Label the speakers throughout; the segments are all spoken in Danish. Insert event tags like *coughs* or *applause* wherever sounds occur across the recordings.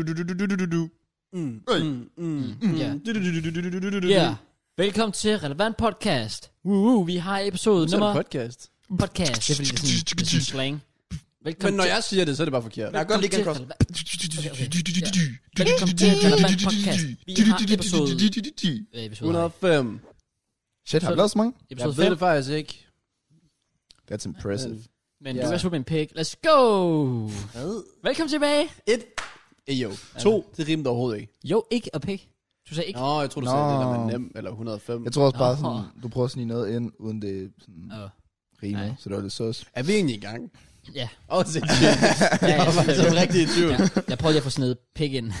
Speaker 1: Du-du-du-du-du-du-du-du-du.
Speaker 2: Mm,
Speaker 1: Øj.
Speaker 2: mm, mm,
Speaker 1: Mm.
Speaker 2: mm.
Speaker 3: Ja.
Speaker 1: Du-du-du-du-du-du-du-du-du.
Speaker 3: Ja. Yeah. Velkommen til Relevant Podcast. Woo, woo, vi har episode
Speaker 2: Så er
Speaker 3: nummer
Speaker 2: det podcast.
Speaker 3: podcast. Det er fordi, det er sådan, det er sådan slang.
Speaker 2: Men
Speaker 3: Velkommen
Speaker 2: når
Speaker 3: til-
Speaker 2: jeg siger det, så er det bare forkert.
Speaker 3: velkommen
Speaker 1: godt lide
Speaker 3: til
Speaker 1: Ken Cross.
Speaker 3: Relevant- Velkommen til Relevant Podcast. Vi har episode- øh, episode-
Speaker 2: 105.
Speaker 1: Shit, har du lavet så mange?
Speaker 2: Jeg
Speaker 3: Episode
Speaker 2: ved
Speaker 3: 5.
Speaker 2: det faktisk ikke.
Speaker 1: That's impressive.
Speaker 3: Men
Speaker 2: Ja.
Speaker 3: du er super en pik. Let's go! Velkommen tilbage.
Speaker 2: Et. Eh, jo. To. Det rimte overhovedet ikke.
Speaker 3: Jo, ikke og pik. Du sagde ikke.
Speaker 2: Nå, jeg tror du sagde
Speaker 1: Nå.
Speaker 2: det, der var nem. Eller 105.
Speaker 1: Jeg tror også bare
Speaker 3: Nå.
Speaker 1: sådan, du prøver at snige noget ind, uden det sådan
Speaker 3: Åh.
Speaker 1: rimer,
Speaker 3: Nej.
Speaker 1: så det var lidt søs.
Speaker 2: Er vi egentlig i gang? *laughs*
Speaker 3: Ja.
Speaker 2: Åh, oh, sindssygt.
Speaker 3: Ja,
Speaker 2: Jeg var faktisk
Speaker 3: ja.
Speaker 2: sådan rigtig i tvivl.
Speaker 3: Ja, jeg prøvede lige at få snedet pik ind.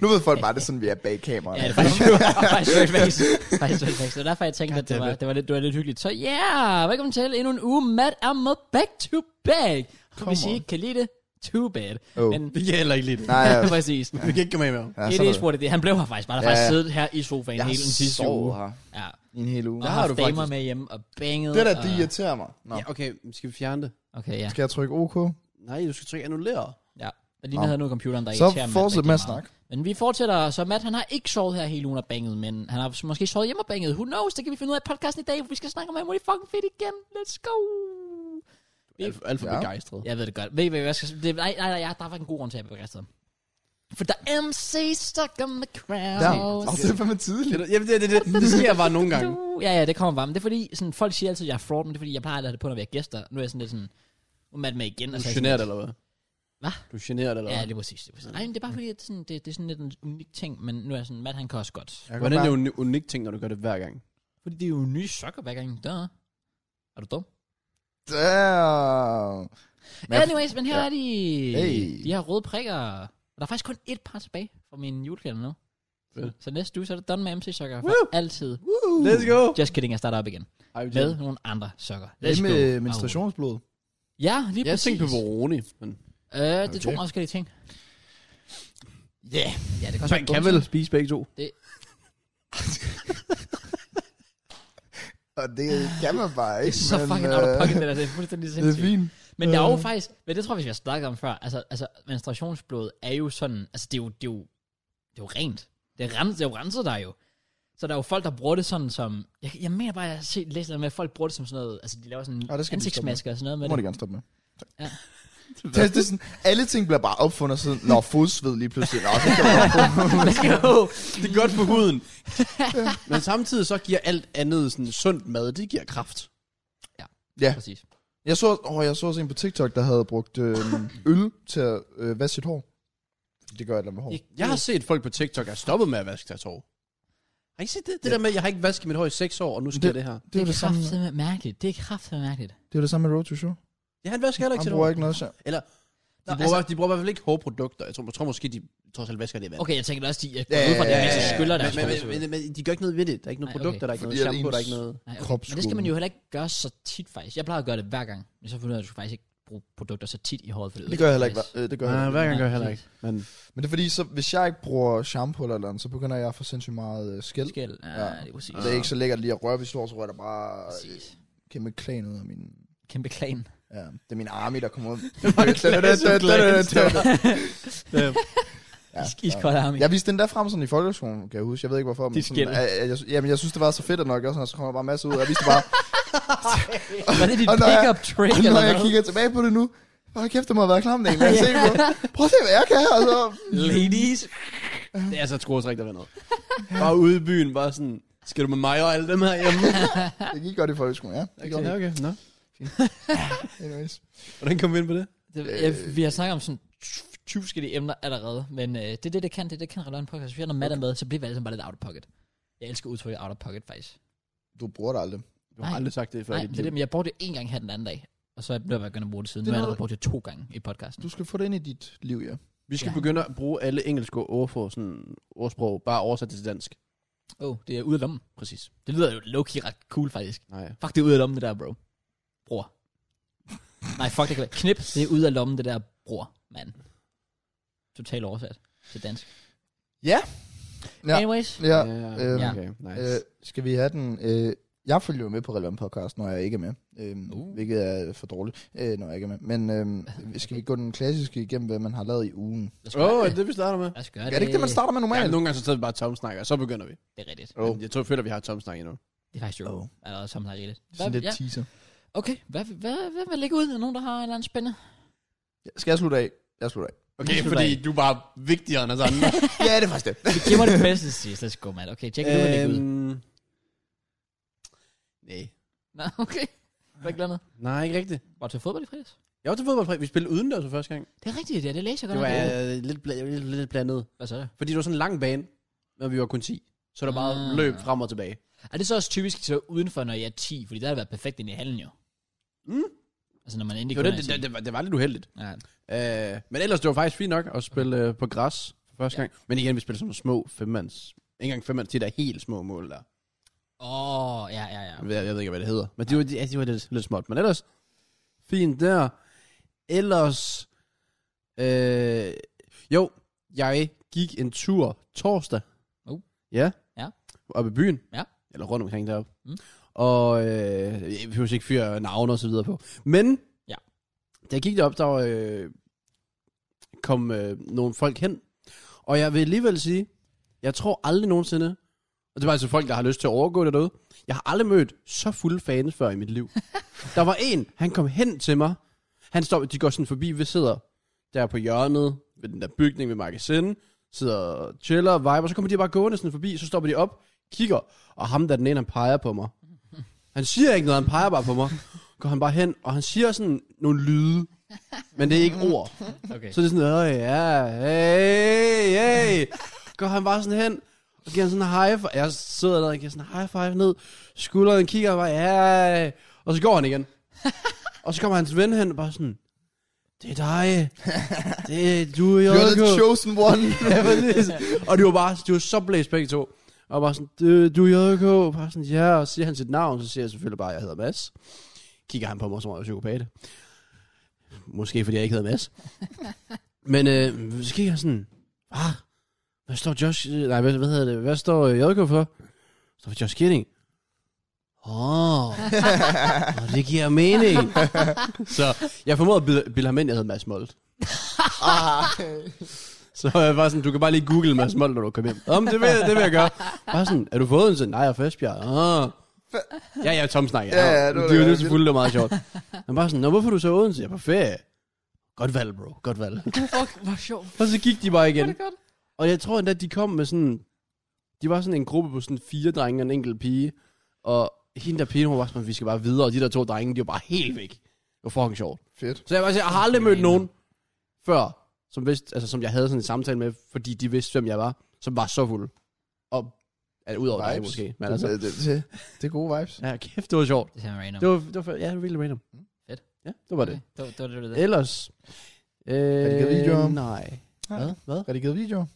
Speaker 1: Nu ved folk bare, det er sådan, vi er bag kameraet.
Speaker 3: Ja, det er faktisk *laughs* faktisk red face. Faktisk red face. Det var derfor, jeg tænkte, at det
Speaker 2: Goddammit.
Speaker 3: var, det var, lidt, det var lidt hyggeligt. Så ja, yeah, velkommen til endnu en uge. Matt er med back to back. Og hvis I
Speaker 1: on.
Speaker 3: ikke kan lide det, too bad.
Speaker 1: Oh.
Speaker 3: Men
Speaker 2: Vi kan heller ikke
Speaker 3: *laughs*
Speaker 2: lide det.
Speaker 1: Nej, ja.
Speaker 3: præcis.
Speaker 2: Vi kan ikke komme af med ham.
Speaker 1: Ja,
Speaker 3: Det
Speaker 1: sådan
Speaker 3: er det, det. Han blev her faktisk bare. Der har
Speaker 1: Ja,
Speaker 3: faktisk
Speaker 1: ja.
Speaker 3: siddet her i sofaen
Speaker 1: Jeg har
Speaker 3: hele den sidste
Speaker 1: sovet
Speaker 3: uge.
Speaker 1: her
Speaker 3: Ja.
Speaker 1: i en hel uge.
Speaker 3: Og
Speaker 2: Der
Speaker 3: har,
Speaker 2: har
Speaker 3: har
Speaker 2: du
Speaker 3: haft damer
Speaker 2: faktisk-
Speaker 3: med hjemme og banget.
Speaker 1: Det der,
Speaker 3: og...
Speaker 1: det irriterer mig. Nå.
Speaker 2: Ja, okay. Skal vi fjerne det?
Speaker 3: Okay, ja.
Speaker 1: Skal jeg trykke OK?
Speaker 2: Nej, du skal trykke annullere.
Speaker 3: ja. Og lige nu
Speaker 1: Nå.
Speaker 3: havde nu computeren, der
Speaker 1: Så
Speaker 3: irriterer Matt
Speaker 1: fortsæt
Speaker 3: rigtig
Speaker 1: med at
Speaker 3: meget.
Speaker 1: snakke.
Speaker 3: Men vi fortsætter, så Matt han har ikke sovet her hele ugen og banget, men han har måske sovet hjemme og banget. Who knows, det kan vi finde ud af i podcasten i dag, for vi skal snakke om alt muligt fucking fedt igen. Let's go!
Speaker 2: Alt, alt for
Speaker 1: Ja.
Speaker 2: begejstret.
Speaker 3: Jeg ved det godt. Ved I, hvad jeg skal... Det, nej, nej, nej, jeg- der var en god grund til, at jeg blev begejstret. For der er MC stuck on the crowd.
Speaker 1: Ja, og det er fandme tidligt.
Speaker 2: Det- Jamen, det, det, det, det sker bare nogle gange.
Speaker 3: Du- Ja, ja, det kommer bare. Men det er fordi, sådan, folk siger altid, at jeg er fraud, men det er fordi, jeg plejer at have det på, når vi er gæster. Nu er jeg sådan lidt sådan, nu er Matt med igen.
Speaker 2: Du
Speaker 3: så
Speaker 2: er
Speaker 3: er jeg
Speaker 2: generet,
Speaker 3: sådan-
Speaker 2: eller hvad?
Speaker 3: Hvad?
Speaker 2: Du er generet, eller
Speaker 3: Ja,
Speaker 2: hvad?
Speaker 3: det er præcis. Det er, præcis. Nej, men det er bare fordi, at det, er sådan, det, det er sådan lidt en unik ting, men nu er jeg sådan, Matt han kan også godt.
Speaker 1: Jeg kan
Speaker 2: Hvordan er
Speaker 1: bare-
Speaker 2: det en unik ting, når du gør det hver gang?
Speaker 3: Fordi det er jo nye sokker hver gang. Der. Er du dum?
Speaker 1: Damn. Men jeg-
Speaker 3: Anyways, men her
Speaker 1: Ja.
Speaker 3: er de.
Speaker 1: Hey.
Speaker 3: De har røde prikker. Og der er faktisk kun et par tilbage fra min julekalender nu. Så,
Speaker 2: Fedt.
Speaker 3: så næste uge, så er det done med MC sokker for
Speaker 2: Woo!
Speaker 3: altid.
Speaker 2: Let's go!
Speaker 3: Just kidding, jeg starter op igen.
Speaker 2: Ej,
Speaker 3: Med nogle andre sokker.
Speaker 1: Det
Speaker 3: Let's
Speaker 1: med
Speaker 3: go.
Speaker 1: menstruationsblod.
Speaker 3: Au. Ja, lige
Speaker 2: Jeg
Speaker 3: præcis.
Speaker 2: tænkte på Veroni, men
Speaker 3: Øh, det er to
Speaker 1: Okay.
Speaker 3: meget forskellige ting.
Speaker 1: Ja. Yeah.
Speaker 3: Ja, det kan også være bumsen.
Speaker 2: spise begge *laughs* to.
Speaker 1: Og det kan man bare
Speaker 3: Det
Speaker 1: ikke.
Speaker 3: er så fucking
Speaker 1: øh,
Speaker 3: out of pocket, det der. Det er fuldstændig
Speaker 1: Det er *laughs*
Speaker 3: sindssygt.
Speaker 1: fint.
Speaker 3: Men der er jo
Speaker 1: Øh.
Speaker 3: faktisk, men det tror jeg, vi skal snakke om før, altså, altså menstruationsblod er jo sådan, altså det er jo, det er jo, det er jo rent. Det, rens, det er jo renset dig jo. Så der er jo folk, der bruger det sådan som, jeg, jeg mener bare, jeg har set, læst noget med, at folk bruger det som sådan noget, altså de laver sådan
Speaker 1: Ah, det skal de
Speaker 3: ansigtsmasker og sådan noget med
Speaker 1: Det må
Speaker 3: det.
Speaker 1: de gerne stoppe med. Tak.
Speaker 3: Ja.
Speaker 1: Det, er- det er sådan, alle ting bliver bare opfundet sådan, når fodsved lige pludselig. Nå, det kan man godt få.
Speaker 3: *laughs* Jo,
Speaker 2: Det er godt for
Speaker 3: *laughs*
Speaker 2: huden. men samtidig så giver alt andet sådan sundt mad, det giver kraft.
Speaker 1: ja,
Speaker 3: præcis.
Speaker 1: jeg så, åh, jeg så også en på TikTok, der havde brugt øh, *coughs* øl til at øh, vaske sit hår. Det gør et eller andet med hår.
Speaker 3: Det-
Speaker 2: Jeg har set folk på TikTok, der er stoppet med at vaske deres hår. Har I set det? Det
Speaker 1: Ja.
Speaker 2: der med, at jeg har ikke vasket mit hår i 6 år, og nu sker det, her.
Speaker 1: Det er jo
Speaker 3: det
Speaker 1: det
Speaker 3: er
Speaker 1: samme,
Speaker 3: kraftedeme mærkeligt. Det er kraftedeme mærkeligt.
Speaker 1: det, er det samme med Road to Show.
Speaker 2: Ja, han vasker heller ikke
Speaker 1: Han
Speaker 2: sit hår.
Speaker 1: bruger
Speaker 2: De
Speaker 1: ikke noget så.
Speaker 3: Nå,
Speaker 2: bruger, altså, de bruger i hvert fald ikke hårprodukter. Jeg tror, jeg tror måske, de trods alt vasker det i vand.
Speaker 3: Okay, jeg tænker også, de jeg går
Speaker 1: Ja,
Speaker 3: ud fra, det
Speaker 1: ja,
Speaker 3: er
Speaker 1: ja,
Speaker 3: masser
Speaker 1: ja.
Speaker 3: skyller
Speaker 2: men,
Speaker 3: deres
Speaker 2: men,
Speaker 3: hår.
Speaker 2: men, men, men, de gør ikke noget ved det. Der er ikke nogen
Speaker 3: Nej, okay.
Speaker 2: produkter, der er ikke noget
Speaker 1: Fordi at
Speaker 2: shampoo, der er
Speaker 1: ens-
Speaker 2: ikke noget...
Speaker 3: Nej, okay. Men det skal
Speaker 1: Kropsskolen.
Speaker 3: man jo heller ikke gøre så tit faktisk. Jeg plejer at gøre det hver gang, men så finder jeg, at du faktisk ikke bruge produkter så tit i håret. For
Speaker 1: Det gør jeg heller ikke. hva- Øh, det gør jeg heller ikke.
Speaker 3: hver gang gør jeg heller ikke.
Speaker 2: Men
Speaker 1: Men det er fordi, så, hvis jeg ikke bruger shampoo eller noget, så begynder jeg at få sindssygt meget øh, skæld.
Speaker 3: Skæld. Ja,
Speaker 1: Ja.
Speaker 3: det er præcis.
Speaker 1: Det er ikke så lækkert lige at røre ved sit hår, så rører der bare øh,
Speaker 3: Præcis.
Speaker 1: kæmpe klan ud af min
Speaker 3: Kæmpe klan.
Speaker 1: Ja, det er min army, der *laughs* kommer ud.
Speaker 2: *laughs*
Speaker 3: Ja, Iskold army.
Speaker 1: Jeg viste den der frem sådan i folkeskolen, kan jeg huske. Jeg ved ikke hvorfor, men
Speaker 3: Dit
Speaker 1: sådan,
Speaker 3: skæld.
Speaker 1: jeg, jeg, jamen, jeg synes, det var så fedt at nok også, og så kommer der bare masser ud. Jeg viste bare,
Speaker 3: Var det dit
Speaker 1: *laughs* Og når jeg-
Speaker 3: pick-up trick,
Speaker 1: og
Speaker 3: eller
Speaker 1: når
Speaker 3: hvad?
Speaker 1: jeg kigger tilbage på det nu, hvor kæft, det må have været klam, det jeg se på. Prøv at se, hvad jeg kan, altså. og så... *laughs*
Speaker 3: Ladies.
Speaker 2: det er altså et skruesrik, der noget. Bare ude i byen, bare sådan, skal du med mig og alle dem her hjemme?
Speaker 1: Det gik godt i folkeskolen, ja. Det gjorde det.
Speaker 2: okay. Nå.
Speaker 1: Anyways.
Speaker 2: Hvordan kom vi ind på det?
Speaker 3: Det, jeg, vi har snakket om sådan 20 forskellige emner allerede, men øh, det er det, det kan. Det er det, kan relevant podcast. Hvis vi har noget mad med, så bliver vi alle sammen bare lidt out of pocket. Jeg elsker udtrykket out of pocket, faktisk.
Speaker 1: Du bruger det aldrig.
Speaker 2: Du har
Speaker 3: Nej.
Speaker 2: aldrig sagt det før. i
Speaker 3: Nej,
Speaker 2: dit
Speaker 3: det er det,
Speaker 2: liv.
Speaker 3: men jeg brugte det en gang her den anden dag. Og så er jeg blevet begyndt at bruge det siden.
Speaker 1: Det
Speaker 3: Nu har jeg
Speaker 1: er
Speaker 3: allerede brugt det to gange i podcasten.
Speaker 1: Du skal få det ind i dit liv, ja.
Speaker 2: Vi skal
Speaker 3: Ja.
Speaker 2: begynde at bruge alle engelske ord for sådan ordsprog, bare oversat det til dansk.
Speaker 3: Åh, oh, det er ude af lommen.
Speaker 2: Præcis.
Speaker 3: Det lyder jo low-key ret cool, faktisk.
Speaker 2: Nej.
Speaker 3: Fuck, det er ud af lommen, det der, bro. Bror. Nej, fuck, det kan være. Knip, det er ud af lommen, det der, bror, mand. Total oversat til dansk.
Speaker 1: Ja. Ja.
Speaker 3: Anyways.
Speaker 1: Ja.
Speaker 2: ja, øhm,
Speaker 1: øh,
Speaker 2: okay. Nice.
Speaker 1: Øh, skal vi have den øh, Jeg følger jo med på relevant podcast, når jeg ikke er med. Øhm, uh. Hvilket er for dårligt, øh, når jeg ikke er med. Men øhm, skal vi gå den klassiske igennem, hvad man har lavet i ugen?
Speaker 3: Lad os
Speaker 2: Åh,
Speaker 3: gøre
Speaker 2: oh, er
Speaker 3: det.
Speaker 2: det, vi starter med?
Speaker 3: Lad os gøre
Speaker 1: Er det ikke det, man starter med
Speaker 2: Ja,
Speaker 1: normalt?
Speaker 2: nogle gange så tager vi bare tomsnakker, og så begynder vi.
Speaker 3: Det er rigtigt.
Speaker 1: Åh,
Speaker 2: Oh. Jeg tror, føler, vi har tomsnak endnu.
Speaker 3: Det er faktisk jo.
Speaker 1: Åh.
Speaker 3: Oh. Eller som har rigtigt. Hvad,
Speaker 1: sådan lidt
Speaker 3: ja.
Speaker 1: teaser.
Speaker 3: Okay, hvad, hvad, hvad vil ligge ud? Er der nogen, der har en eller anden spændende?
Speaker 1: Ja, skal jeg slutte af? Jeg slutter af.
Speaker 2: Okay,
Speaker 3: Vi slutter
Speaker 2: fordi
Speaker 3: af.
Speaker 2: du er bare vigtigere end os
Speaker 3: *laughs*
Speaker 2: andre.
Speaker 1: ja, det er faktisk det.
Speaker 3: Vi giver mig det bedste til sidst. Let's go, mand. Okay, tjek øhm. du vil ligge ud.
Speaker 1: Øhm,
Speaker 2: Nej.
Speaker 3: Nå, okay. Hvad er glædet?
Speaker 2: Nej, ikke rigtigt.
Speaker 3: Var du til fodbold i fredags?
Speaker 2: Jeg var til fodbold, vi spillede udendørs for første gang.
Speaker 3: Det er rigtigt, ja. Det læser jeg godt
Speaker 2: Det var
Speaker 3: nok.
Speaker 2: øh, lidt, bla- lidt, lidt blandet.
Speaker 3: Hvad så er det?
Speaker 2: Fordi det var sådan en lang bane, når vi var kun 10. Så der bare
Speaker 3: Ah.
Speaker 2: løb frem og tilbage.
Speaker 3: Er det så også typisk så udenfor, når jeg er 10? Fordi der har det været perfekt ind i hallen jo.
Speaker 2: Mm.
Speaker 3: Altså når man endelig
Speaker 2: Det var,
Speaker 3: kun
Speaker 2: det, det,
Speaker 3: er 10.
Speaker 2: det, det, var, det var lidt uheldigt.
Speaker 3: Ja.
Speaker 2: Øh, men ellers, det var faktisk fint nok at spille øh, på græs for første
Speaker 3: Ja.
Speaker 2: gang. Men igen, vi spillede sådan nogle små femmands. Ikke engang femmands, de der helt små mål der.
Speaker 3: Åh, oh, ja, ja, ja.
Speaker 2: Jeg ved, jeg ved ikke, hvad det hedder. Men det var, de, ja, de var lidt, lidt småt. Men ellers, fint der. Ellers, øh, jo, jeg gik en tur torsdag.
Speaker 3: Oh.
Speaker 2: Ja.
Speaker 3: Ja.
Speaker 2: Op i byen.
Speaker 3: Ja.
Speaker 2: Eller rundt omkring deroppe.
Speaker 3: Mm.
Speaker 2: Og øh, vi behøver ikke fyre navne og så videre på. Men,
Speaker 3: Ja.
Speaker 2: da jeg gik derop, der var, øh, kom øh, nogle folk hen. Og jeg vil alligevel sige, jeg tror aldrig nogensinde, og det er altså folk, der har lyst til at overgå det derude, jeg har aldrig mødt så fulde fans før i mit liv. der var en, han kom hen til mig. Han står, de går sådan forbi, vi sidder der på hjørnet ved den der bygning ved magasin, sidder og chiller og viber, så kommer de bare gående sådan forbi, så stopper de op, kigger, og ham der den ene, han peger på mig. Han siger ikke noget, han peger bare på mig. Går han bare hen, og han siger sådan nogle lyde, men det er ikke ord.
Speaker 3: Okay.
Speaker 2: Så er det sådan, åh ja, hey, hey. Går han bare sådan hen, og giver sådan en high five. Jeg sidder der og giver sådan en high five ned. Skulderen kigger og bare, ja. Og så går han igen. Og så kommer hans ven hen og bare sådan, det er dig. Det er du,
Speaker 1: You're the
Speaker 2: Jørgen.
Speaker 1: chosen one.
Speaker 2: *laughs* Ja, præcis. og det var bare, de var så blæst begge to. Og bare sådan, du, du er JK, Og bare sådan, ja, og så siger han sit navn, så siger jeg selvfølgelig bare, at jeg hedder Mads. Kigger han på mig, som om jeg er psykopat. Måske fordi jeg ikke hedder Mads. Men øh, så kigger han sådan, ah, hvad står Josh, øh, nej, hvad, hvad hedder det, hvad står øh, JK for? Så for Josh Kidding. Åh, oh, det giver mening. så jeg formåede at bilde- bilde ham ind, jeg hedder Mads Molt.
Speaker 1: *laughs* ah,
Speaker 2: Så var jeg bare sådan, du kan bare lige google Mads Mold, når du kommer hjem. Om det vil, jeg- det vil jeg gøre. Bare sådan, er du fået en sådan? Nej, jeg er fra Esbjerg. Ah. Ja, ja, Tom snakker.
Speaker 1: Ja, ja, det
Speaker 2: det,
Speaker 1: var
Speaker 2: var
Speaker 1: det,
Speaker 2: det, var
Speaker 1: ja.
Speaker 2: det, selvfølgelig, det var meget sjovt. Han bare sådan, Nå, hvorfor er du så i Odense? Jeg er på ferie. Godt valg, bro. Godt valg.
Speaker 3: Fuck, hvor sjovt.
Speaker 2: Og så gik de bare
Speaker 3: Var
Speaker 2: igen.
Speaker 3: det godt?
Speaker 2: Og jeg tror endda, de kom med sådan... De var sådan en gruppe på sådan fire drenge og en enkelt pige. Og hende der pige, hun var bare sådan, vi skal bare videre. Og de der to drenge, de var bare helt væk. Det var fucking sjovt.
Speaker 1: fedt.
Speaker 2: Så jeg, var, jeg har aldrig mødt nogen før, som, vidste, altså, som jeg havde sådan en samtale med, fordi de vidste, hvem jeg var, som var så fuld. Og altså, udover dig
Speaker 1: Vibes.
Speaker 2: måske. Men
Speaker 1: Det,
Speaker 2: altså,
Speaker 1: det, det, det, det er gode vibes.
Speaker 2: ja, kæft, det var sjovt.
Speaker 3: Det er random.
Speaker 2: Det var, det var, ja, det var virkelig random.
Speaker 3: Fedt.
Speaker 2: Ja, det var det.
Speaker 3: Okay. Det var det. var det, var det.
Speaker 2: Ellers...
Speaker 1: givet videoer?
Speaker 2: Øh, nej. Hvad? Hvad?
Speaker 1: Redigeret videoer.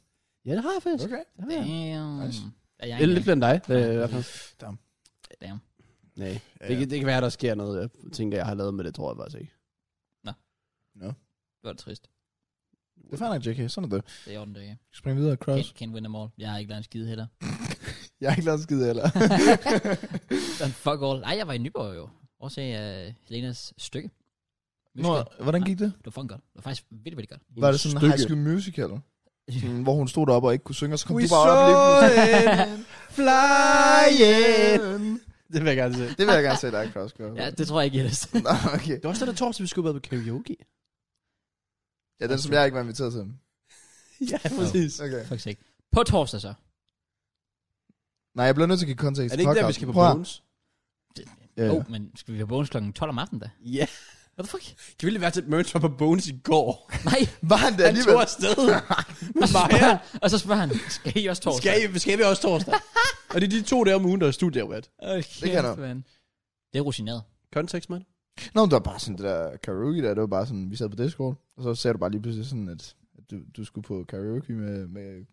Speaker 2: Ja, det har jeg faktisk.
Speaker 1: Okay.
Speaker 2: Det har jeg.
Speaker 3: Damn.
Speaker 1: Nice.
Speaker 3: Ja, jeg
Speaker 2: Jeg er lidt
Speaker 3: ikke.
Speaker 2: blandt dig. Det, er i hvert fald.
Speaker 3: Damn.
Speaker 2: Nej. Det, kan- det kan være, der sker noget, jeg tænker, jeg har lavet med det, tror jeg faktisk ikke.
Speaker 3: Det var trist.
Speaker 1: Det er fair nok, JK. Sådan er det.
Speaker 3: Det er i orden, det er. ikke.
Speaker 1: Spring videre, Cross.
Speaker 3: Can't, can't win them all. Jeg har ikke lavet en
Speaker 2: *laughs*
Speaker 3: skide heller.
Speaker 1: *laughs* Jeg har ikke lavet en skid heller.
Speaker 3: Done fuck all. Nej, jeg var i Nyborg jo. Og se uh, Helenas stykke.
Speaker 1: Nå,
Speaker 3: Musical.
Speaker 1: hvordan gik det?
Speaker 3: Det var fucking godt. Det var faktisk vildt, vildt godt.
Speaker 1: Var det sådan en high
Speaker 2: stykke.
Speaker 1: school musical? Sådan, hvor hun stod deroppe og ikke kunne synge, og så kom du bare op lige
Speaker 2: saw it flying.
Speaker 1: pludselig.
Speaker 2: Det vil jeg gerne se.
Speaker 1: Det vil jeg gerne se dig, Cross. gøre.
Speaker 3: *laughs* Ja, det tror jeg ikke, jeg har lyst til.
Speaker 1: Nå, okay.
Speaker 2: Det var også den der torsdag, vi skulle være på karaoke.
Speaker 1: Ja, den som jeg ikke var inviteret til.
Speaker 2: ja,
Speaker 3: præcis.
Speaker 1: Okay.
Speaker 3: Fuck sake. På torsdag så.
Speaker 1: Nej, jeg bliver nødt til at give kontekst.
Speaker 2: Er det ikke der,
Speaker 1: Podcast.
Speaker 2: vi skal på
Speaker 1: Prøv at-
Speaker 2: Bones?
Speaker 1: Ja,
Speaker 3: Åh,
Speaker 1: ja.
Speaker 3: oh, men skal vi på Bones klokken 12 om aftenen da?
Speaker 2: Ja.
Speaker 3: What the fuck?
Speaker 2: Det ville være til et merch på Bones i går.
Speaker 3: Nej.
Speaker 1: Var han det
Speaker 2: Han
Speaker 1: alligevel?
Speaker 2: tog afsted.
Speaker 3: Og
Speaker 2: Men
Speaker 3: så spørger
Speaker 2: Maja,
Speaker 3: han, og så spørger han skal I også torsdag?
Speaker 2: skal, I, skal vi også torsdag? og det er de to dage om ugen, der er studiearbejde.
Speaker 3: Oh,
Speaker 1: Det kan du.
Speaker 3: man. Det er rutineret.
Speaker 2: Kontekst, mand.
Speaker 1: Nå, men det var bare sådan det der karaoke der, det var bare sådan, vi sad på Discord, og så sagde du bare lige pludselig sådan, at, at du, du skulle på karaoke med, med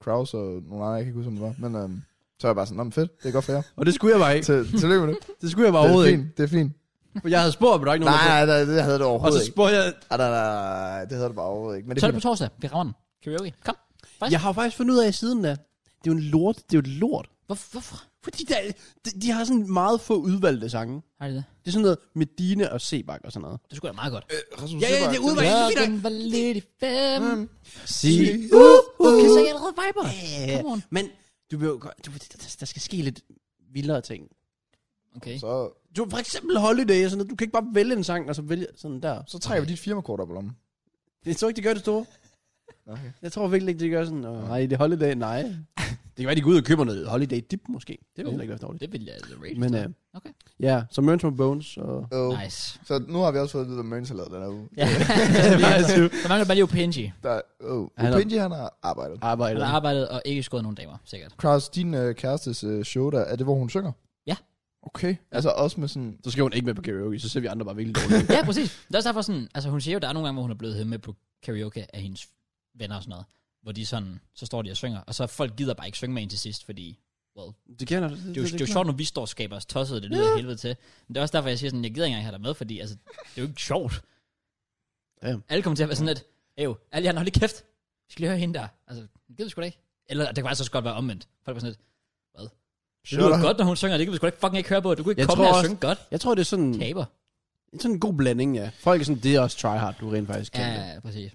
Speaker 1: Kraus og nogle andre, jeg kan ikke huske, om det var, men øhm, så er jeg bare sådan, nå, men fedt, det er godt
Speaker 2: *laughs*
Speaker 1: for jer.
Speaker 2: Og det skulle jeg bare ikke.
Speaker 1: Til, tillykke med det.
Speaker 2: Det skulle jeg bare
Speaker 1: Det er
Speaker 2: overhovedet ikke.
Speaker 1: fint, det er fint.
Speaker 2: For jeg havde spurgt, men der var ikke nogen,
Speaker 1: Nej,
Speaker 2: der
Speaker 1: nej, nej, det
Speaker 2: spurgte. Og
Speaker 1: havde det
Speaker 2: så
Speaker 1: overhovedet ikke.
Speaker 2: spurgte jeg...
Speaker 1: Ej, nej, nej, nej, det havde det bare overhovedet ikke. Men det
Speaker 3: Så
Speaker 1: er
Speaker 3: er det
Speaker 1: fint.
Speaker 3: på torsdag. Vi rammer den. Karaoke. Kom. Faktisk.
Speaker 2: Jeg har jo faktisk fundet ud af siden, at det er jo en lort. Det er jo et lort
Speaker 3: Hvorfor? hvorfor?
Speaker 2: Fordi der, de, de har sådan meget få udvalgte sange.
Speaker 3: Har de det?
Speaker 2: Det er sådan noget Medina og Sebak og sådan noget.
Speaker 3: Det skulle da meget godt.
Speaker 1: Øh, Rasmus
Speaker 2: Ja, ja,
Speaker 1: Sebak,
Speaker 2: det er
Speaker 1: den-
Speaker 2: udvalgt.
Speaker 1: Ja.
Speaker 2: fint nok.
Speaker 3: den var lidt i fem.
Speaker 2: Sig. Uh,
Speaker 3: Du kan så ikke allerede vibe det.
Speaker 2: Ja,
Speaker 3: Come on.
Speaker 2: men du vil jo godt- du, der, der skal ske lidt vildere ting.
Speaker 3: Okay.
Speaker 1: Så,
Speaker 2: Du for eksempel Holiday og sådan noget. Du kan ikke bare vælge en sang, og så vælge sådan der.
Speaker 1: så trækker vi dit firmakort op i lommen.
Speaker 2: Jeg tror ikke, de gør det store.
Speaker 1: Okay.
Speaker 2: Jeg tror virkelig ikke, de gør sådan, "Åh, nej, det er Holiday, nej. det kan være, de går ud og køber noget Holiday Dip måske. Det vil
Speaker 3: Uh.
Speaker 2: heller ikke være dårligt.
Speaker 3: Det ville jeg altså rate.
Speaker 2: Men øh,
Speaker 3: Okay.
Speaker 2: ja, så Merns from Bones *laughs* og...
Speaker 1: Oh.
Speaker 3: Nice.
Speaker 1: Så nu har vi også fået at vide, hvad Møns har lavet den her
Speaker 2: *laughs*
Speaker 1: uge.
Speaker 3: Ja. Der mangler bare lige Opinji.
Speaker 1: Der, oh.
Speaker 2: Han har-
Speaker 1: Opinji, han har arbejdet.
Speaker 2: Arbejdet.
Speaker 3: Han har arbejdet og ikke skåret nogen damer, sikkert.
Speaker 1: Kraus, din øh, kærestes øh, show der, er det, hvor hun synger?
Speaker 3: Ja.
Speaker 1: Okay, altså også med sådan...
Speaker 2: Så skal hun ikke med på karaoke, så ser vi andre bare virkelig dårligt. ud.
Speaker 3: ja, præcis. Det er også derfor sådan, altså hun siger jo, der er nogle gange, hvor hun er blevet hævet med på karaoke af hendes venner og sådan noget, hvor de sådan, så står de og synger, og så folk gider bare ikke synge med ind til sidst, fordi
Speaker 2: det kender du.
Speaker 3: det er jo, det er jo sjovt, når vi står og skaber os tosset, det lyder ja. helvede til. Men det er også derfor, jeg siger sådan, jeg gider ikke engang have dig med, fordi altså, det er jo ikke sjovt.
Speaker 2: Ja.
Speaker 3: Alle kommer til at være sådan lidt, jo, alle jer, hold lige kæft, vi skal lige høre hende der. Altså, det gider vi sgu da ikke. Eller det kan faktisk også godt være omvendt. Folk er sådan lidt, hvad? Det lyder godt, når hun synger, det kan vi sgu da ikke fucking ikke høre på. Du kunne ikke
Speaker 2: Jeg
Speaker 3: komme
Speaker 2: tror
Speaker 3: her og
Speaker 2: også- Mm.
Speaker 3: synge godt.
Speaker 2: Jeg tror, det er sådan,
Speaker 3: Taber.
Speaker 2: sådan en god blanding, ja. Folk er sådan, det er også tryhard, du rent faktisk kan.
Speaker 3: Ja,
Speaker 2: Ja.
Speaker 3: ja, præcis.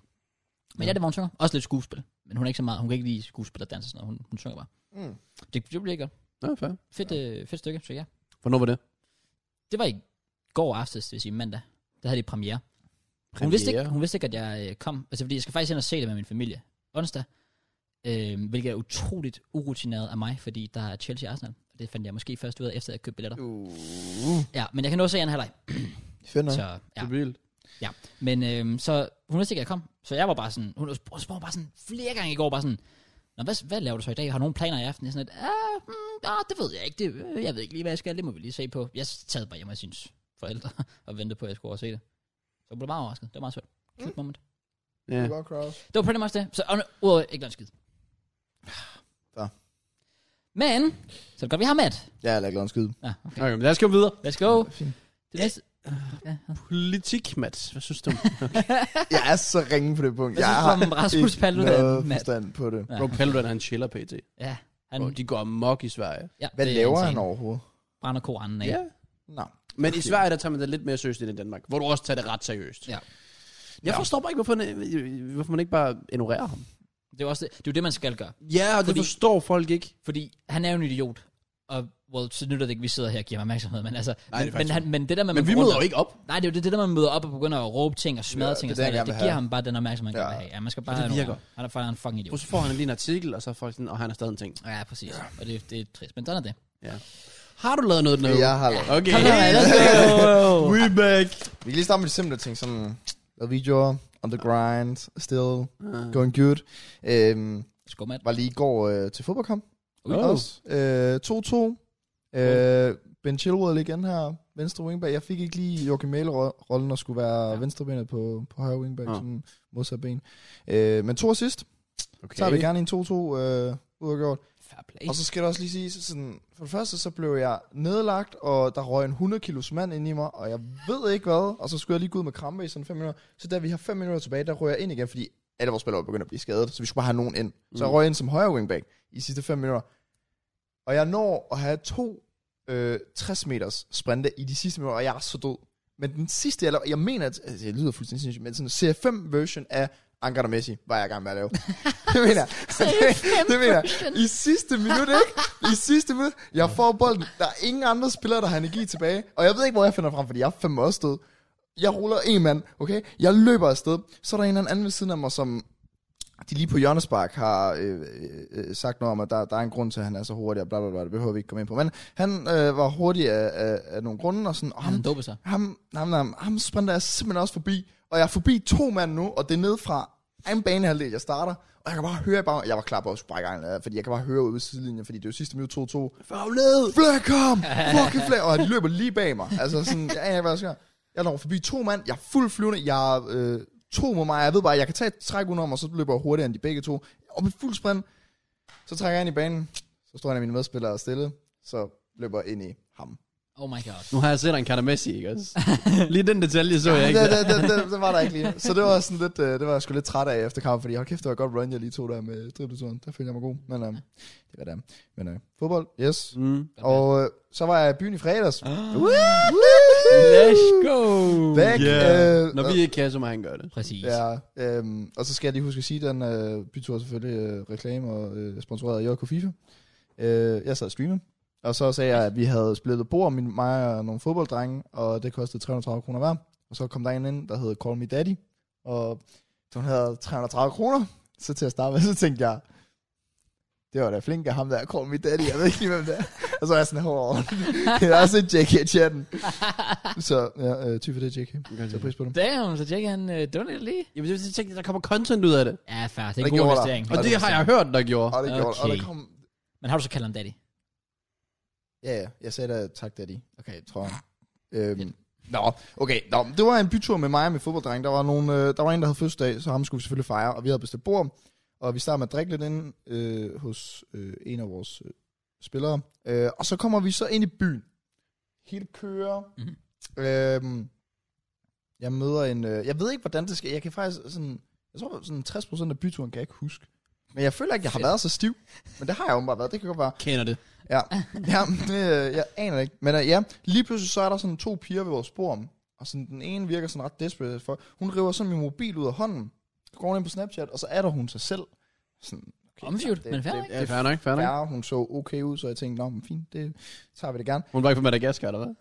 Speaker 3: Men ja, det var hun synger. Også lidt skuespil. Men hun er ikke så meget. Hun kan ikke lide skuespil og dans og sådan noget. Hun, hun synger bare.
Speaker 1: Mm.
Speaker 3: Det, det bliver godt.
Speaker 2: Nå, fair.
Speaker 3: Fedt, ja. øh, fedt stykke, så ja.
Speaker 2: Hvornår var det?
Speaker 3: Det var i går aftes, det vil sige mandag. Der havde de premiere. Hun, vidste ikke, hun vidste ikke, at jeg øh, kom. Altså, fordi jeg skal faktisk ind og se det med min familie. Onsdag. Øh, hvilket er utroligt urutineret af mig, fordi der er Chelsea og Arsenal. Og det fandt jeg måske først ud af, efter at jeg købte billetter.
Speaker 1: Uh,
Speaker 3: Ja, men jeg kan nå at se en halvleg.
Speaker 1: fedt nok.
Speaker 3: Så, ja.
Speaker 2: Det er vildt.
Speaker 3: Men øhm, så, hun vidste ikke, at jeg kom. Så jeg var bare sådan, hun spurgte- hun spurgte bare sådan flere gange i går, bare sådan, Nå, hvad, hvad laver du så i dag? Har du nogen planer i aften? Jeg er sådan lidt, ah, mm, ah, det ved jeg ikke. Det, øh, jeg ved ikke lige, hvad jeg skal. Det må vi lige se på. Jeg sad bare hjemme hos hendes forældre *laughs* og ventede på, at jeg skulle over og se det. Så jeg blev meget overrasket. Det var meget sødt. Cute moment.
Speaker 2: Ja.
Speaker 1: Det var Kraus.
Speaker 3: Det var pretty much det. Så og nu- udover ikke noget skid.
Speaker 1: Så.
Speaker 3: Men, så er det godt, vi har Matt.
Speaker 1: Ja, jeg lader en skid.
Speaker 3: Ja, okay.
Speaker 2: Okay, men lad os gå videre.
Speaker 3: Let's go.
Speaker 1: Fint.
Speaker 3: Det næste. Ja.
Speaker 2: Politik, Mats. Hvad synes du? om-
Speaker 1: Jeg er så ringe på det punkt.
Speaker 3: Hvad
Speaker 1: jeg
Speaker 3: synes du
Speaker 1: har
Speaker 3: om Rasmus
Speaker 1: ikke
Speaker 3: Paludan,
Speaker 1: noget
Speaker 3: mand?
Speaker 1: forstand på det.
Speaker 3: Ja.
Speaker 2: Bro, Paludan, han chiller pt.
Speaker 3: Ja, han,
Speaker 2: Bro, de går amok i Sverige.
Speaker 3: ja,
Speaker 1: Hvad
Speaker 3: det er
Speaker 1: laver
Speaker 3: insane.
Speaker 1: han overhovedet?
Speaker 3: Brænder koranen af.
Speaker 2: Ja.
Speaker 1: Nå.
Speaker 2: Men i Sverige, der tager man det lidt mere seriøst end i Danmark, hvor du også tager det ret seriøst.
Speaker 3: Ja.
Speaker 2: Jeg
Speaker 1: Ja.
Speaker 2: forstår bare ikke, hvorfor, hvorfor man ikke bare ignorerer ham.
Speaker 3: Det er, også det, det er jo det, man skal gøre.
Speaker 2: Ja, og
Speaker 3: Fordi-
Speaker 2: det forstår folk ikke.
Speaker 3: Fordi han er jo en idiot. Og well, så nytter det ikke, at vi sidder her og giver ham opmærksomhed. Men, altså,
Speaker 2: Nej, det er
Speaker 3: men, men,
Speaker 2: faktisk
Speaker 3: han, men det der med,
Speaker 2: Men
Speaker 3: at man
Speaker 2: vi
Speaker 3: går rundt
Speaker 2: møder
Speaker 3: og-
Speaker 2: jo ikke op.
Speaker 3: Nej, det er jo det, det der, man møder op og begynder at råbe ting og smadre
Speaker 1: Ja,
Speaker 3: ja,
Speaker 1: det
Speaker 3: ting.
Speaker 1: er
Speaker 3: og
Speaker 1: det,
Speaker 3: sådan
Speaker 1: jeg
Speaker 3: noget.
Speaker 1: gerne
Speaker 3: Det
Speaker 1: vil
Speaker 3: giver
Speaker 1: have.
Speaker 3: ham bare den opmærksomhed, han
Speaker 1: Ja.
Speaker 3: ja. have. Ja, man skal bare
Speaker 2: det
Speaker 3: have nogle-
Speaker 2: virker.
Speaker 3: Han er faktisk en
Speaker 2: Og
Speaker 3: fucking idiot.
Speaker 2: så får han lige en artikel, og så er folk sådan, og han har stadig en ting.
Speaker 3: Ja, præcis. Og det, det er trist. Men sådan er det.
Speaker 2: Ja. Har du lavet noget nu?
Speaker 1: Jeg har lavet.
Speaker 2: Okay.
Speaker 3: Kom nu, let's go.
Speaker 2: We back.
Speaker 1: Vi kan lige starte med de simple ting, sådan... Lavet videoer, on the grind, still going good. Øhm,
Speaker 3: Skum, mand.
Speaker 1: var lige i går øh, til fodboldkamp.
Speaker 2: Ui.
Speaker 1: Oh. Også. Øh, 2-2. Øh, ben Chilwell igen her, venstre wingback. Jeg fik ikke lige Joachim Mæle-rollen, og skulle være
Speaker 3: Ja.
Speaker 1: ja. venstrebenet på, på højre wingback,
Speaker 2: Ah.
Speaker 1: oh. sådan modsat ben. Øh, men to assist. Okay. Tager vi gerne en 2-2 øh, udgjort.
Speaker 3: Fair play.
Speaker 1: Og så skal det også lige sige, sådan, for det første, så blev jeg nedlagt, og der røg en 100 kilos mand ind i mig, og jeg ved ikke hvad, og så skulle jeg lige gå ud med krampe i sådan 5 minutter. Så da vi har 5 minutter tilbage, der røg jeg ind igen, fordi alle vores spillere var begyndt at blive skadet, så vi skulle bare have nogen ind. Så jeg
Speaker 2: Mm.
Speaker 1: røg ind som højre wingback i de sidste 5 minutter. Og jeg når at have to øh, 60 meters sprinte i de sidste minutter, og jeg er så død. Men den sidste, jeg, lavede, jeg mener, at altså, det lyder fuldstændig sindssygt, men sådan en CF5-version af Anker og Messi, var jeg i gang med at lave. det mener jeg. det mener jeg. I sidste minut, ikke? I sidste minut. Jeg får bolden. Der er ingen andre spillere, der har energi tilbage. Og jeg ved ikke, hvor jeg finder frem, fordi jeg er fem også død. Jeg ruller en mand, okay? Jeg løber afsted. Så er der en eller anden ved siden af mig, som... De lige på hjørnespark har øh, øh, sagt noget om, at der, der er en grund til, at han er så hurtig, og bla bla bla, det behøver vi ikke komme ind på. Men han øh, var hurtig af, af, af nogle grunde, og sådan, og
Speaker 3: Han
Speaker 1: ham,
Speaker 3: doper sig.
Speaker 1: ham, ham, ham, ham sprinter jeg simpelthen også forbi, og jeg er forbi to mand nu, og det er ned fra en banehalvdel, jeg starter, og jeg kan bare høre, bare, jeg var klar på at sprække egen, fordi jeg kan bare høre ude ved sidelinjen, fordi det er jo sidste minut 2-2,
Speaker 2: Faglet.
Speaker 1: flag kom, fucking flag, og de løber lige bag mig, altså sådan, jeg aner ikke, hvad der sker. Jeg når forbi to mand, jeg er fuld flyvende, jeg er øh, to mod mig, jeg ved bare, jeg kan tage et træk udenom, og så løber jeg hurtigere end de begge to, og med fuld sprint, så trækker jeg ind i banen, så står en af mine medspillere stille, så løber jeg ind i ham.
Speaker 3: Oh my god.
Speaker 2: Nu har jeg set en Carter Messi, ikke også? Lige den detalje så jeg
Speaker 1: Det,
Speaker 2: ikke.
Speaker 1: det,
Speaker 2: der.
Speaker 1: det, det, det, var der ikke lige. Så det var sådan lidt, øh, det var jeg sgu lidt træt af efter kampen, fordi hold kæft, det var et godt run, jeg lige tog der med dribleturen. Der følte jeg mig god. Men øhm, det var det. Men øh, fodbold, yes.
Speaker 2: Mm.
Speaker 1: Og øh, så var jeg i byen i fredags.
Speaker 3: Ah,
Speaker 1: Woo!
Speaker 3: Let's go!
Speaker 1: Væk.
Speaker 2: Yeah.
Speaker 1: Øh,
Speaker 2: Når
Speaker 1: øh,
Speaker 2: vi ikke kan, så må han gøre det.
Speaker 3: Præcis. Ja.
Speaker 1: Ja, øhm, og så skal jeg lige huske at sige, at den øh, bytur er selvfølgelig øh, reklame og øh, sponsoreret af JK FIFA. Øh, jeg sad og streamede, og så sagde jeg, at vi havde splittet bord, min, mig og nogle fodbolddrenge, og det kostede 330 kroner hver. Og så kom der en ind, der hed Call Me Daddy, og hun havde 330 kroner. Så til at starte med, så tænkte jeg, det var da flink af ham der, Call Me Daddy, jeg ved ikke lige, hvem det er. Og så var jeg sådan, hårdt *laughs* Jeg har også set JK i chatten. Så ja, øh, ty for det, JK. Så pris på dem.
Speaker 3: Damn, så Jack han øh, donerede lige.
Speaker 2: Jamen, jeg tænkte, der kommer content ud af det.
Speaker 3: Ja, fair. Det er
Speaker 1: Det
Speaker 3: en god
Speaker 1: gjorde der.
Speaker 3: investering.
Speaker 2: Og det har jeg hørt, der gjorde.
Speaker 1: Og det gjorde, okay. og
Speaker 3: Okay.
Speaker 1: der kom
Speaker 3: Men har du så kaldt ham daddy?
Speaker 1: Ja, ja. Jeg sagde da tak, daddy,
Speaker 3: Okay.
Speaker 1: tror jeg. Øhm, nå, okay. Nå, men det var en bytur med mig og med fodbolddreng. Der var, nogle, øh, der var en, der havde fødselsdag, så ham skulle vi selvfølgelig fejre. Og vi havde bestilt bord. Og vi startede med at drikke lidt ind øh, hos øh, en af vores øh, spillere. Øh, og så kommer vi så ind i byen. Helt kører.
Speaker 3: Mhm.
Speaker 1: Mm-hmm. Øhm, jeg møder en... Øh, jeg ved ikke, hvordan det skal... Jeg kan faktisk sådan... Jeg tror, sådan 60% af byturen kan jeg ikke huske. Men jeg føler ikke, jeg har
Speaker 3: Fedt.
Speaker 1: været så stiv. Men det har jeg åbenbart været. Det kan godt være.
Speaker 2: Kender det.
Speaker 1: Ja, ja men det, øh, jeg aner det ikke. Men øh, ja, lige pludselig så er der sådan to piger ved vores spor, og sådan, den ene virker sådan ret desperate for, hun river sådan min mobil ud af hånden, så går hun ind på Snapchat, og så er der hun sig selv. Sådan,
Speaker 3: Omfjult,
Speaker 1: det-
Speaker 3: men fair
Speaker 1: det-
Speaker 3: nok.
Speaker 2: Ja, fair nok, fair nok.
Speaker 1: Ja, hun så okay ud, så jeg tænkte, nå, men fint, det tager vi det gerne.
Speaker 2: Hun var ikke fra Madagaskar, eller
Speaker 1: *laughs*
Speaker 2: hvad?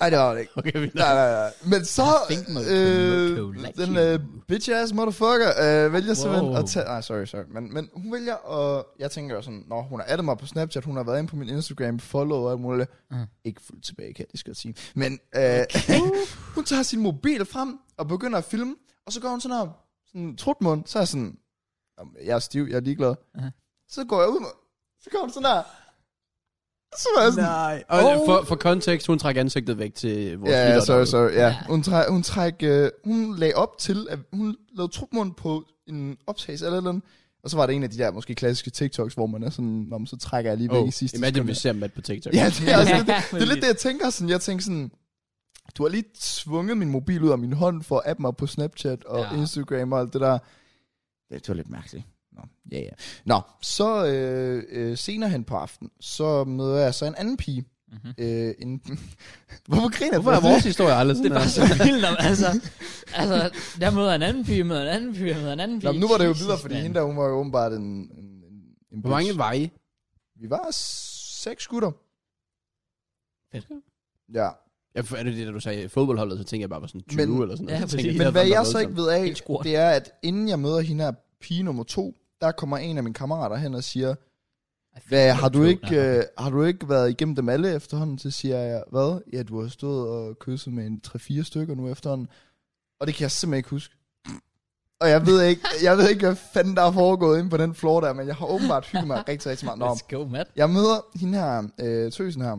Speaker 1: Ej, det var det ikke.
Speaker 2: Okay, vi
Speaker 1: Nej, nej, nej. Men så,
Speaker 3: I think my
Speaker 1: øh,
Speaker 3: tomato like
Speaker 1: den
Speaker 3: you.
Speaker 1: øh, bitch-ass motherfucker øh, vælger
Speaker 3: Wow.
Speaker 1: simpelthen at tage... Nej, sorry, sorry. Men, men hun vælger, og jeg tænker jo sådan, når hun har addet mig på Snapchat, hun har været inde på min Instagram, follow og alt muligt.
Speaker 3: Mhm.
Speaker 1: Ikke fuldt tilbage, kan jeg lige så godt sige. Men øh, hun tager sin mobil frem og begynder at filme, og så går hun sådan her, sådan trutmund, så er jeg sådan, "Jamen, jeg er stiv, jeg er ligeglad.
Speaker 3: Mhm.
Speaker 1: Så går jeg ud, med- så går hun sådan her. Så var jeg sådan,
Speaker 2: Nej. Og øh,
Speaker 1: Oh.
Speaker 2: for, for kontekst, hun trak ansigtet væk til vores
Speaker 1: Ja, ja,
Speaker 2: lyttere
Speaker 1: sorry,
Speaker 2: derude.
Speaker 1: sorry, ja.
Speaker 3: Ja.
Speaker 1: Hun, træk, hun, træk, øh, hun lagde op til, at hun lavede trupmund på en optagelse eller et eller andet. Og så var det en af de der måske klassiske TikToks, hvor man er sådan, Nå, men så trækker jeg lige væk
Speaker 2: Oh,
Speaker 1: i sidste
Speaker 2: imagine,
Speaker 1: sekund."
Speaker 2: vi ser Matt på TikTok.
Speaker 1: Ja, det er, også, altså, det,
Speaker 3: Ja,
Speaker 1: det er lidt det, jeg tænker sådan. Jeg tænker sådan, du har lige svunget min mobil ud af min hånd for at appe mig på Snapchat og
Speaker 3: Ja.
Speaker 1: ja. Instagram og alt det der. Det var lidt mærkeligt. Nå, ja, ja. Nå, så øh, øh, senere hen på aftenen, så møder jeg så en anden pige.
Speaker 3: Mhm.
Speaker 1: Mm-hmm. Øh, en, *laughs* hvorfor
Speaker 2: *laughs*
Speaker 1: griner
Speaker 2: Hvorfor
Speaker 1: du?
Speaker 2: er vores historie aldrig
Speaker 3: Det
Speaker 2: sådan
Speaker 3: var
Speaker 2: her?
Speaker 3: så vildt, når- altså, *laughs* altså, der møder en anden pige, møder en anden pige, møder en anden pige.
Speaker 1: Nå, men nu var det jo
Speaker 3: Jesus,
Speaker 1: videre, fordi
Speaker 3: mand.
Speaker 1: hende der, hun var jo åbenbart en... en, en- en
Speaker 2: Hvor mange
Speaker 1: bitch.
Speaker 2: veje?
Speaker 1: Vi var seks gutter.
Speaker 3: Fedt.
Speaker 1: Ja,
Speaker 2: Ja, for er det det, da du sagde i fodboldholdet, så tænkte jeg bare var sådan 20
Speaker 1: Men-
Speaker 2: eller sådan
Speaker 3: Ja,
Speaker 2: noget. Så tænkte
Speaker 3: præcis.
Speaker 2: jeg,
Speaker 1: men
Speaker 2: det
Speaker 1: hvad
Speaker 2: har
Speaker 1: jeg
Speaker 2: været
Speaker 1: så ikke
Speaker 2: voldsomt.
Speaker 1: ved af,
Speaker 3: Helt skurt.
Speaker 1: det er, at inden jeg møder hende her pige nummer to, der kommer en af mine kammerater hen og siger,
Speaker 3: I feel
Speaker 1: hvad, har
Speaker 3: so
Speaker 1: du
Speaker 3: true.
Speaker 1: ikke,
Speaker 3: Nå,
Speaker 1: øh, har du ikke været igennem dem alle efterhånden? Så siger jeg, hvad? Ja, du har stået og kysset med en 3-4 stykker nu efterhånden. Og det kan jeg simpelthen ikke huske. Og jeg ved ikke, jeg ved ikke hvad fanden der er foregået inde på den floor der, men jeg har åbenbart hygget mig rigtig, rigtig meget. Nå,
Speaker 3: Let's go, Matt.
Speaker 1: jeg møder hende her, øh, tøsen her,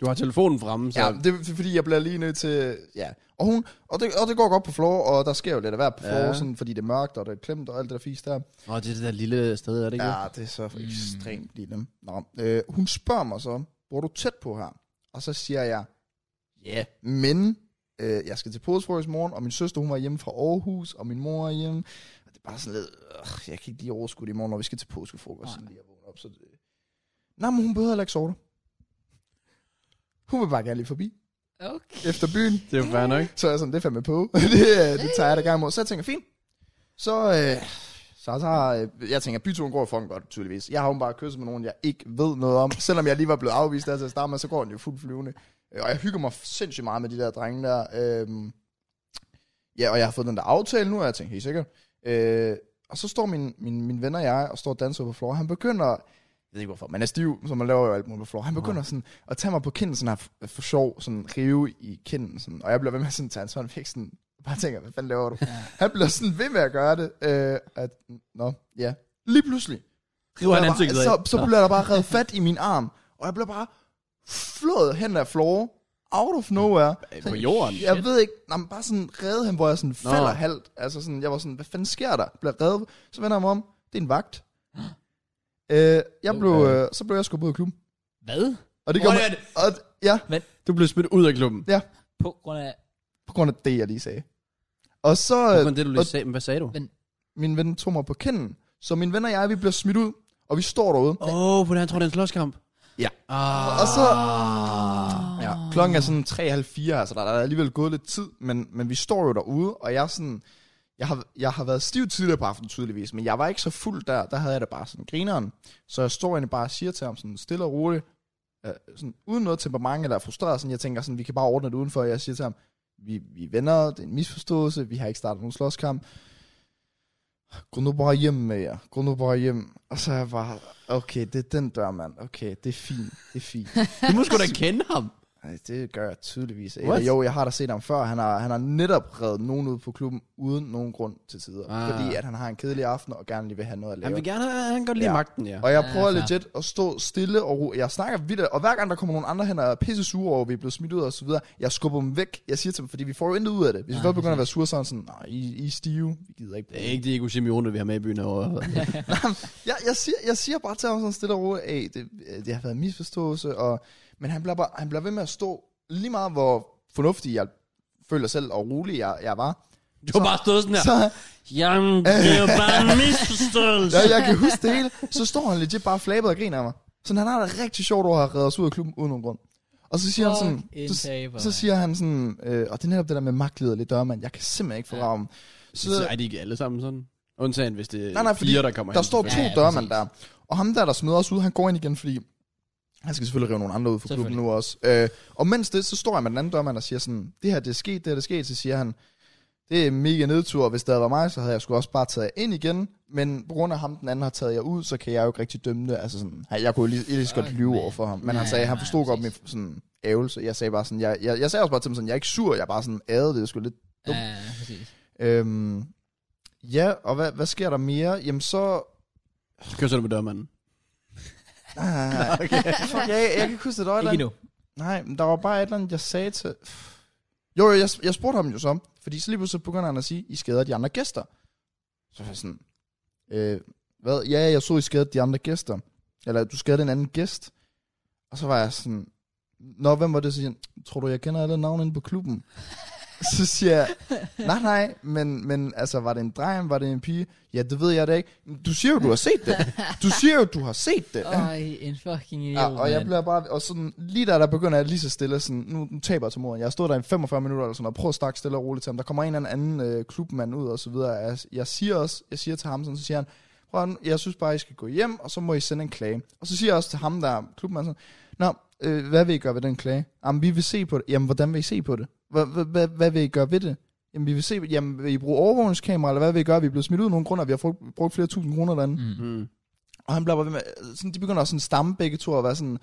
Speaker 2: Du har telefonen fremme, så...
Speaker 1: Ja, det er fordi, jeg bliver lige nødt til... Ja. Og, hun, og, det, og det går godt på floor, og der sker jo lidt af hvert på
Speaker 2: Ja.
Speaker 1: floor, ja. sådan, fordi det er mørkt, og det er klemt, og alt det der fisk der.
Speaker 2: Åh, det er det der lille sted, er det ikke det?
Speaker 1: Ja, det er så ekstremt lille. Nå, øh, hun spørger mig så, hvor er du tæt på her? Og så siger jeg, ja, yeah. men øh, jeg skal til påskefrokost i morgen, og min søster, hun var hjemme fra Aarhus, og min mor er hjemme. Og det er bare sådan lidt, øh, jeg kan ikke lige overskue det i morgen, når vi skal til påskefrokost. Sådan lige at vågne op, så det... Nej, men hun behøver heller ikke sove der. Hun vil bare gerne lige forbi,
Speaker 3: Okay.
Speaker 1: efter byen.
Speaker 2: Det er jo fair nok.
Speaker 1: Så er jeg sådan, det er fandme på. *laughs* det, øh, det tager jeg da gang mod. Så jeg tænker, fint. Så, øh, så, så øh, jeg tænker, byturen går fucking godt, tydeligvis. Jeg har jo bare kysset med nogen, jeg ikke ved noget om. Selvom jeg lige var blevet afvist der til at starte med, så går den jo fuldt flyvende. Øh, Og jeg hygger mig sindssygt meget med de der drenge der. Øhm, ja, og jeg har fået den der aftale nu, og jeg tænker, helt sikkert. Øh, og så står min, min, min venner og jeg, og står og danser på floor. Han begynder, jeg ved ikke hvorfor, man er stiv, så man laver jo alt muligt på floor. Han begynder sådan at tage mig på kinden, sådan her, f- for sjov, sådan rive i kinden, sådan, og jeg bliver ved med at sådan, tage hans hånd væk, sådan, bare tænker, hvad fanden laver du? Han bliver sådan ved med at gøre det, øh, at, nå, ja. Lige pludselig,
Speaker 2: River han
Speaker 1: der
Speaker 2: ansigtet
Speaker 1: bare,
Speaker 2: af.
Speaker 1: så, så bliver der bare reddet fat i min arm, og jeg bliver bare flået hen af floor, out of nowhere.
Speaker 2: På jorden.
Speaker 1: Jeg ved ikke, nej, men bare sådan redde ham, hvor jeg sådan
Speaker 2: Nå.
Speaker 1: falder halvt. Altså sådan, jeg var sådan, hvad fanden sker der? Bliver reddet. Så vender jeg mig om, det er en vagt. Øh, jeg blev,
Speaker 2: Okay.
Speaker 1: øh, så blev jeg skubbet ud af klubben.
Speaker 3: Hvad?
Speaker 1: Og det gør mig,
Speaker 2: Hvordan?
Speaker 1: og, ja,
Speaker 3: Men
Speaker 2: Du blev smidt ud af klubben.
Speaker 3: På grund af...
Speaker 1: På grund af det, jeg lige sagde. Og så...
Speaker 2: Hvorfor det, du lige
Speaker 1: og-
Speaker 2: sagde? Men hvad sagde du?
Speaker 1: min ven tog mig på kinden. Så min ven og jeg, vi bliver smidt ud, og vi står derude.
Speaker 2: Åh, oh, hvordan tror du, det er en slåskamp?
Speaker 1: Ja.
Speaker 2: Ah.
Speaker 1: Og så- Ah, Ja, klokken er sådan 3.30, altså der er alligevel gået lidt tid, men, men vi står jo derude, og jeg er sådan... Jeg har, jeg har været stiv tidligere på aftenen tydeligvis, men jeg var ikke så fuld der, der havde jeg det bare sådan grineren. Så jeg står egentlig bare og siger til ham sådan stille og roligt, øh, sådan, uden noget temperament eller er frustreret, sådan, jeg tænker sådan, vi kan bare ordne det udenfor, og jeg siger til ham, vi, vi er venner, det er en misforståelse, vi har ikke startet nogen slåskamp. Gå nu bare hjem med jer, gå nu bare hjem. Og så er jeg bare, okay, det er den dør, mand. Okay, det er fint, det er fint.
Speaker 2: *laughs* Du må sgu da kende ham.
Speaker 1: Ej, det gør jeg tydeligvis ikke.
Speaker 2: What?
Speaker 1: Eller Jo, jeg har da set ham før. Han har, han har netop reddet nogen ud på klubben uden nogen grund til tider.
Speaker 2: Ah.
Speaker 1: Ah. Fordi at han har en kedelig aften og gerne lige vil have noget at
Speaker 2: Han
Speaker 1: lave.
Speaker 2: vil gerne have, han kan godt lide
Speaker 1: Ja.
Speaker 2: magten, ja.
Speaker 1: Og jeg
Speaker 3: Ja,
Speaker 1: prøver
Speaker 3: fair.
Speaker 1: legit at stå stille og ro. Jeg snakker vildt, og hver gang der kommer nogle andre hen og er pisse sure over, at vi er blevet smidt ud og så videre, jeg skubber dem væk. Jeg siger til dem, fordi vi får jo intet ud af det. Hvis vi
Speaker 3: Nej,
Speaker 1: først begynder at
Speaker 3: præcis.
Speaker 1: være sure, så er han sådan, nej, I, I er stive, vi gider ikke.
Speaker 2: Ah. Det er ikke Diego Simeone, vi har med i byen herovre.
Speaker 1: Jeg, jeg, siger, jeg siger bare til ham sådan stille og roligt, at det, øh, det har været en misforståelse, og, men han bliver, bare, han bliver ved med at stå lige meget, hvor fornuftig jeg føler selv, og rolig jeg, jeg var.
Speaker 2: Du har bare stået sådan her.
Speaker 1: Så,
Speaker 2: Jamen, det er jo bare en misforståelse.
Speaker 1: ja, jeg kan huske det hele. Så står han legit bare flabet og griner af mig. Så han har det rigtig sjovt over at have reddet os ud af klubben uden nogen grund. Og så siger han sådan,
Speaker 3: Fucking taber,
Speaker 1: så, så
Speaker 3: mand.
Speaker 1: siger han sådan, øh, og det er netop det der med magtlederlig dørmand, jeg kan simpelthen ikke fordrage ham.
Speaker 2: Så er de ikke alle sammen sådan? Undtagen, hvis det er
Speaker 1: Nej, nej, fordi
Speaker 2: fire, der kommer
Speaker 1: Der
Speaker 2: hen.
Speaker 1: står to
Speaker 3: Ja, ja,
Speaker 1: dørmænd der.
Speaker 3: præcis.
Speaker 1: Og ham der, der smider os ud, han går ind igen, fordi han skal selvfølgelig rive nogle andre ud fra klubben
Speaker 3: Selvfølgelig.
Speaker 1: nu også. Øh, og mens det, så står jeg med den anden dørmand og siger sådan, det her det er sket, det her det er sket, så siger han, det er mega nedtur, og hvis det havde været mig, så havde jeg sgu også bare taget jer ind igen, men på grund af ham, den anden har taget jer ud, så kan jeg jo ikke rigtig dømme det. Altså sådan, hey, jeg kunne jo lige, lige så godt
Speaker 3: Fuck,
Speaker 1: lyve
Speaker 3: man.
Speaker 1: over for ham, men
Speaker 3: Ja,
Speaker 1: han sagde, han
Speaker 3: ja,
Speaker 1: forstod godt min
Speaker 3: præcis.
Speaker 1: sådan, ævelse. Jeg sagde bare sådan, jeg, jeg, jeg sagde også bare til ham sådan, jeg er ikke sur, jeg er bare sådan ærede det, det er sgu lidt
Speaker 3: Ja, ja, præcis.
Speaker 1: Øhm, ja, og hvad, hvad sker der mere? Jamen
Speaker 3: *laughs*
Speaker 1: så
Speaker 2: Så kysser du med dørmanden.
Speaker 1: Ah, okay. Fuck, jeg, jeg kan ikke huske det der var et eller
Speaker 3: Ikke
Speaker 1: andet.
Speaker 3: endnu.
Speaker 1: Nej, men der var bare et eller andet, jeg sagde til... Jo, jo, jeg, jeg spurgte ham jo så, fordi så lige pludselig begynder han at sige, I skader de andre gæster. Så var jeg sådan, øh, hvad? Ja, jeg så, I skadede de andre gæster. Eller, du skadede en anden gæst. Og så var jeg sådan, Nå, hvem var det? Så siger han, tror du, jeg kender alle navne inde på klubben? *laughs* så siger jeg, nej, nej, men, men altså, var det en dreng, var det en pige? Ja, det ved jeg da ikke. Du siger jo, du har set det. Du siger jo, du har set det.
Speaker 3: Øj, en fucking idiot,
Speaker 1: Ja, og jeg
Speaker 3: mand.
Speaker 1: bliver bare, og sådan, lige der, der begynder jeg lige så stille, sådan, nu, nu taber jeg til moden. Jeg stod der i 45 minutter eller sådan, og prøver at snakke stille og roligt til ham. Der kommer en eller anden øh, klubmand ud og så videre. Jeg, jeg siger også, jeg siger til ham sådan, så siger han, prøv at- jeg synes bare, I skal gå hjem, og så må I sende en klage. Og så siger jeg også til ham, der er klubmanden sådan, nå, øh, hvad vil I gøre ved den klage? Jamen, vi vil se på det. Jamen, hvordan vil I se på det? Hvad, hvad, hvad, hvad vil I gøre ved det? Jamen, vi vil se, jamen, vil I bruge overvågningskamera, eller hvad vil I gøre? Vi er blevet smidt ud af nogle grunde, og vi har fru- brugt flere tusind kroner derinde.
Speaker 2: *laughs* Mm.
Speaker 1: Og han bliver bare ved med, øh, sådan, de begynder også sådan at stamme begge to og være sådan,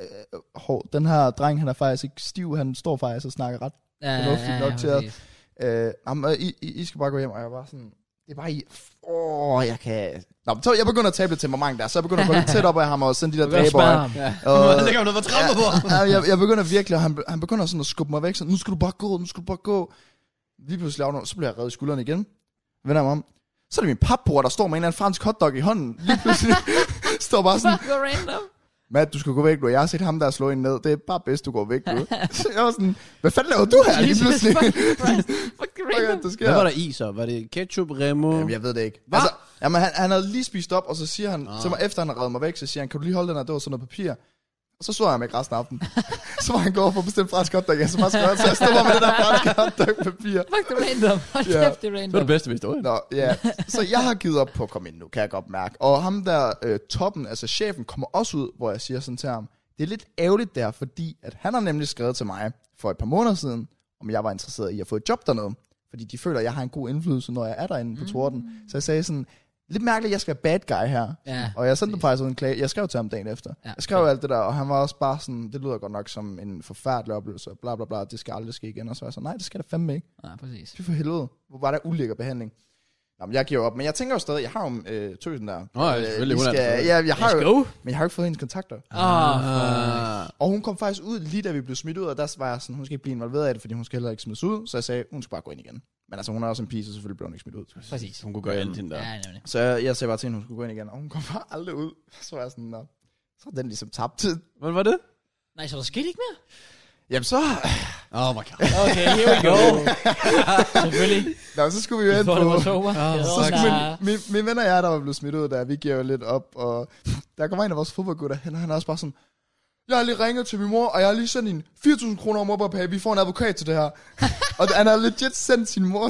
Speaker 1: øh, hov, den her dreng, han er faktisk ikke stiv, han står faktisk og snakker ret.
Speaker 3: Ja,
Speaker 1: fornuftigt nok til at-
Speaker 3: præcis.
Speaker 1: Øh, jamen, øh, I, I, I skal bare gå hjem, og jeg var sådan, det er bare, I, åh, jeg kan... Nå, men så jeg begynder at tabe lidt temperament der, så jeg begynder at gå lidt tæt op af ham og sende de der
Speaker 3: Begynder at
Speaker 1: dræber.
Speaker 3: smadre ham.
Speaker 2: Ja.
Speaker 1: Og,
Speaker 2: Så kan man noget tramper på.
Speaker 1: ja, jeg, jeg begynder virkelig, og han, han begynder sådan at skubbe mig væk, sådan, nu skal du bare gå, nu skal du bare gå. Lige pludselig afnår, så bliver jeg reddet i skulderen igen. Vender mig om. Så er det min papbror, der står med en eller anden fransk hotdog i hånden. Lige pludselig *laughs* står bare sådan,
Speaker 3: Fuck, hvor random.
Speaker 1: Matt, du skal gå væk nu. Jeg har set ham der slå en ned. Det er bare bedst, du *laughs* går væk nu. så jeg var sådan, hvad fanden laver du her? Lige
Speaker 3: Jesus
Speaker 1: pludselig. *laughs* Fuck,
Speaker 3: fucking Christ. Fucking
Speaker 1: er
Speaker 3: random.
Speaker 1: det, der sker?
Speaker 2: Hvad var der i så? Var det ketchup, remo?
Speaker 1: Jamen, jeg ved det ikke. Altså, jamen, han, han havde lige spist op, og så siger han ah. til mig, efter han har reddet mig væk, så siger han, kan du lige holde den her, det var sådan noget papir. Og så så jeg ham ikke resten af aftenen. så var han gået for at bestille fransk hotdog. Jeg så meget skønt, så jeg stod bare med det der fransk hotdog-papir.
Speaker 3: Fuck, det er random. Hold
Speaker 1: Ja.
Speaker 3: kæft, det er
Speaker 2: Det var
Speaker 3: random.
Speaker 2: det bedste ved historien.
Speaker 1: Nå, ja. Så jeg har givet op på at komme ind nu, kan jeg godt mærke. Og ham der, øh, toppen, altså chefen, kommer også ud, hvor jeg siger sådan til ham, det er lidt ærgerligt der, fordi at han har nemlig skrevet til mig for et par måneder siden, om jeg var interesseret i at få et job dernede. Fordi de føler, at jeg har en god indflydelse, når jeg er derinde
Speaker 3: Mm.
Speaker 1: på torden. Så jeg sagde sådan, lidt mærkeligt, at jeg skal være bad guy her.
Speaker 3: Ja,
Speaker 1: og jeg sendte faktisk en klage. Jeg skrev til ham dagen efter.
Speaker 3: Ja,
Speaker 1: jeg skrev alt det der, og han var også bare sådan, det lyder godt nok som en forfærdelig oplevelse, og bla bla bla, det skal aldrig ske igen. Og så var jeg sådan, nej, det skal der fandme ikke.
Speaker 3: Nej, præcis.
Speaker 1: Fy for helvede, hvor var der ulækker behandling. Jamen, jeg giver op, men jeg tænker jo stadig, jeg har jo øh, tøsen der.
Speaker 2: Nå, ja, selvfølgelig,
Speaker 1: vi
Speaker 2: hun er der
Speaker 1: skal,
Speaker 2: stadig.
Speaker 1: ja, jeg har
Speaker 2: Let's
Speaker 1: jo,
Speaker 2: go.
Speaker 1: men jeg har jo ikke fået hendes kontakter.
Speaker 3: Åh, fuck.
Speaker 2: Ah.
Speaker 1: Og hun kom faktisk ud, lige da vi blev smidt ud, og der var jeg sådan, hun skal ikke blive involveret af det, fordi hun skal heller ikke smides ud. Så jeg sagde, hun skal bare gå ind igen. Men altså, hun er også en pige, så selvfølgelig blev hun ikke smidt ud.
Speaker 3: Præcis.
Speaker 2: Hun kunne gøre alt hende der.
Speaker 3: Ja, nemlig.
Speaker 1: Så jeg, jeg sagde bare til hende, hun skulle gå ind igen, og hun kom bare aldrig ud. *laughs* Så var jeg sådan, Nå, så er den ligesom tabt. *laughs*
Speaker 2: Hvad var det?
Speaker 3: Nej, så der skete ikke mere?
Speaker 1: Jamen så...
Speaker 2: Oh my god.
Speaker 3: Okay, here we
Speaker 2: *laughs*
Speaker 3: go. Selvfølgelig.
Speaker 1: Nå, så skulle vi jo
Speaker 3: Vi
Speaker 1: hen
Speaker 3: får det
Speaker 1: på...
Speaker 3: vores over.
Speaker 2: Ah,
Speaker 3: Ja,
Speaker 1: Så
Speaker 2: tak.
Speaker 3: der-
Speaker 1: skulle min, min, min venner og jeg, der var blevet smidt ud der, vi giver jo lidt op, og der kommer en af vores fodboldgutter hen, og han er også bare sådan, jeg har lige ringet til min mor, og jeg har lige sendt hende 4.000 kroner om MobilePay, vi får en advokat til det
Speaker 2: *laughs*
Speaker 1: her. og han har legit sendt sin mor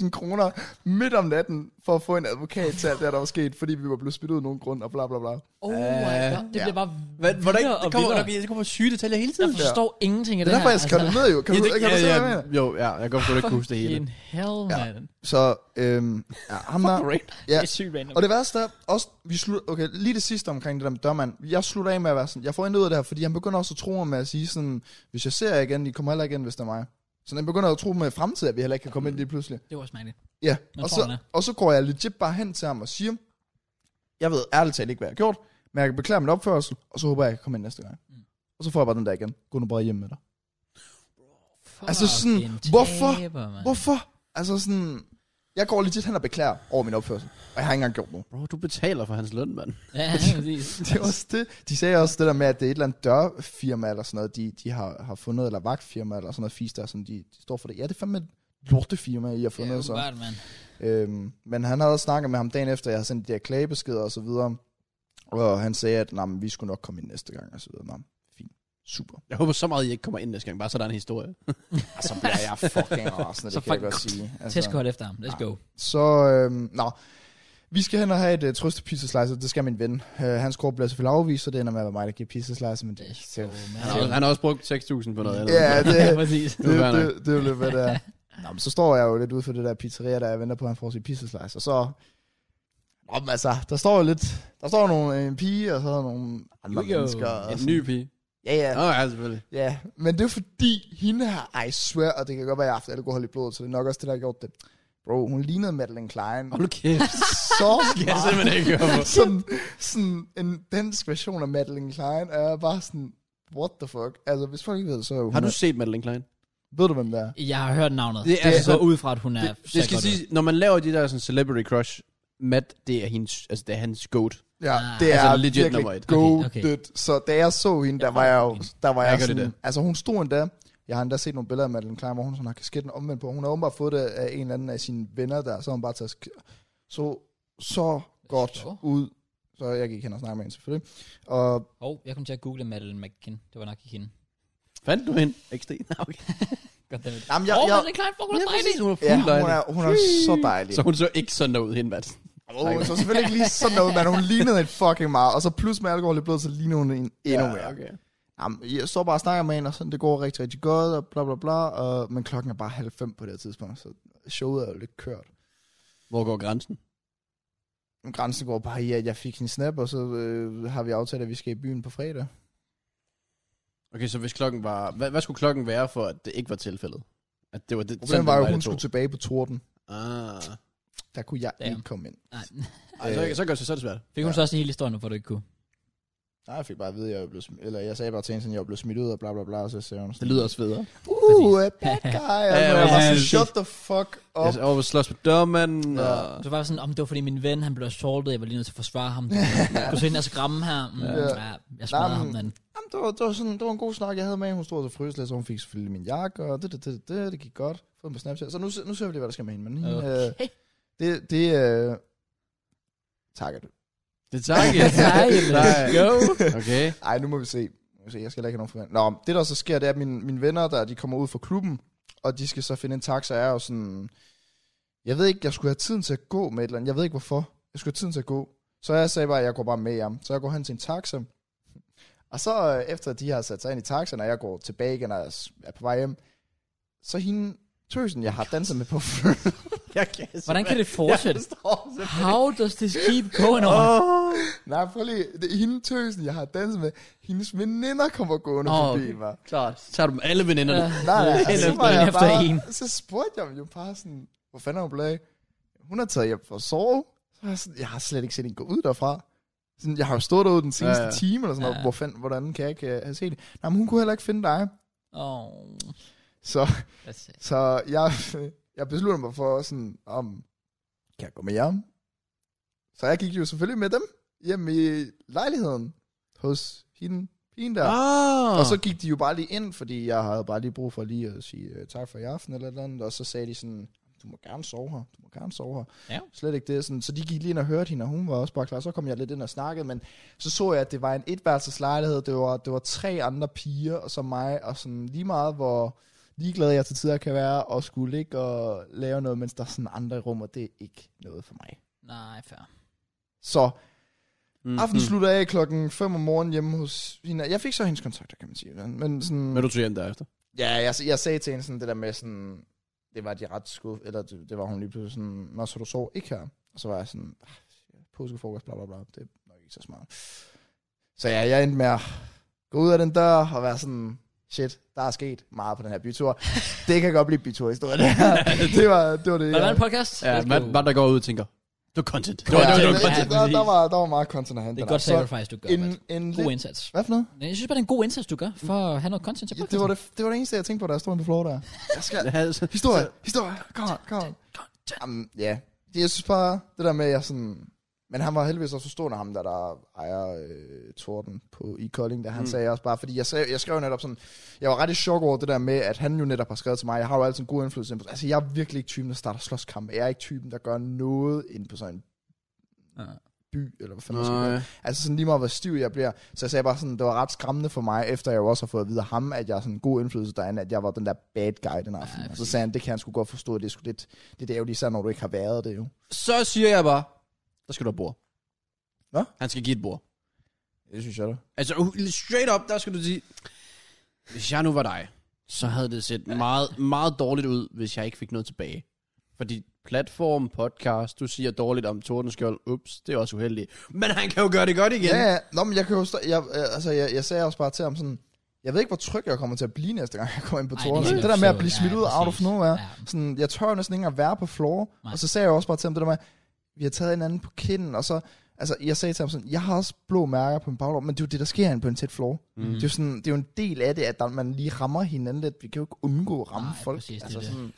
Speaker 1: 6.000 kroner midt om natten, for at få en advokat til alt det, her, der var sket, fordi vi var blevet smidt ud af nogen grund, og bla bla bla.
Speaker 3: Oh my
Speaker 2: Øh,
Speaker 3: god, det
Speaker 1: ja.
Speaker 3: bliver bare
Speaker 2: Hvad, hvordan,
Speaker 3: vildere
Speaker 2: det
Speaker 3: og
Speaker 2: kommer,
Speaker 3: vildere.
Speaker 2: der, det kommer syge detaljer hele
Speaker 3: Jeg
Speaker 2: tiden.
Speaker 3: forstår ingenting af
Speaker 1: Det
Speaker 3: det
Speaker 1: er derfor,
Speaker 3: her. Altså,
Speaker 1: jeg skrev det ned jo. Kan
Speaker 2: altså- Ja,
Speaker 1: du,
Speaker 2: det-
Speaker 1: kan du se,
Speaker 2: ja,
Speaker 1: hvad
Speaker 2: ja,
Speaker 1: jeg mener?
Speaker 2: jo, ja, jeg kan godt forstå, at ikke huske det hele.
Speaker 3: Fucking hell,
Speaker 1: Ja.
Speaker 3: man.
Speaker 1: Så, øhm, ja, ham der,
Speaker 2: Great.
Speaker 1: Ja.
Speaker 3: Det er sygt random.
Speaker 1: Og det værste er, også, vi slutter, okay, lige det sidste omkring det der med dørmand. Jeg slutter af med at være sådan, jeg får endelig ud af det her, fordi han begynder også at tro mig med at sige sådan, hvis jeg ser jer igen, I kommer heller ikke igen, hvis det er mig. Så han begynder at tro med i fremtiden, at vi heller ikke kan komme ind lige pludselig.
Speaker 3: Det var også mærkeligt.
Speaker 1: Ja,
Speaker 3: Man
Speaker 1: og
Speaker 3: tror, han
Speaker 1: så,
Speaker 3: er.
Speaker 1: og så går jeg legit bare hen til ham og siger, jeg ved ærligt talt ikke, hvad jeg har gjort, men jeg kan beklage min opførsel, og så håber jeg, jeg kan komme ind næste gang. Og så får jeg bare den der igen. Gå nu bare hjem med dig. Altså sådan,
Speaker 3: Fucking
Speaker 1: hvorfor?
Speaker 3: taber, mand.
Speaker 1: Hvorfor? Altså sådan, jeg går legit hen og beklager over min opførsel, og jeg har ikke engang gjort noget.
Speaker 2: Bro, du betaler for hans løn, mand.
Speaker 3: Ja, præcis.
Speaker 1: *laughs* Det var også det. De sagde også det der med, at det er et eller andet dørfirma eller sådan noget, de, de har, har fundet, eller vagtfirma eller sådan noget fisk der, som de, de står for det. Ja, det er fandme et lortefirma, I har
Speaker 3: Ja,
Speaker 1: fundet. så.
Speaker 3: åbenbart, mand.
Speaker 1: Øhm, men han havde snakket med ham dagen efter, jeg havde sendt de her klagebeskeder og så videre. Og han sagde, at nah, men, vi skulle nok komme ind næste gang og så videre. Nah, fint. Super.
Speaker 2: Jeg håber så meget, at I ikke kommer ind næste gang, bare så der er en historie.
Speaker 1: Og så bliver jeg *laughs* fucking rasende,
Speaker 3: Så
Speaker 1: det kan jeg
Speaker 3: fucking-
Speaker 1: godt sige.
Speaker 3: Tæsk hold efter ham. Let's
Speaker 1: Altså- Ja.
Speaker 3: go.
Speaker 1: Så, øhm, nå. Vi skal hen og have et uh, trøste pizza slicer. Det skal min ven. Uh, hans kort bliver selvfølgelig afvist, så det ender med at være mig, der giver pizza slicer. Men det,
Speaker 3: Let's
Speaker 1: det,
Speaker 3: go,
Speaker 2: Han har,
Speaker 3: man.
Speaker 2: han har også brugt 6.000 på noget andet.
Speaker 1: Ja,
Speaker 3: Ja,
Speaker 1: det,
Speaker 3: præcis.
Speaker 1: det,
Speaker 2: Det var fair
Speaker 1: det, det, det er jo lidt, hvad det
Speaker 2: *laughs*
Speaker 1: er. Nå, men så står jeg jo lidt ude for det der pizzeria, der jeg venter på, at han får sin pizza slice, og så... Nå, men altså, der står jo lidt... Der står nogle, en pige, og så er der nogle andre
Speaker 3: Jo, jo.
Speaker 1: mennesker. Og
Speaker 2: En
Speaker 1: sådan-
Speaker 2: ny pige.
Speaker 1: Ja, ja,
Speaker 2: Nå ja, selvfølgelig.
Speaker 1: ja. Men det er jo fordi, hende her, I swear, og det kan godt være, at jeg har haft alkohol i blodet, så det er nok også det, der har gjort det. Bro, hun lignede Madeleine
Speaker 2: *laughs*
Speaker 1: Klein.
Speaker 2: Hold kæft.
Speaker 1: så
Speaker 2: Jeg er simpelthen ikke høre på.
Speaker 1: *laughs* sådan, sådan en dansk version af Madeleine Klein, og jeg er bare sådan, what the fuck? Altså, hvis folk ikke ved det, så er hun
Speaker 2: Har du set Madeleine Klein?
Speaker 1: Ved du, hvem det er?
Speaker 3: Jeg har hørt navnet.
Speaker 2: Det
Speaker 3: Det
Speaker 2: er
Speaker 3: er
Speaker 2: altså-
Speaker 3: så ud fra, at hun er...
Speaker 2: det, det skal
Speaker 3: sige...
Speaker 2: sige, når man laver de der sådan celebrity crush, Matt, det er, hendes, altså, det er hans goat.
Speaker 1: Ja,
Speaker 3: Ah.
Speaker 1: det er
Speaker 2: Altså,
Speaker 1: altså,
Speaker 2: legit
Speaker 1: legit
Speaker 2: nummer
Speaker 1: virkelig
Speaker 2: et.
Speaker 3: Okay,
Speaker 1: goated. Okay,
Speaker 3: okay.
Speaker 1: okay. Så da jeg så hende, der var jeg jo, der var
Speaker 2: Jeg
Speaker 1: jeg,
Speaker 2: gør det
Speaker 1: sådan,
Speaker 2: der.
Speaker 1: altså hun stod endda, jeg har endda set nogle billeder af Madeleine Klein, hvor hun sådan har kasketten omvendt på, hun har åbenbart fået det af en eller anden af sine venner der, så har hun bare taget, sk- så, så godt
Speaker 3: Nå.
Speaker 1: ud, så jeg gik hen og snakkede med hende selvfølgelig, og
Speaker 3: Åh, jeg kom til at google Madeleine McKinn. Det var nok ikke hende.
Speaker 2: Fandt du hende? Ikke Sten? Nå, Okay.
Speaker 3: Goddammit. Åh,
Speaker 1: jamen, jeg,
Speaker 3: oh,
Speaker 1: jeg,
Speaker 3: Madeleine Klein, fuck, hun er
Speaker 2: Ja,
Speaker 3: dejlig.
Speaker 2: præcis, hun er
Speaker 1: ja,
Speaker 2: fuld
Speaker 1: hun er, hun er så dejlig.
Speaker 2: Så hun så ikke sådan ud hende, Matt.
Speaker 1: Oh, hun så selvfølgelig ikke lige sådan noget, men hun lignede en fucking meget, og så plus med alkohol i blodet, så lignede hun en endnu mere.
Speaker 2: okay.
Speaker 1: Jamen, jeg står bare og snakker med hende, og sådan, det går rigtig, rigtig godt, og bla bla bla, og, men klokken er bare halv fem på det her tidspunkt, så showet er jo lidt kørt.
Speaker 2: Hvor går grænsen?
Speaker 1: Men Grænsen går bare i, at jeg fik en snap, og så øh, har vi aftalt, at vi skal i byen på fredag.
Speaker 2: Okay, så hvis klokken var... Hvad, hvad skulle klokken være, for at det ikke var tilfældet? At det var det... sådan,
Speaker 1: Problemet var jo,
Speaker 2: det
Speaker 1: at hun
Speaker 2: to.
Speaker 1: skulle tilbage på Torben.
Speaker 2: Ah.
Speaker 1: Der kunne jeg
Speaker 3: Damn.
Speaker 1: ikke komme ind.
Speaker 3: Nej.
Speaker 2: Ej, så, så gør det så er det svært.
Speaker 3: Fik hun
Speaker 1: Ja.
Speaker 3: så også hele historien, hvorfor du ikke kunne?
Speaker 1: Nej, jeg fik bare at vide, at jeg var blevet smidt, eller jeg sagde bare til hende, sådan, at jeg var blevet smidt ud, og bla bla bla, og så sagde hun
Speaker 2: Det
Speaker 1: sådan,
Speaker 2: lyder også federe.
Speaker 1: uh, a bad guy, og
Speaker 2: *laughs* Ja,
Speaker 1: så var jeg bare
Speaker 2: ja,
Speaker 1: sådan,
Speaker 2: præcis.
Speaker 1: shut the fuck
Speaker 2: Jeg
Speaker 1: up.
Speaker 2: skal over og slås med dørmanden,
Speaker 1: Ja.
Speaker 2: og...
Speaker 3: Så var jeg sådan, om det var fordi min ven, han blev assaultet, jeg var lige nødt til at forsvare ham. Kunne du se den altså gramme her? Mm,
Speaker 1: Ja.
Speaker 3: ja. jeg smadrede
Speaker 1: Nej,
Speaker 3: ham,
Speaker 1: men-
Speaker 3: mand.
Speaker 1: Jamen, det var, det var, sådan, det var en god snak, jeg havde med hende. Hun stod og frøs lidt, så hun fik selvfølgelig min jakke, og det, det, det, det, det gik godt. Fået den på Snapchat. Så nu, se- nu ser vi lige, hvad der sker med hende. Men hende, øh,
Speaker 3: Okay.
Speaker 1: det, det øh, takker du.
Speaker 2: Det tager ikke.
Speaker 3: Nej,
Speaker 2: *laughs*
Speaker 3: let's go.
Speaker 2: Okay.
Speaker 1: Ej, nu må vi se. Nu må vi se. Jeg skal heller ikke have nogen forventning. Nå, men det der så sker, det er, at mine, mine venner der, de kommer ud fra klubben, og de skal så finde en taxa, og jeg er jo sådan... Jeg ved ikke, jeg skulle have tiden til at gå med et eller andet. Jeg ved ikke, hvorfor. Jeg skulle have tiden til at gå. Så jeg sagde bare, at jeg går bare med ham. Så jeg går hen til en taxa. Og så øh, efter de har sat sig ind i taxaen, og jeg går tilbage igen og er på vej hjem, så hende tøsen, jeg har danset med på før. *laughs*
Speaker 2: Jeg kan
Speaker 3: Hvordan kan det fortsætte?
Speaker 2: forstå det?
Speaker 3: How does this keep going on?
Speaker 1: Nej, prøv lige. Det er hende tøsen, jeg har danset med. Hendes veninder kommer gående
Speaker 2: Åh,
Speaker 1: oh,
Speaker 2: okay.
Speaker 1: forbi mig.
Speaker 2: Klart. Så tager du dem alle veninderne.
Speaker 3: Ja.
Speaker 1: Nej, nej,
Speaker 3: En
Speaker 1: altså, så,
Speaker 3: efter-
Speaker 1: var
Speaker 3: en
Speaker 1: jeg
Speaker 3: efter en.
Speaker 1: bare, så spurgte jeg dem jo bare sådan, hvor fanden er hun blevet af? Hun har taget hjem for at sove. Så var jeg, sådan, jeg har slet ikke set hende gå ud derfra. Sådan, jeg har jo stået derude den seneste
Speaker 2: Ja,
Speaker 1: ja,
Speaker 2: ja.
Speaker 1: ja. time, eller sådan noget.
Speaker 3: Ja.
Speaker 1: Hvor fanden, hvordan kan jeg ikke øh, have set det? Nej, men hun kunne heller ikke finde dig.
Speaker 3: Oh,
Speaker 1: Så,
Speaker 3: that's it.
Speaker 1: så jeg, *laughs* jeg besluttede mig for sådan, om, kan jeg gå med hjem? Så jeg gik jo selvfølgelig med dem hjem i lejligheden hos hende, pigen der.
Speaker 2: Ja. Ah.
Speaker 1: Og så gik de jo bare lige ind, fordi jeg havde bare lige brug for lige at sige øh, tak for i aften eller et eller andet. Og så sagde de sådan, du må gerne sove her, du må gerne sove her.
Speaker 3: Ja.
Speaker 1: Slet ikke det. Sådan. Så de gik lige ind og hørte hende, og hun var også bare klar. Så kom jeg lidt ind og snakkede, men så så jeg, at det var en etværelseslejlighed. Det var, det var tre andre piger, og så mig, og sådan lige meget, hvor ligeglad jeg til tider kan være, og skulle ligge og lave noget, mens der er sådan andre i rummet. Det er ikke noget for mig.
Speaker 3: Nej, fair.
Speaker 1: Så
Speaker 2: Mm.
Speaker 1: aften slutter af klokken 5 om morgenen hjemme hos hende. Jeg fik så hendes kontakter, kan man sige. Men men sådan,
Speaker 2: Men du tog hjem derefter.
Speaker 1: Ja, jeg, jeg sagde til hende sådan det der med sådan, det var de ret skuff, eller det, det var hun lige pludselig sådan, når så du sov ikke her. Og så var jeg sådan, "Ah, påskefrokost, bla bla bla, det er nok ikke så smart. Så ja, jeg endte med at gå ud af den dør og være sådan, shit, der er sket meget på den her bytur. det kan godt blive byturhistorie,
Speaker 3: *laughs*
Speaker 1: det her. det var det, var det
Speaker 3: Var der
Speaker 1: jeg-
Speaker 3: en podcast?
Speaker 2: Ja,
Speaker 3: Let's
Speaker 2: hvad,
Speaker 3: go.
Speaker 2: hvad der går ud og tænker, det var content. Det
Speaker 1: Ja,
Speaker 2: var,
Speaker 3: det
Speaker 2: det var,
Speaker 3: var-
Speaker 2: det var content.
Speaker 3: ja.
Speaker 1: der, der, var, der var meget content at hente.
Speaker 3: Det er et
Speaker 1: der.
Speaker 3: godt sacrifice, du gør,
Speaker 1: så, inden,
Speaker 3: Matt. God
Speaker 1: endelig,
Speaker 3: indsats.
Speaker 1: hvad for noget?
Speaker 3: Men jeg synes bare, det er en god indsats, du gør, for at have noget content til
Speaker 1: Ja,
Speaker 3: podcasten.
Speaker 1: det, var det, det var det eneste, jeg tænkte på, da jeg stod inde på floor der. Jeg skal,
Speaker 2: Ja, altså.
Speaker 1: Historie, historie, kom on, kom on. Jamen, ja. Det, jeg synes bare, det der med, at jeg sådan... Men han var heldigvis også forstående, ham der, der ejer øh, Torden på, i Kolding, der han
Speaker 2: Mm.
Speaker 1: mm. sagde også bare, fordi jeg, sagde, jeg skrev jo netop sådan, jeg var ret i chok over det der med, at han jo netop har skrevet til mig, jeg har jo altid en god indflydelse, ind på- altså jeg er virkelig ikke typen, der starter slåskampe, jeg er ikke typen, der gør noget ind på sådan en
Speaker 3: Nej.
Speaker 1: by, eller hvad fanden man skal
Speaker 2: Nej.
Speaker 1: kalde det. Altså sådan lige meget, hvor stiv jeg bliver, så jeg sagde bare sådan, det var ret skræmmende for mig, efter jeg jo også har fået at vide af ham, at jeg er sådan en god indflydelse derinde, at jeg var den der bad guy den aften,
Speaker 3: Ja,
Speaker 1: og så sagde han, det kan han sgu godt forstå, det er sgu lidt, det er jo især, når du ikke har været det jo.
Speaker 2: Så siger jeg bare, der skal du have bord.
Speaker 1: Hvad?
Speaker 2: Han skal give et bord.
Speaker 1: Det synes jeg da.
Speaker 2: Altså, u- straight up, der skal du sige, hvis jeg nu var dig, så havde det set meget, meget dårligt ud, hvis jeg ikke fik noget tilbage. Fordi platform, podcast, du siger dårligt om Tordenskjold, ups, det er også uheldigt. Men han kan jo gøre det godt igen.
Speaker 1: Ja, ja. Nå, men jeg kan jo stå, jeg, øh, altså, jeg, jeg sagde også bare til ham sådan, jeg ved ikke, hvor tryg jeg kommer til at blive næste gang, jeg kommer ind på
Speaker 3: Ej,
Speaker 1: toren.
Speaker 3: det er
Speaker 1: Det, der med at
Speaker 3: absurd.
Speaker 1: blive smidt
Speaker 3: Ja,
Speaker 1: ud out of
Speaker 3: præcis.
Speaker 1: nowhere.
Speaker 3: Ja.
Speaker 1: Sådan, jeg tør jo næsten ikke engang være på floor.
Speaker 3: Nej.
Speaker 1: Og så sagde jeg også bare til ham det der med, vi har taget hinanden på kinden, og så, altså, jeg sagde til ham sådan, jeg har også blå mærker på min baglov, men det er jo det, der sker inde på en tæt floor. Mm. Det, er jo sådan, det er jo en del af det, at der, man lige rammer hinanden lidt. Vi kan jo ikke undgå at ramme
Speaker 3: Nej,
Speaker 1: folk.
Speaker 3: præcis, det er
Speaker 1: altså,
Speaker 3: det.
Speaker 1: Sådan,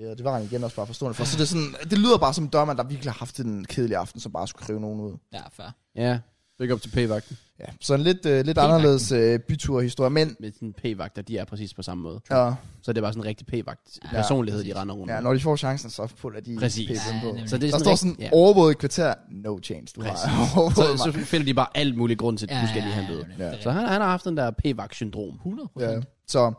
Speaker 1: ja, det var han igen også bare forstående for. Så det, er sådan, det lyder bare som en dørmand, der virkelig har haft en kedelig aften, som bare skulle rive nogen ud.
Speaker 3: Ja, fair.
Speaker 2: ja. Big op til p-vagten.
Speaker 1: Ja, så en lidt, øh, lidt anderledes øh, byturhistorie, men
Speaker 2: Med sådan p-vagter, de er præcis på samme måde.
Speaker 1: ja,
Speaker 2: Så det er bare sådan en rigtig p-vagt personlighed, de render rundt
Speaker 1: ja,
Speaker 2: med.
Speaker 1: når de får chancen, så putter de
Speaker 2: Præcis.
Speaker 1: pæben på.
Speaker 3: Ja, nemlig.
Speaker 2: så det er
Speaker 1: Der
Speaker 2: sådan
Speaker 1: står
Speaker 2: rigtig-
Speaker 1: sådan
Speaker 2: ja.
Speaker 1: overvåget kvarter, no change, du
Speaker 2: Præcis.
Speaker 1: har *laughs* overvåget
Speaker 2: så,
Speaker 1: mig.
Speaker 2: så finder de bare alt muligt grund til, at du skal lige have en bøde.
Speaker 3: det er
Speaker 1: Ja.
Speaker 3: rigtigt.
Speaker 2: Så han, han har haft den der p-vagt-syndrom.
Speaker 3: 100
Speaker 1: Ja, så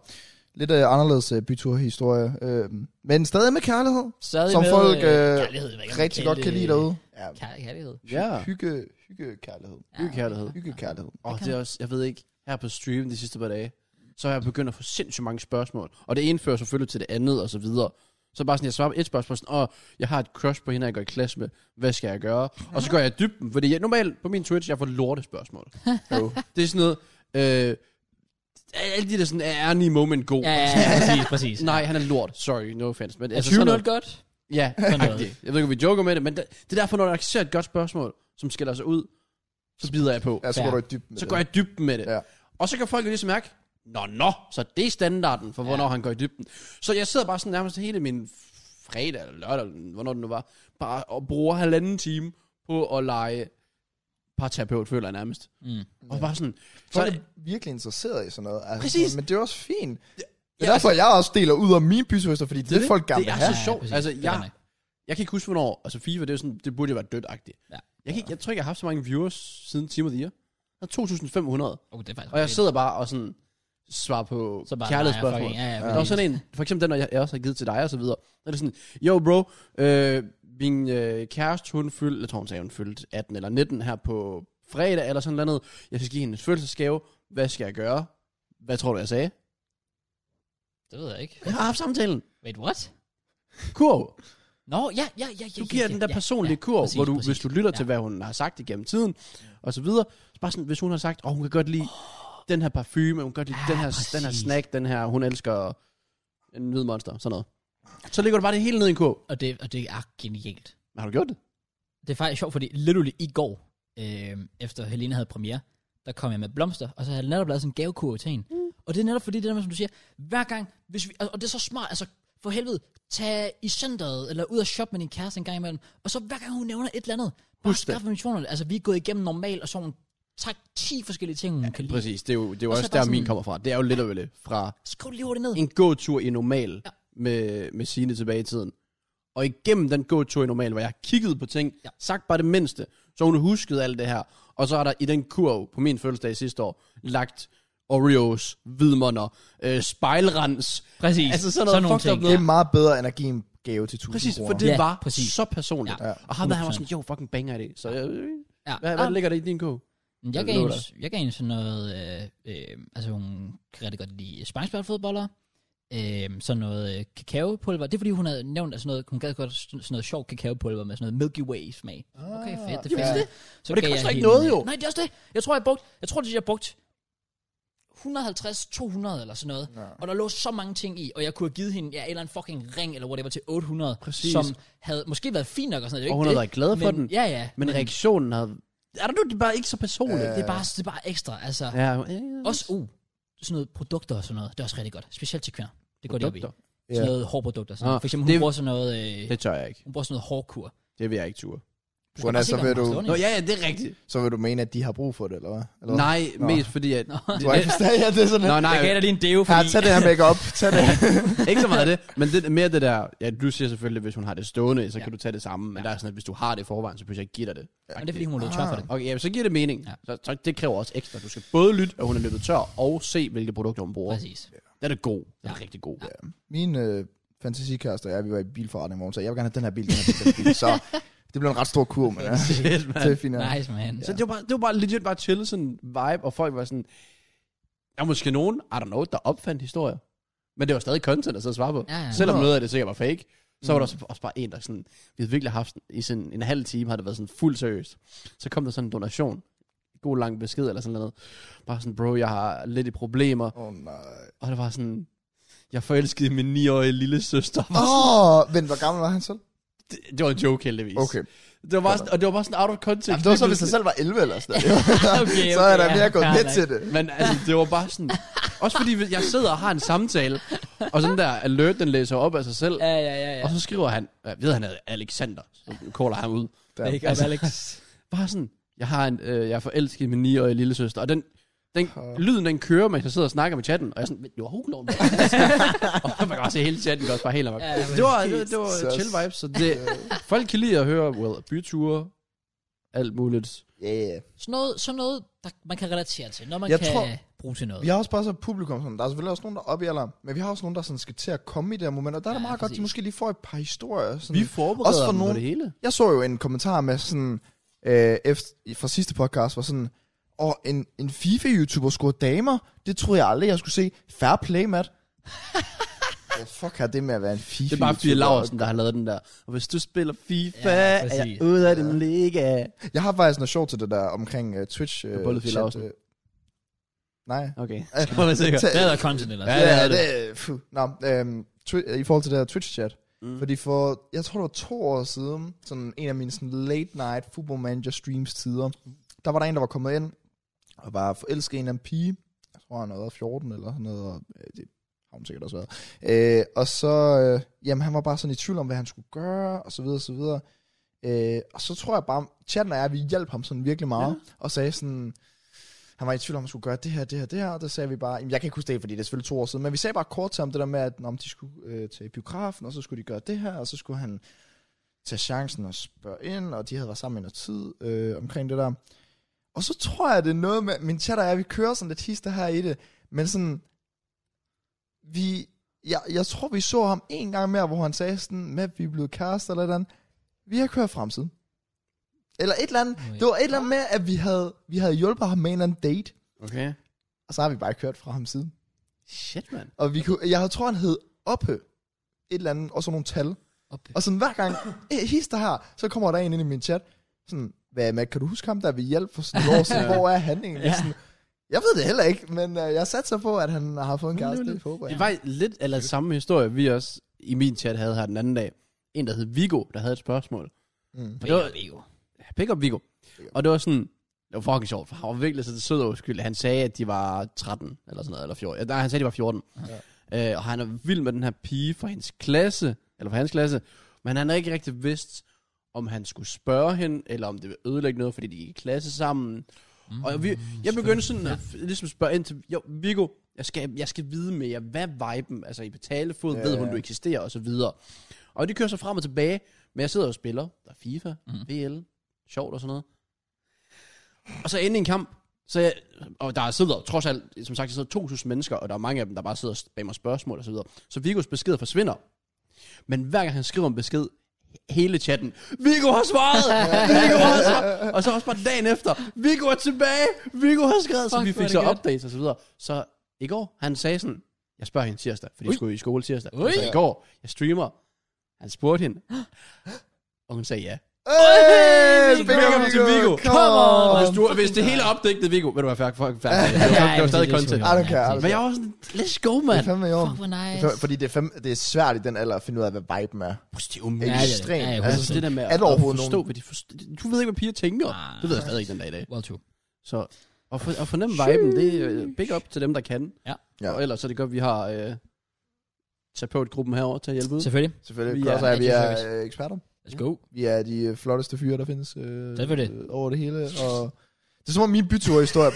Speaker 1: lidt øh, anderledes øh, byturhistorie, øh, men stadig med kærlighed,
Speaker 3: Stadig
Speaker 1: som
Speaker 3: med,
Speaker 1: folk
Speaker 3: øh,
Speaker 1: øh,
Speaker 3: kærlighed, hvad man
Speaker 1: rigtig
Speaker 3: kalde
Speaker 1: godt
Speaker 3: det.
Speaker 1: kan lide derude. Ja,
Speaker 3: Kær- Kærlighed.
Speaker 2: Ja.
Speaker 1: hygge, hygge kærlighed.
Speaker 2: Hyggekærlighed.
Speaker 1: Hygge kærlighed.
Speaker 2: Og det,
Speaker 3: Det kan
Speaker 2: det er også, jeg ved ikke, her på stream de sidste par dage, så har jeg begyndt at få sindssygt mange spørgsmål. Og det ene fører selvfølgelig til det andet, og så videre. Så bare sådan, jeg svarer på et spørgsmål, sådan, åh, jeg har et crush på hende, jeg går i klasse med. Hvad skal jeg gøre? Og så går jeg i dybden, fordi jeg, normalt på min Twitch, jeg får lorte spørgsmål.
Speaker 1: Jo.
Speaker 2: Det er sådan noget, øh, alle de der sådan, er Ernie moment god?
Speaker 3: Ja, ja, ja, præcis, præcis.
Speaker 2: Nej, han er lort. Sorry, no offense. Men,
Speaker 3: Er
Speaker 2: altså,
Speaker 3: 20
Speaker 2: sådan noget-
Speaker 3: noget godt?
Speaker 2: Ja,
Speaker 3: Sådan noget.
Speaker 2: agtigt. Jeg ved ikke, om vi joker med det, men det, det er derfor, når der ser et godt spørgsmål, som skiller sig ud, så bider jeg på.
Speaker 1: Ja, så
Speaker 3: Ja.
Speaker 1: går du i dybden med
Speaker 2: Så
Speaker 1: det.
Speaker 2: går jeg i dybden med det.
Speaker 1: Ja.
Speaker 2: Og så kan folk jo ligesom mærke, nå, nå, så det er standarden for, hvornår
Speaker 3: Ja.
Speaker 2: ja. han går i dybden. Så jeg sidder bare sådan nærmest hele min fredag eller lørdag, eller hvornår det nu var, bare og bruger halvanden time på at lege parterapeut, føler jeg nærmest.
Speaker 3: Mm.
Speaker 2: Og bare sådan, så,
Speaker 1: Folk er virkelig interesseret i sådan noget. Altså,
Speaker 2: Præcis.
Speaker 1: Men det er også fint. Det er
Speaker 2: Ja, Altså,
Speaker 1: derfor, jeg også deler ud af mine byturhister, fordi det, det folk
Speaker 2: det
Speaker 1: gerne vil
Speaker 2: er
Speaker 1: have.
Speaker 2: så sjovt.
Speaker 3: præcis.
Speaker 2: altså,
Speaker 3: Det er
Speaker 2: jeg,
Speaker 3: rigtigt.
Speaker 2: jeg kan ikke huske, hvornår, altså FIFA, det, er jo sådan, det burde jo være dødagtigt.
Speaker 3: Ja.
Speaker 2: Jeg, kan ikke, jeg tror ikke, jeg har haft så mange viewers siden Team of the Year. Jeg har 2.500.
Speaker 3: Oh, det er faktisk
Speaker 2: Og jeg
Speaker 3: okay.
Speaker 2: sidder bare og sådan svarer på
Speaker 3: Så bare,
Speaker 2: kærlighedsspørgsmål.
Speaker 3: nej, jeg fucking- ja, ja,
Speaker 2: der var
Speaker 3: præcis.
Speaker 2: sådan en, for eksempel den, der jeg- jeg også har givet til dig og så videre. Der er det sådan, jo bro, øh, min øh, kæreste, hun fyldte, jeg tror hun sagde, hun fyldte 18 eller 19 her på fredag eller sådan noget. Jeg skal give hende en følelsesgave. Hvad skal jeg gøre? Hvad tror du, jeg sagde?
Speaker 3: Det ved jeg ikke.
Speaker 2: Jeg har haft samtalen.
Speaker 3: Wait, what?
Speaker 2: Kurv.
Speaker 3: Nå, ja, ja, ja, ja.
Speaker 2: Du
Speaker 3: ja,
Speaker 2: giver
Speaker 3: ja,
Speaker 2: den der
Speaker 3: ja,
Speaker 2: personlige
Speaker 3: ja,
Speaker 2: kurv,
Speaker 3: præcis,
Speaker 2: hvor du,
Speaker 3: præcis.
Speaker 2: hvis du lytter
Speaker 3: Ja.
Speaker 2: til, hvad hun har sagt igennem tiden, og så videre. Så bare sådan, hvis hun har sagt, åh, oh, hun kan godt lide den her parfume, hun kan godt lide
Speaker 3: Ja,
Speaker 2: den, her,
Speaker 3: Ah, præcis.
Speaker 2: den her snack, den her, hun elsker en hvid monster, sådan noget. Så ligger du bare det hele ned i en kurv.
Speaker 3: Og det, og det er genialt.
Speaker 2: Har du gjort det?
Speaker 3: Det er faktisk sjovt, fordi literally i går, øh, efter Helena havde premiere, der kom jeg med blomster, og så havde jeg netop lavet sådan en gavekurve til hende. Mm. Og det er netop fordi, det der med, som du siger, hver gang, hvis vi, og og det er så smart, altså for helvede, tag i centret, eller ud og shoppe med din kæreste en gang imellem, og så hver gang hun nævner et eller andet, bare
Speaker 2: Husk det.
Speaker 3: skaffe missionerne. Altså vi er gået igennem normal og sådan tak 10 forskellige ting, hun kan lide.
Speaker 2: Præcis, det er jo, det er jo
Speaker 3: Og så
Speaker 2: også
Speaker 3: er der
Speaker 2: der, min
Speaker 3: sådan-
Speaker 2: kommer fra. Det er jo lidt og lidt fra
Speaker 3: Skriv det lige hurtigt ned.
Speaker 2: en gåtur i normal
Speaker 3: Ja.
Speaker 2: ja. med, med sine tilbage i tiden. Og igennem den gåtur i normal, hvor jeg har kigget på ting,
Speaker 3: Ja.
Speaker 2: ja. sagt bare det mindste, så hun huskede alt det her. Og så er der i den kurv på min fødselsdag sidste år lagt Oreos, hvidmånder, øh, spejlrens.
Speaker 3: Præcis.
Speaker 2: Altså sådan noget fucked up
Speaker 1: Det
Speaker 2: noget.
Speaker 1: er meget bedre end at give en gave til 1000
Speaker 2: Præcis, for
Speaker 1: kroner.
Speaker 2: det
Speaker 3: Ja,
Speaker 2: ja, var
Speaker 3: præcis.
Speaker 2: præcis. så personligt.
Speaker 1: Ja.
Speaker 2: Ja. Og ham der, han var sådan, jo, fucking banger det. Så øh, øh,
Speaker 3: Ja.
Speaker 2: hvad,
Speaker 3: Nå,
Speaker 2: hvad ligger der i din kurv?
Speaker 3: men jeg,
Speaker 2: Jeg
Speaker 3: gav
Speaker 2: lover
Speaker 3: hende, jeg gav hende sådan noget, øh, øh, altså hun kan rigtig godt lide spanskbørnfodboller, øh, sådan noget øh, kakaopulver. Det er fordi, hun havde nævnt, at sådan noget, hun gad godt sådan sådan noget sjovt kakaopulver med sådan noget Milky Way smag. Okay, fedt.
Speaker 2: Ah. Jamen,
Speaker 3: Det fik
Speaker 2: det-
Speaker 3: jeg. Så
Speaker 2: og det
Speaker 3: gav
Speaker 2: koster
Speaker 3: jeg
Speaker 2: ikke noget, jo.
Speaker 3: Nej, det er også det. Jeg tror, jeg, brugte, jeg, tror, det, jeg brugte 150-200 eller sådan noget.
Speaker 1: Ja.
Speaker 3: Og der lå så mange ting i, og jeg kunne have givet hende ja, en eller anden fucking ring, eller whatever, til 800,
Speaker 2: Præcis.
Speaker 3: som havde måske været fint nok og sådan noget. Det er jo
Speaker 2: Og
Speaker 3: ikke
Speaker 2: hun havde
Speaker 3: det,
Speaker 2: været glad for
Speaker 3: men,
Speaker 2: den.
Speaker 3: Ja, ja.
Speaker 2: Men reaktionen havde... Er der nu, det er bare ikke så personligt?
Speaker 1: Ja.
Speaker 3: det, er bare, det er bare ekstra, altså. Ja.
Speaker 2: Ja, øh,
Speaker 3: Også, uh, sådan noget produkter og sådan noget, det er også rigtig godt. Specielt til kvinder. Det går det op i.
Speaker 2: produkter.
Speaker 3: Sådan noget hårprodukter. Sådan. noget.
Speaker 2: Ah,
Speaker 3: For eksempel, hun
Speaker 2: det-
Speaker 3: bruger sådan noget, øh,
Speaker 2: Det tør jeg ikke.
Speaker 3: hun bruger sådan noget hårkur.
Speaker 2: Det vil jeg ikke ture.
Speaker 3: Du
Speaker 1: Hvordan
Speaker 3: bare
Speaker 1: så
Speaker 3: se, hvad
Speaker 1: vil
Speaker 3: hun har
Speaker 1: du-
Speaker 3: stående i.
Speaker 2: Nå, ja, ja, det er rigtigt.
Speaker 1: Så vil du mene, at de har brug for det, eller hvad? Eller hvad?
Speaker 2: Nej,
Speaker 1: Nå.
Speaker 2: mest fordi, at...
Speaker 1: Du har ikke forstået, *laughs* ja, det er sådan lidt.
Speaker 2: Nå,
Speaker 3: Jeg gav
Speaker 2: nej,
Speaker 3: dig lige en deo,
Speaker 1: Her,
Speaker 3: fordi...
Speaker 1: tag det her makeup. Tag
Speaker 2: *laughs*
Speaker 1: det.
Speaker 2: ikke så meget det, men det, mere det der, ja, du siger selvfølgelig, hvis hun har det stående, så
Speaker 3: Ja.
Speaker 2: kan du tage det samme, men
Speaker 3: Ja.
Speaker 2: der er sådan, at hvis du har det i forvejen, så pludselig ikke giver dig det.
Speaker 3: Men det er fordi, hun er løbet tør for det.
Speaker 2: Okay, ja, så giver det mening.
Speaker 3: Ja.
Speaker 2: Ja. Så, så, det kræver også ekstra. Du skal både lytte, at hun er løbet tør, og se, hvilke produkter hun bruger.
Speaker 3: Præcis.
Speaker 2: Den er god. Den er
Speaker 3: Ja.
Speaker 2: rigtig *laughs* god. Ja.
Speaker 1: Min øh, fantasikæreste og jeg, vi var i bilforretning i morgen, så jeg vil gerne have den her bil, den her bil, den her bil. Så det blev en ret stor kurv,
Speaker 3: *laughs*
Speaker 1: men ja.
Speaker 2: Shit, man.
Speaker 1: Det er fint. ja.
Speaker 3: Nice, man.
Speaker 2: Så det var, bare, det var bare legit bare chill sådan vibe, og folk var sådan, der er måske nogen, I don't know, der opfandt historier. Men det var stadig content at sidde og svare på.
Speaker 3: Ja, ja.
Speaker 2: Selvom
Speaker 1: Nå.
Speaker 2: noget af det sikkert var fake, så var der
Speaker 1: Mm.
Speaker 2: så også bare en, der sådan, vi havde virkelig haft, i sådan en halv time har det været sådan fuld seriøst. Så kom der sådan en donation, god lang besked eller sådan noget. Bare sådan, bro, jeg har lidt i problemer.
Speaker 1: Åh, oh, nej.
Speaker 2: Og det var sådan, jeg forelskede min 9-årige lille søster.
Speaker 1: Åh, oh, vent, hvor gammel var han selv?
Speaker 2: Det, det, var en joke heldigvis.
Speaker 1: Okay.
Speaker 2: Det var bare, sådan- og det var bare sådan out of context.
Speaker 1: Jamen, det var så, hvis han selv var 11 eller sådan
Speaker 3: *laughs* *laughs*
Speaker 1: noget.
Speaker 3: okay,
Speaker 1: så er
Speaker 3: okay,
Speaker 1: der
Speaker 3: ja,
Speaker 1: mere gået
Speaker 3: fair
Speaker 1: med
Speaker 3: nok.
Speaker 1: til det.
Speaker 2: Men altså, det var bare sådan... Også fordi hvis jeg sidder og har en samtale, og sådan der alert, den læser op af sig selv,
Speaker 3: Ja, ja, ja. ja.
Speaker 2: og så skriver han, jeg ved, han hedder Alexander, så caller ham ud.
Speaker 1: Der.
Speaker 3: Det er ikke altså,
Speaker 2: Altså- *laughs*
Speaker 3: Alex.
Speaker 2: Bare sådan, jeg har en, øh, jeg er forelsket i min 9-årige lillesøster, og den, den lyden, den kører, mens jeg sidder og snakker med chatten, og jeg er sådan, "Men det var hulån. og man kan også se hele chatten godt bare helt amok.
Speaker 3: Ja,
Speaker 2: Ja,
Speaker 3: men
Speaker 2: det var, det, var- det var
Speaker 1: Jesus.
Speaker 2: chill vibes, så det, folk kan lide at høre, well, byture, alt muligt.
Speaker 1: Yeah.
Speaker 3: Sådan noget, sådan noget der man kan relatere til, når man jeg
Speaker 1: Jeg
Speaker 3: kan tror,
Speaker 1: tror-
Speaker 3: bruge til noget.
Speaker 1: Vi har også bare så publikum, sådan. der er selvfølgelig også nogen, der er oppe i alderen, men vi har også nogen, der sådan skal til at komme i det her moment, og der er det
Speaker 3: Ja,
Speaker 1: meget godt,
Speaker 3: præcis.
Speaker 1: de måske lige får et par historier. Sådan.
Speaker 2: Vi forbereder også for
Speaker 1: dem på
Speaker 2: nogen.
Speaker 1: det
Speaker 2: det hele.
Speaker 1: Jeg så jo en kommentar med sådan, øh, efter, fra sidste podcast, hvor sådan, og en, en FIFA-YouTuber scorede damer, det troede jeg aldrig, jeg skulle se. Fair play,
Speaker 2: *laughs*
Speaker 1: Matt. Hvad fuck har det med at være en FIFA-YouTuber?
Speaker 2: Det er bare fordi Laursen, der har lavet den der. Og hvis du spiller FIFA,
Speaker 3: Ja,
Speaker 2: ja, er
Speaker 3: præcis.
Speaker 2: jeg ude af den liga.
Speaker 1: Jeg har faktisk noget sjovt til det der omkring uh, Twitch. Uh,
Speaker 2: Bollet Fie Laursen.
Speaker 1: nej.
Speaker 2: *laughs* Okay.
Speaker 1: Ja.
Speaker 2: Skal man være
Speaker 3: *laughs*
Speaker 2: sikker.
Speaker 3: Det er der content ellers.
Speaker 2: Ja,
Speaker 1: Ja, ja,
Speaker 2: det er
Speaker 1: det, det. Puh. Nå, øhm, twi- i forhold til det her Twitch-chat. Mm.
Speaker 2: Mm.
Speaker 1: Fordi for, jeg tror det var to år siden, sådan en af mine sådan late night football manager streams tider, der var der en, der var kommet ind og var forelsket i en eller anden pige. Jeg tror, han var 14 eller sådan noget, og øh, det har hun sikkert også været. Øh, og så, øh, jamen han var bare sådan i tvivl om, hvad han skulle gøre, og så videre, og så videre. Øh, og så tror jeg bare, chatten og jeg, vi hjalp ham sådan virkelig meget, ja. og sagde sådan, han var i tvivl om, at han skulle gøre det her, det her, det her, og der sagde vi bare, jamen, jeg kan ikke huske det, fordi det er selvfølgelig to år siden, men vi sagde bare kort til ham det der med, at om de skulle øh, til biografen, og så skulle de gøre det her, og så skulle han tage chancen og spørge ind, og de havde været sammen i noget tid øh, omkring det der. Og så tror jeg, det er noget med, min chatter er, vi kører sådan lidt hister her i det, men sådan, vi, jeg, jeg tror, vi så ham en gang mere, hvor han sagde sådan, med at vi er blevet kærester eller et eller andet, vi har kørt fremtiden. Eller et eller andet,
Speaker 3: Nå ja.
Speaker 1: det var et eller andet med, at vi havde, vi havde hjulpet ham med en eller anden date,
Speaker 2: Okay.
Speaker 1: og så har vi bare kørt fra ham siden.
Speaker 2: Shit, mand.
Speaker 1: Og vi kunne, jeg tror, han hed Oppe. Et eller andet, og så nogle tal.
Speaker 3: Op.
Speaker 1: Og sådan hver gang, eh, hister her, så kommer der en ind i min chat. Sådan, hvad med, kan du huske ham, der vi hjælp for sådan et år siden?
Speaker 2: Ja.
Speaker 1: Hvor er han egentlig?
Speaker 3: Ja.
Speaker 1: Ja. Sådan, jeg ved det heller ikke, men uh, jeg satser på, at han har fået en
Speaker 2: Nå,
Speaker 1: kæreste.
Speaker 2: nå, nå.
Speaker 1: Det håber
Speaker 2: Det
Speaker 1: jeg.
Speaker 2: var lidt eller samme historie, vi også i min chat havde her den anden dag. En, der hed Vigo, der havde et spørgsmål.
Speaker 1: Mm.
Speaker 2: det var-
Speaker 3: Bego.
Speaker 2: Pick up Vigo.
Speaker 1: Pick up.
Speaker 2: Og det var sådan, det var fucking sjovt, for han var virkelig sådan sød og uskyldig. Han sagde, at de var 13, eller sådan noget, eller 14. Ja, Nej, han sagde, at de var 14. Ja. Øh, og han er vild med den her pige fra hendes klasse, eller fra hans klasse, men han har ikke rigtig vidst, om han skulle spørge hende, eller om det ville ødelægge noget, fordi de gik i klasse sammen. Og vi, jeg begyndte sådan at f- ligesom spørge ind til, jo, Viggo, jeg skal, jeg skal vide mere, hvad viben, altså i betalefod,
Speaker 1: Ja,
Speaker 2: ja, ved
Speaker 1: ja,
Speaker 2: hun,
Speaker 1: ja.
Speaker 2: du eksisterer, og så videre. Og de kører så frem og tilbage, men jeg sidder og spiller, der er FIFA, mm. VL, sjovt og sådan noget. Og så endelig en kamp, så jeg, og der sidder trods alt, som sagt, der sidder 2.000 mennesker, og der er mange af dem, der bare sidder og spammer spørgsmål og så videre. Så Vigos besked forsvinder. Men hver gang han skriver en besked, hele chatten, Viggo har svaret! Viggo har svaret! Og så også bare dagen efter, Viggo er tilbage! Viggo har skrevet! Så
Speaker 3: Fuck,
Speaker 2: vi
Speaker 3: hvor er
Speaker 2: fik
Speaker 3: det
Speaker 2: så
Speaker 3: godt.
Speaker 2: updates og så videre. Så i går, han sagde sådan, jeg spørger hende tirsdag, fordi
Speaker 3: Ui.
Speaker 2: jeg skulle i skole tirsdag.
Speaker 3: Ui.
Speaker 2: Ui. Så i går, jeg streamer. Han spurgte hende, og hun sagde ja.
Speaker 1: Hey,
Speaker 3: Viggo!
Speaker 1: Spækker
Speaker 2: Velkommen til Viggo.
Speaker 1: Come
Speaker 3: Come
Speaker 1: on!
Speaker 3: on!
Speaker 2: Hvis, du, hvis det hele er opdigtet, Viggo, ved du hvad, fuck, fuck, fuck. Det var- det var stadig content.
Speaker 1: I don't care, I don't
Speaker 2: Men jeg var sådan, let's go,
Speaker 1: Det
Speaker 2: man.
Speaker 1: er fandme i orden.
Speaker 3: Fuck, hvor nice.
Speaker 1: For- Fordi det er, fem, det er svært i den alder at finde ud af, hvad viben er.
Speaker 2: Det er jo
Speaker 3: Ja,
Speaker 2: mega
Speaker 3: det er det.
Speaker 1: Ekstremt.
Speaker 3: Ja, ja,
Speaker 1: altså,
Speaker 2: Altså det der med
Speaker 1: Er
Speaker 2: at,
Speaker 1: der
Speaker 2: at
Speaker 1: overhovedet
Speaker 2: forstå,
Speaker 1: nogen-
Speaker 2: hvad de forstår. Du ved ikke, hvad piger tænker.
Speaker 3: Ah.
Speaker 2: Det ved jeg stadig ikke den dag i dag.
Speaker 3: Well, true.
Speaker 2: Så at, for, at fornemme viben, det er øh, big up til dem, der kan.
Speaker 3: Ja.
Speaker 1: Ja.
Speaker 2: Og ellers så er det godt, at vi har øh, terapeutgruppen herover til at hjælpe ud.
Speaker 3: Selvfølgelig.
Speaker 1: Selvfølgelig.
Speaker 2: Vi
Speaker 1: Vi
Speaker 2: er-
Speaker 1: er, er, vi
Speaker 3: Ja, det er
Speaker 1: er øh, eksperter.
Speaker 3: Let's go.
Speaker 1: Vi er de øh, flotteste fyre, der findes øh,
Speaker 3: Tak for det.
Speaker 1: øh, over det hele. Og det er som om min byturhistorie...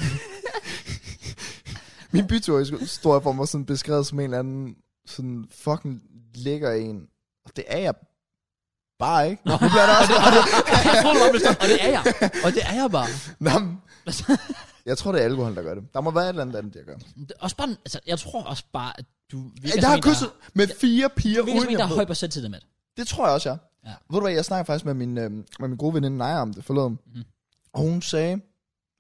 Speaker 1: min byturhistorie for mig sådan beskrevet som en eller anden sådan fucking lækker en. Og det er jeg bare ikke.
Speaker 2: Nå, bliver der også. *laughs* Jeg tror, du var bestemt. Og det er jeg. Og det er jeg bare.
Speaker 1: *laughs* Nå, men- jeg tror, det er alkohol, der gør det. Der må være et eller andet andet, der gør.
Speaker 3: Det er Også bare, altså, jeg tror også bare, at du virker
Speaker 1: Jeg
Speaker 3: som
Speaker 1: har
Speaker 3: en, der-
Speaker 1: kysset med fire piger,
Speaker 3: Du virker som
Speaker 1: uden
Speaker 3: en,
Speaker 1: jeg
Speaker 3: der er
Speaker 1: ved-
Speaker 3: høj på til det med.
Speaker 1: Det tror jeg også, jeg.
Speaker 3: Ja.
Speaker 1: Ja. Ved du hvad, jeg snakkede faktisk med min, øh, med min gode veninde Naja om det forleden.
Speaker 3: Mhm.
Speaker 1: Mm. Og hun sagde,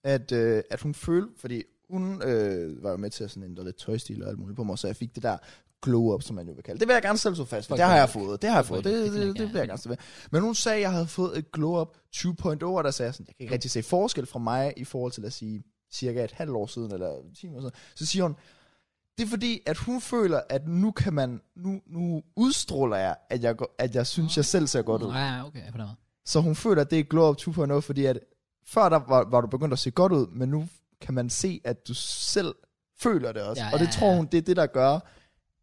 Speaker 1: at, øh, at hun følte, fordi hun øh, var jo med til at sådan ændre lidt tøjstil og alt muligt på mig, så jeg fik det der glow up, som man jo vil kalde det. Det vil jeg gerne selv så fast. ved.
Speaker 3: Fuck
Speaker 1: Det har
Speaker 3: det.
Speaker 1: jeg fået. Det har jeg fået.
Speaker 3: det.
Speaker 1: Det,
Speaker 3: Det kan jeg
Speaker 1: det, det
Speaker 3: ikke,
Speaker 1: vil jeg
Speaker 3: ja.
Speaker 1: gerne stå ved. Men hun sagde, at jeg havde fået et glow up 2.0, og der sagde jeg sådan, jeg kan ikke rigtig se forskel fra mig i forhold til, lad os sige, cirka et halvt år siden, eller 10 år siden. Så siger hun, det er fordi, at hun føler, at nu kan man, nu, nu udstråler jeg, at jeg, går- at jeg synes, jeg selv ser godt ud.
Speaker 3: Ja, okay, på den måde.
Speaker 1: Så hun føler, at det er glow up 2.0, fordi at før der var, var du begyndt at se godt ud, men nu kan man se, at du selv føler det også.
Speaker 3: Ja,
Speaker 1: Ja, og det
Speaker 3: ja,
Speaker 1: tror
Speaker 3: ja.
Speaker 1: hun, det er det, der gør,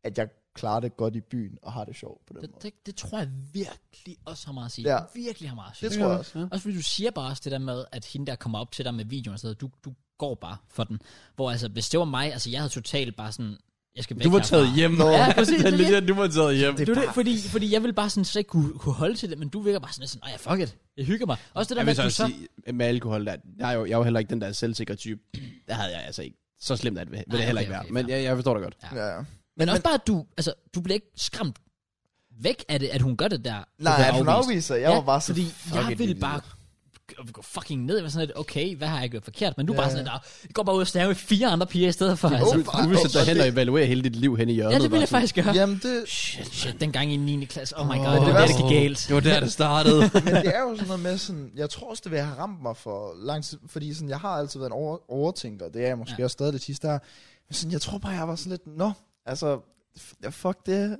Speaker 1: at jeg klarer det godt i byen, og har det sjovt på den
Speaker 3: Det,
Speaker 1: måde.
Speaker 3: det, det tror jeg virkelig også har meget at sige.
Speaker 1: Ja.
Speaker 3: Virkelig har meget at sige.
Speaker 1: Det tror jeg også.
Speaker 3: Også fordi du siger bare også det der med, at hende der kommer op til dig med videoen og sådan noget, du, du går bare for den. Hvor altså, hvis det var mig, altså jeg havde totalt bare sådan, jeg skal væk
Speaker 2: Du var
Speaker 3: herfra.
Speaker 2: taget *laughs* hjem.
Speaker 3: Ja, præcis. Det er
Speaker 2: Legit, Du var taget hjem.
Speaker 3: Det er det, fordi, fordi jeg vil bare sådan slet ikke kunne, kunne holde til det, men du virker bare sådan lidt sådan, nej, fuck it, jeg hygger mig. Også det der
Speaker 2: Jeg
Speaker 3: med,
Speaker 2: vil
Speaker 3: at
Speaker 2: så
Speaker 3: du
Speaker 2: også
Speaker 3: så...
Speaker 2: sige, med alkohol, der, jeg, er jo, jeg er jo heller ikke den der selvsikre type. Der havde jeg altså ikke. Så slemt er det, vil
Speaker 3: Nej,
Speaker 2: det heller
Speaker 3: okay,
Speaker 2: ikke være.
Speaker 3: okay,
Speaker 2: Men
Speaker 3: fair.
Speaker 2: jeg, jeg forstår det godt.
Speaker 3: Ja.
Speaker 1: Ja, ja.
Speaker 3: Men også bare, at du, altså, du bliver ikke skræmt væk af det, at hun gør det der. du
Speaker 1: Nej,
Speaker 3: bliver
Speaker 1: at hun
Speaker 3: afvist.
Speaker 1: afviser. Jeg ja, var bare sådan,
Speaker 3: fordi
Speaker 1: "Fuck
Speaker 3: jeg
Speaker 1: it,
Speaker 3: ville
Speaker 1: Lili."
Speaker 3: bare g- gå fucking ned og sådan lidt, okay, hvad har jeg gjort forkert? Men du er
Speaker 1: Ja,
Speaker 3: bare sådan lidt, "Ah, jeg går bare ud og snakker med fire andre piger i stedet for. Altså,
Speaker 1: åben.
Speaker 3: fuck.
Speaker 1: Fuck,
Speaker 2: Du vil
Speaker 1: og-
Speaker 2: sætte dig
Speaker 1: og
Speaker 2: hen og
Speaker 1: det-
Speaker 2: evaluere hele dit liv hen i hjørnet.
Speaker 3: Ja, det vil
Speaker 2: bare
Speaker 3: jeg
Speaker 2: sådan,
Speaker 3: faktisk gøre.
Speaker 1: Jamen, det,
Speaker 3: Shit, shit, dengang i 9. klasse. Oh my god,
Speaker 1: det
Speaker 3: det var det,
Speaker 1: værste-
Speaker 3: gik galt.
Speaker 2: Det var der, det
Speaker 3: *laughs*
Speaker 2: startede.
Speaker 1: men det er jo sådan noget med sådan, jeg tror også, det vil have ramt mig for lang tid, fordi sådan, jeg har altid været en over, overtænker, det er jeg måske
Speaker 3: Ja.
Speaker 1: ja. også stadig det sidste her, men sådan, jeg tror bare, jeg var sådan lidt, nå, altså, f- ja, fuck det,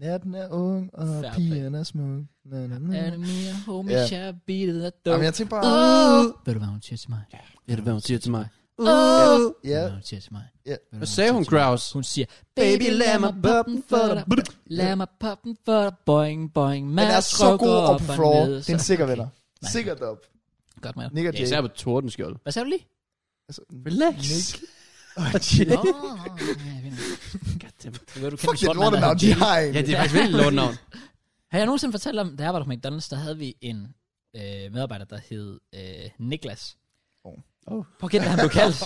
Speaker 1: natten er ung, og
Speaker 3: Fair play.
Speaker 1: pigerne er smuk. Na, na, na.
Speaker 3: Anemia, homie,
Speaker 1: Ja.
Speaker 3: share, beat it, that
Speaker 1: Jamen,
Speaker 3: dope.
Speaker 1: jeg tænkte bare,
Speaker 3: Uh, Ved du, hvad hun siger til mig?
Speaker 2: Ja, det var, hun siger til mig.
Speaker 3: Uh,
Speaker 1: ja,
Speaker 3: Ved du, hvad hun siger til mig?
Speaker 1: Ja.
Speaker 3: Ved du,
Speaker 2: Hvad sagde hun,
Speaker 3: siger til mig?
Speaker 2: Kraus?
Speaker 3: Hun siger,
Speaker 2: Baby, lad mig poppe den for dig.
Speaker 3: Lad mig poppe den for dig. Boing, boing.
Speaker 1: den
Speaker 3: Mads
Speaker 1: er så
Speaker 3: rykker
Speaker 1: god op på
Speaker 3: og
Speaker 1: floor,
Speaker 3: ned,
Speaker 1: det er en
Speaker 3: så-
Speaker 1: sikker
Speaker 3: okay.
Speaker 1: venner.
Speaker 3: Nej.
Speaker 1: Sikkert op.
Speaker 3: Godt, man.
Speaker 1: Nick og
Speaker 2: Ja,
Speaker 1: Jay.
Speaker 2: især på tordenskjold.
Speaker 3: Hvad sagde du lige?
Speaker 1: Altså,
Speaker 2: Relax.
Speaker 1: Nick.
Speaker 3: Nå, nå, *laughs* ja, jeg ved ikke. Du ved, du kender
Speaker 1: Fuck,
Speaker 3: en
Speaker 1: det
Speaker 3: sort mand, der
Speaker 1: lorte
Speaker 3: hedder
Speaker 1: navn, de
Speaker 3: Jay.
Speaker 1: har
Speaker 2: Ja,
Speaker 1: egentlig.
Speaker 2: det er faktisk virkelig lort navn.
Speaker 3: Har jeg nogensinde fortalt om, da jeg var på McDonald's, der havde vi en øh, medarbejder, der hed øh, Niklas.
Speaker 1: Oh.
Speaker 2: Oh.
Speaker 3: Prøv at gætte, hvad han blev
Speaker 1: *laughs*
Speaker 3: kaldt.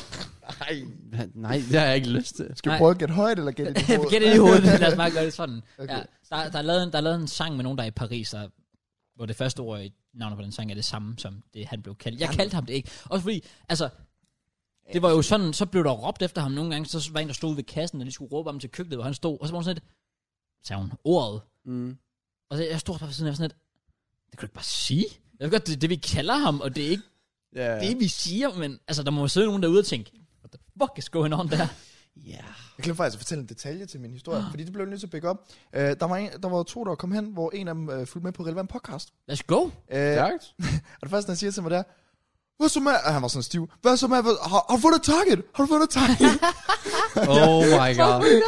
Speaker 2: Nej, det har jeg ikke lyst til.
Speaker 1: Skal vi
Speaker 3: Nej.
Speaker 1: prøve at gætte højt,
Speaker 3: *laughs*
Speaker 1: eller gætte det på?
Speaker 3: Gæt det i hovedet, lad os bare gøre det sådan. Okay.
Speaker 1: *laughs* Okay.
Speaker 3: Ja, der, der, er lavet en, der er lavet en sang med nogen, der er i Paris, der, hvor det første ord i navnet på den sang er det samme, som det han blev kaldt. Jeg kaldte ham det ikke. Også fordi, altså, det var jo sådan, så blev der råbt efter ham nogle gange, så var en, der stod ved kassen, og de skulle råbe ham til køkkenet, hvor han stod, og så var hun sådan lidt, sagde hun, ordet.
Speaker 2: Mm.
Speaker 3: Og så jeg stod bare ved siden af sådan lidt, det kan du ikke bare sige. Jeg ved godt, det er det, vi kalder ham, og det er ikke
Speaker 2: Ja.
Speaker 3: det, vi siger, men altså, der må jo sidde nogen derude og tænke, what the fuck is going on der?
Speaker 2: *laughs* Ja.
Speaker 1: Jeg glemte faktisk at fortælle en detalje til min
Speaker 2: Ah.
Speaker 1: historie, fordi det blev jeg nødt til at pick op. Uh, der, var en, der var to, der kom hen, hvor en af dem uh, fulgte med på relevant podcast.
Speaker 3: Let's go.
Speaker 1: Uh,
Speaker 2: Tak.
Speaker 1: og det første, han siger til mig, det er, hvad så med, og han var sådan stiv, hvad så med, hvad, har, har du fundet target? Har du
Speaker 2: *laughs*
Speaker 1: fundet target?
Speaker 2: Oh my god.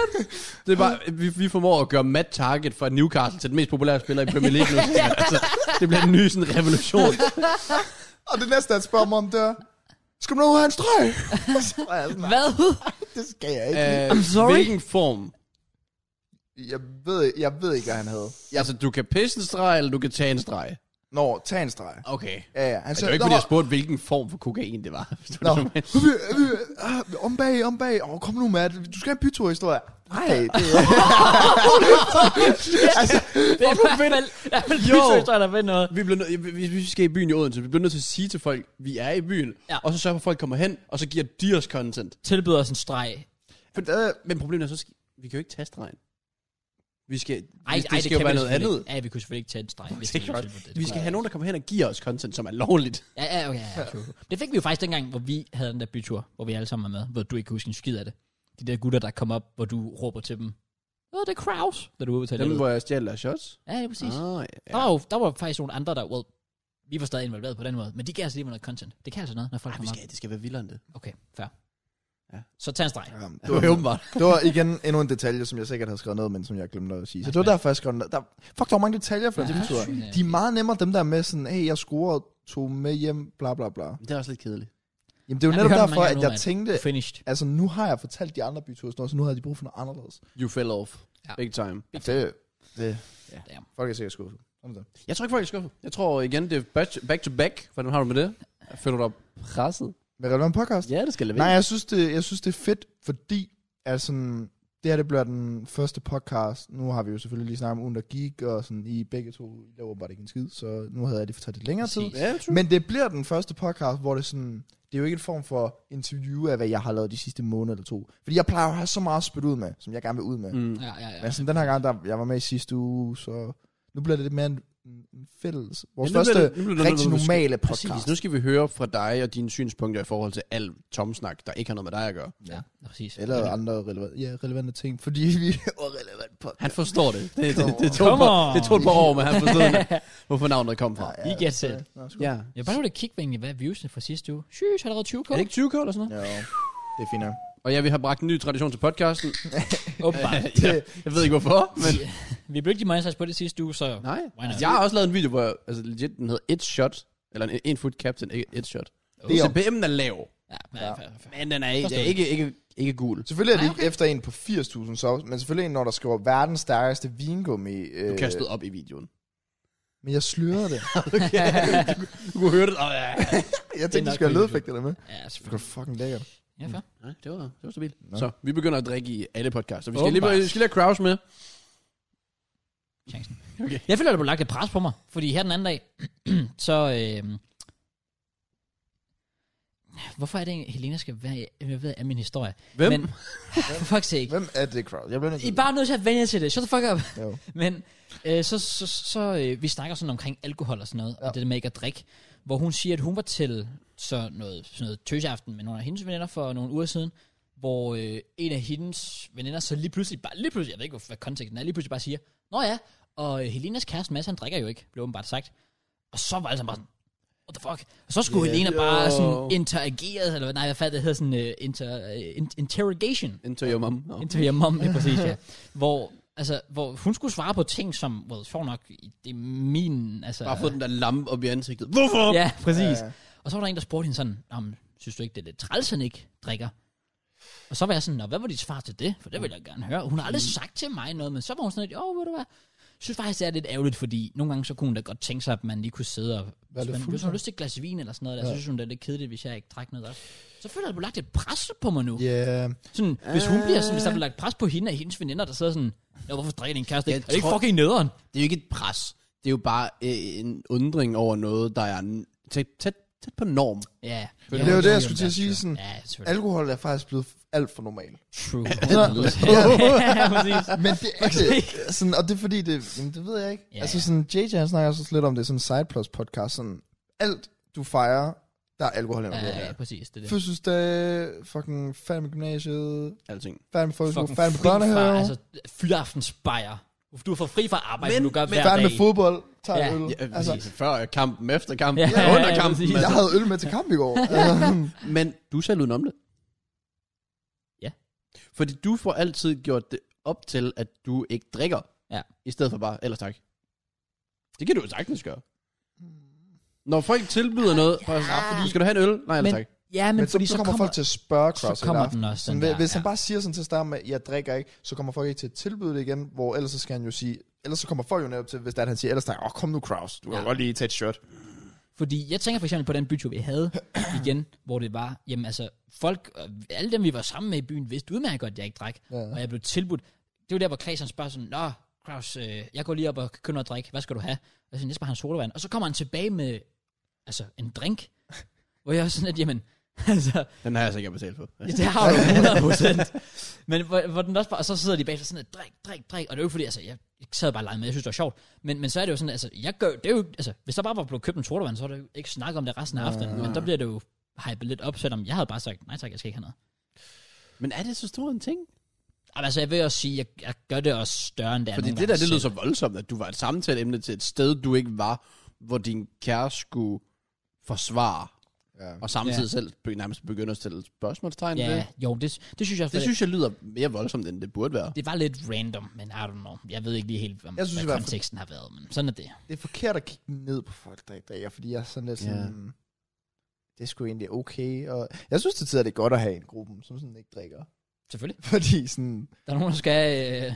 Speaker 2: Det er bare, vi, vi formår at gøre Matt Target fra Newcastle til den mest populære spiller i Premier *laughs* League nu. *laughs* altså, det bliver en ny sådan, revolution.
Speaker 1: og det næste, han spørger mig om, det er, skal man ud og have en streg? *laughs* så var jeg sådan, nej,
Speaker 3: Hvad?
Speaker 1: det skal jeg ikke.
Speaker 2: Øh,
Speaker 3: I'm sorry.
Speaker 2: Hvilken form?
Speaker 1: Jeg ved, jeg ved ikke, hvad han havde.
Speaker 2: Ja. Altså, du kan pisse en streg, eller du kan tage en streg.
Speaker 1: Nå, tag en streg.
Speaker 2: Okay.
Speaker 1: Ja, ja. Han
Speaker 2: Så, det var ikke,
Speaker 1: "Nå,
Speaker 2: fordi jeg spurgte, hvilken form for kokain det var. Hvis du
Speaker 1: Nå,
Speaker 2: no.
Speaker 1: vi, vi, ah, om bag, om bag. Åh, kom nu, Matt. Du skal have en bytur-historie. Nej, det
Speaker 2: *laughs*
Speaker 1: er... altså,
Speaker 3: Det er i hvert fald, i hvert fald
Speaker 2: Jo.
Speaker 3: researcher, der ved noget.
Speaker 2: *laughs* vi bliver nødt, hvis vi skal i byen i Odense, vi bliver nødt til at sige til folk, vi er i byen,
Speaker 3: Ja.
Speaker 2: ja. og så sørge for, at folk kommer hen, og så giver de os content.
Speaker 3: Tilbyder os en streg.
Speaker 1: for der,
Speaker 2: Men problemet er så, skal, vi kan jo ikke tage stregen. Vi skal,
Speaker 3: Ej,
Speaker 2: vi-
Speaker 3: ej,
Speaker 2: det skal jo
Speaker 3: kan
Speaker 2: være
Speaker 3: vi
Speaker 2: noget
Speaker 3: selvfølgelig
Speaker 2: andet.
Speaker 3: ikke. Ja, vi kunne selvfølgelig ikke tage en streg, hvis
Speaker 2: Det
Speaker 3: det
Speaker 2: er
Speaker 3: var
Speaker 2: klart.
Speaker 3: tilbudt. Det
Speaker 2: Vi
Speaker 3: tror
Speaker 2: skal
Speaker 3: jeg
Speaker 2: have nogen, der kommer hen og giver os content, som er lovligt.
Speaker 3: Ja, ja, okay, ja, true. Det fik vi jo faktisk dengang, hvor vi havde den der bytur, hvor vi alle sammen var med, hvor du ikke kan huske en skid af det. De der gutter, der kom op, hvor du råber til dem, Åh, det er Kraus, da du var ude til
Speaker 2: Dem,
Speaker 3: det.
Speaker 2: hvor jeg stjæler deres shots.
Speaker 3: Ja, ja, præcis.
Speaker 2: Ah,
Speaker 3: Der
Speaker 2: ja.
Speaker 3: var jo der var faktisk nogle andre, der, well, vi var stadig involveret på den måde, men de gav altså lige noget content. Det kan altså noget, når folk
Speaker 2: Ej, Ah, vi
Speaker 3: kommer
Speaker 2: skal, det skal være vildere end det.
Speaker 3: op. Okay, fair.
Speaker 2: Ja.
Speaker 3: Så tag en streg.
Speaker 1: Jamen,
Speaker 2: Det var *laughs* åbenbart.
Speaker 1: det var igen endnu en detalje, som jeg sikkert havde skrevet ned, men som jeg glemte at sige. Så det var derfor, jeg skrev ned. Der, fuck, der var mange detaljer for ja,
Speaker 3: Ja,
Speaker 1: det betyder.
Speaker 3: sygt.
Speaker 1: De er meget nemmere, dem der er med sådan, hey, jeg scorede, tog med hjem, bla bla bla.
Speaker 2: Det er også lidt kedeligt.
Speaker 1: Jamen, det er jo
Speaker 3: Ja,
Speaker 1: netop
Speaker 3: vi hører
Speaker 1: derfor,
Speaker 3: mange
Speaker 1: at
Speaker 3: gange
Speaker 1: jeg
Speaker 3: nu,
Speaker 1: tænkte,
Speaker 3: Finished.
Speaker 1: altså nu har jeg fortalt de andre byture, så nu havde de brug for noget anderledes.
Speaker 2: You fell off.
Speaker 3: Ja.
Speaker 2: Ja. Big time.
Speaker 1: Det, det,
Speaker 3: Ja.
Speaker 1: folk er sikkert skuffet. Sådan er det.
Speaker 2: Jeg tror ikke, folk er skuffet. Jeg tror igen, det er back- back to back. Hvordan har du med det? Føler du dig presset?
Speaker 1: Med relevant podcast?
Speaker 2: Ja, det skal
Speaker 1: Nej, jeg synes, det, jeg synes, det er fedt, fordi altså, det her det bliver den første podcast. Nu har vi jo selvfølgelig lige snakket om ugen, der gik, og sådan, I begge to I laver bare ikke en skid, så nu havde jeg det fortalt lidt længere tid.
Speaker 3: Præcis.
Speaker 2: Ja, jeg tror.
Speaker 1: Men det bliver den første podcast, hvor det sådan, det er jo ikke en form for interview af, hvad jeg har lavet de sidste måneder eller to. Fordi jeg plejer at have så meget spyt ud med, som jeg gerne vil ud med. Mm.
Speaker 2: Mm.
Speaker 3: Ja, ja, ja.
Speaker 1: Men sådan, den her gang, der jeg var med i sidste uge, så nu bliver det lidt mere en, en fælles. Vores
Speaker 2: Ja, nu bliver
Speaker 1: første
Speaker 2: det- nu bliver det
Speaker 1: rigtig
Speaker 2: noget, vi skal-
Speaker 1: normale podcast.
Speaker 2: Præcis. Nu skal vi høre fra dig og dine synspunkter i forhold til al tomsnak, der ikke har noget med dig at gøre.
Speaker 3: ja. præcis.
Speaker 1: Eller
Speaker 3: Ja.
Speaker 1: andre relevante, ja, relevante ting, fordi vi er relevant på.
Speaker 2: Han forstår det. Det, det, det, det, tog,
Speaker 3: Come
Speaker 2: et par,
Speaker 3: on.
Speaker 2: det tog et par år, men han forstod, hvorfor navnet kom fra.
Speaker 3: I get set.
Speaker 1: Nå, sgu.
Speaker 2: Ja.
Speaker 3: Jeg var bare nødt til at kigge på egentlig, hvad er viewsene fra sidste uge. Shush, har der været 20 k?
Speaker 2: Er det ikke 20 eller sådan noget?
Speaker 1: Jo, det er fint. nok.
Speaker 2: Og ja, vi har bragt en ny tradition til podcasten.
Speaker 3: Åbenbart.
Speaker 2: ja, jeg ved ikke hvorfor, men...
Speaker 3: Vi blev ikke de meget på det sidste uge, så...
Speaker 2: Nej.
Speaker 3: Why not?
Speaker 2: Altså, Jeg har også lavet en video, hvor jeg- altså, legit, den hedder Et Shot. Eller en, en foot captain, ikke et shot.
Speaker 1: Det er jo-
Speaker 2: CPM'en er lav,
Speaker 3: Ja, ja,
Speaker 2: *laughs*
Speaker 3: fair, fair.
Speaker 2: men den er,
Speaker 3: Forstået.
Speaker 2: ikke, ikke, ikke, ikke gul.
Speaker 1: Selvfølgelig er det ikke efter en på 80.000 subs, men selvfølgelig en, når der skriver verdens stærkeste vingummi. Øh,
Speaker 2: Du kastede op i videoen.
Speaker 1: Men jeg slører det.
Speaker 2: Du kunne høre det. Oh, ja.
Speaker 1: jeg
Speaker 3: Det er
Speaker 1: tænkte,
Speaker 3: nok
Speaker 1: du skal have
Speaker 3: fordi-
Speaker 1: lydeffekter der med.
Speaker 3: Ja,
Speaker 1: Det går
Speaker 3: selvfølgelig.
Speaker 1: fucking lækkert.
Speaker 3: Ja, fair.
Speaker 2: Nej, det var, det var stabilt. Så vi begynder at drikke i alle podcasts. Så vi skal,
Speaker 3: Åbenbart.
Speaker 2: lige, vi skal lige have Kraus med.
Speaker 3: Chancen.
Speaker 2: Okay.
Speaker 3: Jeg føler, der blev lagt et pres på mig, fordi her den anden dag, *clears throat* så... Øh, hvorfor er det egentlig, Helena skal være involveret af min historie?
Speaker 2: Hvem?
Speaker 3: Men, for fuck's sake.
Speaker 1: Hvem er det, crowd? Jeg bliver nødt
Speaker 3: I
Speaker 1: til
Speaker 3: er bare nødt til at vende jer til det. Shut the fuck up.
Speaker 1: Jo.
Speaker 3: *laughs* Men øh, så, så, så øh, vi snakker sådan omkring alkohol og sådan noget, ja.
Speaker 1: Ja.
Speaker 3: og det der med ikke at drikke, hvor hun siger, at hun var til så noget, sådan noget tøseaften med nogle af hendes veninder for nogle uger siden, hvor øh, en af hendes veninder så lige pludselig, bare, lige pludselig, jeg ved ikke, hvad konteksten er, lige pludselig bare siger, Nå ja, og øh, Helenas kæreste Mads, han drikker jo ikke, blev åbenbart sagt. Og så var altså bare sådan, what the fuck? Og så skulle
Speaker 2: Ja,
Speaker 3: yeah, Helena
Speaker 2: jo.
Speaker 3: bare sådan interageret, eller hvad- nej, hvad fanden det hedder, sådan øh, inter, øh, in, interrogation.
Speaker 2: Into your mom. No.
Speaker 3: Interview mom,
Speaker 1: *laughs*
Speaker 3: lige præcis, ja. Hvor, altså, hvor hun skulle svare på ting, som, well, sjov nok, det er min, altså...
Speaker 2: Bare fået den der lampe op i ansigtet. Hvorfor?
Speaker 3: Ja, præcis.
Speaker 1: Ja.
Speaker 3: Og så var der en, der spurgte hende sådan, "Nå, men, synes du ikke, det er lidt træls, han ikke drikker? Og så var jeg sådan, Nå, hvad var dit svar til det? For det vil jeg gerne høre. Hun har
Speaker 1: Mm.
Speaker 3: aldrig sagt til mig noget, men så var hun sådan lidt, åh, ved du hvad? Jeg synes faktisk, det er lidt ærgerligt, fordi nogle gange så kunne hun da godt tænke sig, at man lige kunne sidde og...
Speaker 1: Vær lidt
Speaker 3: Hvis man, hvis
Speaker 1: fuldsom.
Speaker 3: man har lyst til et glas vin eller sådan noget, der,
Speaker 1: Ja.
Speaker 3: så synes hun, det er lidt kedeligt, hvis jeg ikke drak noget op. Så føler jeg, at du har lagt et pres på mig nu.
Speaker 1: Yeah.
Speaker 3: Sådan, hvis hun bliver sådan, hvis der bliver lagt pres på hende af hendes veninder, der sidder sådan, Nå, hvorfor drikker din kæreste
Speaker 2: Jeg
Speaker 3: ikke? Er det ikke
Speaker 2: tror-
Speaker 3: fucking nederen?
Speaker 2: Det er jo ikke et pres. Det er jo bare øh, en undring over noget, der er n- tæt, tæt, tæt på norm.
Speaker 3: Ja.
Speaker 1: Det er jo det, jeg skulle til at sige, sådan,
Speaker 3: Ja, selvfølgelig.
Speaker 1: alkohol er faktisk blevet alt for normal.
Speaker 3: True. *laughs*
Speaker 1: Ja.
Speaker 3: ja, præcis.
Speaker 1: Men det er det. altså, *laughs* Sådan, og det er fordi, det, jamen, det ved jeg ikke.
Speaker 3: Ja,
Speaker 1: Ja, altså
Speaker 3: ja.
Speaker 1: sådan, JJ han snakker også lidt om det, sådan Side Plus podcast, sådan, alt du fejrer, der er alkohol
Speaker 3: Ja,
Speaker 1: involveret.
Speaker 3: ja, præcis. Det er det.
Speaker 1: Fødselsdag, fucking færdig med gymnasiet,
Speaker 2: Alting.
Speaker 1: færdig med folkeskole,
Speaker 3: Fucking
Speaker 1: færdig med
Speaker 3: fri
Speaker 1: børnehave,
Speaker 3: fra, altså fyrdaftensbajer. Du har fået fri fra arbejde,
Speaker 2: Men-
Speaker 3: men, du gør hver
Speaker 1: færdig
Speaker 3: dag.
Speaker 1: med fodbold, tager
Speaker 3: Ja,
Speaker 1: ja, øl.
Speaker 2: Ja,
Speaker 1: Ja, altså,
Speaker 2: altså, før kampen, efter kampen,
Speaker 3: Ja,
Speaker 2: ja, under
Speaker 3: ja,
Speaker 2: kampen.
Speaker 3: præcis.
Speaker 2: altså.
Speaker 1: jeg havde øl med til kamp i
Speaker 3: *laughs*
Speaker 1: går. altså,
Speaker 2: Men du er selv udenom det.
Speaker 3: Ja.
Speaker 2: Fordi du får altid gjort det op til, at du ikke drikker.
Speaker 3: Ja.
Speaker 2: I stedet for bare, ellers tak. Det kan du jo sagtens gøre. Når folk tilbyder noget, ja, fordi, skal du have en øl? Nej, ellers
Speaker 3: Men
Speaker 2: tak.
Speaker 3: Ja, men,
Speaker 1: altså Men, men
Speaker 3: fordi
Speaker 1: så, så, kommer folk til at spørge
Speaker 3: så
Speaker 1: CrossFit
Speaker 3: kommer
Speaker 1: aften.
Speaker 3: den også,
Speaker 1: Sådan,
Speaker 3: den
Speaker 1: hvis-
Speaker 3: der,
Speaker 1: Hvis han
Speaker 3: ja.
Speaker 1: bare siger sådan til starten med, jeg drikker ikke, så kommer folk ikke til at tilbyde det igen, hvor ellers så skal han jo sige, ellers så kommer folk jo netop til, hvis det er, at han siger, ellers der åh, kom nu Kraus, du kan
Speaker 3: Ja.
Speaker 1: godt lige tage et shirt.
Speaker 3: Fordi jeg tænker for eksempel på den bytur, vi havde igen, hvor det var, jamen altså, folk, øh, alle dem, vi var sammen med i byen, vidste udmærket godt, at jeg ikke drak.
Speaker 1: Ja.
Speaker 3: Og jeg blev tilbudt. Det var der, hvor Klaas han spørger sådan, Nå, Kraus, øh, jeg går lige op og køber noget at drikke. Hvad skal du have? Og jeg siger, jeg skal bare have en sodavand. Og så kommer han tilbage med, altså, en drink. Hvor jeg er sådan, at jamen, *laughs* altså,
Speaker 2: Den har jeg altså ikke betalt for.
Speaker 3: det har du 100 *laughs* Men hvor, hvor den også bare, og så sidder de bag sig sådan, at drik, drik, drik. Og det er jo ikke fordi, altså, jeg, jeg sad bare og legede med, jeg synes, det var sjovt. Men, men så er det jo sådan, altså, jeg gør, det er jo, altså, hvis der bare var blevet købt en sodavand, så er der jo ikke snak om det resten af aftenen. Men der bliver det jo hypet lidt op, selvom jeg havde bare sagt, nej tak, jeg skal ikke have noget.
Speaker 2: Men er det så stor en ting?
Speaker 3: Jamen, altså, jeg vil også sige, jeg, jeg gør det også større, end det er
Speaker 2: Fordi
Speaker 3: nogle
Speaker 2: det der,
Speaker 3: gange
Speaker 2: det lød
Speaker 3: selv.
Speaker 2: så voldsomt, at du var et samtaleemne til et sted, du ikke var, hvor din kære skulle forsvare,
Speaker 1: Ja.
Speaker 2: og samtidig
Speaker 3: Ja.
Speaker 2: ja. selv be- nærmest begynde at stille spørgsmålstegn ved.
Speaker 3: Ja, jo, det, det synes jeg
Speaker 2: Det
Speaker 3: også, det,
Speaker 2: synes jeg lyder mere voldsomt, end det burde være.
Speaker 3: det var lidt random, men I don't know. Jeg ved ikke lige helt, om,
Speaker 1: Jeg synes i
Speaker 3: hvad
Speaker 1: hvert fald-
Speaker 3: konteksten har været, men sådan er det.
Speaker 1: Det er forkert at kigge ned på folk, der ikke drikker, fordi jeg er sådan lidt
Speaker 2: Ja.
Speaker 1: sådan, "Hmm, det er sgu egentlig okay. Og jeg synes til tider, det er godt at have en gruppe, som sådan ikke drikker. *laughs*
Speaker 3: Selvfølgelig.
Speaker 1: Fordi sådan,
Speaker 3: Der er nogen, der skal øh,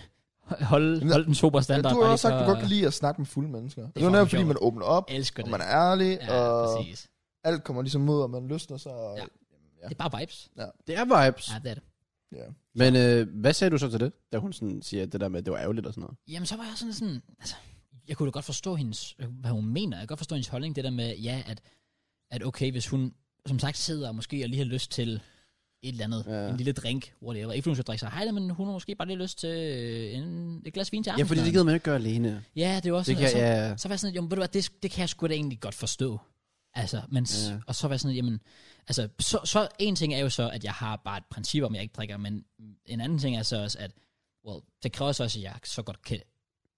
Speaker 3: holde,
Speaker 1: Men-
Speaker 3: holde den super
Speaker 1: ja,
Speaker 3: standard.
Speaker 1: du har
Speaker 3: bare
Speaker 1: også
Speaker 3: lige
Speaker 1: sagt, at du
Speaker 3: for-
Speaker 1: godt kan lide at snakke med fulde mennesker. Det, det er
Speaker 3: fucking
Speaker 1: jo netop, fordi
Speaker 3: sjovt.
Speaker 1: man åbner op,
Speaker 3: elsker
Speaker 1: og
Speaker 3: det.
Speaker 1: man er ærlig,
Speaker 3: Ja,
Speaker 1: og
Speaker 3: præcis.
Speaker 1: alt kommer ligesom ud, og man løsner sig. Og,
Speaker 3: Ja.
Speaker 1: ja.
Speaker 3: Det er bare vibes.
Speaker 2: Det er vibes.
Speaker 3: Ja, det er det.
Speaker 1: ja.
Speaker 2: Men øh, hvad sagde du så til det, da hun sådan siger det der med, at det var ærgerligt og sådan noget?
Speaker 3: Jamen, så var jeg sådan sådan... Altså, jeg kunne da godt forstå hendes... Hvad hun mener. Jeg kan godt forstå hendes holdning, det der med, ja, at, at okay, hvis hun som sagt sidder og måske og lige har lyst til et eller andet, ja.
Speaker 2: Ja.
Speaker 3: en lille drink, whatever. Ikke fordi hun skal drikke sig hejle, men hun har måske bare lige lyst til øh, en, et glas vin til
Speaker 2: Ja, fordi det
Speaker 3: aftensmaden.
Speaker 2: gider man jo ikke gøre alene.
Speaker 3: Ja, det er jo også
Speaker 2: Det
Speaker 3: sådan,
Speaker 2: kan,
Speaker 3: og så,
Speaker 2: ja,
Speaker 3: så var jeg sådan, jamen, ved du hvad, det, det kan jeg sgu da egentlig godt forstå. Altså, men, ja.
Speaker 2: Ja.
Speaker 3: og så var jeg sådan, jamen, altså, så, så en ting er jo så, at jeg har bare et princip om, at jeg ikke drikker, men en anden ting er så også, at, well, det kræver så også, at jeg så godt kan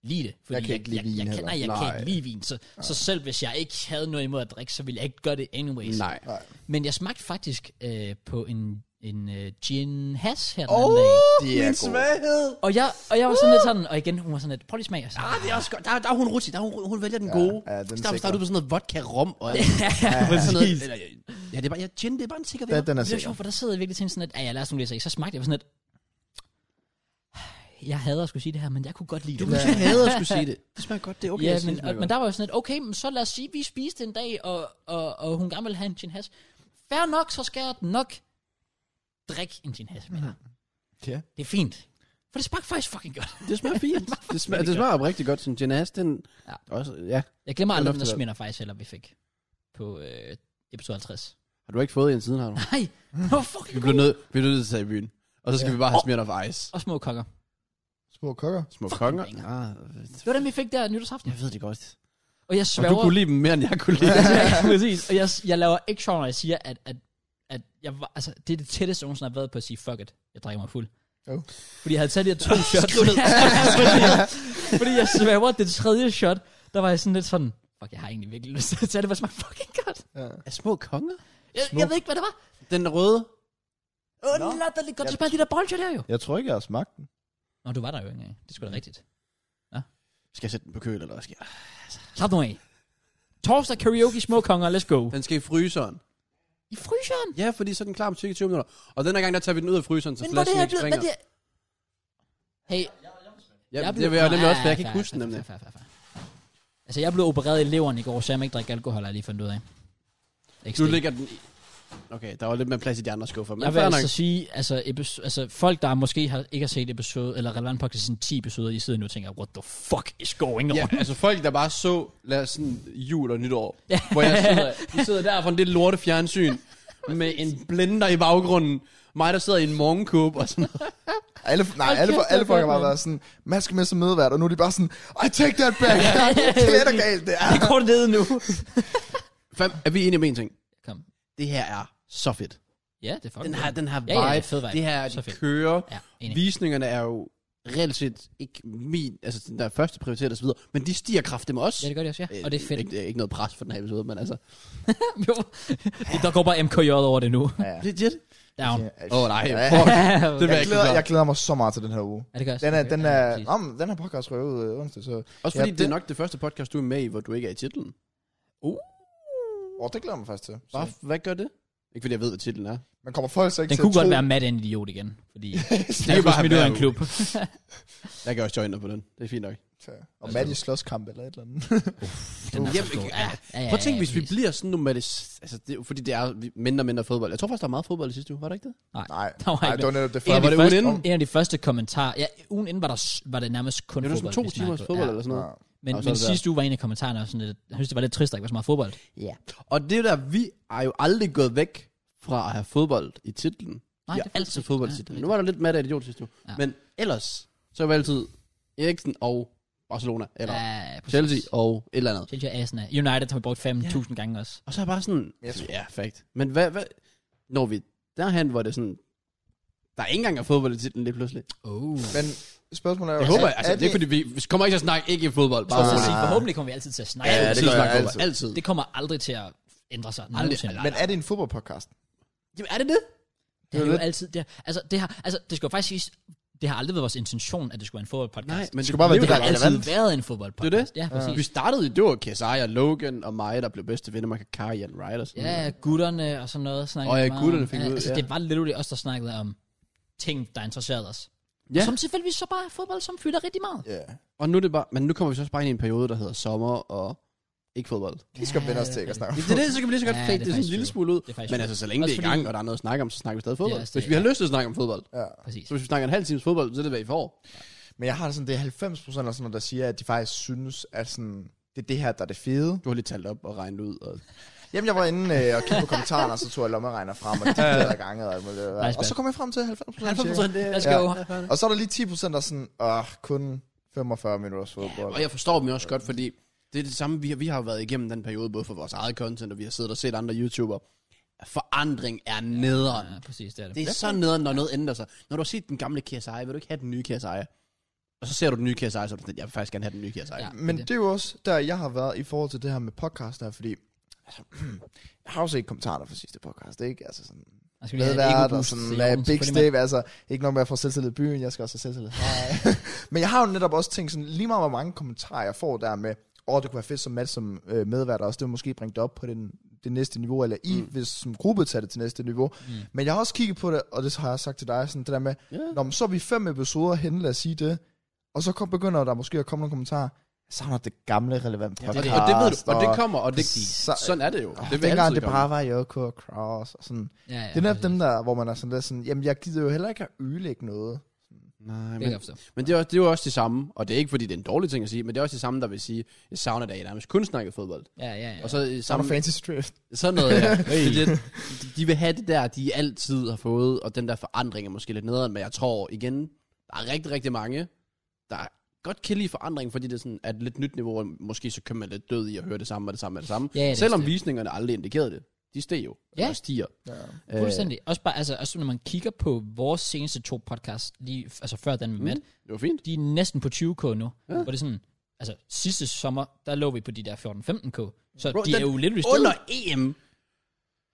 Speaker 3: lide det.
Speaker 1: Jeg kan ikke lide
Speaker 3: jeg,
Speaker 1: vin
Speaker 3: jeg, jeg, kan,
Speaker 1: heller.
Speaker 3: Nej, jeg kan
Speaker 2: Nej.
Speaker 3: ikke lide vin, så, så selv hvis jeg ikke havde noget imod at drikke, så ville jeg ikke gøre det anyways.
Speaker 2: nej.
Speaker 3: Men jeg smagte faktisk øh, på en, en øh, gin has her den anden dag.
Speaker 1: Det er godt.
Speaker 2: svaghed!
Speaker 3: Og jeg, og jeg var sådan lidt sådan, og igen, hun var sådan lidt, prøv lige smag. Og sådan,
Speaker 2: Ah, det er også godt. Der, der er hun rutsig. Der er hun, hun vælger den
Speaker 1: Ja,
Speaker 2: gode.
Speaker 1: ja, den er
Speaker 2: Start,
Speaker 1: sikker.
Speaker 2: starter du med sådan noget vodka rom *laughs* og ja, sådan noget. Eller, ja, det er bare, ja, gin, det er bare en sikker vinder.
Speaker 1: Den, den er
Speaker 3: Det er
Speaker 1: sikker.
Speaker 3: sjovt, for der sidder jeg virkelig og tænker sådan, at ja, jeg lader os nu læse, ikke? så smagte jeg på sådan et, jeg hader at skulle sige det her, men jeg kunne godt lide
Speaker 2: Du
Speaker 3: det.
Speaker 2: kunne ikke have at skulle sige det. Det smager godt, det er okay.
Speaker 3: ja,
Speaker 2: at sige,
Speaker 3: men,
Speaker 2: det smager
Speaker 3: og, men der var jo sådan et, okay, men så lad os sige, vi spiste en dag, og, og, og hun gerne vil have en gin has. Fair nok, så skal jeg nok drikke en gin has med dig.
Speaker 1: Ja.
Speaker 3: Det er fint. For det smagte faktisk fucking godt.
Speaker 2: godt. Det
Speaker 3: *laughs*
Speaker 2: smager fint. det, smager, det smager rigtig godt. Sådan gin has, den...
Speaker 3: Ja.
Speaker 2: Ja. Også, ja.
Speaker 3: Jeg glemmer aldrig
Speaker 2: nok
Speaker 3: den der
Speaker 2: til det.
Speaker 3: sminder faktisk heller, vi fik på øh, episode 50.
Speaker 2: Har du ikke fået en siden, har du?
Speaker 3: Nej, det var fucking
Speaker 2: Vi
Speaker 3: god.
Speaker 2: bliver nødt vi bliver nødt til at tage i byen. Og så skal
Speaker 1: Ja.
Speaker 2: vi bare have smidt af ice.
Speaker 3: Og små kokker.
Speaker 1: Små kokker.
Speaker 2: Små konger.
Speaker 3: banger.
Speaker 2: Ah,
Speaker 3: Det var dem, vi fik der nytårsaften.
Speaker 2: jeg ved det godt.
Speaker 3: Og jeg
Speaker 2: Og
Speaker 3: sværger...
Speaker 2: du kunne lide dem mere, end jeg kunne *laughs* lide dem.
Speaker 3: ja, *laughs* præcis. Og jeg, jeg laver ikke sjov, når jeg siger, at, at, at jeg var, altså, det er det tætteste, jeg nogensinde har været på at sige, fuck it, jeg drikker mig fuld.
Speaker 1: Oh.
Speaker 3: Fordi jeg havde taget de her
Speaker 2: *laughs*
Speaker 3: to shots. Skriv ned. *laughs* fordi jeg svæver, det tredje shot, der var jeg sådan lidt sådan, fuck, jeg har egentlig virkelig lyst til at tage det, hvor smagte fucking godt.
Speaker 1: Ja.
Speaker 2: Er små konger?
Speaker 3: Jeg, jeg ved ikke, hvad det var.
Speaker 2: Den røde?
Speaker 3: Åh, no. latterligt godt, det smager de der bolcher der jo.
Speaker 1: Jeg tror ikke, jeg har smagt den.
Speaker 3: Nå, du var der jo ikke engang. Det skulle da rigtigt.
Speaker 2: Skal jeg sætte den på køl, eller hvad skal jeg?
Speaker 3: Slap nu af. Torsdag karaoke små konger, let's go.
Speaker 2: Den skal i fryseren.
Speaker 3: I fryseren?
Speaker 2: Ja, fordi så er den klar om cirka 20 minutter. Og den her gang, der tager vi den ud af fryseren, så
Speaker 3: Men hvor er det
Speaker 2: flasken
Speaker 3: her
Speaker 2: ikke
Speaker 3: blevet?
Speaker 2: springer.
Speaker 3: Hvad er det? Hey,
Speaker 2: Ja,
Speaker 3: Jeg
Speaker 2: det
Speaker 3: blev-
Speaker 2: vil jeg
Speaker 3: Nå,
Speaker 2: nemlig
Speaker 3: ja,
Speaker 2: også, for jeg kan
Speaker 3: ja,
Speaker 2: ikke huske
Speaker 3: fair,
Speaker 2: den nemlig.
Speaker 3: fair, fair, fair, fair. Altså, jeg blev opereret i leveren i går, så jeg må ikke drikke alkohol, har jeg lige fundet ud af. Ikke
Speaker 2: Nu
Speaker 3: stik.
Speaker 2: ligger den i... Okay, der var lidt mere plads i de andre skuffer, men
Speaker 3: jeg vil
Speaker 2: fair nok.
Speaker 3: altså sige, altså, episode, altså folk, der måske har, ikke har set episode, eller relevant podcast sådan 10 episoder, de sidder nu og tænker, what the fuck is going on?
Speaker 2: Ja, altså folk, der bare så, lad os sådan jul og nytår, hvor jeg sidder, vi sidder der for en lille lorte fjernsyn, med en blender i baggrunden, mig der sidder i en morgenkåb og sådan noget.
Speaker 1: Alle, nej, alle,
Speaker 3: kæft,
Speaker 1: alle
Speaker 3: hvor
Speaker 1: folk
Speaker 3: godt,
Speaker 1: har bare
Speaker 3: mand.
Speaker 1: været sådan, man skal med som mødevært, og nu er de bare sådan, I take that back, *laughs* det er da galt, det
Speaker 3: *laughs*
Speaker 1: er.
Speaker 3: Det går ned nu.
Speaker 2: Fam, er vi enige om en ting?
Speaker 3: Kom.
Speaker 2: Det her er så fedt.
Speaker 3: Ja, det er fucking
Speaker 2: Den har, den har vibe,
Speaker 3: Ja, ja, fed vibe.
Speaker 2: det her er,
Speaker 3: Så
Speaker 2: de
Speaker 3: fedt.
Speaker 2: kører,
Speaker 3: Ja, enig.
Speaker 2: visningerne er jo reelt set ikke min, altså den der første prioritet og så videre, men de stiger kraftigt med os.
Speaker 3: Ja, det gør det også, ja. Og det er fedt.
Speaker 2: Ikke, ikke noget pres for den her episode, men altså,
Speaker 3: Jo. *laughs* der går bare MKJ over det nu.
Speaker 2: legit.
Speaker 3: *laughs* Down.
Speaker 2: Åh oh, nej,
Speaker 1: Ja.
Speaker 2: fuck. Det
Speaker 1: Jeg
Speaker 2: jeg
Speaker 1: glæder,
Speaker 2: ikke
Speaker 1: jeg glæder mig så meget til den her uge.
Speaker 3: Ja, det gør jeg
Speaker 1: Den er,
Speaker 3: selvfølgelig.
Speaker 1: den
Speaker 3: Ja,
Speaker 1: er,
Speaker 3: præcis.
Speaker 1: ja, den her podcast røver ud øh, onsdag, så...
Speaker 2: Også fordi
Speaker 1: Ja,
Speaker 2: ja, det er nok det første podcast, du er med i, hvor du ikke er i titlen.
Speaker 3: Uh.
Speaker 1: Åh, det glæder jeg mig faktisk til. Så.
Speaker 2: Bare, hvad gør det? Ikke fordi jeg ved, hvad titlen
Speaker 3: *laughs*
Speaker 2: er.
Speaker 1: Man kommer folk så ikke
Speaker 3: Den
Speaker 1: til
Speaker 3: kunne
Speaker 1: at
Speaker 3: godt
Speaker 1: tro-
Speaker 3: være Matt er en idiot igen,
Speaker 2: *laughs*
Speaker 3: fordi
Speaker 2: kan
Speaker 3: han er
Speaker 2: bare
Speaker 3: smidt ud af
Speaker 2: være
Speaker 3: en klub. *laughs*
Speaker 2: Jeg kan også join dig på den. Det er fint nok.
Speaker 1: Ja. Og Matt i slåskamp eller et eller andet.
Speaker 3: Den er så
Speaker 2: Jamen,
Speaker 3: stor.
Speaker 2: ja. Prøv at tænke, hvis vi bliver sådan nomatis... Altså, det, er jo fordi det er vi- mindre og mindre fodbold. Jeg tror faktisk, der var meget fodbold i sidste uge. Var der ikke det?
Speaker 1: Nej,
Speaker 3: Der var
Speaker 1: nej,
Speaker 3: ikke
Speaker 1: det var netop det
Speaker 3: En
Speaker 1: før.
Speaker 3: af,
Speaker 2: Eller var
Speaker 3: de
Speaker 2: det ugen
Speaker 3: første,
Speaker 2: inden?
Speaker 3: en af de første kommentarer, ja, ugen inden var der, s- var det nærmest kun
Speaker 2: Det var sådan
Speaker 3: fodbold.
Speaker 2: to
Speaker 3: vi
Speaker 2: timers
Speaker 3: snakkede.
Speaker 2: fodbold
Speaker 3: Ja.
Speaker 2: eller sådan noget.
Speaker 1: Ja.
Speaker 3: Men,
Speaker 2: Og så
Speaker 3: men
Speaker 2: er det
Speaker 3: sidste uge var en af kommentarerne også sådan lidt, jeg synes, det var lidt trist, at der ikke var så meget fodbold. Ja.
Speaker 2: Og det er jo der, vi er jo aldrig gået væk fra at have fodbold i titlen.
Speaker 3: Nej,
Speaker 2: vi
Speaker 3: det
Speaker 2: har
Speaker 3: er
Speaker 2: altid
Speaker 3: faktisk-
Speaker 2: altså fodbold i
Speaker 3: nej, det er
Speaker 2: titlen.
Speaker 3: rigtigt.
Speaker 2: Nu var der lidt mad af idiot sidste uge.
Speaker 3: Ja.
Speaker 2: Men ellers, så var altid Eriksen og Barcelona, eller ja,
Speaker 3: Ja, præcis.
Speaker 2: Chelsea og et eller andet.
Speaker 3: Chelsea og Arsenal. United har vi brugt 5.000 ja. gange også.
Speaker 2: Og så er jeg bare sådan,
Speaker 1: Jeg tror-
Speaker 2: ja, fakt. Men hvad, hvad, når vi derhen, hvor det er sådan, der er ikke engang er fodbold i titlen lige pludselig.
Speaker 3: Oh.
Speaker 1: Men spørgsmålet er jo...
Speaker 2: Jeg håber,
Speaker 1: er-
Speaker 2: altså,
Speaker 1: er
Speaker 2: det er fordi, vi, vi kommer ikke til at snakke ikke i fodbold. Bare
Speaker 3: Og så
Speaker 1: Ah.
Speaker 3: sige,
Speaker 2: roligt.
Speaker 3: forhåbentlig kommer vi altid til at snakke.
Speaker 2: Ja,
Speaker 3: om
Speaker 2: ja, det
Speaker 1: gør
Speaker 2: gør
Speaker 1: jeg
Speaker 2: jeg altid.
Speaker 1: altid.
Speaker 2: altid.
Speaker 3: Det kommer aldrig til at ændre sig.
Speaker 2: Aldrig.
Speaker 3: nogensinde.
Speaker 2: Nej,
Speaker 1: Men er det en fodboldpodcast?
Speaker 2: Jamen, er det det?
Speaker 3: Det har
Speaker 1: Det er
Speaker 3: jo
Speaker 1: lidt-
Speaker 3: altid... Det, har- altså, det har, altså, det skal jo faktisk siges, det har aldrig været vores intention, at det skulle være en fodboldpodcast.
Speaker 2: Nej, men
Speaker 1: Det skal bare være
Speaker 2: blev
Speaker 1: det,
Speaker 3: det
Speaker 1: der
Speaker 3: har
Speaker 1: er
Speaker 3: altid
Speaker 1: relevant.
Speaker 3: været en fodboldpodcast.
Speaker 2: Det er det?
Speaker 3: Ja, præcis.
Speaker 2: Vi startede, det var Kesai og Logan og mig, der blev bedste venner med Kakari og Ryder.
Speaker 3: Ja, gutterne og sådan noget. snakkede
Speaker 2: Og ja,
Speaker 3: vi meget
Speaker 2: gutterne
Speaker 3: om.
Speaker 2: fik ud,
Speaker 3: altså,
Speaker 2: ja.
Speaker 3: det var literally os, der snakkede om ting, der interesserede os.
Speaker 2: Ja.
Speaker 3: Ja. Som tilfældigvis så bare er fodbold, som fylder rigtig meget.
Speaker 1: Ja.
Speaker 2: Og nu er det bare, men nu kommer vi så også bare ind i en periode, der hedder sommer og ikke fodbold.
Speaker 1: Vi skal
Speaker 3: Ja,
Speaker 1: vende os
Speaker 3: det
Speaker 1: til
Speaker 3: er
Speaker 1: ikke at snakke om
Speaker 2: Hvis det er det, så kan vi lige så godt
Speaker 3: Ja,
Speaker 2: ja,
Speaker 3: det
Speaker 2: fake
Speaker 3: er
Speaker 2: det, sådan en
Speaker 3: faktisk
Speaker 2: lille
Speaker 3: true.
Speaker 2: smule ud.
Speaker 3: Det er faktisk
Speaker 2: Men
Speaker 3: true.
Speaker 2: altså, så længe
Speaker 3: Også
Speaker 2: det er i
Speaker 3: fordi-
Speaker 2: gang, og der er noget at snakke om, så snakker vi stadig fodbold.
Speaker 3: også det,
Speaker 2: Hvis vi har
Speaker 3: ja.
Speaker 2: lyst til at snakke om fodbold,
Speaker 1: Ja.
Speaker 3: Præcis.
Speaker 2: så hvis vi snakker en halv times fodbold, så er det, hvad I får.
Speaker 1: Men jeg har det sådan, det er 90 procent af sådan noget, der siger, at de faktisk synes, at sådan, det er det her, der er det fede.
Speaker 2: Du har lige talt op og regnet ud. Og...
Speaker 1: Jamen, jeg var inde øh, og kiggede på kommentarerne, og så tog jeg lommeregner frem, og de der er gange, og, alt muligt, og,
Speaker 3: Nice,
Speaker 1: og så
Speaker 3: man.
Speaker 1: kom jeg frem til 90 procent.
Speaker 3: Let's go.
Speaker 1: Og så er der lige 10 procent, der er sådan, åh, kun 45 minutters fodbold.
Speaker 2: Og jeg forstår dem jo også godt, fordi det er det samme, vi har, vi har jo været igennem den periode, både for vores eget content, og vi har siddet og set andre YouTubere. Forandring er nederen.
Speaker 3: Ja, præcis, det er det.
Speaker 2: Det er så nederen, når noget ændrer sig. Når du har set den gamle KSI, vil du ikke have den nye KSI? Og så ser du den nye KSI, så er du sådan, jeg vil faktisk gerne have den nye KSI. Ja.
Speaker 3: Ja.
Speaker 1: Men det er jo også der, jeg har været i forhold til det her med podcast her, fordi *clears throat* altså, jeg har jo set kommentarer fra sidste podcast, ikke? Altså sådan,
Speaker 3: Jeg skal lige have et
Speaker 1: medvært og
Speaker 3: ego-boost
Speaker 1: sådan
Speaker 3: til
Speaker 1: lad
Speaker 3: Jorgen,
Speaker 1: big
Speaker 3: selvfølgelig,
Speaker 1: step, altså ikke nok med at få selvtillid i byen, jeg skal også have selvtillid. Nej. *laughs* Men jeg har jo netop også tænkt sådan, lige meget hvor mange kommentarer jeg får der med, åh, oh, det kunne være fedt som Mads som øh, medvært også, det vil måske bringe det op på den, det næste niveau, eller I, mm. hvis som gruppe tager det til næste niveau. Mm. Men jeg har også kigget på det, og det har jeg sagt til dig, sådan det der med,
Speaker 2: Ja.
Speaker 1: yeah. Nå, men så er vi fem episoder henne, lad os sige det, og så kom, begynder der måske at komme nogle kommentarer, jeg savner det gamle relevant
Speaker 2: Og,
Speaker 1: podcast.
Speaker 2: det, og det ved du, og det kommer, og det,
Speaker 1: altså, Så-
Speaker 2: sådan er det jo.
Speaker 1: Oh,
Speaker 2: det
Speaker 1: det
Speaker 2: vil
Speaker 1: dengang
Speaker 2: altid
Speaker 1: det
Speaker 2: komme.
Speaker 1: bare var Joko og Kraus og sådan.
Speaker 3: mand. Ja, ja,
Speaker 1: Det er netop
Speaker 3: præcis.
Speaker 1: dem der, hvor man er sådan lidt sådan, jamen jeg gider jo heller ikke at ødelægge noget.
Speaker 2: Nej,
Speaker 3: Det kan
Speaker 2: men,
Speaker 3: jeg forstå.
Speaker 2: men det, er også, det er jo også det samme, og det er ikke fordi, det er en dårlig ting at sige, men det er også det samme, der vil sige, jeg savner da, I nærmest kun snakkede fodbold.
Speaker 3: Ja, ja, ja.
Speaker 2: Og så i
Speaker 1: Samme
Speaker 2: samme,
Speaker 1: fancy drift.
Speaker 2: Sådan noget,
Speaker 3: *laughs*
Speaker 2: ja. hey. det, de vil have det der, de altid har fået, og den der forandring er måske lidt nederen, men jeg tror igen, der er rigtig, rigtig mange, der godt kan lide forandring, fordi det er sådan, at et lidt nyt niveau, og måske så kan man lidt død i at høre det samme og det samme og det samme.
Speaker 3: Ja, det er
Speaker 2: Selvom
Speaker 3: det.
Speaker 2: visningerne aldrig indikerede det. De steg jo.
Speaker 3: Ja.
Speaker 2: Eller stiger. Øh,
Speaker 1: Ja.
Speaker 3: Fuldstændig. Også, bare, altså, også når man kigger på vores seneste to podcasts, lige, f- altså før den med Matt,
Speaker 2: Øh, det var fint.
Speaker 3: de er næsten på 20k nu. Ja. Hvor det er sådan, altså sidste sommer, der lå vi på de der 14-15k. Så
Speaker 2: Bro,
Speaker 3: de er
Speaker 2: den-
Speaker 3: jo literally stadig-
Speaker 2: Under EM.
Speaker 3: Ja. Mm.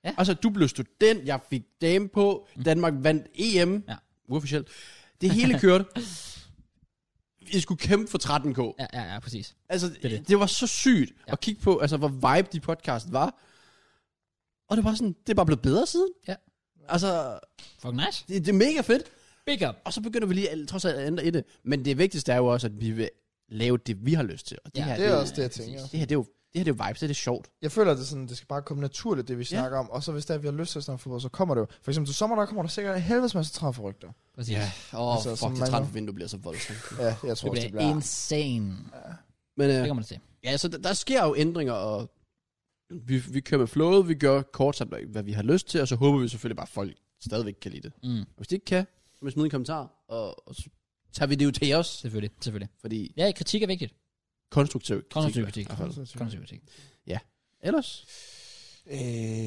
Speaker 2: Ja. Altså, du blev student, jeg fik dame på, Danmark vandt EM.
Speaker 3: Ja.
Speaker 2: Uofficielt. Det hele kørte. I skulle kæmpe for 13K. Ja.
Speaker 3: Ja, ja, ja, præcis.
Speaker 2: Altså,
Speaker 3: er
Speaker 2: det,
Speaker 3: det.
Speaker 2: det. det var så sygt
Speaker 3: Ja.
Speaker 2: ja. at kigge på, altså, hvor vibe de podcast var. Og det var sådan, det er bare blevet bedre siden.
Speaker 3: Ja.
Speaker 2: Altså,
Speaker 3: Fuck nice.
Speaker 2: det, det er mega fedt.
Speaker 3: Big up.
Speaker 2: Og så begynder vi lige alt- trods alt at ændre i det. Men det vigtigste er jo også, at vi vil lave det, vi har lyst til. Og det,
Speaker 3: Ja,
Speaker 2: ja, her,
Speaker 1: Det
Speaker 2: det,
Speaker 1: er
Speaker 2: det,
Speaker 1: også det, jeg tænker.
Speaker 2: det her, det er jo, det her, det er jo vibes, det er det sjovt.
Speaker 1: Jeg føler, at det, er sådan, det skal bare komme naturligt, det vi snakker om. Og så hvis der vi har lyst til at snakke fodbold, så kommer det jo. For eksempel til sommer, der kommer der sikkert en helvedes masse træforrygter.
Speaker 3: Præcis. Yeah.
Speaker 2: Åh, oh,
Speaker 1: Altså,
Speaker 2: altså,
Speaker 1: som
Speaker 2: fuck, det
Speaker 1: mange-
Speaker 2: trætte vindue bliver så voldsomt.
Speaker 1: Ja, jeg tror
Speaker 3: Det
Speaker 1: også,
Speaker 3: bliver
Speaker 1: det bliver...
Speaker 3: insane.
Speaker 2: Men
Speaker 3: Det
Speaker 2: øh,
Speaker 3: kommer det til.
Speaker 2: ja, så der, der sker jo ændringer, og vi, vi kører med flowet, vi gør kort sagt, hvad vi har lyst til, og så håber vi selvfølgelig bare, at folk stadigvæk kan lide det.
Speaker 3: Mm,
Speaker 2: Og hvis de ikke kan, så må vi smide en kommentar, og, og så tager vi det jo til os,
Speaker 3: selvfølgelig, selvfølgelig.
Speaker 2: fordi
Speaker 3: Ja, kritik er vigtigt.
Speaker 2: konstruktiv kritik.
Speaker 3: Konstruktiv
Speaker 2: i
Speaker 3: kritik.
Speaker 2: hvert fald.
Speaker 3: Konstruktiv kritik.
Speaker 2: Ellers,
Speaker 1: Øh,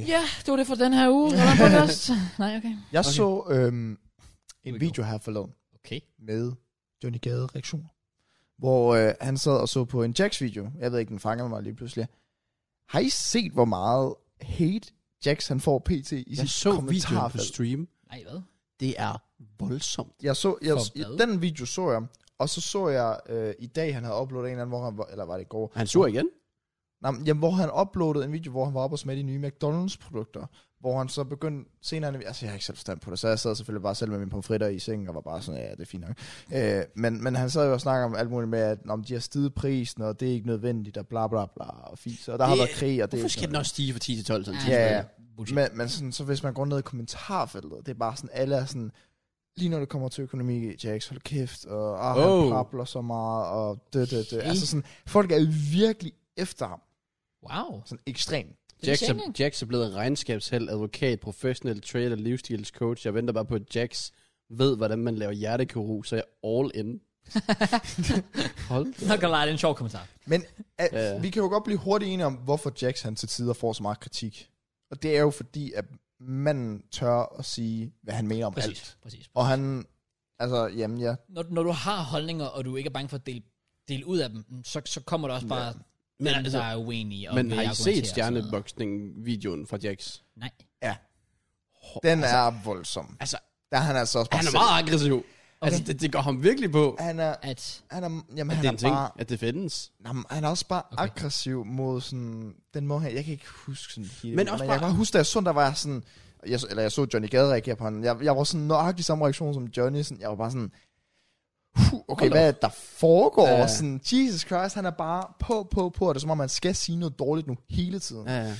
Speaker 3: Ja, det var det for den her uge. Hvordan
Speaker 1: *laughs*
Speaker 3: podcast? Nej, okay.
Speaker 1: jeg
Speaker 2: Okay.
Speaker 1: så øhm, en
Speaker 3: Here we
Speaker 1: video her forleden
Speaker 3: Okay.
Speaker 1: med Johnny Gade reaktioner. Hvor øh, han sad og så på en Jax video. Jeg ved ikke, den fangede mig lige pludselig. Har I set, hvor meget hate Jax han får pt i
Speaker 2: jeg
Speaker 1: sit
Speaker 2: så videoen på
Speaker 1: kommentarfelt?
Speaker 2: stream.
Speaker 3: Nej, hvad?
Speaker 2: Det er voldsomt.
Speaker 1: Jeg så, jeg,
Speaker 3: For hvad?
Speaker 1: den video så jeg, og så så jeg øh, i dag, han havde uploadet en eller anden, hvor han var, eller var det i går?
Speaker 2: Er han sur igen?
Speaker 1: Nej, men, jamen, hvor han uploadede en video, hvor han var oppe og smagte de nye McDonald's-produkter. Hvor han så begyndte senere, altså jeg har ikke selv forstand på det, så jeg sad selvfølgelig bare selv med mine pomfritter i sengen, og var bare sådan, ja, det er fint nok. Øh, men, men han sad jo og snakkede om alt muligt med, at om de har stiget prisen, og det er ikke nødvendigt, og bla bla bla, og fis, og der har
Speaker 2: Det-
Speaker 1: været krig, og det er
Speaker 2: Hvorfor
Speaker 1: ikke
Speaker 2: skal den
Speaker 1: noget.
Speaker 2: også stige fra 10 til 12? Sådan,
Speaker 1: Ja, ja.
Speaker 3: Altså, Bullshit.
Speaker 1: Men, men sådan, så hvis man går ned i kommentarfeltet, det er bare sådan, alle er sådan, lige når det kommer til økonomi, Jax, hold kæft, og ah, oh.
Speaker 2: Oh.
Speaker 1: han prabler så meget, og det, det, det. Altså sådan, folk er virkelig efter ham,
Speaker 3: Wow.
Speaker 1: sådan ekstremt.
Speaker 3: Det er
Speaker 2: Jax
Speaker 3: en
Speaker 2: er,
Speaker 3: sætning.
Speaker 2: Jax er blevet regnskabsheld, advokat, professionel trader, livsstilscoach. Jeg venter bare på, at Jax ved, hvordan man laver hjertekirurg, så jeg er all in. *laughs* Hold
Speaker 3: Nå, kan lade, det er en sjov kommentar.
Speaker 1: Men at,
Speaker 2: Ja, ja.
Speaker 1: vi kan jo godt blive hurtigt enige om, hvorfor Jax han til tider får så meget kritik. Og det er jo fordi, at manden tør at sige, hvad han mener om Præcis.
Speaker 3: Præcis,
Speaker 1: alt.
Speaker 3: præcis.
Speaker 1: Og han, altså, jamen ja,
Speaker 3: Når, når du har holdninger, og du ikke er bange for at dele, dele ud af dem, så, så kommer der også bare... Ja. Men,
Speaker 2: Men,
Speaker 3: der, der
Speaker 2: altså,
Speaker 3: er uenige. og
Speaker 2: men
Speaker 3: vil
Speaker 2: har I
Speaker 3: argumentere
Speaker 2: set
Speaker 3: og sådan noget.
Speaker 2: stjerneboksning-videoen fra Jax?
Speaker 3: Nej.
Speaker 1: ja. Den altså, er voldsom.
Speaker 2: Altså,
Speaker 1: Der er han altså også bare
Speaker 2: han er
Speaker 1: selv.
Speaker 2: meget aggressiv. Okay. Altså, det, det går ham virkelig på, at
Speaker 1: Han er,
Speaker 3: At,
Speaker 1: han er, jamen,
Speaker 2: det er en
Speaker 1: han er
Speaker 2: ting,
Speaker 1: bare,
Speaker 2: at det findes.
Speaker 1: jamen, han er også bare okay. aggressiv mod sådan, den måde her, jeg kan ikke huske sådan hele,
Speaker 2: Men også
Speaker 1: men jeg kan
Speaker 2: bare-
Speaker 1: bare huske, da jeg så, der var jeg sådan, jeg, så- eller jeg så Johnny Gade reagere på han, jeg, jeg var sådan nøjagtig samme reaktion som Johnny, sådan, jeg var bare sådan, "Huh, okay,
Speaker 2: Hold
Speaker 1: hvad er det, der foregår?
Speaker 2: Ja.
Speaker 1: Ja. Sådan, Jesus Christ, han er bare på, på, på, og det er som om, man skal sige noget dårligt nu hele tiden. Ja.
Speaker 2: Ja, ja.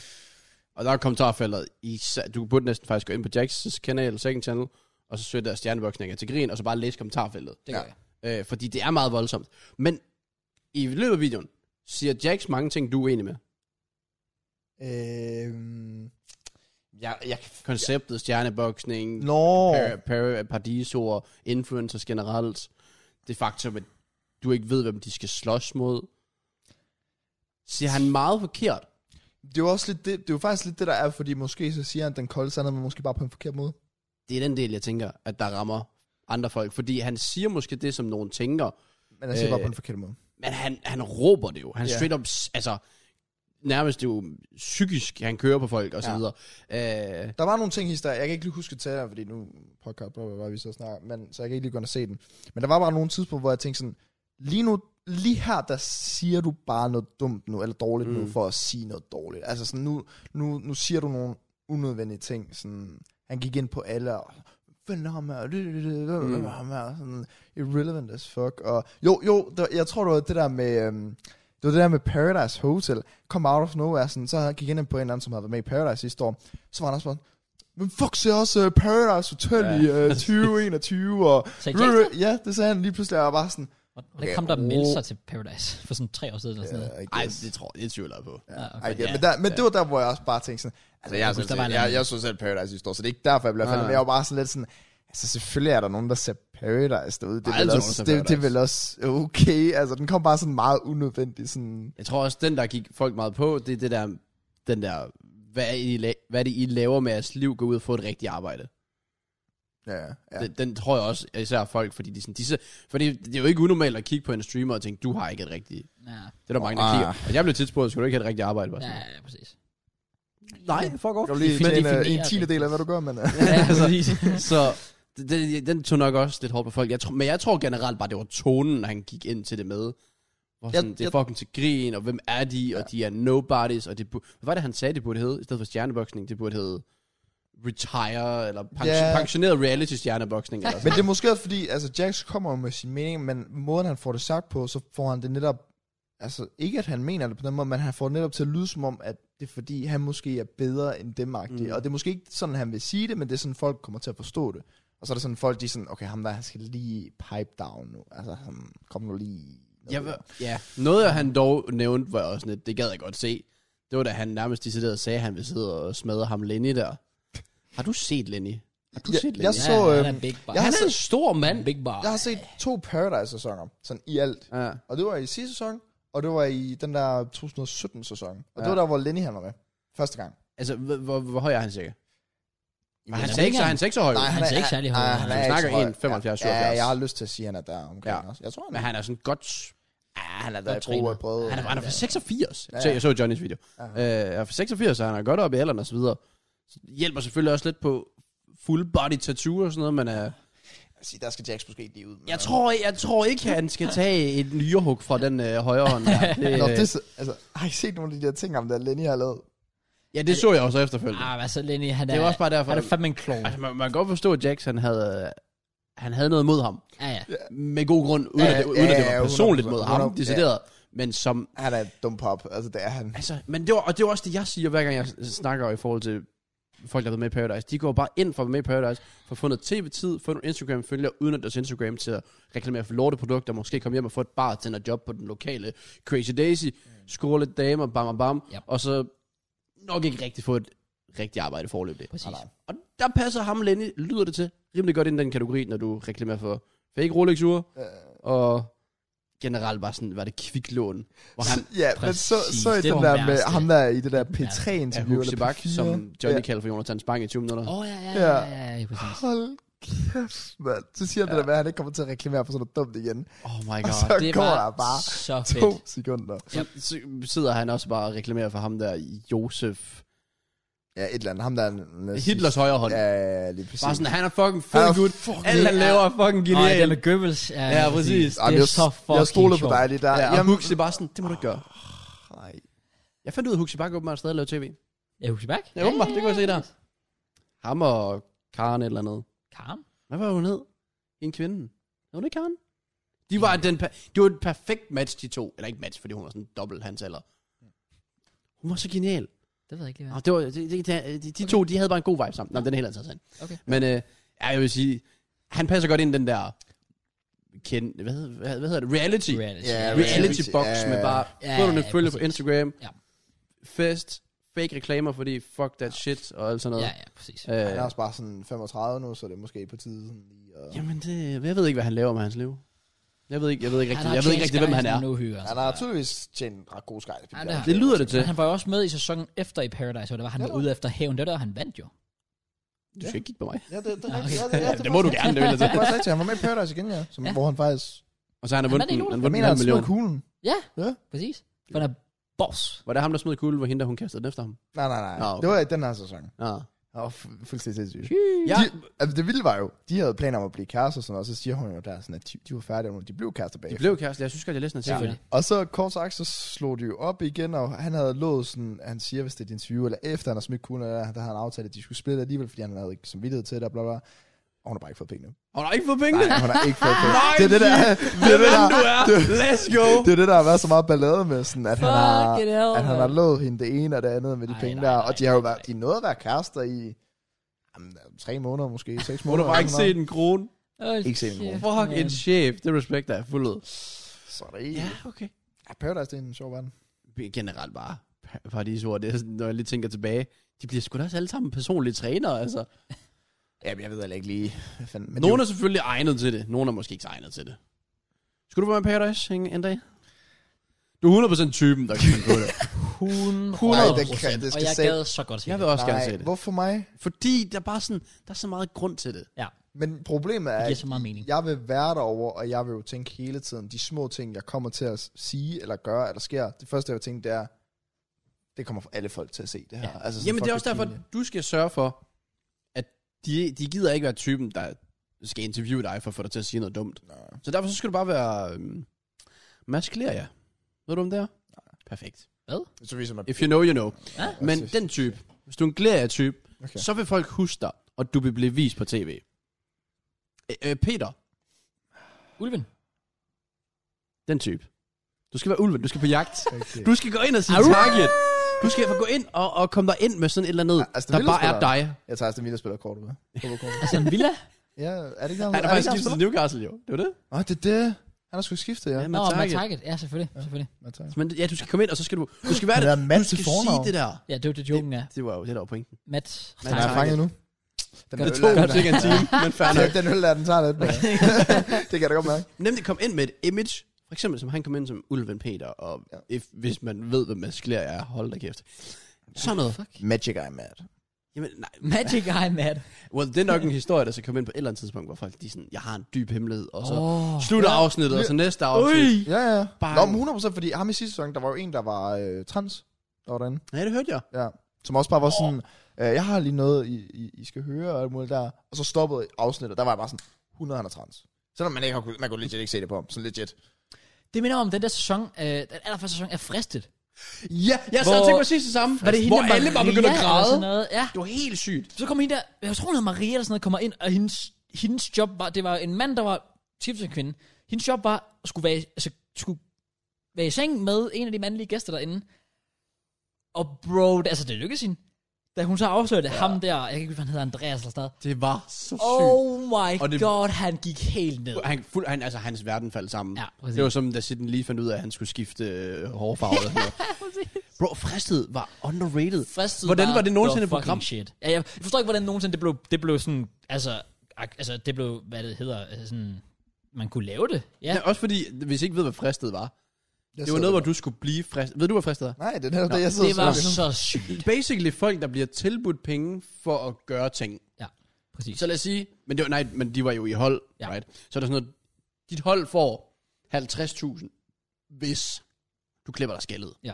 Speaker 2: Og der er kommentarfeltet. I, du burde næsten faktisk gå ind på Jax' kanal, second channel, og så søge der stjerneboksninger til grin, og så bare læse kommentarfeltet.
Speaker 3: det gør
Speaker 1: Ja.
Speaker 3: jeg.
Speaker 2: Øh, fordi det er meget voldsomt. Men i løbet af videoen siger Jax mange ting, du er enig med.
Speaker 1: Øhm, jeg, jeg kan...
Speaker 2: Konceptet, stjerneboksning, no.
Speaker 1: Nå,
Speaker 2: par, par, paradisoer, influencers generelt. Det faktum, at du ikke ved, hvem de skal slås mod. Siger han meget forkert.
Speaker 1: det er jo også lidt det, det er jo faktisk lidt det, der er, fordi måske så siger han den kolde sandhed, men måske bare på en forkert måde.
Speaker 2: Det er den del, jeg tænker, at der rammer andre folk. Fordi han siger måske det, som nogen tænker,
Speaker 1: Men jeg siger øh, bare
Speaker 2: Øh,
Speaker 1: på en forkert måde.
Speaker 2: Men han, han råber det jo. Han
Speaker 1: Ja.
Speaker 2: straight up, s- altså, nærmest det er jo psykisk, han kører på folk og så
Speaker 1: Ja.
Speaker 2: videre. Øh,
Speaker 1: Der var nogle ting, hister, jeg kan ikke lige huske til jer, fordi nu podcast, bla, bla, bla, vi så snakker, men, så jeg kan ikke lige gå ind og se den. Men der var bare nogle tidspunkter, hvor jeg tænkte sådan, lige nu, lige her, der siger du bare noget dumt nu, eller dårligt mm. nu,
Speaker 2: Mm.
Speaker 1: for at sige noget dårligt. Altså sådan, nu, nu, nu siger du nogle unødvendige ting, sådan, han gik ind på alle, og følg ham her, ly- ly- ly- ly- ly-
Speaker 2: Mm.
Speaker 1: ham her, sådan, irrelevant as fuck, og jo, jo, der, jeg tror, det var det der med, øhm, det var det der med Paradise Hotel, kom out of nowhere, sådan, så han gik ind på en eller anden, som havde været med i Paradise sidste år, så var han også bare, men fuck, ser også øh, Paradise Hotel ja. i øh, 2021,
Speaker 2: *laughs*
Speaker 1: og...
Speaker 3: Så jeg gæster?
Speaker 1: Ja, det sagde han lige pludselig, og jeg var bare sådan...
Speaker 3: Var var det
Speaker 1: Okay,
Speaker 3: ikke ham, der
Speaker 1: ro.
Speaker 3: meldte sig til Paradise *laughs* for sådan tre år siden? Eller sådan noget?
Speaker 1: Uh,
Speaker 2: ej, det tror jeg, det tvivler jeg på.
Speaker 3: Ja,
Speaker 1: Ej,
Speaker 3: okay.
Speaker 1: ja, men, der, men det var der, hvor jeg også bare tænkte sådan, altså
Speaker 3: Jeg
Speaker 1: jeg, jeg,
Speaker 3: husker,
Speaker 1: selv,
Speaker 3: der var
Speaker 1: jeg,
Speaker 3: en
Speaker 1: jeg,
Speaker 3: anden.
Speaker 1: jeg så selv Paradise i står, så det er ikke derfor, jeg bliver
Speaker 2: Nej,
Speaker 1: fandet,
Speaker 2: nej.
Speaker 1: men jeg var bare sådan lidt sådan, altså selvfølgelig er der nogen, der ser Paradise derude, det
Speaker 2: Der er
Speaker 1: er, vel
Speaker 2: altid nogen,
Speaker 1: også,
Speaker 2: der ser
Speaker 1: det, det er
Speaker 2: Paradise.
Speaker 1: vel også okay, altså den kom bare sådan meget unødvendig, sådan,
Speaker 2: Jeg tror også, den der gik folk meget på, det er det der, den der, hvad er, I la- hvad er det, I laver med jeres liv, gå ud og få et rigtigt arbejde.
Speaker 1: ja, ja.
Speaker 2: Ja. Den, den, tror jeg også, især folk, fordi de sådan, de, ser- fordi det er jo ikke unormalt at kigge på en streamer og tænke, du har ikke et rigtigt,
Speaker 3: Ja,
Speaker 2: det er der mange, der
Speaker 1: Ah.
Speaker 2: kigger. Og jeg blev tit spurgt, skulle du ikke have et rigtigt arbejde? Bare
Speaker 3: ja,
Speaker 2: sådan,
Speaker 3: ja, præcis.
Speaker 2: Nej, Altså, fuck off.
Speaker 1: Kan du lige
Speaker 3: fint
Speaker 1: tage en, øh, en
Speaker 3: defineret,
Speaker 1: tiende del af, hvad du gør, men øh,
Speaker 2: *laughs*
Speaker 3: Ja, præcis.
Speaker 2: Så det- det- den tog nok også lidt hårdt på folk. Jeg tror, men jeg tror generelt bare, det var tonen, han gik ind til det med. Hvor sådan,
Speaker 1: Jeg-
Speaker 2: det er
Speaker 1: jeg-
Speaker 2: fucking til grin, og hvem er de, og de er nobodies, og det bu- Hvad var det, han sagde, det burde hedde? I stedet for stjerneboksning, det burde hedde retire, eller pension,
Speaker 1: Ja.
Speaker 2: pensioneret reality stjerneboksning. Eller sådan.
Speaker 1: Men det er måske også fordi, altså Jax kommer jo med sin mening, men måden han får det sagt på, så får han det netop, altså ikke at han mener det på den måde, men han får det netop til at lyde som om, at det er fordi, han måske er bedre end dem mm.
Speaker 2: Mm.
Speaker 1: Og det er måske ikke sådan, han vil sige det, men det er sådan, folk kommer til at forstå det. Og så er der sådan folk, de er sådan, okay, ham der, han skal lige pipe down nu. Altså, han, kom nu lige.
Speaker 2: Jeg, ved- ja, noget af han dog nævnte, var også sådan lidt, det gad jeg godt se. Det var da han nærmest decideret sagde, at han ville sidde og smadre ham Lenny der. Har du set Lenny? Har du
Speaker 1: Ja,
Speaker 2: set Lenny?
Speaker 1: jeg så,
Speaker 3: ja, han er
Speaker 1: øhm,
Speaker 3: en big bar.
Speaker 1: jeg
Speaker 2: han
Speaker 1: har
Speaker 2: er en stor mand.
Speaker 3: big bar.
Speaker 1: Jeg har set to Paradise-sæsoner, sådan i alt.
Speaker 2: Ja.
Speaker 1: Og det var i sidste sæson, og det var i den der 2017-sæson. Og ja.
Speaker 2: Ja.
Speaker 1: det var der, hvor Lenny han var med. Første gang.
Speaker 2: Altså, hvor, hvor, hvor høj er han cirka?
Speaker 1: I
Speaker 2: Men han,
Speaker 3: han
Speaker 2: er
Speaker 3: er
Speaker 2: ikke, så,
Speaker 3: ikke-
Speaker 2: han er ikke så høj. Nej,
Speaker 1: Nej,
Speaker 2: han,
Speaker 1: han,
Speaker 3: Han ser ikke særlig høj ud.
Speaker 1: nej, han
Speaker 3: Du
Speaker 1: er
Speaker 2: snakker
Speaker 1: ikke så høj.
Speaker 2: 1,75,
Speaker 1: ja,
Speaker 2: 77.
Speaker 1: jeg har lyst til at sige, at han er der omkring
Speaker 2: Ja.
Speaker 1: ja. også. Jeg tror, han
Speaker 2: men
Speaker 1: er,
Speaker 2: han er sådan godt...
Speaker 1: ja, han er der
Speaker 3: han
Speaker 1: i brug
Speaker 3: træner.
Speaker 1: af brød.
Speaker 2: Han er, han er fra 86. Ja,
Speaker 1: Ja,
Speaker 2: ja.
Speaker 1: ja.
Speaker 2: Jeg så Johnnys video.
Speaker 1: Ja.
Speaker 2: Øh, han er fra 86, så han er godt oppe i alderen og så videre. Så hjælper selvfølgelig også lidt på full body tattoo og sådan noget, men øh,
Speaker 1: Altså, der skal Jax måske ikke lige ud. men-
Speaker 2: jeg, tror, jeg tror ikke, han skal tage et *laughs* nyrehug fra den øh, højre hånd. Der. Det,
Speaker 1: Nå,
Speaker 2: øh,
Speaker 1: det, er så- altså, har I set nogle af de der ting, om der Lenny har lavet?
Speaker 2: Ja, det så jeg også efterfølgende.
Speaker 3: Ah, hvad så, Lenny? Han er,
Speaker 2: Det var også bare derfor.
Speaker 3: han er fandme en klon.
Speaker 2: Altså, man, man kan godt forstå, at Jackson havde, han havde noget mod ham.
Speaker 3: Ja, ja.
Speaker 2: Med god grund, uden, ja,
Speaker 1: Ja,
Speaker 2: at, det, uden ja, at det
Speaker 1: ja,
Speaker 2: var
Speaker 1: ja,
Speaker 2: personligt
Speaker 1: 100%,
Speaker 2: mod ham,
Speaker 1: 100%,
Speaker 2: decideret. Men som,
Speaker 1: Han er dum pop. Altså, det er
Speaker 3: Mm.
Speaker 1: han.
Speaker 2: altså, men det var, og det var også det, jeg siger, hver gang jeg s- snakker i forhold til folk, der har været med i Paradise. De går bare ind for at være med i Paradise, for at få noget tv-tid, få nogle Instagram-følger, uden at deres Instagram til at reklamere for lorteprodukter, måske komme hjem og få et bartenderjob på den lokale Crazy Daisy, score lidt damer, bam, bam, bam,
Speaker 3: Mm. Yep.
Speaker 2: og så nok ikke rigtig få et rigtigt arbejde forløbig.
Speaker 3: Præcis.
Speaker 2: Og der passer ham, Lenny, lyder det til, rimelig godt ind i den kategori, når du reklamerer for fake rolex -ure,
Speaker 1: Øh.
Speaker 2: og generelt bare sådan, var det kviklån, hvor han
Speaker 1: Ja, men så, så i
Speaker 3: Præcis, det
Speaker 1: den
Speaker 3: var
Speaker 1: der med
Speaker 3: værste.
Speaker 1: ham der i det der
Speaker 2: er
Speaker 1: P3-interview.
Speaker 2: Huxi Bak,
Speaker 1: P4.
Speaker 2: som Johnny
Speaker 1: Ja.
Speaker 2: ja. kalder for Jonathan Spang i 20 minutter.
Speaker 3: Åh, oh, ja, ja, ja,
Speaker 1: Ja.
Speaker 3: ja, ja, ja,
Speaker 2: *laughs*
Speaker 3: præcis.
Speaker 1: Hold kæft, mand. Så siger han ja. det der med, at han ikke kommer til at reklamere for sådan noget dumt igen.
Speaker 2: Oh my
Speaker 1: Og
Speaker 2: god.
Speaker 1: så
Speaker 3: Det
Speaker 1: går
Speaker 3: var
Speaker 1: der bare
Speaker 3: så fedt.
Speaker 1: to sekunder.
Speaker 2: Så, så sidder han også bare og reklamerer for ham der, Josef.
Speaker 1: Ja, et eller andet. Ham der er en nazist.
Speaker 2: Hitlers højre hånd. Ja,
Speaker 1: Ja, lige præcis.
Speaker 2: bare sådan, han er fucking
Speaker 1: Han
Speaker 2: fed
Speaker 1: er
Speaker 2: gut.
Speaker 1: fucking-
Speaker 2: Alt han
Speaker 3: Ja.
Speaker 2: laver er fucking
Speaker 3: Nå, ja, det
Speaker 2: genialt.
Speaker 3: er Goebbels. Ja,
Speaker 2: Ja, præcis.
Speaker 1: Ej,
Speaker 3: Det
Speaker 1: men
Speaker 3: er så fucking
Speaker 1: Jeg stoler på
Speaker 3: sjovt.
Speaker 1: dig lige der.
Speaker 2: Ja, og
Speaker 1: Jamen,
Speaker 2: Huxi bare sådan, det må du ikke gøre.
Speaker 1: nej.
Speaker 2: Jeg fandt ud af, at Huxi Bak åbenbart stadig laver tv.
Speaker 3: Ja, Huxi Bak?
Speaker 2: Ja, åbenbart, det kunne jeg se der. Ham og Karen et eller andet.
Speaker 3: Karm.
Speaker 2: Hvad var hun hed? En kvinde. Var det ikke Karen? De var den per- det var et perfekt match, de to. Eller ikke match, fordi hun var sådan dobbelt hans alder. Hun var så genial.
Speaker 3: Det ved jeg ikke lige,
Speaker 2: Nå,
Speaker 3: hvad.
Speaker 2: Ah, det var, de, de, de, de to, de havde bare en god vibe sammen. Nå, men den er helt interessant.
Speaker 3: Okay.
Speaker 2: Men øh, ja, jeg vil sige, han passer godt ind i den der kend, hvad, hedder- hvad, hvad hedder det? Reality.
Speaker 3: Reality.
Speaker 1: Ja,
Speaker 2: reality
Speaker 1: reality,
Speaker 2: box
Speaker 1: ja, ja,
Speaker 2: med
Speaker 1: ja.
Speaker 2: bare
Speaker 3: Ja,
Speaker 2: få nogle
Speaker 3: ja,
Speaker 2: følge på
Speaker 3: præcis.
Speaker 2: Instagram.
Speaker 3: Ja.
Speaker 2: Fest, fake reklamer, fordi fuck that shit og alt sådan noget.
Speaker 3: Ja, ja, præcis.
Speaker 1: Han er
Speaker 2: Øh,
Speaker 1: også bare sådan 35 nu, så det er måske på tide sådan lige. Og...
Speaker 2: jamen, det, jeg ved ikke, hvad han laver med hans liv. Jeg ved ikke, jeg ved ikke
Speaker 3: Han
Speaker 2: rigtig,
Speaker 3: har
Speaker 2: jeg ved ikke
Speaker 3: James
Speaker 2: rigtig, hvem
Speaker 3: Guy
Speaker 2: han
Speaker 3: som
Speaker 2: er.
Speaker 3: en uhygge, altså.
Speaker 1: Han har naturligvis tjent en ret god skejl.
Speaker 3: Ja, det har
Speaker 2: Det lyder det til.
Speaker 3: *laughs* Men Han var jo også med i sæsonen efter i Paradise, hvor det var, han
Speaker 1: Ja,
Speaker 3: var
Speaker 1: da.
Speaker 3: ude efter hævn. Det var der, han vandt jo.
Speaker 2: Du skal ikke kigge på mig.
Speaker 1: Ja, det, det,
Speaker 3: Nå,
Speaker 1: det,
Speaker 3: okay.
Speaker 1: det, det,
Speaker 2: Det må du gerne, altså. det vil
Speaker 1: *laughs*
Speaker 2: jeg
Speaker 1: Det
Speaker 2: sige.
Speaker 1: var sagt til, han var med i Paradise igen, ja. Som,
Speaker 3: Ja.
Speaker 1: ja. Hvor han faktisk...
Speaker 2: Og så har han
Speaker 3: Han
Speaker 2: vundet
Speaker 3: vandt ikke
Speaker 2: den- han
Speaker 3: nogen.
Speaker 1: Jeg
Speaker 2: vundet
Speaker 1: mener,
Speaker 2: en halv
Speaker 1: han smed
Speaker 2: million.
Speaker 1: kuglen.
Speaker 3: Præcis. For han er boss.
Speaker 2: Var det ham, der smed kuglen, hvor hende, der, hun kastede den efter ham?
Speaker 1: Nej, nej, nej.
Speaker 2: Nå, okay.
Speaker 1: Det var i den her sæson.
Speaker 2: Ja.
Speaker 1: Åh, oh, fu- fuldstændig sindssygt.
Speaker 2: Ja.
Speaker 1: De, altså, det vilde var jo, de havde planer om at blive kærester og sådan noget, og så siger hun jo der, sådan, at de, de var færdige, og de blev kærester
Speaker 2: De
Speaker 1: bag.
Speaker 2: blev kærester. Jeg synes godt, jeg læste en artikel.
Speaker 3: Selvfølgelig.
Speaker 1: Og så kort sagt, så slog de jo op igen, og han havde lovet sådan, han siger, hvis det er et interview, eller efter han har smidt kuglen, eller der havde han aftalt, at de skulle splitte alligevel, fordi han havde ikke samvittighed til det, og bla bla. Og hun har bare ikke fået penge nu.
Speaker 2: Hun har ikke fået penge.
Speaker 1: Nej, hun har ikke fået penge.
Speaker 2: Nej,
Speaker 1: det er det der, det er det der,
Speaker 2: du er. Let's go.
Speaker 1: det er det, der har været så meget ballade med, sådan, at, han har,
Speaker 3: Fucking hell,
Speaker 1: at han har
Speaker 3: mand.
Speaker 1: lovet hende det ene og det andet med de
Speaker 3: Ej,
Speaker 1: penge
Speaker 3: nej,
Speaker 1: der.
Speaker 3: nej,
Speaker 1: Og de har jo
Speaker 3: nej,
Speaker 1: været, de nåede at være kærester i jamen, tre måneder måske, seks
Speaker 2: Hun
Speaker 1: måneder.
Speaker 2: har bare ikke
Speaker 1: eller sådan
Speaker 2: set en krone.
Speaker 3: Oh,
Speaker 1: Ikke set en krone.
Speaker 2: Fuck en chef. Det respekter jeg fuldt ud.
Speaker 1: noget. Så er det ikke.
Speaker 2: Ja,
Speaker 1: Ja.
Speaker 2: okay.
Speaker 1: Paradise, det er en sjov verden.
Speaker 2: Generelt bare pa- paradisord. Det er sådan, når jeg lige tænker tilbage. De bliver sgu da også alle sammen personlige trænere, altså.
Speaker 1: Jamen, jeg ved heller ikke lige. Hvad fanden. Men
Speaker 2: Nogle
Speaker 1: det,
Speaker 2: er selvfølgelig egnet til det. Nogle er måske ikke så egnet til det. Skulle du være med i Paradise en, en dag? Du er 100% typen, der kan finde
Speaker 1: *laughs*
Speaker 2: på det.
Speaker 3: 100
Speaker 1: Nej, det kan- det
Speaker 3: Og
Speaker 1: skal
Speaker 3: jeg
Speaker 1: selv-
Speaker 3: gad så godt se
Speaker 2: Jeg
Speaker 3: det.
Speaker 2: vil også gerne se
Speaker 1: nej,
Speaker 2: det.
Speaker 1: hvorfor mig?
Speaker 2: Fordi der er bare sådan, der er så meget grund til det.
Speaker 3: Ja,
Speaker 1: Men problemet
Speaker 3: det
Speaker 1: er,
Speaker 3: giver
Speaker 1: at
Speaker 3: så meget mening.
Speaker 1: jeg vil være derover og jeg vil jo tænke hele tiden, de små ting, jeg kommer til at s- sige eller gøre, eller sker. Det første, jeg vil tænke, det er, det kommer alle folk til at se det her. Ja. Altså, sådan,
Speaker 2: Jamen det
Speaker 1: fuck,
Speaker 2: er også derfor,
Speaker 1: pinligt.
Speaker 2: du skal sørge for, at de, de gider ikke være typen, der skal interviewe dig for at få dig til at sige noget dumt.
Speaker 1: Nå.
Speaker 2: Så derfor så skal du bare være øhm, maskulær, ja. Ved du om det er? Perfekt.
Speaker 1: Så viser man,
Speaker 2: If you know, you know.
Speaker 3: Ja.
Speaker 2: Men den type, hvis du er en glæder-type, okay.
Speaker 1: Okay.
Speaker 2: så vil folk huske dig, og du vil blive vist på tv. Øh, øh, Peter,
Speaker 3: Ulven.
Speaker 2: den type. Du skal være ulven, du skal på jagt.
Speaker 1: Okay.
Speaker 2: Du skal gå ind og sige
Speaker 3: Au!
Speaker 2: target. Du skal gå ind og, og komme dig ind med sådan et eller andet,
Speaker 1: Ja, altså, det
Speaker 2: der
Speaker 1: vil jeg
Speaker 2: bare er
Speaker 1: spille
Speaker 2: dig.
Speaker 1: Jeg tager Aston Villa spiller
Speaker 2: *laughs*
Speaker 1: kort med.
Speaker 3: Altså en villa?
Speaker 1: Ja, er det ikke der?
Speaker 2: Han er
Speaker 1: det
Speaker 2: faktisk
Speaker 1: ikke
Speaker 2: skiftet til Newcastle, jo. Det var det.
Speaker 1: Åh, det er det. Han har sgu skiftet, ja.
Speaker 2: Ja,
Speaker 3: Nå,
Speaker 2: med
Speaker 3: med
Speaker 2: target.
Speaker 3: target. Ja, selvfølgelig. selvfølgelig.
Speaker 1: Ja, tak.
Speaker 2: Men ja, du skal komme ind, og så skal du... Du skal være
Speaker 1: Han
Speaker 2: det.
Speaker 1: er Matt
Speaker 2: Du skal
Speaker 1: til fornavn.
Speaker 2: sige det der.
Speaker 3: Ja, det er jo det, joken er.
Speaker 2: Det var jo det, der var pointen.
Speaker 3: Matt.
Speaker 2: Men
Speaker 1: Han
Speaker 2: Nej,
Speaker 1: er
Speaker 2: tak.
Speaker 1: fanget
Speaker 2: *laughs*
Speaker 1: nu. Den
Speaker 3: Gør
Speaker 1: øl
Speaker 3: det
Speaker 1: er-
Speaker 3: to.
Speaker 1: den
Speaker 2: Godt, ikke en time, men fair nok.
Speaker 1: er- Den øl der, den tager
Speaker 2: *laughs*
Speaker 1: lidt med. det kan jeg da godt mærke.
Speaker 2: Altså, Nemlig kom ind med et image. For eksempel, som han kom ind som Ulven Peter, og
Speaker 1: Ja.
Speaker 2: if, hvis man ved, hvad maskulær er, hold da kæft. Sådan noget.
Speaker 3: Fuck.
Speaker 1: Magic Eye Mad.
Speaker 2: Jamen, nej.
Speaker 3: Magic Eye Matt.
Speaker 2: Well, det er nok en historie, der skal komme ind på et eller andet tidspunkt, hvor folk de er sådan, jeg har en dyb hemmelighed, og så
Speaker 3: Åh.
Speaker 2: oh, slutter
Speaker 1: Ja.
Speaker 2: afsnittet, og så næste afsnit.
Speaker 3: Ui.
Speaker 1: Ja, ja.
Speaker 2: Bang.
Speaker 1: Nå, men 100% fordi ham i sidste sæson, der var jo en, der var øh, trans. Der var derinde.
Speaker 2: Nej, det hørte jeg.
Speaker 1: Ja. Som også bare var sådan, øh, jeg har lige noget, I, I, I skal høre, og alt muligt der. Og så stoppede afsnittet, der var jeg bare sådan, 100 han er trans. Selvom man ikke har kunnet, man kunne legit ikke se det på ham, sådan legit.
Speaker 3: Det minder om den der sæson, øh, den allerførste sæson er fristet.
Speaker 2: Ja, jeg sad og
Speaker 3: Hvor-
Speaker 2: tænkte præcis det samme.
Speaker 3: Var det hende,
Speaker 2: hvor
Speaker 3: der
Speaker 2: alle bare
Speaker 3: Maria
Speaker 2: begyndte at
Speaker 3: eller
Speaker 2: græde.
Speaker 3: sådan noget? Ja.
Speaker 2: Det var helt sygt.
Speaker 3: Så kommer hende der, jeg tror hun hedder Maria eller sådan noget, kommer ind, og hendes, hendes job var, det var en mand, der var tips en kvinde. Hendes job var, at skulle være, i- altså, skulle være i seng med en af de mandlige gæster derinde. Og bro, det, altså det lykkedes hende. Da hun så afslørede ja. ham der, jeg kan ikke huske, hvad han hedder, Andreas eller sådan noget.
Speaker 2: Det var så sygt.
Speaker 3: Oh my
Speaker 2: Og det-
Speaker 3: det, god, han gik helt ned.
Speaker 2: Han, fuld, han, altså, hans verden faldt sammen.
Speaker 3: Ja, præcis.
Speaker 2: det var som, da Sitten lige fandt ud af, at han skulle skifte øh, hårfarve. eller
Speaker 3: *laughs*
Speaker 2: sådan noget. Bro, fristhed var underrated.
Speaker 3: Fristet
Speaker 2: Hvordan var det nogensinde
Speaker 3: var
Speaker 2: et program?
Speaker 3: fucking Shit. Ja, jeg forstår ikke, hvordan det nogensinde det blev, det blev sådan, altså, ak- altså, det blev, hvad det hedder, altså sådan, man kunne lave det. Ja,
Speaker 2: Ja, også fordi, hvis I ikke ved, hvad fristet var.
Speaker 1: Jeg
Speaker 2: Det var
Speaker 1: sidder
Speaker 2: noget,
Speaker 1: der
Speaker 2: hvor du skulle blive fristet. Ved du, hvad fristet er?
Speaker 1: bare. Nej, det er netop det, jeg sidder
Speaker 3: det
Speaker 1: og
Speaker 3: var
Speaker 1: snakker om.
Speaker 3: så sygt.
Speaker 2: Basically folk, der bliver tilbudt penge for at gøre ting.
Speaker 3: Ja, præcis.
Speaker 2: Så lad os sige, men, det var, nej, men de var jo i hold, ja.
Speaker 3: Ja.
Speaker 2: right? Så er der sådan noget, dit hold får 50.000, hvis du klipper dig skældet.
Speaker 3: Ja.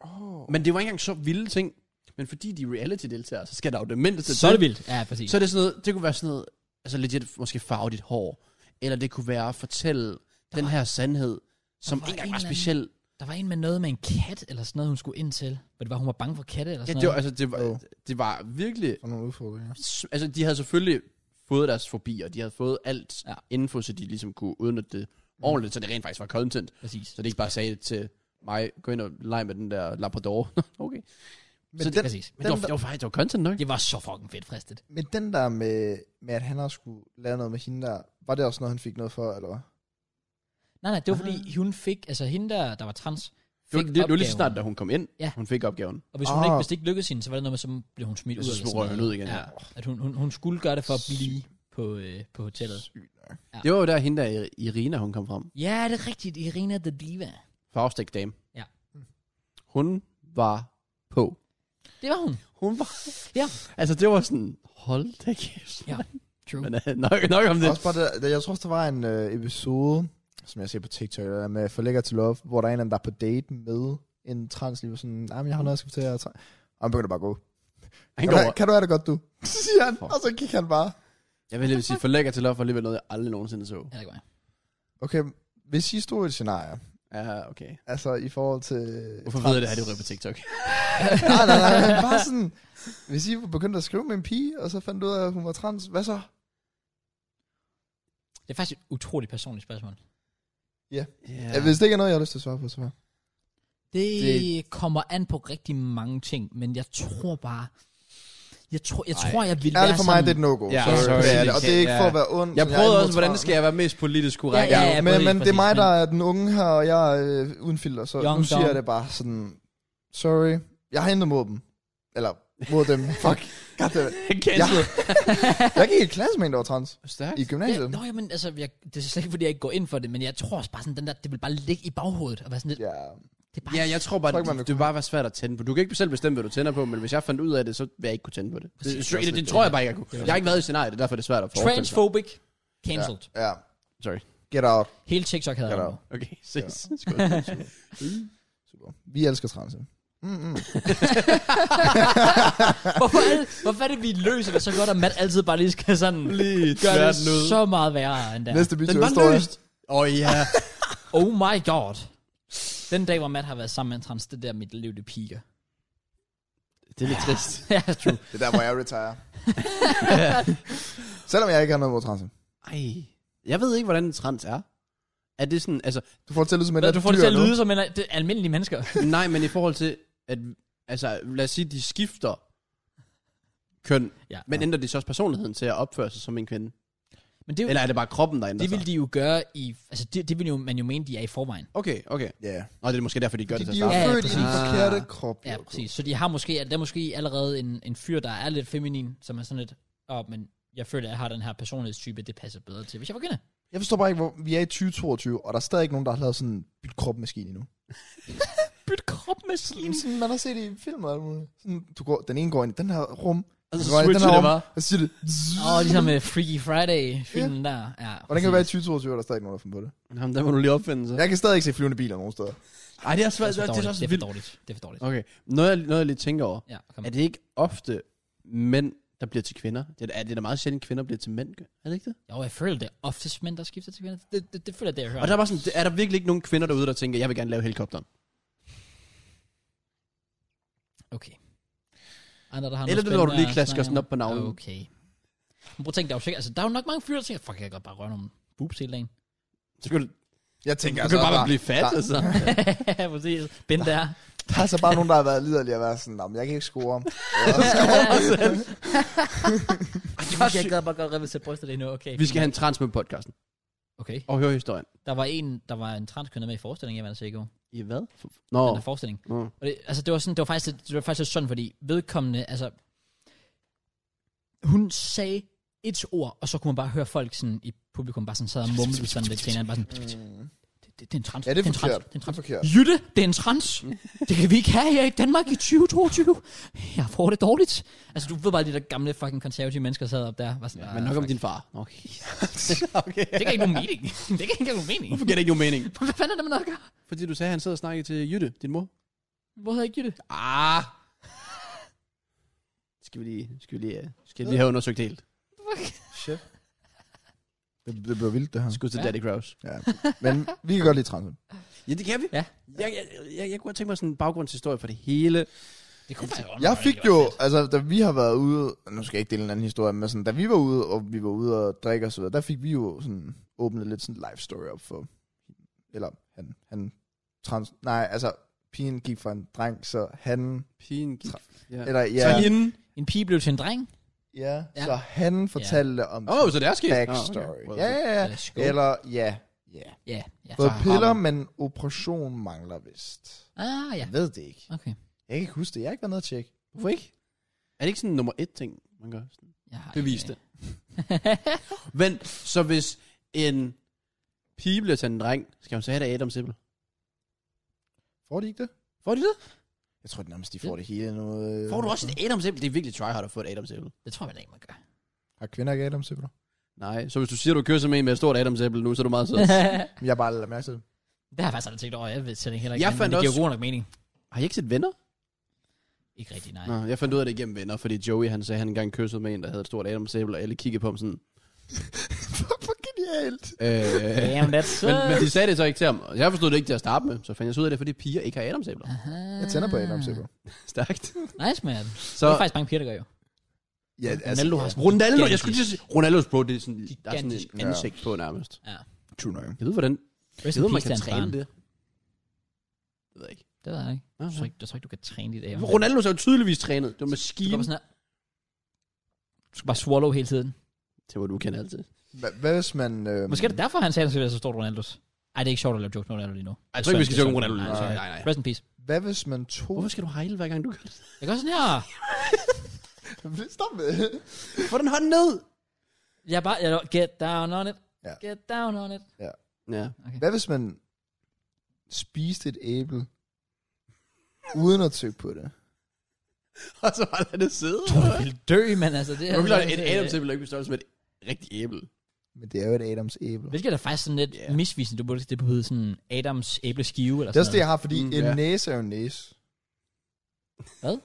Speaker 2: Oh. Men det var ikke engang så vilde ting. Men fordi de er reality-deltagere, så skal der jo det mindste
Speaker 3: så er det
Speaker 2: til.
Speaker 3: vildt. Ja, præcis.
Speaker 2: Så er det sådan noget, det kunne være sådan noget, altså legit måske farve dit hår. Eller det kunne være at fortælle den her sandhed, som
Speaker 3: var
Speaker 2: ikke engang
Speaker 3: en
Speaker 2: var
Speaker 3: eller anden-
Speaker 2: speciel.
Speaker 3: Der var en med noget med en kat, eller sådan noget, hun skulle ind til. Var det var, hun var bange for katte, eller
Speaker 2: Ja,
Speaker 3: sådan
Speaker 2: det var,
Speaker 3: noget?
Speaker 2: altså, det var,
Speaker 1: Jo.
Speaker 2: det var virkelig...
Speaker 1: Og nogle udfordringer.
Speaker 2: Altså, de havde selvfølgelig fået deres fobi, og de havde fået alt ja.
Speaker 3: Ja.
Speaker 2: info, så de ligesom kunne udnytte det ordentligt, så det rent faktisk var content.
Speaker 3: Præcis.
Speaker 2: Så det ikke bare sagde det til mig, gå ind og lege med den der Labrador. *laughs* okay.
Speaker 1: Men,
Speaker 2: Så
Speaker 1: så
Speaker 2: det-
Speaker 1: den,
Speaker 3: Præcis.
Speaker 2: Men det var,
Speaker 1: Den-
Speaker 2: det var faktisk det var content nok.
Speaker 3: Det var så fucking fedt fristet.
Speaker 1: men den der med, med, at han har skulle lave noget med hende der, var det også noget, han fik noget for, eller hvad?
Speaker 3: Nej, nej, det var fordi, hun fik, altså hende der, der var trans, fik
Speaker 2: Det var, det, det var lige så
Speaker 3: opgaven.
Speaker 2: snart, da hun kom ind,
Speaker 3: Ja.
Speaker 2: hun fik opgaven.
Speaker 3: Og hvis, hun
Speaker 1: Ah.
Speaker 3: ikke, hvis det ikke lykkedes hende, så var det noget med, så blev hun smidt
Speaker 2: Ja,
Speaker 3: ud.
Speaker 2: så
Speaker 3: eller sådan
Speaker 2: røg hun
Speaker 3: noget.
Speaker 2: ud igen, ja.
Speaker 3: Ja, at hun, hun, hun skulle gøre det for at blive på, øh, på hotellet.
Speaker 1: Sygt nok.
Speaker 3: Ja.
Speaker 2: Det var jo der hende der I- Irina, hun kom frem.
Speaker 3: Ja, det er rigtigt. Irina the Diva.
Speaker 2: Fagstik dame.
Speaker 3: Ja.
Speaker 2: Hun var på.
Speaker 3: Det var hun.
Speaker 2: Hun var...
Speaker 3: Ja.
Speaker 2: Altså, det var sådan... Hold da kæft.
Speaker 3: Ja. True.
Speaker 2: Men øh, nok, nok om det.
Speaker 1: Også bare det, der- jeg tror også, der var en øh, episode, som jeg ser på TikTok, der er med forlægger til love, hvor der er en, eller anden, der er på date med en trans, lige var sådan, nej, men jeg har noget, jeg skal fortælle jer. Og han begynder bare at gå.
Speaker 2: Han
Speaker 1: Kan
Speaker 2: går
Speaker 1: du,
Speaker 2: over-
Speaker 1: have- kan du have det godt, du? *laughs* Så siger han,
Speaker 2: Fuck.
Speaker 1: og så gik han bare.
Speaker 2: Jeg vil lige sige, for lækker til love var alligevel noget, jeg aldrig nogensinde så.
Speaker 3: Ja, det var jeg.
Speaker 1: Okay, hvis I stod i et scenarie,
Speaker 2: Ja, okay.
Speaker 1: altså i forhold til...
Speaker 2: Hvorfor ved jeg det her, det var på TikTok?
Speaker 1: *laughs* nej, nej, nej, men bare sådan, hvis I begyndte at skrive med en pige, og så fandt ud af, at hun var trans, hvad så?
Speaker 3: Det er faktisk et utroligt personligt spørgsmål.
Speaker 2: Yeah.
Speaker 1: Ja. Hvis det ikke er noget, jeg har lyst til at svare på, så hvad?
Speaker 3: Det,
Speaker 2: Det-
Speaker 3: det kommer an på rigtig mange ting, men jeg tror bare... Jeg tror, jeg,
Speaker 2: Ej.
Speaker 3: tror, jeg vil
Speaker 1: Ærligt
Speaker 3: være
Speaker 1: for mig,
Speaker 3: sådan,
Speaker 1: det er et no-go.
Speaker 2: Ja,
Speaker 1: Sorry,
Speaker 2: sorry.
Speaker 1: det er det. Og det er ikke
Speaker 2: Ja.
Speaker 1: for at være ond.
Speaker 2: Jeg
Speaker 1: som
Speaker 2: prøvede
Speaker 1: er
Speaker 2: også,
Speaker 1: imod
Speaker 2: hvordan
Speaker 1: trans.
Speaker 2: skal jeg være mest politisk korrekt?
Speaker 1: Ja,
Speaker 3: Ja,
Speaker 1: ja,
Speaker 3: ja,
Speaker 1: men,
Speaker 3: præcis,
Speaker 1: men det er
Speaker 3: præcis,
Speaker 1: mig,
Speaker 3: men-
Speaker 1: der er den unge her, og jeg er øh, uden filter, så
Speaker 3: Young
Speaker 1: nu siger
Speaker 3: dumb.
Speaker 1: jeg det bare sådan, sorry, jeg har intet mod dem. Eller mod
Speaker 2: *laughs*
Speaker 1: dem. Fuck. Goddammit.
Speaker 2: Cancel.
Speaker 1: *laughs* Jeg gik i klasse med en, der var trans.
Speaker 2: Stærkt.
Speaker 1: I gymnasiet.
Speaker 3: Ja, nå, jamen, altså, jeg, det er slet ikke, fordi jeg ikke går ind for det, men jeg tror også bare sådan, den der, det vil bare ligge i baghovedet, og være sådan lidt,
Speaker 1: Ja.
Speaker 3: det er bare
Speaker 2: Ja, jeg tror bare,
Speaker 1: Jeg tror ikke, man vil
Speaker 2: det, det vil bare være svært at tænde på. Du kan ikke selv bestemme, hvad du tænder på, men hvis jeg fandt ud af det, så vil jeg ikke kunne tænde på det. Det,
Speaker 3: Præcis.
Speaker 2: det, det, det
Speaker 3: Det
Speaker 2: tror
Speaker 3: er-
Speaker 2: jeg bare ikke, jeg kunne.
Speaker 3: det er-
Speaker 2: Jeg har ikke været i scenariet, det er derfor, det er svært at forestille sig.
Speaker 3: transphobic, cancelled. Ja.
Speaker 1: ja.
Speaker 2: Sorry.
Speaker 1: Get out.
Speaker 3: Hele TikTok havde
Speaker 1: Ja,
Speaker 3: jeg
Speaker 1: der.
Speaker 3: nu.
Speaker 2: Okay, ses.
Speaker 1: Super. Vi elsker transe. Mm-mm.
Speaker 3: *laughs* Hvorfor er, det, hvorfor er det, vi løser det så godt, at Matt altid bare lige skal sådan
Speaker 2: Lige
Speaker 3: gøre det
Speaker 2: tvært ned.
Speaker 3: så meget værre end der?
Speaker 1: Næste
Speaker 2: Den var
Speaker 1: bytur-historie.
Speaker 2: løst. Åh ja.
Speaker 3: Oh my god. Den dag, hvor Matt har været sammen med en trans, det er der mit liv, det piker.
Speaker 2: *laughs*
Speaker 3: *laughs*
Speaker 2: Det er lidt trist.
Speaker 3: ja, true.
Speaker 1: Det er der, hvor
Speaker 3: *laughs*
Speaker 1: jeg retire. Selvom jeg ikke har noget mod transe.
Speaker 2: Ej. Jeg ved ikke, hvordan trans er. Er det sådan, altså,
Speaker 1: Du får det til at lyde som et
Speaker 3: Hvad,
Speaker 1: lidt
Speaker 3: du får det til
Speaker 1: dyr
Speaker 3: at
Speaker 1: nu.
Speaker 3: lyde som en, det er almindelige mennesker.
Speaker 2: Nej, men i forhold til, at, altså, lad os sige, de skifter køn,
Speaker 3: ja.
Speaker 2: men ja. ændrer de så også personligheden til at opføre sig som en kvinde?
Speaker 3: men det, er jo,
Speaker 2: Eller er det bare kroppen, der ændrer
Speaker 3: det vil
Speaker 2: sig?
Speaker 3: de jo gøre i... Altså, det, det vil jo, man jo mene, de er i forvejen.
Speaker 2: Okay, okay.
Speaker 1: Ja.
Speaker 2: Og det er måske derfor, de gør
Speaker 1: De,
Speaker 2: det
Speaker 1: de
Speaker 2: til
Speaker 1: er jo
Speaker 2: at
Speaker 3: Ja, ja,
Speaker 1: født i den
Speaker 2: præcis.
Speaker 1: forkerte krop.
Speaker 3: Ja,
Speaker 1: Jacob.
Speaker 3: præcis. Så de har måske, der er måske allerede en, en fyr, der er lidt feminin, som er sådan lidt, åh, oh, men jeg føler, at jeg har den her personlighedstype, det passer bedre til, hvis jeg var kvinde.
Speaker 1: Jeg forstår bare ikke, hvor vi er i 2022, og der er stadig ikke nogen, der har lavet sådan en byt kropmaskine endnu.
Speaker 3: Byt kropmaskine.
Speaker 1: Jamen, sådan, man har set det i film og alt muligt. Sådan, du går, den ene går ind i den her rum,
Speaker 2: Og så
Speaker 1: Hvor er det, den
Speaker 2: switcher
Speaker 1: her
Speaker 2: det
Speaker 1: om?
Speaker 2: bare.
Speaker 1: og så siger det,
Speaker 3: Åh, oh, ligesom med Freaky Friday-filmen der. Ja,
Speaker 1: hvordan kan det være i 2022, og der er stadig ikke nogen, der har fundet på det?
Speaker 2: Jamen, der må du lige opfinde sig.
Speaker 1: Jeg kan stadig ikke se flyvende biler nogen steder.
Speaker 2: Ej, det er
Speaker 3: Det
Speaker 2: svært.
Speaker 3: er,
Speaker 2: Det er,
Speaker 3: for
Speaker 2: det er
Speaker 3: dårligt.
Speaker 2: også
Speaker 3: Det er
Speaker 2: vildt.
Speaker 3: for dårligt. Det er for dårligt.
Speaker 2: Okay, noget jeg, noget jeg lige tænker over.
Speaker 3: Ja, kom.
Speaker 2: Er det ikke ofte mænd, der bliver til kvinder? Det er, er det da meget sjældent, kvinder bliver til mænd, gør- er det ikke det?
Speaker 3: Jo, jeg føler det er oftest mænd, der skifter til kvinder. Det, det, det føler jeg, det jeg hører.
Speaker 2: Og der er, bare sådan, er der virkelig ikke nogen kvinder derude, der tænker, jeg vil gerne lave helikopteren?
Speaker 3: Okay. Andre, der har
Speaker 2: Eller
Speaker 3: noget
Speaker 2: det, når du
Speaker 3: spændende
Speaker 2: lige
Speaker 3: at
Speaker 2: klasker
Speaker 3: snakke om.
Speaker 2: sådan op på navlen.
Speaker 3: Okay. Men prøv at tænke, der er jo sikkert, altså, der er jo nok mange fyre, der tænker, fuck, jeg kan godt bare røre nogle boobs hele dagen.
Speaker 2: Så kan du,
Speaker 1: Jeg tænker
Speaker 2: du kan bare,
Speaker 1: der,
Speaker 2: blive fat,
Speaker 1: der-
Speaker 2: altså.
Speaker 3: *laughs* Præcis. Bind
Speaker 2: *laughs*
Speaker 3: der.
Speaker 1: der, er så bare nogen, der har været liderlige at være sådan, "Nå, men jeg kan ikke score.
Speaker 3: Fuck, jeg gad bare godt røre ved sit bryster lige nu. Okay.
Speaker 2: Vi skal have en trans med podcasten.
Speaker 3: Okay.
Speaker 2: Og høre historien.
Speaker 3: Der var en, der var en transkønnet med i forestillingen, jeg var sikker på.
Speaker 2: I hvad? Nå.
Speaker 3: Den der forestilling.
Speaker 2: Nå.
Speaker 3: Og det, altså, det var, sådan, det var faktisk, lidt- det var faktisk lidt sådan, fordi vedkommende, altså, hun sagde et ord, og så kunne man bare høre folk sådan, i publikum bare sådan sad og mumle sådan lidt til hinanden, bare sådan, det, det, det er en trans,
Speaker 1: Ja, det er
Speaker 3: en trans,
Speaker 1: forkert.
Speaker 3: det er en trans.
Speaker 1: Det er forkert.
Speaker 3: Jytte, det er en trans. Det kan vi ikke have her i Danmark i 2022. Jeg får det dårligt. Altså, du ved bare, de der gamle fucking konservative mennesker der sad op der. Var sådan,
Speaker 2: Men nok
Speaker 3: "Ah,
Speaker 2: om
Speaker 3: fuck.
Speaker 2: din far. Nå, *laughs* okay.
Speaker 3: Det giver ikke nogen mening. *laughs* det giver ikke nogen mening.
Speaker 2: Hvorfor giver det ikke nogen mening?
Speaker 3: Hvad fanden er det med noget at gøre?
Speaker 2: Fordi du sagde, at han sad og snakkede til Jytte, din mor.
Speaker 3: Hvor hedder ikke Jytte?
Speaker 2: Ah! Skal vi lige, skal vi lige, øh, skal vi lige have undersøgt det helt?
Speaker 1: Shit. Det, det bliver vildt, det her.
Speaker 2: Skud til
Speaker 3: Ja.
Speaker 2: Daddy Kraus.
Speaker 1: Ja. *laughs* Men vi kan godt lide transen.
Speaker 2: Ja, det kan vi.
Speaker 3: Ja.
Speaker 2: Jeg, jeg, jeg, jeg kunne godt tænke mig sådan en baggrundshistorie for det hele.
Speaker 3: Det kunne faktisk godt
Speaker 1: Jeg
Speaker 3: være,
Speaker 1: fik
Speaker 3: det var
Speaker 1: jo,
Speaker 3: fedt.
Speaker 1: altså da vi har været ude, nu skal jeg ikke dele en anden historie, men sådan, da vi var ude, og vi var ude og drikke og så videre, der fik vi jo sådan, åbnet lidt sådan en live story op for, eller han, han trans, nej, altså pigen gik fra en dreng, så han,
Speaker 2: Pigen gik. Ja.
Speaker 1: eller
Speaker 2: Ja. Så
Speaker 1: ja,
Speaker 2: inden.
Speaker 3: En pige blev til en dreng.
Speaker 1: ja,
Speaker 3: Ja.
Speaker 1: så han fortalte om
Speaker 2: Åh, oh, så det er sket.
Speaker 1: backstory.
Speaker 2: Nå, okay.
Speaker 1: Ja, ja, ja.
Speaker 3: Let's go.
Speaker 1: Eller ja, ja.
Speaker 3: Ja, ja.
Speaker 1: Både
Speaker 2: Så har
Speaker 1: piller,
Speaker 2: man-
Speaker 1: men operation mangler vist.
Speaker 3: Ah, ja.
Speaker 1: Jeg ved det ikke.
Speaker 3: Okay.
Speaker 1: Jeg kan ikke huske det. Jeg har ikke været nede og tjekke.
Speaker 2: Hvorfor ikke? Er det ikke sådan en nummer et ting, man gør? Sådan,
Speaker 3: Jeg har
Speaker 2: Bevis
Speaker 3: ikke-
Speaker 2: det. *laughs* Vent, så hvis en pige bliver til en dreng, skal hun så have det Adam Sibbel?
Speaker 1: Får de ikke det?
Speaker 2: Får de det?
Speaker 1: Jeg tror nærmest, de får det hele nu. øh.
Speaker 2: Får du også et Adam Sibbel? Det er virkelig tryhard at få et Adam Sibbel.
Speaker 3: Det tror jeg vel ikke, man gør.
Speaker 1: Har kvinder ikke Adam Sibler?
Speaker 2: Nej, så hvis du siger, du kører som en med et stort Adam Sibbel nu, så er du *laughs* meget sød.
Speaker 1: Men jeg har bare lagt mærke til det.
Speaker 3: det har jeg faktisk aldrig tænkt over. Jeg ved selv ikke heller ikke,
Speaker 2: Jeg
Speaker 3: men
Speaker 2: fandt
Speaker 3: det giver
Speaker 2: også-
Speaker 3: god nok mening.
Speaker 2: Har I ikke set venner?
Speaker 3: Ikke rigtig, nej.
Speaker 2: Nå, jeg fandt ud af det igennem venner, fordi Joey han sagde, han engang kyssede med en, der havde et stort Adam Sibbel, og alle kiggede på ham sådan.
Speaker 1: Hvor genialt.
Speaker 2: Øh,
Speaker 3: Damn, that's
Speaker 2: men, men, de sagde det så ikke til ham. og Jeg forstod det ikke til at starte med, så fandt jeg så ud af det, er, fordi piger ikke har Adam Sibbel.
Speaker 1: Jeg tænder på Adam Sibler.
Speaker 2: *laughs* Stærkt.
Speaker 3: Ah, Nice, man. Så...
Speaker 2: Så
Speaker 3: Det er faktisk mange piger, der gør jo.
Speaker 1: Ja,
Speaker 3: Ronaldo har sådan
Speaker 2: Ronaldo, jeg
Speaker 3: gigantisk-
Speaker 2: skulle lige sige, Ronaldos bro, det er sådan, der er sådan
Speaker 3: Gigantisk.
Speaker 2: et ansigt på nærmest.
Speaker 3: Ja.
Speaker 1: True nok.
Speaker 2: Jeg ved, hvordan
Speaker 3: Rest
Speaker 2: jeg
Speaker 3: in
Speaker 2: ved, man
Speaker 3: peace
Speaker 2: kan
Speaker 3: til hans
Speaker 2: træne
Speaker 3: barn.
Speaker 2: det. Det ved jeg ikke.
Speaker 3: Det ved jeg ikke.
Speaker 2: Nå,
Speaker 3: Jeg tror ikke, jeg tror ikke du kan træne dit af.
Speaker 2: ja. Ronaldo er jo tydeligvis trænet. Det var
Speaker 3: Du,
Speaker 2: maskinen.
Speaker 3: går bare sådan her. du skal bare swallow hele tiden.
Speaker 2: Det var du kan altid.
Speaker 1: Hvad hvis man... Øh,
Speaker 3: Måske er det derfor, han sagde, at han skulle være så stort Ronaldos. Ej, det er ikke sjovt at lave jokes med Ronaldo lige nu.
Speaker 2: Jeg tror ikke, vi skal
Speaker 3: Sådan,
Speaker 2: synge Ronaldo.
Speaker 3: sådan.
Speaker 2: Nej,
Speaker 1: Nej,
Speaker 2: nej, nej.
Speaker 3: Rest in peace.
Speaker 1: Hvad hvis man tog...
Speaker 2: Hvorfor skal du hejle, hver gang du gør det?
Speaker 3: Jeg gør sådan her.
Speaker 1: *laughs* Stop med
Speaker 2: Få den hånd ned!
Speaker 3: Jeg er bare, jeg, er- get down on it.
Speaker 1: Ja.
Speaker 3: Get down on it.
Speaker 2: Ja.
Speaker 1: Hvad hvis man spiste et æble, uden at tygge på det?
Speaker 2: *laughs* Og så bare lade det sidde.
Speaker 3: Tror du, vil dø, men altså det
Speaker 2: Det er jo klart, et Adams æble er ikke på størrelse med et rigtigt æble.
Speaker 1: Men det er jo et Adams æble.
Speaker 3: Hvilket er faktisk sådan lidt
Speaker 2: Ja.
Speaker 3: yeah. misvisende. Du burde det på hedde sådan Adams æbleskive eller
Speaker 1: Det er
Speaker 3: sådan
Speaker 1: også det, jeg har, fordi
Speaker 2: Mm,
Speaker 1: mm, en
Speaker 2: ja.
Speaker 1: næse er jo en næse.
Speaker 3: Hvad?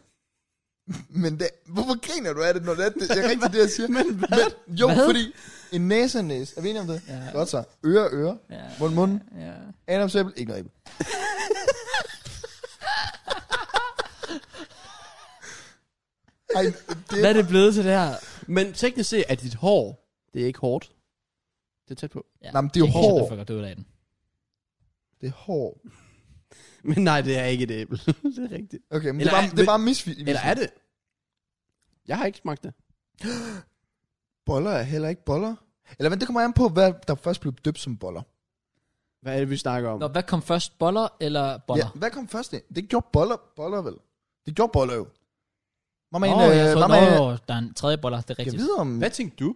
Speaker 1: *laughs* Men det, hvorfor griner du af det, når det er det? Jeg kan ikke lide det, jeg siger.
Speaker 2: Men hvad?
Speaker 1: Men, jo,
Speaker 3: Hvad?
Speaker 1: fordi en næse er en næse. Er vi enige om det?
Speaker 3: Ja.
Speaker 1: Godt så. Øre, øre.
Speaker 3: Ja.
Speaker 1: Mund, mund.
Speaker 3: ja.
Speaker 1: Adams æble, ikke noget æble. Ej, det,
Speaker 3: Hvad er det blevet til det her?
Speaker 2: Men teknisk set er dit hår, det er ikke hårdt. Det er tæt på.
Speaker 3: Ja.
Speaker 1: Nå, men det er jo
Speaker 3: ikke sikkert,
Speaker 1: hår.
Speaker 3: du får godt ud af den.
Speaker 1: det er hår.
Speaker 2: Men nej, det er ikke et æble. *laughs* det er rigtigt.
Speaker 1: Okay, men
Speaker 2: Eller
Speaker 1: det er bare,
Speaker 2: er-
Speaker 1: det er bare misvis.
Speaker 2: Eller er det? Jeg har ikke smagt det.
Speaker 1: Boller er heller ikke boller. Eller men det kommer an på, hvad der først blev døbt som boller.
Speaker 2: Hvad er det, vi snakker om?
Speaker 3: Nå, hvad kom først? Boller eller boller?
Speaker 1: hvad kom først ind? Det gjorde boller, boller vel? Det gjorde boller jo. Mamma,
Speaker 3: Åh,
Speaker 1: en, øh,
Speaker 3: jeg troede,
Speaker 1: mamma,
Speaker 3: nå, der er en tredje boller, det er
Speaker 1: jeg
Speaker 3: rigtigt.
Speaker 1: ved om...
Speaker 2: Hvad tænkte du?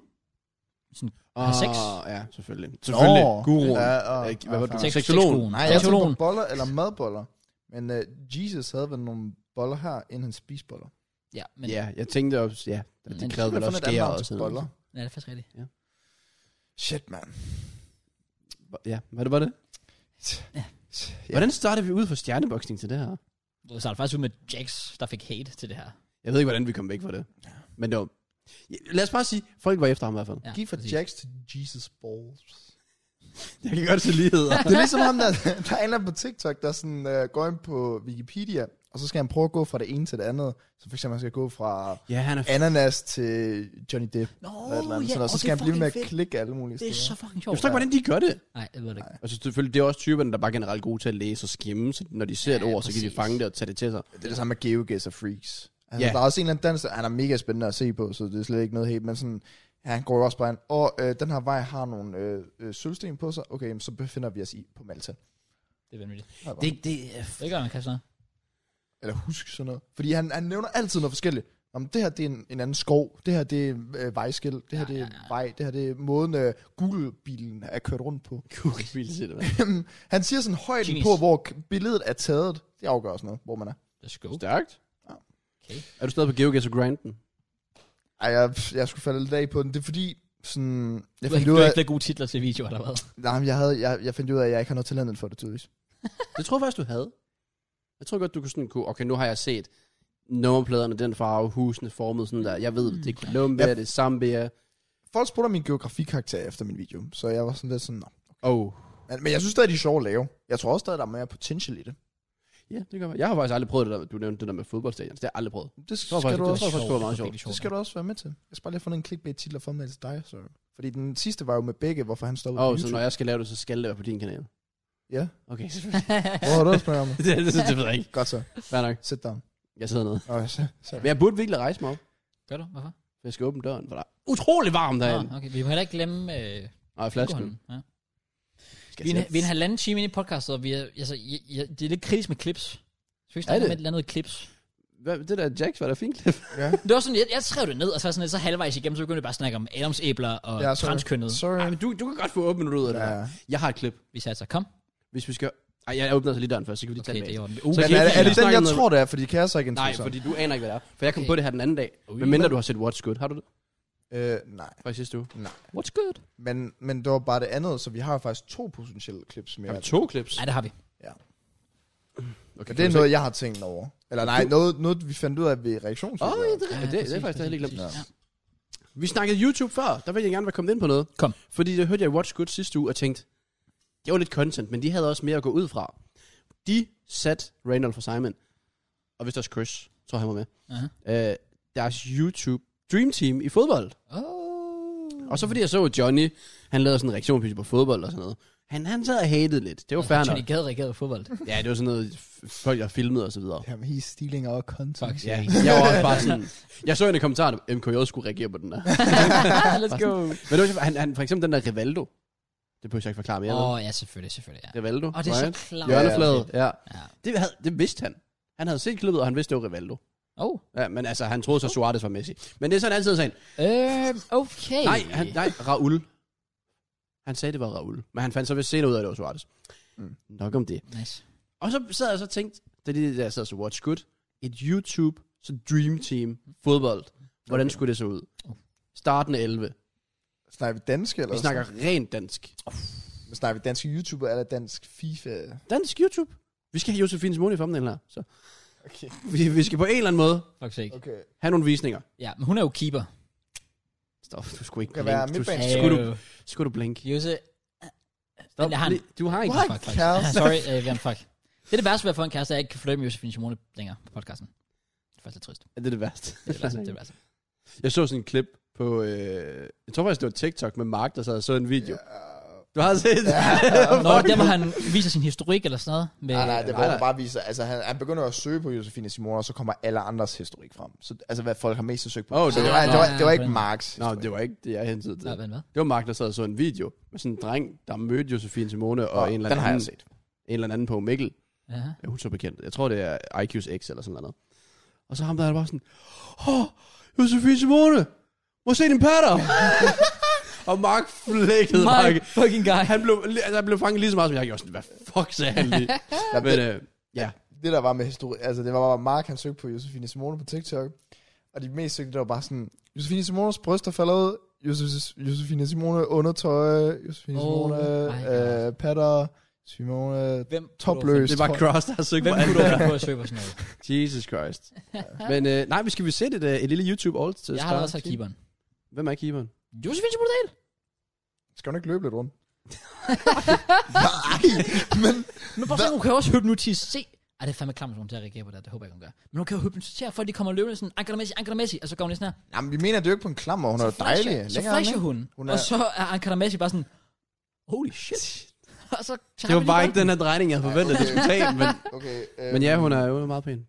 Speaker 3: Sådan,
Speaker 2: Ah,
Speaker 3: have sex?
Speaker 2: Ja, selvfølgelig. Selvfølgelig. Guruen.
Speaker 1: Ja,
Speaker 2: Ja,
Speaker 1: og,
Speaker 2: hvad var
Speaker 1: og-
Speaker 2: det?
Speaker 3: Sex-
Speaker 2: Seksologen.
Speaker 3: sexologen.
Speaker 1: Nej, jeg tænkte
Speaker 3: Teologen.
Speaker 1: på boller eller madboller. Men uh, Jesus havde vel nogle boller her, inden han spiste boller.
Speaker 3: Ja, men
Speaker 2: Ja, jeg tænkte også, ja.
Speaker 3: Men
Speaker 2: Det
Speaker 3: det
Speaker 2: krævede
Speaker 1: Man
Speaker 2: vel
Speaker 1: har
Speaker 2: også
Speaker 1: fundet
Speaker 2: skære
Speaker 1: et andet navn
Speaker 2: og
Speaker 1: til
Speaker 2: sådan
Speaker 1: boller.
Speaker 2: noget.
Speaker 3: ja, det er faktisk rigtigt.
Speaker 1: Shit, man.
Speaker 2: Ja, hvad det var det?
Speaker 1: Ja.
Speaker 2: Hvordan startede vi ud fra stjerneboksning til det her?
Speaker 3: Du startede faktisk ud med Jax, der fik hate til det her.
Speaker 2: Jeg ved ikke, hvordan vi kom væk fra det. Men det var... Lad os bare sige, folk var efter ham i hvert fald.
Speaker 3: Ja,
Speaker 1: Giv fra
Speaker 3: præcis.
Speaker 1: Jacks til Jesus Balls.
Speaker 2: Jeg kan godt se ligheder.
Speaker 1: øh, Det er ligesom ham, der, der er en eller anden på TikTok, der sådan, uh, går ind på Wikipedia, og så skal han prøve at gå fra det ene til det andet. Så for eksempel, han skal gå fra
Speaker 2: *laughs* Ja, han er... f-
Speaker 1: ananas til Johnny Depp.
Speaker 3: Nå,
Speaker 1: eller et eller andet.
Speaker 3: ja,
Speaker 1: sådan, og så
Speaker 3: og
Speaker 1: skal
Speaker 3: det er
Speaker 1: han blive med
Speaker 3: fucking
Speaker 1: at klikke alle mulige
Speaker 3: Det er så
Speaker 1: steder.
Speaker 3: fucking
Speaker 2: Jeg
Speaker 3: sjovt.
Speaker 2: forstår ikke, hvordan de gør det.
Speaker 3: Nej, jeg ved det ikke.
Speaker 2: Altså selvfølgelig, det er også typerne, der bare generelt gode til at læse og skimme, så når de ser et
Speaker 3: Ja,
Speaker 2: ord, så kan de
Speaker 3: præcis.
Speaker 2: fange det og tage det til sig.
Speaker 1: Det er det samme med GeoGuessr Freaks. Altså,
Speaker 2: Ja.
Speaker 1: yeah. Der er også en eller anden dans, der- han er mega spændende at se på, så det er slet ikke noget helt, men sådan, ja, han går jo også bare ind, og øh, den her vej har nogle øh, øh, sølvsten på sig, okay, jamen, så befinder vi os i på Malta.
Speaker 3: Det er vanvittigt.
Speaker 2: Det, det, øh,
Speaker 3: Det gør man, kan sådan noget.
Speaker 1: Eller husk sådan noget. Fordi han, han nævner altid noget forskelligt. Om det her, det er en, en anden skov, det her, det er øh, vejskil, det her,
Speaker 3: Ja,
Speaker 1: det er
Speaker 3: ja, ja.
Speaker 1: vej, det her, det er måden, øh, Google-bilen er kørt rundt på.
Speaker 2: Google ville sige det, mand.
Speaker 1: *laughs* Han siger sådan højden
Speaker 3: Genius.
Speaker 1: på, hvor k- billedet er taget. Det afgør også noget, hvor man er.
Speaker 3: Let's
Speaker 2: *laughs*
Speaker 3: go.
Speaker 2: Stærkt.
Speaker 1: Ja.
Speaker 3: Okay.
Speaker 2: Er du stadig på GeoGuessr Grinden?
Speaker 1: Ej, jeg, jeg skulle falde lidt af på den. Det er fordi, sådan...
Speaker 3: Du har
Speaker 1: Jeg fandt
Speaker 3: ikke,
Speaker 1: ud
Speaker 3: du har
Speaker 1: af,
Speaker 3: ikke flere gode titler til videoer, eller hvad?
Speaker 1: nej, men jeg, havde, jeg, jeg fandt ud af, at jeg ikke har noget talentet for det, tydeligvis.
Speaker 2: *laughs* Det tror jeg faktisk, du havde. Jeg tror godt, du kunne sådan kunne, okay, nu har jeg set nummerpladerne, den farve, husene formet sådan der. Jeg ved, det er Colombia,
Speaker 1: Ja.
Speaker 2: det er Zambia.
Speaker 1: Folk spurgte om min geografikarakter efter min video, så jeg var sådan lidt sådan... Nå.
Speaker 2: Oh.
Speaker 1: Men, men jeg synes stadig, de er sjove at lave. Jeg tror også stadig, der er mere potential i det.
Speaker 2: Ja, det gør jeg. Jeg har faktisk aldrig prøvet det der, du nævnte det der med fodboldstadion. Det har jeg aldrig prøvet.
Speaker 1: Det
Speaker 2: tror
Speaker 1: skal,
Speaker 2: faktisk-
Speaker 1: du
Speaker 2: det
Speaker 1: også,
Speaker 2: tror jeg faktisk, det var meget sjovt.
Speaker 3: virkelig
Speaker 1: det skal du også være med til. Jeg skal bare lige have fundet en clickbait-titel og få med til dig, så... Fordi den sidste var jo med begge, hvorfor han stoppede
Speaker 2: Åh,
Speaker 1: på
Speaker 2: oh, så
Speaker 1: YouTube.
Speaker 2: når jeg skal lave det, så skal det være på din kanal.
Speaker 1: Ja,
Speaker 2: Okay, *laughs*
Speaker 1: hvor har du også med om det?
Speaker 2: det, det, det, ved jeg ikke.
Speaker 1: Godt så.
Speaker 2: Fair nok.
Speaker 1: Sit down.
Speaker 2: Jeg sidder nede.
Speaker 1: Okay, så, så.
Speaker 2: Men jeg burde virkelig rejse mig op,
Speaker 3: Gør du? Hvorfor?
Speaker 2: for jeg skal åbne døren, for der er utrolig varmt
Speaker 3: Nå,
Speaker 2: derinde.
Speaker 3: okay. Vi må heller ikke glemme øh,
Speaker 2: Og flasken.
Speaker 3: alkoholen. Ja.
Speaker 2: Skal
Speaker 3: Vi er,
Speaker 2: jeg
Speaker 3: en,
Speaker 2: sætte-
Speaker 3: vi er en halvanden time inde i podcastet, og vi er, altså, jeg, jeg, det er lidt kritisk med clips. Skal vi ikke
Speaker 2: Er
Speaker 3: snakke
Speaker 2: det?
Speaker 3: om et eller andet clips?
Speaker 2: Hvad, det der Jax var da
Speaker 3: *laughs*
Speaker 2: fint klip.
Speaker 1: Ja.
Speaker 3: Det var sådan, jeg, jeg skrev det ned, og så, var sådan, lidt, så halvvejs igennem, så begyndte jeg bare at snakke om Adams æbler og
Speaker 1: Ja,
Speaker 3: ja,
Speaker 1: sorry.
Speaker 3: transkønnet.
Speaker 1: Sorry.
Speaker 2: Ej, men du, du kan godt få åbnet ud af det
Speaker 1: Ja.
Speaker 2: her. Jeg har et klip.
Speaker 3: Vi satte sig, kom.
Speaker 2: Hvis vi skal... Ej, jeg åbner altså lige døren først, så kan vi lige
Speaker 3: Okay,
Speaker 2: tage
Speaker 3: det
Speaker 2: det
Speaker 3: er
Speaker 2: bag.
Speaker 3: jo en
Speaker 2: Så
Speaker 3: okay.
Speaker 1: Men
Speaker 2: kan
Speaker 1: er,
Speaker 2: vi
Speaker 1: er, det
Speaker 2: snakke
Speaker 1: den, jeg
Speaker 2: om noget-
Speaker 1: tror, det er? Fordi det kan jeg så ikke
Speaker 2: Nej,
Speaker 1: interessant.
Speaker 2: fordi du aner ikke, hvad det er. For jeg kom
Speaker 3: Okay.
Speaker 2: på det her den anden dag.
Speaker 3: Ui.
Speaker 2: Men mindre du har set What's Good. Har du det?
Speaker 1: Øh, nej.
Speaker 2: Fra i sidste uge.
Speaker 1: Nej.
Speaker 2: What's Good?
Speaker 1: Men, men det var bare det andet, så vi har faktisk to potentielle klips mere.
Speaker 2: Har vi to klips?
Speaker 3: Nej, det har vi.
Speaker 2: Okay,
Speaker 1: Men det er noget, jeg har tænkt over. Eller nej, noget, noget vi fandt ud af ved
Speaker 2: Åh, oh,
Speaker 1: reaktionsvideoer.
Speaker 2: ja, det,
Speaker 3: Ja,
Speaker 2: ja, det, det, er
Speaker 3: præcis,
Speaker 2: faktisk, jeg helt
Speaker 3: præcis,
Speaker 2: glemt.
Speaker 1: præcis.
Speaker 3: Ja.
Speaker 2: Vi snakkede YouTube før. Der ville jeg gerne være kommet ind på noget.
Speaker 3: Kom.
Speaker 2: Fordi jeg hørte jeg i Watch Good sidste uge og tænkte, det var lidt content, men de havde også mere at gå ud fra. De satte Randolph og Simon, og hvis der også Chris, tror jeg, han var med, uh-huh. øh, deres YouTube Dream Team i fodbold.
Speaker 3: Oh.
Speaker 2: Og så fordi jeg så Johnny, han lavede sådan en reaktion på fodbold og sådan noget. Han, han sad og hated lidt. Det var fair nok.
Speaker 3: Johnny Gade reagerede på fodbold.
Speaker 2: Ja, det var sådan noget, f- folk der filmede og så videre.
Speaker 1: Jamen, he's stealing our content.
Speaker 3: Fuck, *laughs*
Speaker 2: Ja, *laughs*
Speaker 3: yeah.
Speaker 2: jeg var også bare sådan... Jeg så en i kommentaren, at MKJ skulle reagere på den der.
Speaker 3: Let's go.
Speaker 2: Men det var, sjovt, han, han, for eksempel den der Rivaldo. Det behøver jeg ikke forklare mere.
Speaker 3: Åh,
Speaker 2: Oh,
Speaker 3: oh, ja, selvfølgelig, selvfølgelig. Ja.
Speaker 2: Rivaldo.
Speaker 3: Og det er så
Speaker 2: right?
Speaker 3: klart.
Speaker 2: Hjørneflade, ja.
Speaker 3: Ja.
Speaker 2: Det, havde, det vidste han. Han havde set klippet, og han vidste, det var Rivaldo.
Speaker 3: Oh.
Speaker 2: Ja, men altså, han troede så, Suarez var Messi. Men det er sådan altid sagen.
Speaker 3: Øh, okay.
Speaker 2: Nej, han, nej, Raul. Han sagde, det var Raul. Men han fandt så vist senere ud af, at det var Suarez.
Speaker 1: Mm.
Speaker 2: Mm. Nok om det.
Speaker 3: Nice.
Speaker 2: Og så sad jeg så og tænkte, da de der sad så watch good, et YouTube, så Dream Team, fodbold. Hvordan
Speaker 1: Okay.
Speaker 2: okay. skulle det se ud? Startende 11.
Speaker 1: Snakker vi dansk, eller?
Speaker 2: Vi snakker rent dansk.
Speaker 1: snakker- Snakker vi dansk YouTuber, eller dansk FIFA?
Speaker 2: Dansk YouTube. Vi skal have Josefines Moni i thumbnail her. Så.
Speaker 1: Okay.
Speaker 2: Vi, vi skal på en eller anden måde
Speaker 3: Fuck sake.
Speaker 1: Okay.
Speaker 2: have nogle visninger.
Speaker 3: Ja, men hun er jo keeper. Øh,
Speaker 2: Stop, du skulle ikke
Speaker 1: Kan være
Speaker 2: blink. Du,
Speaker 1: midtbane.
Speaker 2: skulle, skulle du, skulle du blink.
Speaker 3: Jose.
Speaker 2: Stop,
Speaker 3: har han.
Speaker 2: lige- du har ikke.
Speaker 1: What?
Speaker 3: Fuck, fuck.
Speaker 1: Kæreste.
Speaker 3: *laughs* Sorry, uh, Jan, fuck. Det er det værste ved at få en kæreste, at jeg ikke kan flirte med Josefine Simone længere på podcasten. Det er faktisk lidt trist.
Speaker 2: Ja, Det er det værste.
Speaker 3: Det er det værste. Det er det værste.
Speaker 2: Jeg så sådan en klip på, øh, jeg tror faktisk, det var TikTok med Mark, der sad og så en video.
Speaker 1: Ja.
Speaker 2: Yeah. Du har set det? Yeah. *laughs*
Speaker 3: Nå, der hvor han viser sin historik eller sådan noget. Med,
Speaker 1: Nej, Ah, nej, det
Speaker 2: Øh, Nej,
Speaker 1: var
Speaker 2: nej.
Speaker 1: bare viser. Altså, han, han begynder at søge på Josefine Simone, og så kommer alle andres historik frem. Så, altså, hvad folk har mest at søge på.
Speaker 2: Åh,
Speaker 1: så det
Speaker 2: det-
Speaker 1: var, det var,
Speaker 3: nå,
Speaker 1: det var
Speaker 3: ja,
Speaker 1: ikke
Speaker 3: på den-
Speaker 1: Marks
Speaker 2: Nå, det var ikke det, jeg hentede til.
Speaker 3: Nå, men hvad?
Speaker 2: Det var Mark, der sad og så en video med sådan en dreng, der mødte Josefine Simone og,
Speaker 1: Nå,
Speaker 2: en, eller
Speaker 1: den
Speaker 2: anden,
Speaker 1: har jeg set.
Speaker 2: en eller anden på Mikkel.
Speaker 3: Ja.
Speaker 2: Ja, hun er så bekendt. Jeg tror, det er IQ's X eller sådan noget. Og så ham der, der var sådan, Åh, Josefine Simone, må jeg se din
Speaker 3: *laughs*
Speaker 2: patter? og Mark flækkede
Speaker 3: My
Speaker 2: Mark.
Speaker 3: fucking guy.
Speaker 2: Han blev, altså, han blev fanget lige så meget, som jeg gjorde. Sådan, hvad fuck sagde han
Speaker 3: *laughs*
Speaker 2: lige?
Speaker 1: Ja,
Speaker 2: Men øh, ja,
Speaker 1: det der var med historie, altså det var bare Mark, han søgte på Josefine Simone på TikTok, og de mest søgte, der var bare sådan, Josefine Simones bryster falder ud, Josef, Josefine Simone undertøj, Josefine
Speaker 3: Oh
Speaker 1: oh Simone
Speaker 3: my
Speaker 1: øh, patter, Simone
Speaker 3: Hvem
Speaker 1: topløs.
Speaker 2: det var
Speaker 1: trøje.
Speaker 2: Cross, der har søgt
Speaker 3: Hvem
Speaker 2: på
Speaker 3: kunne
Speaker 2: alt
Speaker 3: du
Speaker 2: det
Speaker 3: have
Speaker 2: der.
Speaker 3: på at søge på sådan noget?
Speaker 2: *laughs* Jesus Christ. Men øh, nej, vi skal vi sætte et, øh, et lille YouTube all til
Speaker 3: Jeg har allerede sagt keeperen.
Speaker 2: Hvem er keeperen?
Speaker 3: Josefine Simone
Speaker 1: Skal hun ikke løbe lidt rundt?
Speaker 2: *laughs*
Speaker 3: Men bare sådan, hun kan også høre nu til se. Ej, det er fandme klamt, hvis hun til at reagere på det. Det håber jeg ikke, hun gør. Men hun kan jo hypnotisere folk, de kommer løbende sådan, Angela Messi, Angela Messi, og så går hun lige sådan her.
Speaker 1: Jamen, vi mener, det er jo ikke på en klammer. Hun er jo
Speaker 3: Så flasher-
Speaker 1: dejlig.
Speaker 3: Så
Speaker 1: Længere
Speaker 3: flasher
Speaker 1: end,
Speaker 3: hun.
Speaker 1: Hun
Speaker 3: hun
Speaker 1: er-
Speaker 3: er... Og så er Angela Messi bare sådan, *laughs* holy shit. og så tager
Speaker 2: Det var
Speaker 3: vi
Speaker 2: bare
Speaker 3: lige
Speaker 2: ikke den her drejning, jeg havde forventet, det skulle tage, men,
Speaker 1: Okay, øh,
Speaker 2: men ja, hun er, hun er meget pæn.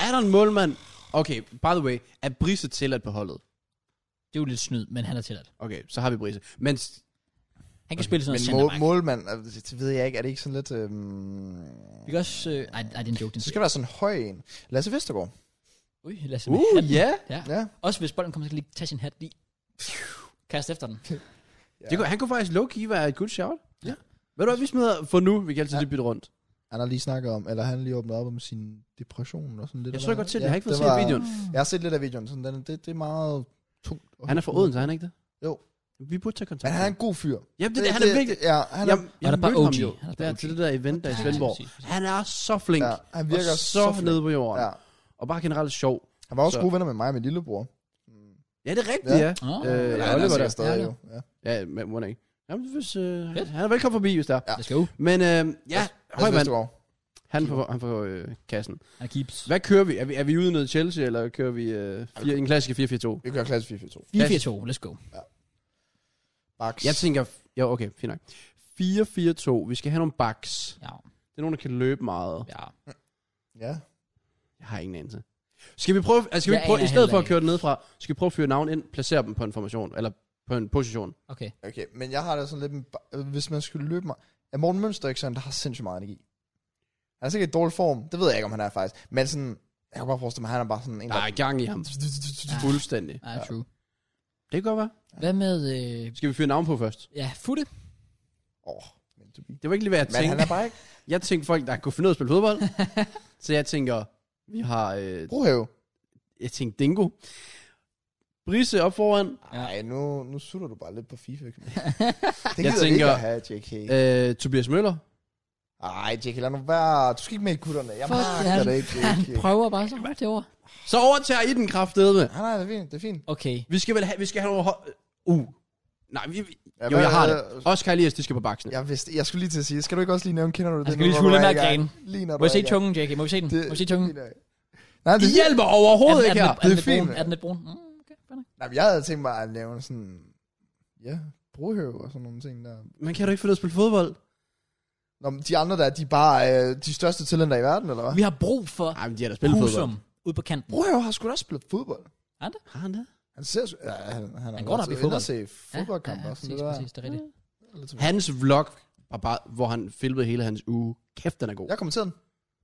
Speaker 2: Er der en målmand? Okay, by the way, er Brise tilladt på holdet?
Speaker 3: bolden. Det er jo lidt snyd, men han er tilladt.
Speaker 2: Okay, så har vi Brise. Men
Speaker 3: Han kan spille sådan
Speaker 1: Men
Speaker 3: en
Speaker 1: mål,
Speaker 3: centerback.
Speaker 1: målmand, altså, det ved jeg ikke. Er det ikke sådan lidt... Øhm...
Speaker 3: Vi kan også... Øh, ej, ej, det er en joke. Den
Speaker 1: Så skal der være sådan en høj en. Lasse Vestergaard.
Speaker 3: Ui, lad os
Speaker 2: Uh, ja.
Speaker 3: ja.
Speaker 1: Ja.
Speaker 3: Også hvis bolden kommer, så kan lige tage sin hat lige. Kast efter den.
Speaker 1: Ja.
Speaker 2: Det kunne, han kunne faktisk low-key være et good shout. Ja. Ved du hvad, vi smider for nu, vi kan altid
Speaker 1: Ja.
Speaker 2: ja. bytte rundt.
Speaker 1: Han har lige snakket om, eller han har lige åbnet op om sin depression og sådan lidt.
Speaker 2: Jeg
Speaker 1: eller
Speaker 2: så
Speaker 1: hvad.
Speaker 2: godt til, det. jeg har ikke fået
Speaker 1: det
Speaker 2: set
Speaker 1: var-
Speaker 2: videoen.
Speaker 1: Jeg har set lidt af videoen, sådan den, det, det er meget tungt. at
Speaker 2: Han er
Speaker 1: høre
Speaker 2: fra
Speaker 1: på.
Speaker 2: Odense, er han ikke det?
Speaker 1: Jo.
Speaker 2: Vi burde tage kontakt.
Speaker 1: Men han er en god fyr.
Speaker 2: Jamen, det, det, han er virkelig...
Speaker 1: Ja, han er,
Speaker 2: Jamen, jeg
Speaker 3: er bare
Speaker 2: mødte ham
Speaker 3: OG.
Speaker 2: jo.
Speaker 3: Han er bare
Speaker 2: Der
Speaker 3: OG.
Speaker 2: til det der event, der i
Speaker 3: Ja,
Speaker 2: Svendborg.
Speaker 3: præcis, præcis.
Speaker 2: Han er så flink.
Speaker 1: ja, han virker
Speaker 2: og så,
Speaker 1: flink.
Speaker 2: nede på jorden.
Speaker 1: Ja.
Speaker 2: Og bare generelt sjov.
Speaker 1: Han var også
Speaker 2: Så-
Speaker 1: gode venner med mig og min lillebror.
Speaker 2: Ja, det er rigtigt,
Speaker 1: Ja.
Speaker 2: ja.
Speaker 3: Åh,
Speaker 2: Øh,
Speaker 1: Eller
Speaker 2: ja, Oliver
Speaker 3: altså,
Speaker 1: han er
Speaker 2: der.
Speaker 1: sikkert stadig jo. Ja.
Speaker 2: Ja, men må ikke. Jamen, hvis, øh,
Speaker 3: Fedt.
Speaker 2: han er velkommen forbi, hvis der.
Speaker 1: Ja.
Speaker 2: Ja.
Speaker 3: Let's go.
Speaker 2: Men øh, ja,
Speaker 1: Lasse
Speaker 2: Højmand,
Speaker 1: Vestergaard.
Speaker 2: han får, han får øh, kassen.
Speaker 3: Han er keeps.
Speaker 2: Hvad kører vi? Er vi, er vi ude nede i Chelsea, eller kører vi øh, fire, en klassiker 4-4-2?
Speaker 1: Vi kører klasse 4-4-2.
Speaker 3: 4-4-2, let's go.
Speaker 1: Baks.
Speaker 2: Jeg tænker, ja okay, fint nok. 4-4-2, vi skal have nogle backs.
Speaker 3: Ja,
Speaker 2: Det er nogen, der kan løbe meget.
Speaker 3: ja.
Speaker 1: Ja.
Speaker 2: Jeg har ingen anelse. Skal vi prøve, altså, skal vi
Speaker 3: Jeg
Speaker 2: ikke prøve
Speaker 3: aner
Speaker 2: i stedet for
Speaker 3: heller
Speaker 2: at køre det nedefra, skal vi prøve at fyre navn ind, placere dem på en formation, eller på en position.
Speaker 3: Okay.
Speaker 1: Okay, men jeg har da sådan lidt... en ba- øh, Hvis man skulle løbe mig... Er Morten Mønster ikke sådan, der har sindssygt meget energi? Han er sikkert i dårlig form. Det ved jeg ikke, om han er faktisk. Men sådan... Jeg kan bare forestille mig, at han er bare sådan en,
Speaker 2: Der er gang i ham.
Speaker 1: der...
Speaker 2: Fuldstændig.
Speaker 3: Ah, true.
Speaker 2: Det kan godt være.
Speaker 3: Hvad med... Øh,
Speaker 2: Skal vi fyre navn på først?
Speaker 3: ja, Futte.
Speaker 1: Åh, men du
Speaker 2: Det var ikke lige, hvad jeg
Speaker 1: Men han
Speaker 2: tænkte.
Speaker 1: er bare ikke...
Speaker 2: Jeg tænkte folk, der kunne finde ud af at spille fodbold. så jeg tænker, vi har, øh,
Speaker 1: Brohave.
Speaker 2: jeg tænkte Dingo. Brise op foran.
Speaker 3: Ja.
Speaker 1: Nej, nu, nu sutter du bare lidt på FIFA. det
Speaker 2: Jeg
Speaker 1: gider jeg ikke
Speaker 2: tænker-
Speaker 1: at have, JK.
Speaker 2: Øh, Tobias Møller.
Speaker 1: Ej, JK, lad nu være. Du skal ikke med i kutterne. Jeg
Speaker 3: Fuck,
Speaker 1: magter
Speaker 3: han,
Speaker 1: det ikke,
Speaker 3: han
Speaker 1: JK.
Speaker 3: prøver bare så hurtigt over.
Speaker 2: Så overtager I den kraftedeme.
Speaker 1: Nej, nej, det er fint. Det er fint.
Speaker 3: Okay.
Speaker 2: Vi skal vel have, vi skal have nogle hold... Uh. Nej, vi, vi-
Speaker 1: Ja,
Speaker 2: jo,
Speaker 1: men,
Speaker 2: jeg har
Speaker 1: øh,
Speaker 2: det. Oscar Elias, de skal på baksen. Ja.
Speaker 1: Jeg, vidste, jeg skulle lige til at sige, skal du ikke også lige nævne, kender du det?
Speaker 3: skal
Speaker 1: nu,
Speaker 3: lige
Speaker 1: hvor du
Speaker 3: skulle
Speaker 1: er
Speaker 3: lidt
Speaker 1: i
Speaker 3: mere
Speaker 1: gang? Lige når
Speaker 3: Må
Speaker 1: du
Speaker 3: vi se tungen, JK? Må vi se den?
Speaker 1: Det-
Speaker 3: Må vi se tungen?
Speaker 1: lige der. Nej,
Speaker 2: I
Speaker 1: det,
Speaker 2: hjælper overhovedet ikke her.
Speaker 1: Det
Speaker 3: den
Speaker 1: er
Speaker 3: lidt
Speaker 1: fint,
Speaker 3: brun?
Speaker 1: mand.
Speaker 3: Er den lidt brun? Mm, okay, fair nok.
Speaker 1: nej, men jeg havde tænkt mig at lave sådan... Ja, brohøv og sådan nogle ting der.
Speaker 2: Man kan du ikke finde ud af at spille fodbold?
Speaker 1: Nå, men de andre der, de er bare øh, de største talenter i verden, eller hvad?
Speaker 3: Vi har brug for
Speaker 2: Nej, men de har da spillet
Speaker 3: Husum
Speaker 2: fodbold.
Speaker 3: ude på kanten.
Speaker 1: Brohøv har sgu da også spillet fodbold.
Speaker 2: Har han det?
Speaker 1: Han ser... sgu- Ja, han, han,
Speaker 3: går da op i fodbold.
Speaker 1: Han se fodboldkamp ja, ja, og sådan
Speaker 3: præcis,
Speaker 1: det der.
Speaker 3: præcis, det er rigtigt.
Speaker 1: Lidt tilbage.
Speaker 2: Hans vlog, var bare, hvor han filmede hele hans uge. Kæft, den er god.
Speaker 1: Jeg kommenterede den.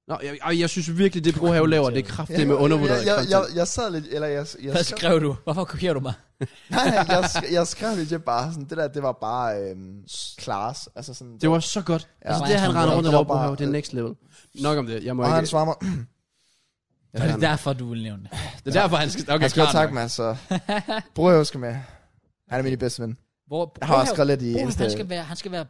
Speaker 2: Nå, jeg, jeg, jeg synes virkelig, det Brohave laver, det er kraftigt med undervurderet
Speaker 1: jeg, jeg, jeg,
Speaker 2: content.
Speaker 1: jeg sad lidt... Eller jeg, jeg,
Speaker 3: Hvad
Speaker 1: skrev-
Speaker 3: skrev du? Hvorfor kopierer du mig?
Speaker 1: Nej, nej, jeg, sk- jeg skrev lidt, jeg bare sådan... Det der, det var bare... Øhm, class. Altså sådan...
Speaker 2: Det var så godt. Ja. Altså, det, han
Speaker 3: Ja.
Speaker 2: render rundt og
Speaker 1: Det var
Speaker 2: laver Brohave,
Speaker 1: bare-
Speaker 2: det er next level. Nok om det, jeg må
Speaker 1: og han
Speaker 2: ikke...
Speaker 1: svarer mig...
Speaker 2: Ja,
Speaker 3: Det er
Speaker 2: han-
Speaker 3: derfor, du vil nævne det.
Speaker 2: Det er derfor, han skal... Okay,
Speaker 1: Han skriver
Speaker 2: klart
Speaker 1: tak,
Speaker 2: nok.
Speaker 1: Mads. og Brohøv skal med. Han er min bedste ven.
Speaker 3: Hvor,
Speaker 1: Jeg har også skrevet lidt i
Speaker 3: Brohave,
Speaker 1: Insta.
Speaker 3: han skal være, han skal være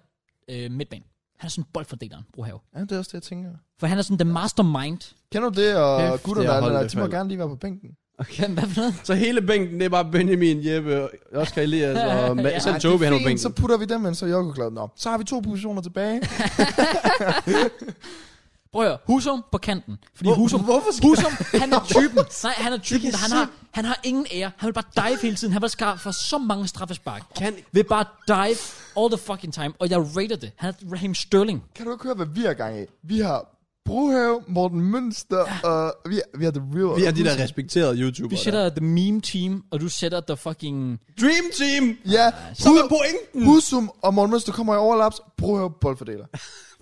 Speaker 3: øh, midtbane. Han er sådan en boldfordeleren, Brohave.
Speaker 1: Ja, det er også det, jeg tænker.
Speaker 3: For han er sådan the mastermind.
Speaker 1: Kender du det, og
Speaker 2: Kæft,
Speaker 1: gutterne
Speaker 2: det er
Speaker 1: og alle der,
Speaker 2: holdet
Speaker 1: de må
Speaker 2: fald.
Speaker 1: gerne lige være på bænken.
Speaker 3: Okay. Hvad for noget?
Speaker 2: Så hele bænken, det er bare Benjamin, Jeppe, Oscar Elias og Ma-
Speaker 3: Ja,
Speaker 2: selv
Speaker 1: Ej, det
Speaker 2: Tobi, han er på
Speaker 1: fint,
Speaker 2: bænken.
Speaker 1: Så putter vi dem ind, så er Jokko glad. Nå, så har vi to positioner
Speaker 2: *laughs*
Speaker 1: tilbage.
Speaker 3: Prøv at høre, Husum på kanten. Fordi
Speaker 2: Hvor-
Speaker 3: Husum,
Speaker 2: hvorfor skal-
Speaker 3: Husum, han er typen. Nej, han er typen,
Speaker 2: Det kan
Speaker 3: han har, han har ingen ære. Han vil bare dive hele tiden. Han var skar for så mange straffespark.
Speaker 2: Kan,
Speaker 3: Vil bare dive all the fucking time. Og jeg rater det. Han er Raheem Sterling.
Speaker 1: kan du ikke høre, hvad vi har gang i? Vi har Brohave, Morten Mønster, og vi, vi har The Real.
Speaker 2: vi er de der respekterede YouTubere.
Speaker 3: Vi sætter the meme team, og du sætter the fucking...
Speaker 2: Dream Team!
Speaker 1: Ja,
Speaker 2: Så er pointen!
Speaker 1: Husum og Morten Mønster kommer i overlaps. Brohave, boldfordeler.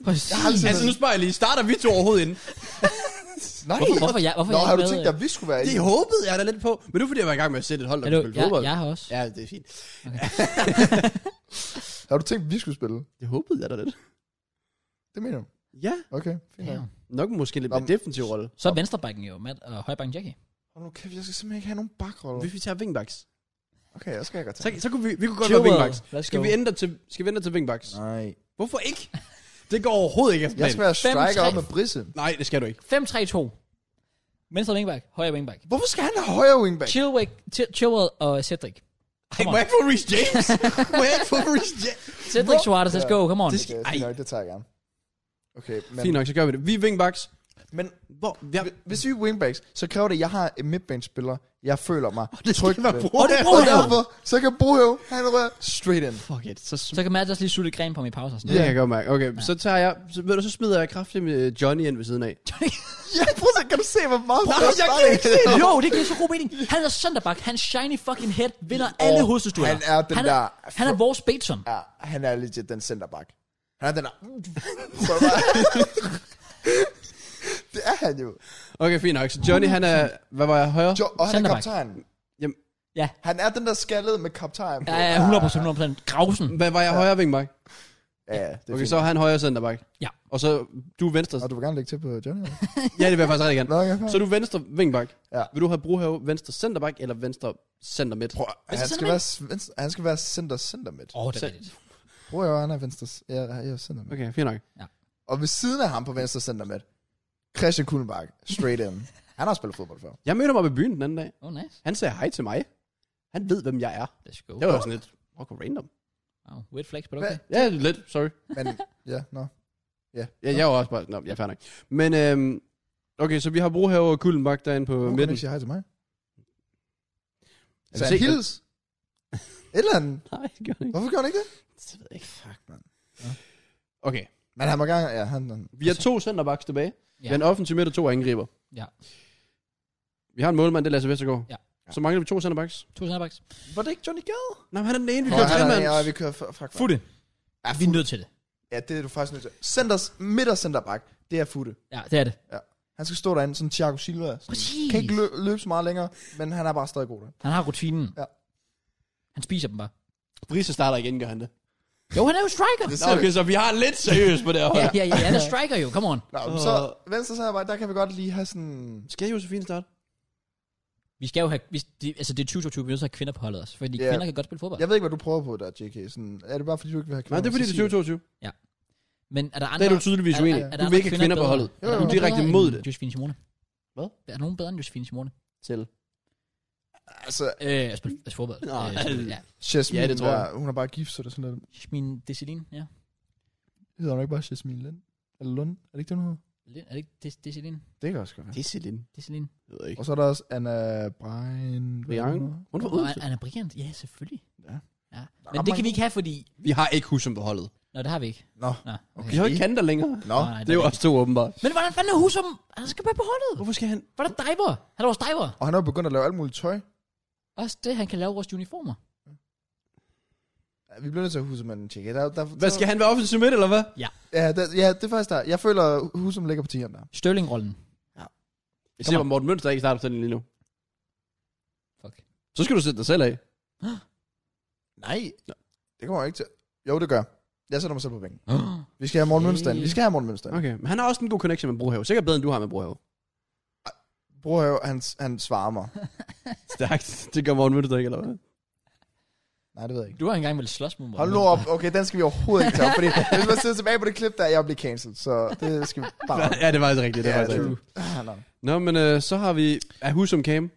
Speaker 3: Præcis.
Speaker 1: aldrig-
Speaker 2: Altså, nu spørger jeg lige, starter vi to overhovedet inden?
Speaker 1: Nej.
Speaker 3: Hvorfor- hvorfor jeg- hvorfor
Speaker 1: Nå,
Speaker 3: jeg
Speaker 1: har
Speaker 3: ikke
Speaker 1: du
Speaker 3: med, øh,
Speaker 1: tænkt dig, at vi skulle være i?
Speaker 2: øh? Det håbede jeg da lidt på, men nu fordi jeg var i gang med at sætte et hold, der
Speaker 3: Hallo,
Speaker 2: kunne spille
Speaker 3: jeg,
Speaker 2: fodbold.
Speaker 3: jeg har også.
Speaker 2: Ja, det er fint.
Speaker 1: Har du tænkt, at vi skulle spille?
Speaker 2: Det håbede jeg da lidt.
Speaker 1: Det mener du?
Speaker 2: Ja,
Speaker 1: Okay, fint. nok.
Speaker 3: Ja.
Speaker 2: nok måske lidt
Speaker 1: Nå,
Speaker 2: mere defensiv rolle.
Speaker 3: Så er venstrebacken jo, Matt, og højrebacken Jackie.
Speaker 1: Hold nu kæft, jeg skal simpelthen ikke have nogen bakroller.
Speaker 2: Hvis vi tager wingbacks,
Speaker 1: Okay, jeg skal ikke
Speaker 2: så,
Speaker 1: tage.
Speaker 2: så kunne vi, vi kunne godt
Speaker 3: Chilwell,
Speaker 2: være wingbacks.
Speaker 3: let's
Speaker 2: Skal
Speaker 3: go.
Speaker 2: vi ændre til, skal vi ændre til wingbacks?
Speaker 1: Nej.
Speaker 2: Hvorfor ikke? Det går overhovedet ikke efter
Speaker 1: Jeg skal
Speaker 2: planen.
Speaker 1: være striker
Speaker 3: 5-3.
Speaker 1: op med Brisse.
Speaker 2: Nej, det skal du ikke.
Speaker 3: 5-3-2. Venstre wingback, højre wingback.
Speaker 1: Hvorfor skal han have højre wingback?
Speaker 3: Chilwell, Ch- Chilwell og Cedric.
Speaker 2: Ej, må jeg ikke få Reece *laughs* James? må jeg ikke få Reece James?
Speaker 3: Cedric Suarez, let's go, come on.
Speaker 2: Det
Speaker 1: Okay,
Speaker 2: skal,
Speaker 1: fint
Speaker 2: ej,
Speaker 1: nok, det tager jeg gerne. Okay,
Speaker 2: Men. Fint
Speaker 1: men,
Speaker 2: nok, så gør vi det. Vi er wingbacks.
Speaker 1: men
Speaker 2: Hvor, *laughs* ja.
Speaker 1: hvi- hvis vi er wingbacks, så kræver det, at jeg har en midtbanespiller, jeg føler mig
Speaker 2: det
Speaker 1: tryg
Speaker 2: skal være
Speaker 1: ved.
Speaker 2: Brohøv.
Speaker 1: Og det er Brohøv. Og derfor, så kan Brohøv, han rører straight in.
Speaker 2: Fuck it, så sm-
Speaker 3: Så kan Mads også lige sutte gren på min pause og sådan
Speaker 2: det
Speaker 3: noget.
Speaker 2: kan jeg godt mærke. Okay, ja. så tager jeg, så, ved du, så smider jeg kraftigt med Johnny ind ved siden af.
Speaker 1: Ja, prøv at se, kan du se, hvor meget
Speaker 2: Nej, jeg kan ikke se
Speaker 3: Jo, det giver så god mening. Han er centerback. Han shiny fucking head. Vinder alle hovedstødstuer.
Speaker 1: Han er den
Speaker 3: han
Speaker 1: der...
Speaker 3: Han er vores Bateson.
Speaker 1: Ja, han er legit den centerback. Han er den der... *laughs* det er han jo.
Speaker 2: Okay, fint nok. Så Johnny, han er, hvad var jeg, højre?
Speaker 1: Jo, og han er
Speaker 3: Centerback.
Speaker 1: kaptajn.
Speaker 2: Jamen,
Speaker 3: Ja.
Speaker 1: Han er den der skallede med kaptajn. på.
Speaker 3: Ja, ja, 100% 100%. Grausen.
Speaker 2: hvad var jeg, højre wingback?
Speaker 1: ja det er
Speaker 2: Okay,
Speaker 1: fint.
Speaker 2: så er han højre centerback.
Speaker 3: Ja.
Speaker 2: Og så, du er venstre.
Speaker 1: Og du vil gerne lægge til på Johnny? eller?
Speaker 2: Ja, det vil jeg faktisk rigtig gerne.
Speaker 1: Nå, okay, fair.
Speaker 2: Så er du venstre wingback.
Speaker 1: Ja.
Speaker 2: Vil du have Brohave venstre centerback eller venstre center midt?
Speaker 1: Prøv,
Speaker 3: Hvis
Speaker 1: han,
Speaker 3: det
Speaker 1: skal
Speaker 3: er
Speaker 1: være, venstre, han skal være center center midt.
Speaker 3: Åh, oh, det er
Speaker 2: Så-
Speaker 3: rigtigt.
Speaker 1: Prøv at høre, han er venstre ja, ja, center midt. Okay.
Speaker 2: Okay, fint nok.
Speaker 1: Og ved siden af ham på venstre center midt, Christian Kuhlenbach, straight in. Han har spillet fodbold før.
Speaker 2: Jeg mødte ham oppe i byen den anden dag.
Speaker 3: Oh, nice.
Speaker 2: Han sagde hej til mig. Han ved, hvem jeg er.
Speaker 3: Let's go.
Speaker 2: Det var sådan lidt, fuck random.
Speaker 3: Wow. Weird flex, but okay.
Speaker 2: Ja, lidt, sorry.
Speaker 1: Men, ja, nå.
Speaker 2: Ja, jeg var også bare, nå, jeg er fair nok. Men, øhm, okay, så vi har Brohave og Kuldenbak derinde på
Speaker 1: Hun kan
Speaker 2: midten.
Speaker 1: ikke sige hej til mig.
Speaker 2: Jeg
Speaker 1: Så
Speaker 2: kan
Speaker 1: han
Speaker 2: se-
Speaker 1: hils. Et eller andet.
Speaker 2: Nej, det gør han ikke.
Speaker 1: Hvorfor gør han ikke det?
Speaker 2: Det ved jeg ikke. Fuck,
Speaker 1: mand.
Speaker 3: Ja.
Speaker 2: Okay,
Speaker 1: Men han må gerne... Ja, han... han
Speaker 2: vi har to centerbacks tilbage. Vi
Speaker 3: Ja.
Speaker 2: har en offensiv midt og to angriber.
Speaker 3: Ja.
Speaker 2: Vi har en målmand, det er Lasse Vestergaard.
Speaker 3: Ja.
Speaker 2: Så mangler vi to centerbacks.
Speaker 3: To centerbacks.
Speaker 1: var det ikke Johnny Gade?
Speaker 2: Nej, men han er den ene, vi
Speaker 1: Nå,
Speaker 2: kører
Speaker 1: han
Speaker 2: tre
Speaker 1: er,
Speaker 2: mand.
Speaker 1: ja, vi kører... Fuck, fuck.
Speaker 3: Futte.
Speaker 1: Ja,
Speaker 3: Vi er nødt til det.
Speaker 1: ja, det er du faktisk nødt til. Centers, midt og centerback, det er Futte.
Speaker 3: Ja, det er det.
Speaker 1: Han skal stå derinde, som Thiago Silva. Sådan.
Speaker 3: Præcis.
Speaker 1: Kan ikke lø- løbe så meget længere, men han er bare stadig god der.
Speaker 3: Han har rutinen.
Speaker 1: Ja.
Speaker 3: Han spiser dem bare.
Speaker 2: Brise starter igen, gør han det.
Speaker 3: Jo, han er jo striker.
Speaker 1: Det
Speaker 2: Nå,
Speaker 1: ser
Speaker 2: okay, så vi har lidt seriøst på det her
Speaker 3: Ja,
Speaker 2: hold.
Speaker 3: ja, ja. Han er striker jo. Come on.
Speaker 1: Nå, men
Speaker 2: Åh.
Speaker 1: så venstre samarbejde, der kan vi godt lige have sådan...
Speaker 2: Skal Josefine starte?
Speaker 3: Vi skal jo have... Vi, de, altså, det er 2022, vi er nødt til at have kvinder på holdet også. Fordi
Speaker 1: Ja.
Speaker 3: kvinder kan godt spille fodbold.
Speaker 1: Jeg ved ikke, hvad du prøver på der, JK. Sådan, er det bare fordi, du ikke vil have kvinder?
Speaker 2: Nej, det er fordi, det er 2022.
Speaker 3: Men er der
Speaker 2: Det
Speaker 3: andre...
Speaker 2: er du tydeligvis
Speaker 3: er- er-
Speaker 2: uenig.
Speaker 3: er
Speaker 2: Du
Speaker 3: der
Speaker 2: vil
Speaker 3: andre
Speaker 2: ikke have kvinder på
Speaker 3: bedre?
Speaker 2: holdet.
Speaker 3: Er der
Speaker 1: Du er
Speaker 3: nogen
Speaker 2: direkte
Speaker 3: bedre
Speaker 2: imod
Speaker 3: end
Speaker 2: det.
Speaker 3: Josefine Simone.
Speaker 2: Hvad?
Speaker 3: Er der nogen bedre end Josefine Simone?
Speaker 2: Selv.
Speaker 1: Altså,
Speaker 3: Øh, jeg spiller altså fodbold.
Speaker 2: Nå,
Speaker 3: Øh, selvfølgelig, ja.
Speaker 1: Jasmine,
Speaker 2: Ja,
Speaker 1: ja,
Speaker 2: det
Speaker 1: det
Speaker 2: tror jeg.
Speaker 1: der, hun er bare gift, så det er sådan lidt...
Speaker 3: Jasmine Desilin, ja.
Speaker 1: Hedder hun ikke bare Jasmine Lind? Eller Lund? Er det ikke det, hun hedder?
Speaker 3: Er det ikke Des- Desilin?
Speaker 1: Det kan også godt være.
Speaker 2: Det er Celine.
Speaker 3: Desilin?
Speaker 2: Jeg ved ikke.
Speaker 1: Og så er der også Anna Brian... hvad
Speaker 2: Brian?
Speaker 1: er hun hedder?
Speaker 2: Hun er fra
Speaker 3: Nå,
Speaker 2: Odense.
Speaker 3: Anna Brigant? Ja, selvfølgelig.
Speaker 1: Ja.
Speaker 3: ja.
Speaker 1: er
Speaker 3: Men
Speaker 1: ret
Speaker 3: det kan
Speaker 1: mange-
Speaker 3: vi ikke have, fordi...
Speaker 2: Vi har ikke Husum på holdet.
Speaker 3: Nå, det har vi ikke.
Speaker 1: Ah, Nå,
Speaker 3: Nå,
Speaker 2: Vi har ikke kanter længere.
Speaker 1: nå.
Speaker 3: nej,
Speaker 2: Det er jo også to åbenbart.
Speaker 3: Men hvordan fanden er Husum? Han skal bare på holdet.
Speaker 2: Hvorfor skal han?
Speaker 3: Hvordan diver? Han er vores diver.
Speaker 1: Og han er jo begyndt at lave alt muligt tøj.
Speaker 3: Også det, han kan lave vores uniformer.
Speaker 1: Ja, Vi bliver nødt til at huske manden, JK. Der, der,
Speaker 2: Hvad skal han være offensiv midt, eller hvad?
Speaker 1: Ja, der, ja, det er faktisk der. Jeg føler, Husum ligger på tieren der.
Speaker 3: Størlingrollen.
Speaker 2: Jeg siger, at Morten Mønster ikke starter på sådan lige nu.
Speaker 3: Fuck.
Speaker 2: Så skal du sætte dig selv af.
Speaker 1: Nej. Det kommer jeg ikke til. Jo, det gør. Jeg sætter mig selv på bænken.
Speaker 3: Oh.
Speaker 1: Vi skal have Morten
Speaker 2: Okay.
Speaker 1: Mønster ind. Vi skal have Morten Mønster ind.
Speaker 2: Okay, men han har også en god connection med Brohave. Sikkert bedre, end du har med Brohave.
Speaker 1: Brohave, han, han svarer mig.
Speaker 2: Stærkt. Det gør Morten Mønster ikke, eller hvad?
Speaker 1: Nej, det ved jeg ikke.
Speaker 3: *gasps* Du har engang vel slås mod mig.
Speaker 1: Hold nu op. Okay, den skal vi overhovedet ikke tage op,
Speaker 3: *laughs*
Speaker 1: fordi hvis man sidder tilbage på det klip, der er jeg blevet cancelled, så det skal vi bare...
Speaker 2: Ja, det er faktisk rigtigt. Det er
Speaker 1: Ja,
Speaker 2: faktisk
Speaker 1: det-
Speaker 2: rigtigt.
Speaker 1: Ah, nej.
Speaker 2: Nå, men øh, så har vi... Er Husum Cam?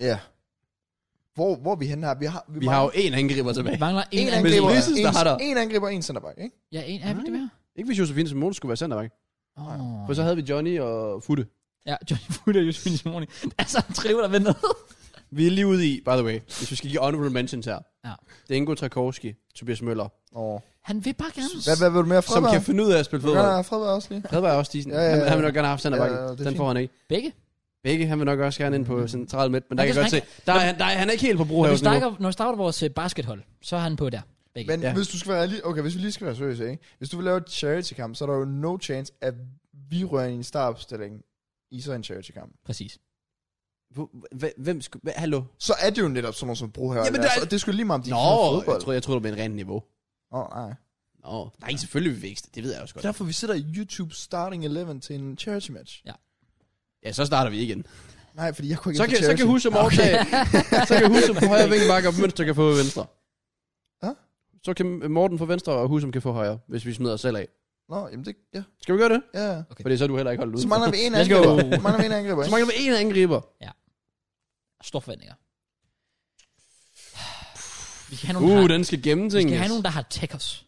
Speaker 1: Ja. Hvor, hvor er vi henne her? Vi har,
Speaker 2: Vi har jo én angriber tilbage.
Speaker 3: Vi mangler en,
Speaker 1: en
Speaker 3: angriber.
Speaker 1: angriber,
Speaker 2: Hvis Rises
Speaker 1: en,
Speaker 2: starter.
Speaker 1: en angriber, en centerback, ikke?
Speaker 3: Ja, en er vi det her?
Speaker 2: Ikke hvis Josefine Simone skulle være centerback.
Speaker 3: Oh.
Speaker 2: For så havde vi Johnny og Futte.
Speaker 3: Ja, Johnny Fuller og Josefine Simone. *laughs* Altså, en triver, der vender.
Speaker 2: Vi er lige ude i, by the way, hvis vi skal give honorable mentions her.
Speaker 3: Ja.
Speaker 2: Det er Ingo Trakowski, Tobias Møller,
Speaker 1: Oh.
Speaker 3: Han vil bare gerne.
Speaker 1: Hvad, hvad vil du mere
Speaker 2: som
Speaker 1: Fredberg?
Speaker 2: kan finde ud af at spille
Speaker 1: Vil du gerne
Speaker 2: fodbold.
Speaker 1: have Fredberg også lige?
Speaker 2: Fredberg er også decent.
Speaker 1: Ja, ja, ja.
Speaker 2: Han, han vil nok gerne have haft centerbacken.
Speaker 1: Ja, ja, det er
Speaker 2: Den får han ikke.
Speaker 3: Begge.
Speaker 2: Begge, han vil nok også gerne ind på central midt, men der
Speaker 3: Men
Speaker 2: kan jeg
Speaker 3: det
Speaker 2: godt se,
Speaker 3: er
Speaker 2: der er, han, der er, han er ikke helt på
Speaker 3: Når vi,
Speaker 2: brohavet
Speaker 3: starter,
Speaker 2: nu.
Speaker 3: når vi starter vores øh, baskethold, så er han på der. Begge.
Speaker 1: Men
Speaker 2: Ja.
Speaker 1: ja. hvis du skal være lige, okay, hvis vi lige skal være seriøse, ikke? Hvis du vil lave et charity-kamp, så er der jo no chance, at vi rører i en startopstilling i så en charity-kamp.
Speaker 3: Præcis.
Speaker 2: Hv- Hvem skulle... hva- Hallo?
Speaker 1: Så er det jo netop sådan nogle som Brohøj.
Speaker 2: Jamen,
Speaker 1: Jamen,
Speaker 2: der
Speaker 1: der...
Speaker 2: er-
Speaker 1: Og det skulle lige meget, om de
Speaker 2: Nå,
Speaker 1: ikke kan
Speaker 2: jeg
Speaker 1: fodbold.
Speaker 2: tror, jeg tror, det bliver en rent niveau.
Speaker 1: Åh, oh, nej.
Speaker 2: Nå, nej, selvfølgelig vil vi vækste. Det ved jeg også godt.
Speaker 1: Derfor vi sidder i YouTube Starting 11 til en charity match.
Speaker 2: Ja, så starter vi igen.
Speaker 1: Nej, fordi jeg kunne ikke
Speaker 2: Så kan, så kan Husum overtage. så kan Husum på højre vinkelbakke, og Mønster kan få venstre.
Speaker 1: Hva?
Speaker 2: Så kan Morten få venstre, og Husum kan få højre, hvis vi smider os selv af.
Speaker 1: Nå, jamen det... Ja,
Speaker 2: Skal vi gøre det?
Speaker 1: ja. ja.
Speaker 3: Okay.
Speaker 2: Fordi så er du heller ikke holdt ud.
Speaker 1: Så mangler vi en
Speaker 2: Let's go.
Speaker 1: angriber. Så mangler vi en angriber.
Speaker 2: Så
Speaker 1: ikke?
Speaker 2: mangler vi en angriber.
Speaker 3: Store forventninger. *sighs* Vi skal have nogen,
Speaker 2: Uh,
Speaker 3: der,
Speaker 2: den skal
Speaker 3: har, vi
Speaker 1: Uh,
Speaker 2: gennemtænkes.
Speaker 3: skal have nogen, der har tech os.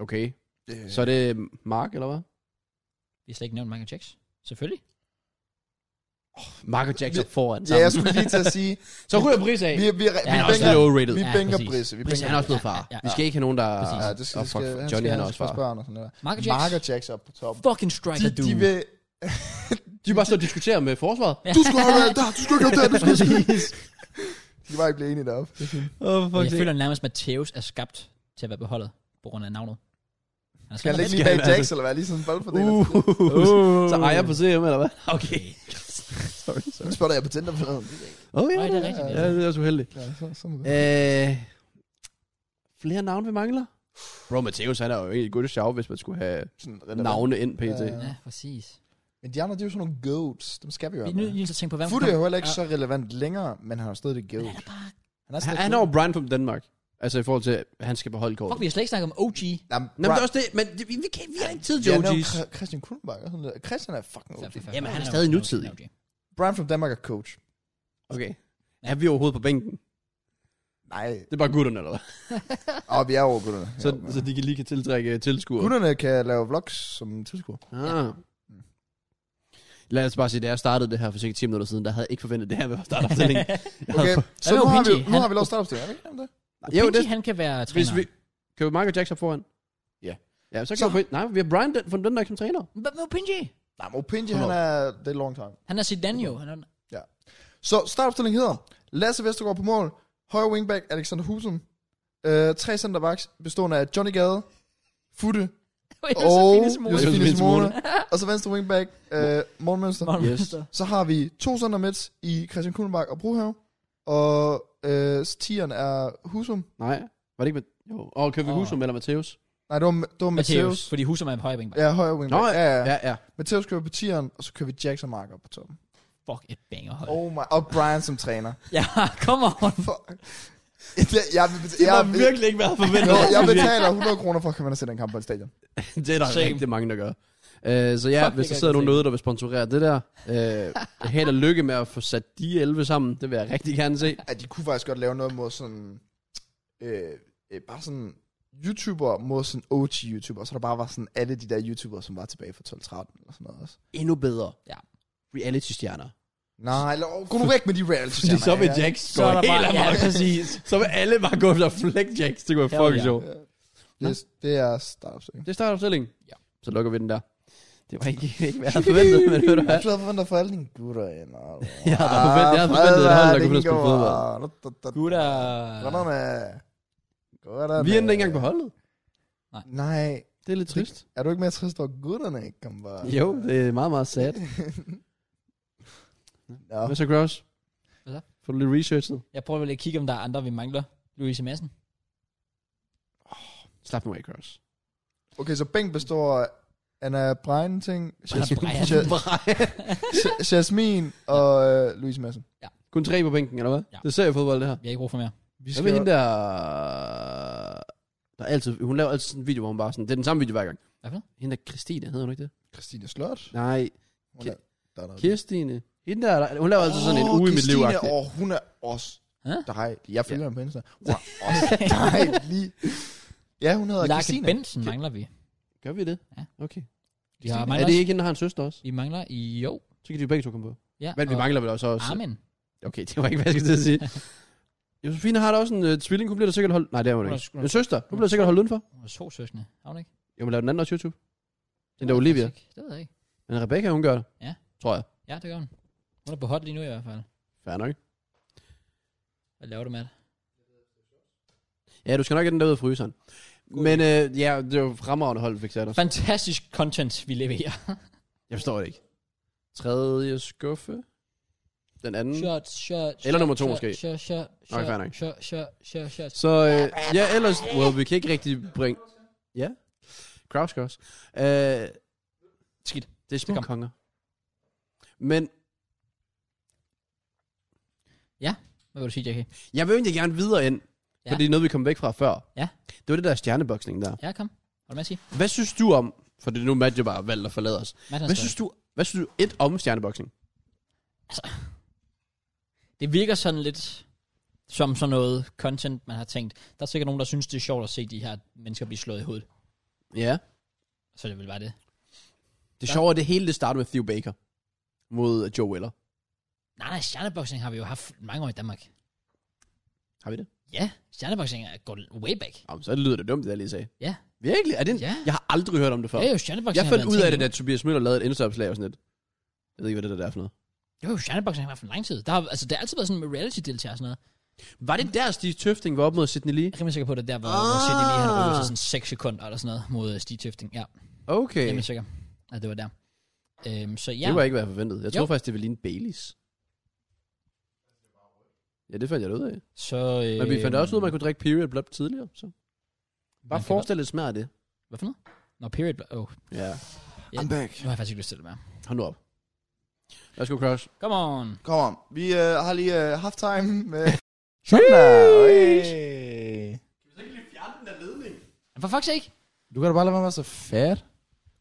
Speaker 2: Okay.
Speaker 1: Det,
Speaker 2: Så er det Mark, eller hvad?
Speaker 3: Vi har slet ikke nævnt Michael Jackson. Selvfølgelig.
Speaker 2: Mark og Jackson foran
Speaker 1: ja,
Speaker 2: sammen.
Speaker 1: jeg skulle lige til at sige,
Speaker 2: Så *laughs* ryger Brice af.
Speaker 1: vi, vi, vi,
Speaker 3: Ja, han
Speaker 2: Han
Speaker 1: vi
Speaker 2: er også
Speaker 1: bænker,
Speaker 2: lidt overrated.
Speaker 1: vi
Speaker 3: Ja,
Speaker 1: bænker
Speaker 3: præcis.
Speaker 1: Brisse. Vi
Speaker 3: Præcis,
Speaker 1: bænker
Speaker 2: Brice, han er også blevet
Speaker 3: Ja,
Speaker 2: far.
Speaker 3: ja, ja.
Speaker 2: Vi skal ikke have nogen, der...
Speaker 3: Præcis.
Speaker 1: Ja, det skal,
Speaker 2: og
Speaker 1: det skal,
Speaker 2: fuck,
Speaker 1: han
Speaker 2: Johnny, han er
Speaker 1: skal, han
Speaker 2: også
Speaker 1: skal
Speaker 2: far.
Speaker 1: spørge Anders, han er der.
Speaker 3: Michael Jackson.
Speaker 1: Mark og Jax op på toppen.
Speaker 3: Fucking
Speaker 1: De,
Speaker 3: striker, du.
Speaker 1: de vil,
Speaker 2: De er bare så og diskuterer med forsvaret.
Speaker 1: du skulle have været der, du skulle ikke have været der, du
Speaker 3: *laughs*
Speaker 1: skulle have De kan bare ikke blive enige deroppe. Det er fint.
Speaker 2: Oh,
Speaker 3: Men jeg føler nærmest, at Matthäus er skabt til at være på holdet, på grund af navnet. Han er
Speaker 1: Skal han
Speaker 3: skabt-
Speaker 1: ligge
Speaker 2: Skal
Speaker 1: lige bag
Speaker 2: han
Speaker 1: Jax,
Speaker 2: altså-
Speaker 1: eller hvad? Lige sådan en boldfordeler.
Speaker 2: Uh,
Speaker 3: Uh.
Speaker 2: så ejer på CM, eller hvad?
Speaker 3: *laughs* Okay.
Speaker 2: Sorry, sorry.
Speaker 1: Nu spørger jeg på Tinder for noget.
Speaker 2: Oh, ja,
Speaker 3: Nej, det er rigtigt,
Speaker 2: Ja,
Speaker 3: ja.
Speaker 2: det er også uheldigt.
Speaker 1: Ja, så, sådan er det.
Speaker 2: Øh, flere navne, vi mangler? Bro, Matthäus, han er jo egentlig et godt sjov, hvis man skulle have
Speaker 1: Sådan relevant.
Speaker 2: navne ind pt.
Speaker 1: Ja,
Speaker 3: Ja, præcis.
Speaker 1: Men de andre, de er jo sådan nogle goats. Dem skal vi jo
Speaker 3: Vi
Speaker 1: have
Speaker 3: er
Speaker 1: med.
Speaker 3: nødt til at tænke på, hvem
Speaker 1: Futte er jo heller ikke
Speaker 3: Ja.
Speaker 1: så relevant længere, men han er jo stadig et
Speaker 3: Men
Speaker 1: goat.
Speaker 3: han er bare...
Speaker 2: Han,
Speaker 1: stadig
Speaker 2: han
Speaker 1: et
Speaker 2: er jo
Speaker 1: goat.
Speaker 2: Brian fra Danmark. Altså i forhold til, at han skal beholde kortet.
Speaker 3: Fuck, vi har slet ikke snakket om OG.
Speaker 1: Jamen,
Speaker 2: Nej, men det er også det, men vi, vi, kan, vi har ikke tid til
Speaker 1: Ja, han er jo
Speaker 2: OG's.
Speaker 1: Kr- Christian Kullenbach og sådan der. Christian er fucking OG.
Speaker 2: Jamen, han er stadig
Speaker 3: jo-
Speaker 2: nutidig.
Speaker 3: OG.
Speaker 1: Brian from Denmark er coach.
Speaker 2: Okay. Er vi overhovedet på bænken?
Speaker 1: Nej.
Speaker 2: Det er bare gutterne, eller hvad?
Speaker 1: Og vi er over gutterne.
Speaker 2: Så,
Speaker 1: Jo, men-
Speaker 2: så de kan lige kan tiltrække øh, tilskuere.
Speaker 1: Gutterne kan lave vlogs som tilskuer.
Speaker 2: Ah. Lad os bare sige, da jeg startede det her for cirka 10 minutter siden, der havde jeg ikke forventet det her ved *laughs* startopstillingen. Jeg havde
Speaker 1: Okay,
Speaker 2: for-
Speaker 1: så
Speaker 3: Hvad med
Speaker 1: nu har vi,
Speaker 3: Opinji?
Speaker 1: nu
Speaker 3: Han-
Speaker 1: har vi lavet startopstilling, er det ikke? Jamen, det?
Speaker 2: Jo, det,
Speaker 3: Pinky, han kan være
Speaker 2: hvis
Speaker 3: træner.
Speaker 2: vi... Kan vi Michael Jackson foran?
Speaker 1: Ja.
Speaker 2: Ja, så kan
Speaker 1: Så-
Speaker 2: vi... Nej, vi har Brian den, fra den der som træner.
Speaker 3: Hvad med Pinji?
Speaker 1: Nej, men Opinji,
Speaker 2: Hvornår?
Speaker 1: han er... Det er long time.
Speaker 3: Han er Zidane jo. Han er, *laughs*
Speaker 1: Så startopstilling hedder Lasse Vestergaard på mål, højre wingback Alexander Husum, øh, tre centerbacks bestående af Johnny Gade, Futte og Josefine
Speaker 2: Josefine Simone.
Speaker 1: Simone, og så venstre wingback øh, Morten Mønster.
Speaker 2: Yes.
Speaker 1: Så har vi to center midt i Christian Kuhlenbach og Brohave, og øh, tieren er Husum.
Speaker 2: Nej, var det ikke med... Jo. Og oh, Købe
Speaker 3: Åh.
Speaker 2: oh. Husum eller Matthäus?
Speaker 1: Nej, det var, det
Speaker 3: Matthäus.
Speaker 1: var Mateus.
Speaker 3: Fordi Husum er en højre bænk.
Speaker 1: Ja, højre wingback.
Speaker 2: Nå,
Speaker 1: ja, ja. ja.
Speaker 2: Ja, ja.
Speaker 1: Mateus kører på tieren, og så kører vi Jax og Mark op på toppen.
Speaker 3: Fuck, et banger hold.
Speaker 1: Oh my, og Brian som træner.
Speaker 3: Ja, *laughs* come on.
Speaker 1: *laughs* Fuck. Jeg, jeg, jeg,
Speaker 2: Det har
Speaker 1: jeg, jeg,
Speaker 2: virkelig ikke været forventet.
Speaker 1: Jo, jeg betaler 100 kroner for at komme ind og sætte en kamp på et stadion.
Speaker 2: *laughs* det er der
Speaker 3: Same.
Speaker 2: rigtig mange, der gør. Uh, så ja, Fuck, hvis
Speaker 3: Fuck, det
Speaker 2: der
Speaker 3: kan
Speaker 2: sidder
Speaker 3: jeg
Speaker 2: nogen
Speaker 3: se.
Speaker 2: derude, der vil sponsorere det der, uh, held og lykke med at få sat de 11 sammen. Det vil jeg rigtig gerne se.
Speaker 1: At de kunne faktisk godt lave noget mod sådan... Øh, øh, bare sådan YouTuber mod sådan OG-YouTuber, så der bare var sådan alle de der YouTubere, som var tilbage fra 12-13 eller sådan noget også.
Speaker 2: Endnu bedre.
Speaker 3: Ja.
Speaker 2: Reality-stjerner.
Speaker 1: Nej, eller, åh, gå nu væk med de reality
Speaker 2: Fordi så vil
Speaker 1: ja.
Speaker 2: Jax
Speaker 3: Så
Speaker 2: gå
Speaker 3: er der
Speaker 2: helt
Speaker 3: bare- ja,
Speaker 2: amok.
Speaker 3: præcis.
Speaker 2: Så vil alle bare gå efter Fleck Jax. Det kunne være
Speaker 3: Hell
Speaker 2: fucking
Speaker 3: yeah.
Speaker 2: sjovt.
Speaker 1: Det, er- det er startup Jeg
Speaker 2: Det er startopstillingen.
Speaker 3: Ja.
Speaker 2: Så lukker vi den der. Det var ikke, ikke hvad jeg havde forventet, men ved du hvad?
Speaker 1: er glad for, at for alle dine gutter ind. og-
Speaker 2: *laughs* Jeg havde bare forventet- jeg havde forventet et hold, der kunne finde at spille
Speaker 1: Fredrik
Speaker 2: fodbold.
Speaker 1: Ingård, og- da- da- da-
Speaker 3: Gutter.
Speaker 1: Gutterne. Gutterne.
Speaker 2: Vi er ikke engang på holdet.
Speaker 1: Nej,
Speaker 2: Det er lidt trist.
Speaker 1: er du ikke mere trist over gutterne? ikke Kom bare.
Speaker 2: Jo, det er meget, meget sad.
Speaker 1: Nå,
Speaker 2: Hvad så, Gross?
Speaker 3: Hvad så?
Speaker 2: Får du lidt researchet?
Speaker 3: Jeg prøver lige at kigge, om der er andre, vi mangler. Louise Madsen.
Speaker 2: Slap nu af, Gross.
Speaker 1: Okay, så bænk består af Anna Brein ting, Jasmine og øh, Louise Madsen.
Speaker 2: Kun tre på bænken, eller hvad?
Speaker 3: Ja.
Speaker 2: Det ser jeg fodbold, det her.
Speaker 3: Vi har ikke brug for mere.
Speaker 1: Vi
Speaker 2: Hvad med hende der... der er altid, hun laver altid sådan en video, hvor hun bare sådan... Det er den samme video hver gang.
Speaker 3: Hvad for noget?
Speaker 2: Hende der Christine, hedder hun ikke det?
Speaker 1: Christine Slot.
Speaker 2: Nej,
Speaker 1: Hun er- der er noget-
Speaker 2: Kirstine. Hende der, der hun laver altid Altså sådan en
Speaker 1: Åh,
Speaker 2: uge i mit liv.
Speaker 1: Christine, og hun er også
Speaker 3: Hæ?
Speaker 1: dejlig. Jeg følger hende på Insta. Hun er også dejlig. Ja, hun hedder
Speaker 3: Lars
Speaker 1: Christine.
Speaker 3: Benson mangler vi.
Speaker 2: Gør vi det?
Speaker 3: Ja.
Speaker 2: Okay.
Speaker 3: Vi har
Speaker 2: er
Speaker 3: mangler
Speaker 2: det ikke hende, der har en søster også?
Speaker 3: Vi mangler i jo.
Speaker 2: Så kan de begge to komme på.
Speaker 3: Ja,
Speaker 2: Men vi
Speaker 3: og
Speaker 2: mangler vel også... også
Speaker 3: Armin.
Speaker 2: Okay, det var ikke, hvad jeg skulle til at
Speaker 3: *laughs*
Speaker 2: sige. Josefine har da også en uh, tvilling, hun bliver da sikkert holdt... Nej, det er hun
Speaker 3: Hun er-
Speaker 2: ikke.
Speaker 3: hun er-
Speaker 2: En søster, hun bliver da sikkert holdt udenfor.
Speaker 3: Hun er to søskende. Har hun ikke?
Speaker 2: Jo, men laver den anden også YouTube. Den
Speaker 3: Det
Speaker 2: der
Speaker 3: ved jeg
Speaker 2: Olivia.
Speaker 3: faktisk ikke. Det ved jeg ikke.
Speaker 2: Men Rebecca, hun gør det.
Speaker 3: altså. Ja.
Speaker 2: Tror jeg.
Speaker 3: Ja, det gør hun. Hun er på hot lige nu i hvert fald.
Speaker 2: Fair nok.
Speaker 3: Hvad laver du med det?
Speaker 2: Ja, du skal nok have den derude i fryseren. Men øh, ja, det er jo fremragende hold, vi fik sat os.
Speaker 3: Fantastisk content, vi leverer.
Speaker 2: Jeg forstår det ikke. Tredje skuffe. Den anden.
Speaker 3: Shot, shot,
Speaker 2: Mm. Eller
Speaker 3: shot,
Speaker 2: nummer to
Speaker 3: shot,
Speaker 2: måske.
Speaker 3: Shot, shot, shot,
Speaker 2: fair nok.
Speaker 3: shot, shot, shot, shot.
Speaker 2: Så øh, ja, ellers... Well, vi kan ikke rigtig bringe... Ja. Kraus gør også. Øh,
Speaker 3: Skidt.
Speaker 2: det er små det
Speaker 3: Det kom.
Speaker 2: konger. Men
Speaker 3: Hvad vil du sige, Jackie?
Speaker 2: jeg vil egentlig gerne videre ind.
Speaker 3: Ja.
Speaker 2: Ja. Fordi det er noget, vi kom væk fra før.
Speaker 3: Ja.
Speaker 2: Det var det der stjerneboksning der.
Speaker 3: Ja, kom. Hvad med at sige?
Speaker 2: Hvad synes du om... For det er nu, Matt jo bare har valgt at forlade os.
Speaker 3: Mads, han
Speaker 2: Hvad
Speaker 3: står
Speaker 2: synes du, hvad synes du et om stjerneboksning?
Speaker 3: Det virker sådan lidt som sådan noget content, man har tænkt. Der er sikkert nogen, der synes, det er sjovt at se de her mennesker blive slået i hovedet.
Speaker 2: Ja.
Speaker 3: Så er det vel bare det.
Speaker 2: Det
Speaker 3: Ja.
Speaker 2: sjove er, at det hele det starter med Theo Baker mod Joe Weller.
Speaker 3: Nej, nej, stjerneboksning har vi jo haft mange år i Danmark.
Speaker 2: Har vi det?
Speaker 3: Ja, stjerneboksning er gået way back.
Speaker 2: Jamen, så lyder det dumt, det jeg lige sagde.
Speaker 3: Ja.
Speaker 2: Virkelig? Er det en...
Speaker 3: Ja.
Speaker 2: Jeg har aldrig hørt om det før.
Speaker 3: Ja, jo, stjerneboksning
Speaker 2: jeg
Speaker 3: har
Speaker 2: fandt
Speaker 3: været en
Speaker 2: ud af
Speaker 3: ting
Speaker 2: det, da Tobias Møller lavede et indsatsopslag og sådan lidt. Jeg ved ikke, hvad det der er for noget.
Speaker 3: Jo, jo, stjerneboksning har været for lang tid. Der har, altså, det har altid været sådan med reality-deltager og sådan noget.
Speaker 2: Var det der, Stig Tøfting var op mod Sydney Lee?
Speaker 3: Jeg er rimelig sikker på, at det der var,
Speaker 2: Ah.
Speaker 3: hvor Sidney lige han rykkede sig sådan 6 sekunder eller sådan noget mod øh, Stig Tøfting. Ja, jeg
Speaker 2: Okay.
Speaker 3: er rimelig sikker, at det var der. Øhm, så ja,
Speaker 2: Det var ikke, hvad jeg forventede. Jeg
Speaker 3: Jo.
Speaker 2: troede faktisk, det ville ligne Baileys. Ja, det fandt jeg da ud af.
Speaker 3: så... Øh,
Speaker 2: Men vi fandt også ud af, at man kunne drikke period blood tidligere. Så. Bare
Speaker 3: man kan
Speaker 2: forestil dig lidt smag af det.
Speaker 3: Hvad for noget? Nå, period. bl- Oh,
Speaker 2: Ja.
Speaker 3: Ja.
Speaker 1: I'm back.
Speaker 3: nu har jeg faktisk ikke lyst til det mere.
Speaker 2: Hold nu op. Lad os gå, Kraus.
Speaker 3: Come on.
Speaker 1: Kom on. Vi øh, har lige øh, halftime med...
Speaker 2: Sheesh.
Speaker 1: Hey.
Speaker 3: For fuck's sake.
Speaker 1: Du kan da bare lade være med at så fat.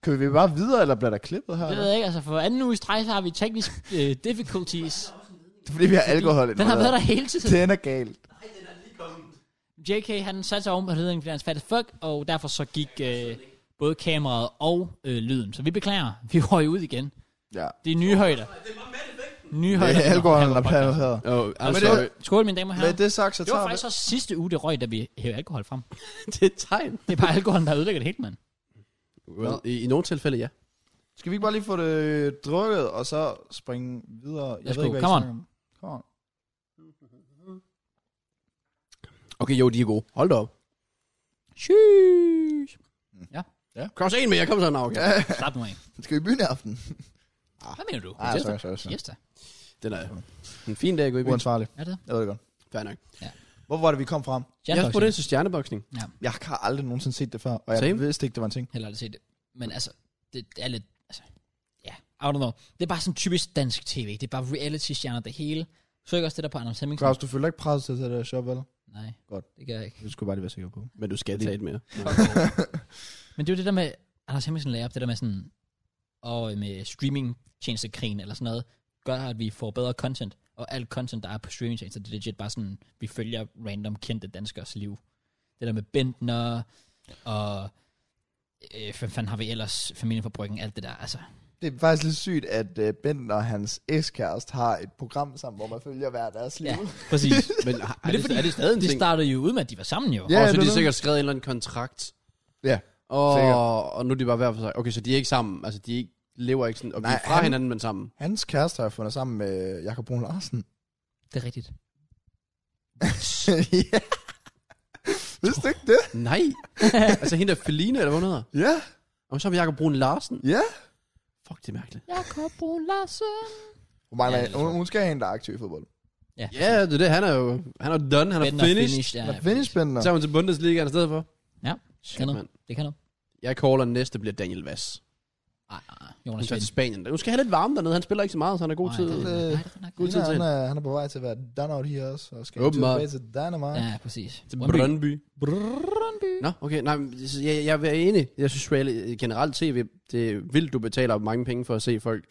Speaker 1: Kan vi bare videre, eller bliver der klippet her?
Speaker 3: Det ved jeg ikke. Altså, for anden uge i streg, så har vi teknisk uh, difficulties.
Speaker 1: Det er fordi, vi har alkohol
Speaker 3: Den har været der hele tiden.
Speaker 1: Den er galt.
Speaker 3: JK, han satte sig oven på ledningen, fordi han fattede fuck, og derfor så gik øh, både kameraet og øh, lyden. Så vi beklager. Vi røg ud igen.
Speaker 1: Ja.
Speaker 3: Det er nye højder. Nye
Speaker 1: Det
Speaker 3: højder.
Speaker 1: er alkoholen, der
Speaker 3: Nå,
Speaker 1: bliver her.
Speaker 2: Oh, I'm
Speaker 1: men det-
Speaker 2: sorry.
Speaker 3: Skål, mine damer og
Speaker 1: Med
Speaker 3: herrer.
Speaker 1: det sagt, så
Speaker 3: Det var
Speaker 1: tager vi...
Speaker 3: faktisk også sidste uge, det røg, da vi hævde alkohol frem.
Speaker 2: *laughs* det er et tegn.
Speaker 3: Det er bare alkoholen, der ødelægger det helt, mand.
Speaker 2: Well, i, I nogle tilfælde, ja.
Speaker 1: Skal vi ikke bare lige få det øh, drukket, og så springe videre? Jeg
Speaker 3: Værsgo,
Speaker 1: ved ikke, hvad I
Speaker 3: come on.
Speaker 1: snakker om. Come on.
Speaker 2: Okay, jo, de er gode. Hold da op.
Speaker 3: Sheesh.
Speaker 2: Kraus, en mere. Kom så, Nå, okay.
Speaker 3: Slap nu af.
Speaker 1: *laughs* Skal vi begynde i aften?
Speaker 3: Hvad mener du?
Speaker 1: Nej, sorry, sorry, sorry.
Speaker 3: Yes, da.
Speaker 2: Den er en fin dag at gå i byen.
Speaker 1: Uansvarlig.
Speaker 3: Er det?
Speaker 1: Jeg ved det godt.
Speaker 2: Fair nok.
Speaker 1: Hvor var det, vi kom fra?
Speaker 2: Jeg spurgte ind til stjerneboksning.
Speaker 1: Jeg har aldrig nogensinde set det før, og jeg
Speaker 2: Same.
Speaker 1: vidste ikke, det var en ting.
Speaker 3: heller aldrig set det. Men altså, det, det er lidt, altså, ja, yeah, I don't know. Det er bare sådan typisk dansk tv. Det er bare reality-stjerner, det hele. Så ikke også det der på Anders Hemmingsen?
Speaker 1: Claus, du føler ikke presset til at tage det der shop, eller?
Speaker 3: Nej,
Speaker 1: Godt.
Speaker 3: det gør jeg ikke.
Speaker 1: Det skulle bare lige være sikker på.
Speaker 2: Men du skal tage et mere.
Speaker 3: *laughs* Men det er jo det der med, Anders Hemmingsen lagde op, det der med sådan, og med streaming-tjenestekrigen eller sådan noget, gør, at vi får bedre content. Og alt content, der er på streaming-tjenester, det er legit bare sådan, vi følger random kendte danskers liv. Det der med Bentner, og øh, hvad fanden har vi ellers, familien fra Bryggen, alt det der, altså.
Speaker 1: Det er faktisk lidt sygt, at uh, Bent og hans ekskæreste har et program sammen, hvor man følger hver deres liv.
Speaker 3: Ja,
Speaker 2: *laughs*
Speaker 3: *laughs* præcis.
Speaker 2: Men har- er
Speaker 3: Men
Speaker 2: det, er det stadig en
Speaker 3: de
Speaker 2: ting?
Speaker 3: startede jo ud med, at de var sammen jo.
Speaker 1: Ja,
Speaker 2: Ja, og så
Speaker 1: det
Speaker 2: er
Speaker 1: er
Speaker 2: de
Speaker 1: det.
Speaker 2: sikkert skrevet en eller anden kontrakt.
Speaker 1: Ja,
Speaker 2: Og,
Speaker 1: sikkert.
Speaker 2: og nu er de bare hver for sig. Okay, så de er ikke sammen. Altså, de er ikke, lever ikke sådan. Og de
Speaker 1: Nej,
Speaker 2: er fra
Speaker 1: han-
Speaker 2: hinanden, men sammen.
Speaker 1: Hans kæreste har jeg fundet sammen med øh, Jakob Brun
Speaker 3: *laughs*
Speaker 1: Larsen.
Speaker 3: Det er rigtigt.
Speaker 1: ja. Vidste du ikke det?
Speaker 2: Nej. *laughs* altså, hende der Feline, eller hvad hun hedder.
Speaker 1: Ja.
Speaker 2: Og så har vi Jacob Brun Larsen.
Speaker 1: Ja.
Speaker 2: Fuck, det er mærkeligt.
Speaker 3: Jakob Brun Larsen.
Speaker 1: Hun, mangler,
Speaker 3: Ja, det
Speaker 1: ja,
Speaker 3: er
Speaker 1: hun, hun, skal have en, der er aktiv i fodbold.
Speaker 3: Ja,
Speaker 2: Ja, yeah, det er det. Han er jo han er done. Han er
Speaker 3: Bender
Speaker 2: finished.
Speaker 3: finish, ja,
Speaker 1: Ja, finish Bender.
Speaker 2: Så er hun til Bundesliga i stedet for.
Speaker 3: Ja,
Speaker 2: Shit,
Speaker 3: kan noget.
Speaker 2: mand.
Speaker 3: Det kan noget.
Speaker 2: Jeg caller den næste bliver Daniel Vass.
Speaker 3: Ej, ej, ej.
Speaker 2: Han
Speaker 3: Jonas
Speaker 2: tager til
Speaker 3: Vind.
Speaker 2: Spanien. Nu skal have lidt varme dernede. Han spiller ikke så meget, så han er god
Speaker 3: Nej,
Speaker 2: til...
Speaker 3: det er-
Speaker 1: øh,
Speaker 3: nej, det er nok.
Speaker 2: god tid til
Speaker 1: han,
Speaker 2: hende.
Speaker 1: er, han er på vej til at være done out here også, og skal
Speaker 2: Åbenbart.
Speaker 1: tilbage til Dynamite.
Speaker 3: Ja, præcis.
Speaker 2: Til
Speaker 3: Brøndby.
Speaker 2: Brøndby.
Speaker 3: Brøndby.
Speaker 2: Nå, okay. Nej, men så jeg, jeg er enig. Jeg synes reality, generelt tv, det vil du betaler mange penge for at se folk.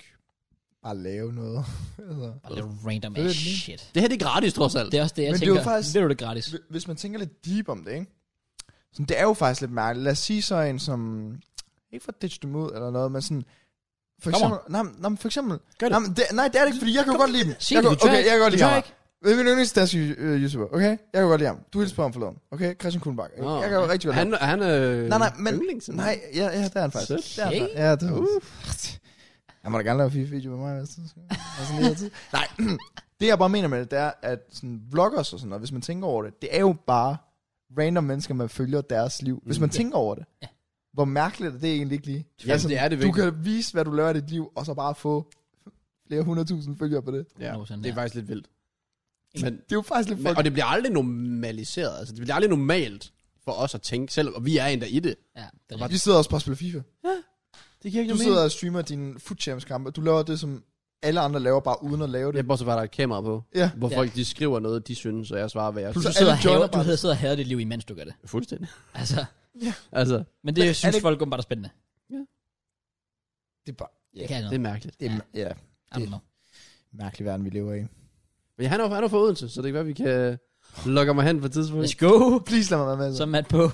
Speaker 1: Bare lave noget. *laughs* altså.
Speaker 3: Bare lidt random
Speaker 1: Det er
Speaker 3: ass
Speaker 1: det lige.
Speaker 3: shit.
Speaker 2: Det her det er gratis trods alt.
Speaker 3: Det er også det, jeg
Speaker 1: Men det er
Speaker 3: tænker.
Speaker 1: jo faktisk-
Speaker 3: Ved du det gratis?
Speaker 1: Hvi- Hvis man tænker lidt deep om det, ikke? Så det er jo faktisk lidt mærkeligt. Lad os sige så en, som... Ikke for at ditch dem ud eller noget, men sådan... For
Speaker 3: Kom
Speaker 1: eksempel, nej, men- nej, men for eksempel,
Speaker 2: Gør det.
Speaker 1: Nej, men det, nej, det er det ikke, fordi jeg kan jo godt lide dem.
Speaker 3: Sig
Speaker 1: jeg
Speaker 3: det,
Speaker 1: kan,
Speaker 3: du tør
Speaker 1: okay,
Speaker 3: ikke.
Speaker 1: jeg kan godt
Speaker 3: Du
Speaker 1: lide
Speaker 3: tør
Speaker 1: ham.
Speaker 3: ikke.
Speaker 1: Hvem er min yndlingsdansk øh, YouTuber, okay? Jeg kan godt lide ham. Du hilste på ham forleden, okay? Christian Kuhnbach.
Speaker 2: Nå,
Speaker 1: jeg kan jo rigtig godt lide
Speaker 2: Han, han er
Speaker 1: ham. Nej, nej, men...
Speaker 2: yndlings, altså. eller?
Speaker 1: nej, ja, ja, det er han faktisk.
Speaker 2: Sødt.
Speaker 1: Det er
Speaker 3: Okay.
Speaker 1: han, faktisk. ja, det er uh. Han må da gerne lave en video med mig, hvis du skal. *laughs* Altså, lige altid. nej, det jeg bare mener med det, det er, at sådan vloggers og sådan noget, hvis man tænker over det, det er jo bare random mennesker, man følger deres liv. Hvis man tænker over det. Hvor mærkeligt er det egentlig ikke lige? Altså,
Speaker 2: Jamen, det er det
Speaker 1: du
Speaker 2: virkelig.
Speaker 1: kan vise, hvad du laver i dit liv, og så bare få flere hundredtusind følgere på det.
Speaker 2: Ja, det er faktisk lidt vildt. Men,
Speaker 1: Det er jo faktisk lidt
Speaker 2: men, og det bliver aldrig normaliseret. Altså, det bliver aldrig normalt for os at tænke selv, og vi er endda i det.
Speaker 3: Ja, det er
Speaker 1: fucked.
Speaker 3: rigtigt.
Speaker 1: Vi sidder også bare og spiller FIFA.
Speaker 2: Det giver ikke
Speaker 1: Du sidder og streamer dine foot champs kampe. Du laver det, som alle andre laver, bare uden at lave det.
Speaker 2: Det er bare så, var der er et kamera på,
Speaker 1: Ja.
Speaker 2: hvor
Speaker 3: Ja.
Speaker 2: folk de skriver noget, de synes, og jeg svarer, hvad jeg
Speaker 1: Plus-
Speaker 3: Du
Speaker 2: synes.
Speaker 1: Så
Speaker 3: sidder
Speaker 1: alle
Speaker 3: og hader,
Speaker 1: joiner bare
Speaker 3: du sidder og hader dit liv, imens du gør det.
Speaker 2: Fuldstændig.
Speaker 3: Altså,
Speaker 2: Altså,
Speaker 3: men det
Speaker 1: Men er
Speaker 3: synes
Speaker 1: det-
Speaker 3: folk åbenbart er spændende.
Speaker 1: Det er bare...
Speaker 2: ja,
Speaker 3: kan noget.
Speaker 2: det er mærkeligt.
Speaker 1: Det er, ja,
Speaker 3: I don't know.
Speaker 1: mærkelig verden, vi lever i.
Speaker 2: Men han er jo han er jo fra Odense, så det kan være, vi kan lokke mig hen på et tidspunkt.
Speaker 3: Let's go.
Speaker 1: Please lad mig være med.
Speaker 3: Så er Matt på.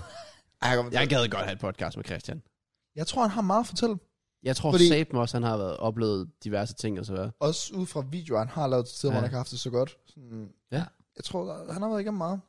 Speaker 2: Jeg gad godt have et podcast med Christian.
Speaker 1: Jeg tror, han har meget at fortælle.
Speaker 2: Jeg tror Fordi...
Speaker 1: Fordi-
Speaker 2: Sabe også, han har været oplevet diverse ting og så videre.
Speaker 1: Også ud fra videoer, han har lavet til tider, ja.
Speaker 2: Ja.
Speaker 1: hvor han ikke har haft det så godt. Sådan,
Speaker 2: Ja.
Speaker 1: Jeg tror, der, han har været igennem meget.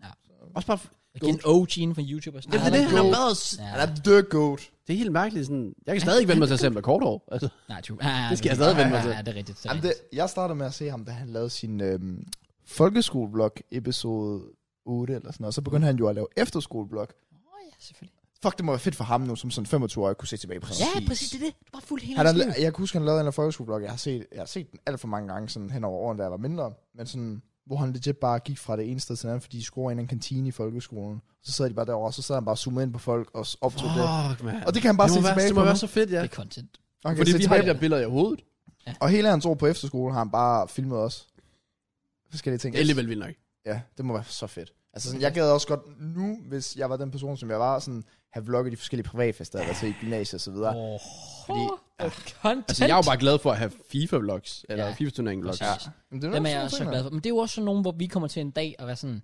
Speaker 2: Også bare... f-
Speaker 3: Again, OG'en fra YouTube og sådan
Speaker 2: Jamen, det er det,
Speaker 1: er
Speaker 2: han har
Speaker 1: god.
Speaker 2: været... s-
Speaker 3: Ja.
Speaker 1: Han er the goat.
Speaker 2: Det er helt mærkeligt. Sådan... Jeg kan stadig ikke vende mig til at se, om der er kort år. Altså,
Speaker 3: Nej, true. Ja, ja,
Speaker 2: Det skal jeg
Speaker 3: er
Speaker 2: stadig
Speaker 3: rigtigt.
Speaker 2: vende mig
Speaker 3: Ja,
Speaker 2: til.
Speaker 3: Ja, det er rigtigt. Det er
Speaker 1: Jamen, det,
Speaker 3: rigtigt.
Speaker 1: jeg startede med at se ham, da han lavede sin øhm, folkeskoleblog episode 8 eller sådan noget. Og så begyndte han jo at lave efterskoleblog.
Speaker 3: Åh, ja, selvfølgelig.
Speaker 1: Fuck, det må være fedt for ham nu, som sådan 25 år, kunne se tilbage på sådan
Speaker 3: Ja, præcis. Det er det. Du er bare fuld hele
Speaker 1: Han
Speaker 3: hans
Speaker 1: har,
Speaker 3: liv.
Speaker 1: la- jeg kan huske, han lavede en eller anden folkeskoleblog. Jeg har set, jeg har set den alt for mange gange sådan hen over årene, da jeg var mindre. Men sådan, hvor han legit bare gik fra det ene sted til det andet, fordi de scorede ind i en kantine i folkeskolen. Så sad de bare derovre, og så sad han bare og zoomede ind på folk og s- optog oh, det.
Speaker 2: Fuck, man.
Speaker 1: Og det kan han bare
Speaker 2: det
Speaker 1: se
Speaker 2: må være,
Speaker 1: tilbage
Speaker 2: det
Speaker 1: på
Speaker 2: må være
Speaker 1: nu.
Speaker 2: så fedt, ja.
Speaker 3: Det er content.
Speaker 1: Han kan
Speaker 2: Fordi
Speaker 1: se
Speaker 2: vi har
Speaker 1: tilbage
Speaker 2: ikke
Speaker 1: på-
Speaker 2: der billeder i hovedet.
Speaker 1: Og hele hans år på efterskole har han bare filmet os. Forskellige ting.
Speaker 2: Det er alligevel vildt nok.
Speaker 1: Ja, det må være så fedt. Altså sådan, jeg gad også godt nu, hvis jeg var den person, som jeg var, sådan, have vlogget de forskellige privatfester, jeg var til i gymnasiet og så videre.
Speaker 3: Åh,
Speaker 1: Fordi-
Speaker 3: oh, content.
Speaker 2: Altså, jeg er jo bare glad for at have FIFA-vlogs, eller
Speaker 3: Ja.
Speaker 2: FIFA-turnering-vlogs.
Speaker 3: Ja.
Speaker 1: Men det er
Speaker 3: Dem
Speaker 1: nogle
Speaker 3: er jeg
Speaker 1: sådan
Speaker 3: også så
Speaker 1: ting,
Speaker 3: glad
Speaker 1: der.
Speaker 3: for. Men det er jo også sådan nogen, hvor vi kommer til en dag og være sådan,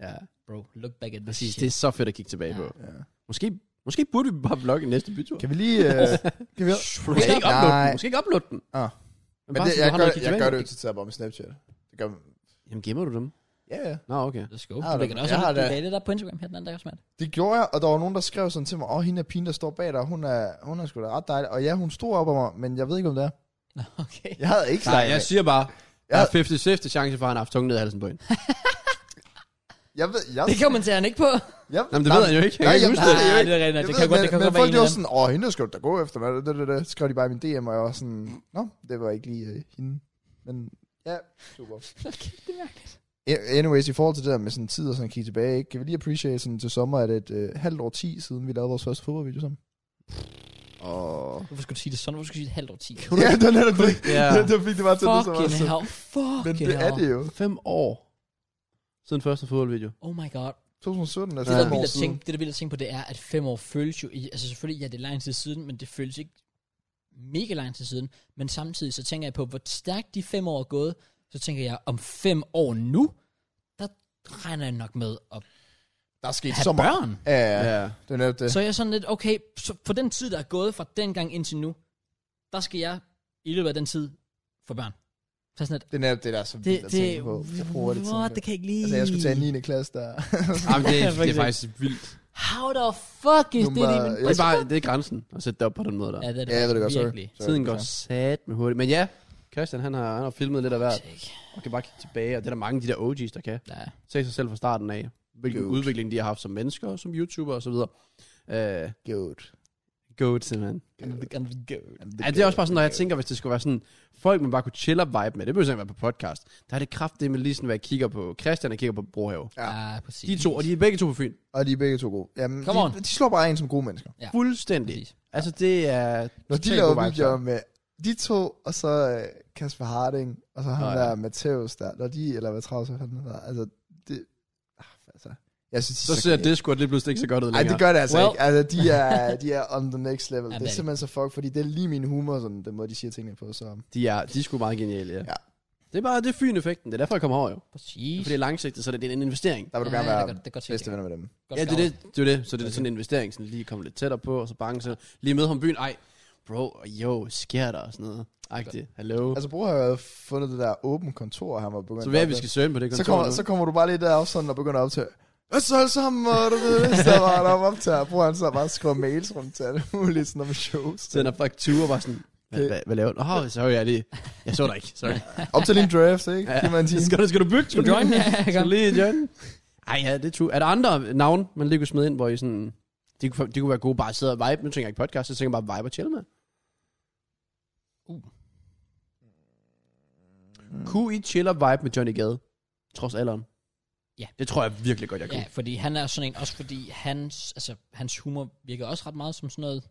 Speaker 2: ja.
Speaker 3: bro, look back at this
Speaker 2: Præcis,
Speaker 3: shit.
Speaker 2: det er så fedt at kigge tilbage
Speaker 3: Ja.
Speaker 2: på.
Speaker 1: Ja.
Speaker 2: Måske, måske burde vi bare vlogge i næste bytur.
Speaker 1: Kan vi lige...
Speaker 2: *laughs*
Speaker 1: Øh, kan vi,
Speaker 2: Måske ikke uploade den.
Speaker 1: Nej.
Speaker 2: Måske ikke uploade den.
Speaker 1: Ah.
Speaker 2: Men,
Speaker 1: Men
Speaker 2: bare,
Speaker 1: det,
Speaker 2: så du
Speaker 1: jeg,
Speaker 2: har
Speaker 1: gør,
Speaker 2: noget at kigge
Speaker 1: jeg gør
Speaker 2: tilbage
Speaker 1: det jo
Speaker 2: på.
Speaker 1: til tider bare med Snapchat. Det gør,
Speaker 2: Jamen gemmer du dem?
Speaker 1: ja, ja.
Speaker 2: Nå, okay.
Speaker 3: Let's go.
Speaker 1: Jeg
Speaker 3: Du
Speaker 1: har
Speaker 3: lægger
Speaker 1: da-
Speaker 3: også
Speaker 1: jeg har
Speaker 3: op, du
Speaker 1: da-
Speaker 3: lagde det der på Instagram her den anden dag også, mand.
Speaker 1: Det gjorde jeg, og der var nogen, der skrev sådan til mig, åh, hende er pigen, der står bag dig, hun er, hun er sgu da ret dejlig. Og ja, hun stod op af mig, men jeg ved ikke, om det er.
Speaker 3: Nå, Okay.
Speaker 1: Jeg havde ikke
Speaker 2: Nej,
Speaker 1: snakket
Speaker 2: jeg
Speaker 1: med-
Speaker 2: siger bare, der
Speaker 1: Jeg-
Speaker 2: er 50-50 chance for, at han har haft tungen ned i halsen på hende.
Speaker 1: Jeg ved, jeg,
Speaker 3: *laughs* Det kommenterer han
Speaker 1: *laughs*
Speaker 3: ikke på.
Speaker 1: jeg,
Speaker 2: Jamen, det ved jeg jo ikke. Jeg
Speaker 1: Nej,
Speaker 2: kan ikke huske
Speaker 1: jeg ved
Speaker 2: det.
Speaker 1: det jo
Speaker 3: Nej,
Speaker 1: ikke.
Speaker 3: det er rigtigt. nok. Det
Speaker 1: Jeg ved
Speaker 3: kan godt,
Speaker 1: men,
Speaker 3: det kan
Speaker 1: men
Speaker 3: godt være
Speaker 1: folk
Speaker 3: en
Speaker 1: de var
Speaker 3: eller anden.
Speaker 1: sådan, åh, hende skal du da gå efter, mig. Det, det, det, det. Skrev de bare i min DM, og jeg var sådan, nå, det var ikke lige øh, hende. Men ja, super.
Speaker 3: *laughs* Okay, det er mærkeligt.
Speaker 1: A- Anyways, i forhold til det der med sådan tid og sådan at kigge tilbage, ikke? kan vi lige appreciate sådan til sommer, at et øh, halvt år 10 siden, vi lavede vores første fodboldvideo sammen.
Speaker 2: Åh.
Speaker 3: Hvorfor skulle du sige det sådan? Hvorfor skulle du sige et halvt år 10?
Speaker 1: Ja, det var netop det.
Speaker 2: Ja.
Speaker 1: Ja. *laughs* Det fik det bare til, at det så
Speaker 3: Fucking
Speaker 1: meget.
Speaker 3: hell. Fucking
Speaker 1: Men det er
Speaker 3: hell.
Speaker 1: det jo.
Speaker 2: *laughs* Fem år siden første fodboldvideo.
Speaker 3: Oh my god.
Speaker 1: 2017 er
Speaker 3: Det, der er
Speaker 1: fem år
Speaker 3: vildt at tænke,
Speaker 1: siden.
Speaker 3: det, der er vildt at tænke på, det er, at fem år føles jo... i- Altså selvfølgelig, ja, det er lang tid siden, men det føles ikke mega lang tid siden. Men samtidig så tænker jeg på, hvor stærkt de fem år er gået. Så tænker jeg, om fem år nu, der regner jeg nok med at
Speaker 1: Der er sket så
Speaker 3: have
Speaker 1: meget.
Speaker 3: børn.
Speaker 1: Ja, ja, det er netop det.
Speaker 3: Så er jeg sådan lidt, okay, så for den tid, der er gået fra dengang indtil nu, der skal jeg i løbet af den tid få børn. Så sådan lidt, "Ah,
Speaker 1: Det er netop det, der er så vildt
Speaker 3: det,
Speaker 1: at
Speaker 3: det,
Speaker 1: tænke på. Så hurtigt
Speaker 3: what, det
Speaker 1: tænke.
Speaker 3: kan jeg ikke lige...
Speaker 1: Altså, jeg skulle tage 9. klasse der. *laughs*
Speaker 2: Jamen, det, er,
Speaker 3: For
Speaker 2: det er
Speaker 3: eksempel.
Speaker 2: faktisk vildt.
Speaker 3: How the fuck is
Speaker 1: Nu
Speaker 3: det
Speaker 1: bare-
Speaker 3: even?
Speaker 1: jeg-
Speaker 2: Det er, bare, det er grænsen at sætte det op på den måde der.
Speaker 3: Ja, det er det,
Speaker 1: ja, jeg ved det godt, sorry.
Speaker 3: virkelig.
Speaker 1: Sorry,
Speaker 2: Tiden går
Speaker 1: sorry.
Speaker 2: sat med hurtigt. Men ja, Christian han har, han har filmet lidt af hvert,
Speaker 3: Sick.
Speaker 2: og kan bare kigge tilbage, og det er der mange af de der OG's, der kan.
Speaker 3: Ja.
Speaker 2: Se sig selv fra starten af, hvilken
Speaker 1: Goat.
Speaker 2: udvikling de har haft som mennesker, som YouTuber osv. Uh,
Speaker 1: Goat.
Speaker 2: goat, simpelthen.
Speaker 1: I'm the
Speaker 2: Ja, det er også
Speaker 1: goat.
Speaker 2: bare sådan, når jeg tænker, hvis det skulle være sådan, folk man bare kunne chill og vibe med, det behøver ikke være på podcast, der er det kraftedeme lige sådan, hvad jeg kigger på Christian og kigger på Brohave.
Speaker 1: Ja.
Speaker 3: ja, præcis.
Speaker 2: De to, og de er begge to på Fyn.
Speaker 1: Og de er begge to gode. Jamen,
Speaker 3: Come on.
Speaker 1: de, de slår bare en som gode mennesker.
Speaker 3: Ja.
Speaker 2: Fuldstændig.
Speaker 3: Præcis.
Speaker 2: Altså det er...
Speaker 1: Når de
Speaker 2: totalt
Speaker 1: laver
Speaker 2: god vibes,
Speaker 1: videoer
Speaker 2: der.
Speaker 1: med de to, og så øh, Kasper Harding, og så ham
Speaker 2: Nå, ja.
Speaker 1: der Matheus der, når de, eller hvad travlt, så fanden der, altså, det, ah, altså, jeg synes, de er
Speaker 2: Så ser
Speaker 1: geniale.
Speaker 2: Discord lige pludselig ikke så godt ud
Speaker 1: Ej,
Speaker 2: længere.
Speaker 1: det gør det altså
Speaker 3: Well-
Speaker 1: well. ikke. Altså, de er, *laughs* de er on the next level.
Speaker 3: Ja,
Speaker 1: det
Speaker 3: det
Speaker 1: er
Speaker 3: er
Speaker 1: simpelthen så fuck, fordi det er lige min humor, sådan, den måde, de siger tingene på. Så.
Speaker 2: De er, de er sgu meget geniale, ja.
Speaker 1: Ja.
Speaker 2: Det er bare det er Fyn-effekten. Det er derfor, jeg kommer over, jo.
Speaker 3: Præcis.
Speaker 2: Fordi det er langsigtet, så det er en investering.
Speaker 1: Der vil
Speaker 3: Ja,
Speaker 1: du gerne
Speaker 3: det er
Speaker 1: være
Speaker 3: godt- det er godt set,
Speaker 1: bedste
Speaker 3: ja.
Speaker 1: venner med dem.
Speaker 3: Godt
Speaker 2: Ja, det er
Speaker 3: gavn.
Speaker 2: det. Det er det. Så det er sådan en investering, sådan lige komme lidt tættere på, og så bange, så lige med ham byen. Ej, bro, jo, sker der og sådan noget. Agtigt. Hallo.
Speaker 1: Altså, Bro har jo fundet det der åbent kontor, han var begyndt
Speaker 2: Så hvad
Speaker 1: at
Speaker 2: er vi
Speaker 1: opdage.
Speaker 2: skal søge på det
Speaker 1: så,
Speaker 2: kontor
Speaker 1: kommer,
Speaker 2: nu?
Speaker 1: så kommer du bare lige derop sådan og begynder at optage. Hvad så alle sammen, og du *laughs* ved, så var der op optager. Bro, han så bare skriver mails rundt til alle mulige sådan om shows.
Speaker 2: sender fakturer bare sådan, hvad,
Speaker 1: Det-
Speaker 2: hvad, hvad laver du? Åh, oh, sorry, jeg lige, jeg så dig ikke, sorry. *laughs*
Speaker 1: Op til din draft, ikke? Ja. Man
Speaker 2: skal, du, skal du bygge?
Speaker 3: Skal du join? *laughs* Ja, ja,
Speaker 2: Skal
Speaker 3: kom.
Speaker 2: du lige join? Ej, ja, det er true. Er der andre navne, man lige kunne smide ind, hvor I sådan, det kunne, det kunne være gode bare at sidde og vibe. Nu tænker jeg ikke podcast, så tænker jeg bare vibe og chill med.
Speaker 3: Uh.
Speaker 2: Kunne I chill og vibe med Johnny Gade? Trods alderen?
Speaker 3: Ja.
Speaker 2: Det tror jeg virkelig godt, jeg kunne.
Speaker 3: Ja, fordi han er sådan en, også fordi hans, altså, hans humor virker også ret meget som sådan noget,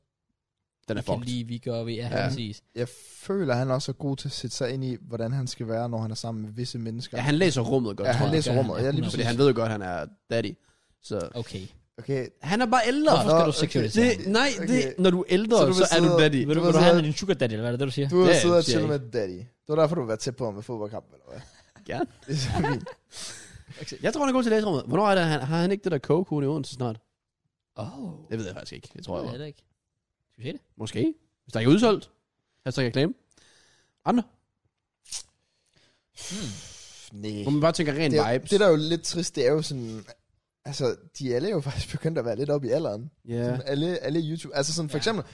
Speaker 2: Den er
Speaker 3: vi kan
Speaker 2: fucked.
Speaker 3: lide, vi gør, vi er
Speaker 2: Ja.
Speaker 3: ja. præcis.
Speaker 1: Jeg føler, han også er god til at sætte sig ind i, hvordan han skal være, når han er sammen med visse mennesker.
Speaker 2: Ja, han læser rummet godt,
Speaker 1: ja,
Speaker 2: tror
Speaker 1: han
Speaker 2: jeg.
Speaker 1: læser
Speaker 3: Gør han,
Speaker 1: rummet.
Speaker 3: ja,
Speaker 1: Ja, lige
Speaker 3: 100%.
Speaker 2: Fordi
Speaker 1: præcis.
Speaker 2: han ved jo godt, han er daddy. Så
Speaker 3: Okay.
Speaker 1: Okay,
Speaker 2: han er bare ældre.
Speaker 3: Hvorfor skal
Speaker 1: Nå,
Speaker 3: du secure
Speaker 1: okay.
Speaker 3: det?
Speaker 2: Det, nej, Altså, okay. det,
Speaker 1: Okay.
Speaker 2: når du er ældre,
Speaker 1: Så
Speaker 2: så,
Speaker 1: du vil
Speaker 2: så er du
Speaker 1: sidde-
Speaker 2: daddy.
Speaker 3: Ved du,
Speaker 1: du
Speaker 3: hvor
Speaker 1: hvad,
Speaker 3: du
Speaker 1: så-
Speaker 3: har din sugar daddy, eller hvad er det, du siger?
Speaker 1: du har
Speaker 2: Det
Speaker 1: siddet og
Speaker 2: siger
Speaker 1: chillet
Speaker 2: jeg
Speaker 1: med daddy. Det var derfor, du var tæt på ham med fodboldkamp, eller hvad?
Speaker 2: Gerne.
Speaker 1: *laughs* Det er så fint.
Speaker 2: Jeg tror, han er god til læserummet. Hvornår er det, han, har han ikke det der kogekone i Odense snart?
Speaker 3: Åh. Oh.
Speaker 2: Det ved jeg faktisk ikke. Det tror jeg
Speaker 3: Det
Speaker 2: bare.
Speaker 3: er det ikke. Skal vi se det?
Speaker 2: Måske. Hvis der ikke er udsolgt. Hashtag reklame. Andre.
Speaker 1: Nej.
Speaker 2: Hvor man bare tænker ren
Speaker 1: Det, er-
Speaker 2: vibes.
Speaker 1: det, der er jo lidt trist, det er jo sådan... Altså, de alle er jo faktisk begyndt at være lidt oppe i alderen.
Speaker 2: Ja.
Speaker 1: Sådan alle, alle YouTube... Altså sådan for
Speaker 3: Ja.
Speaker 1: eksempel...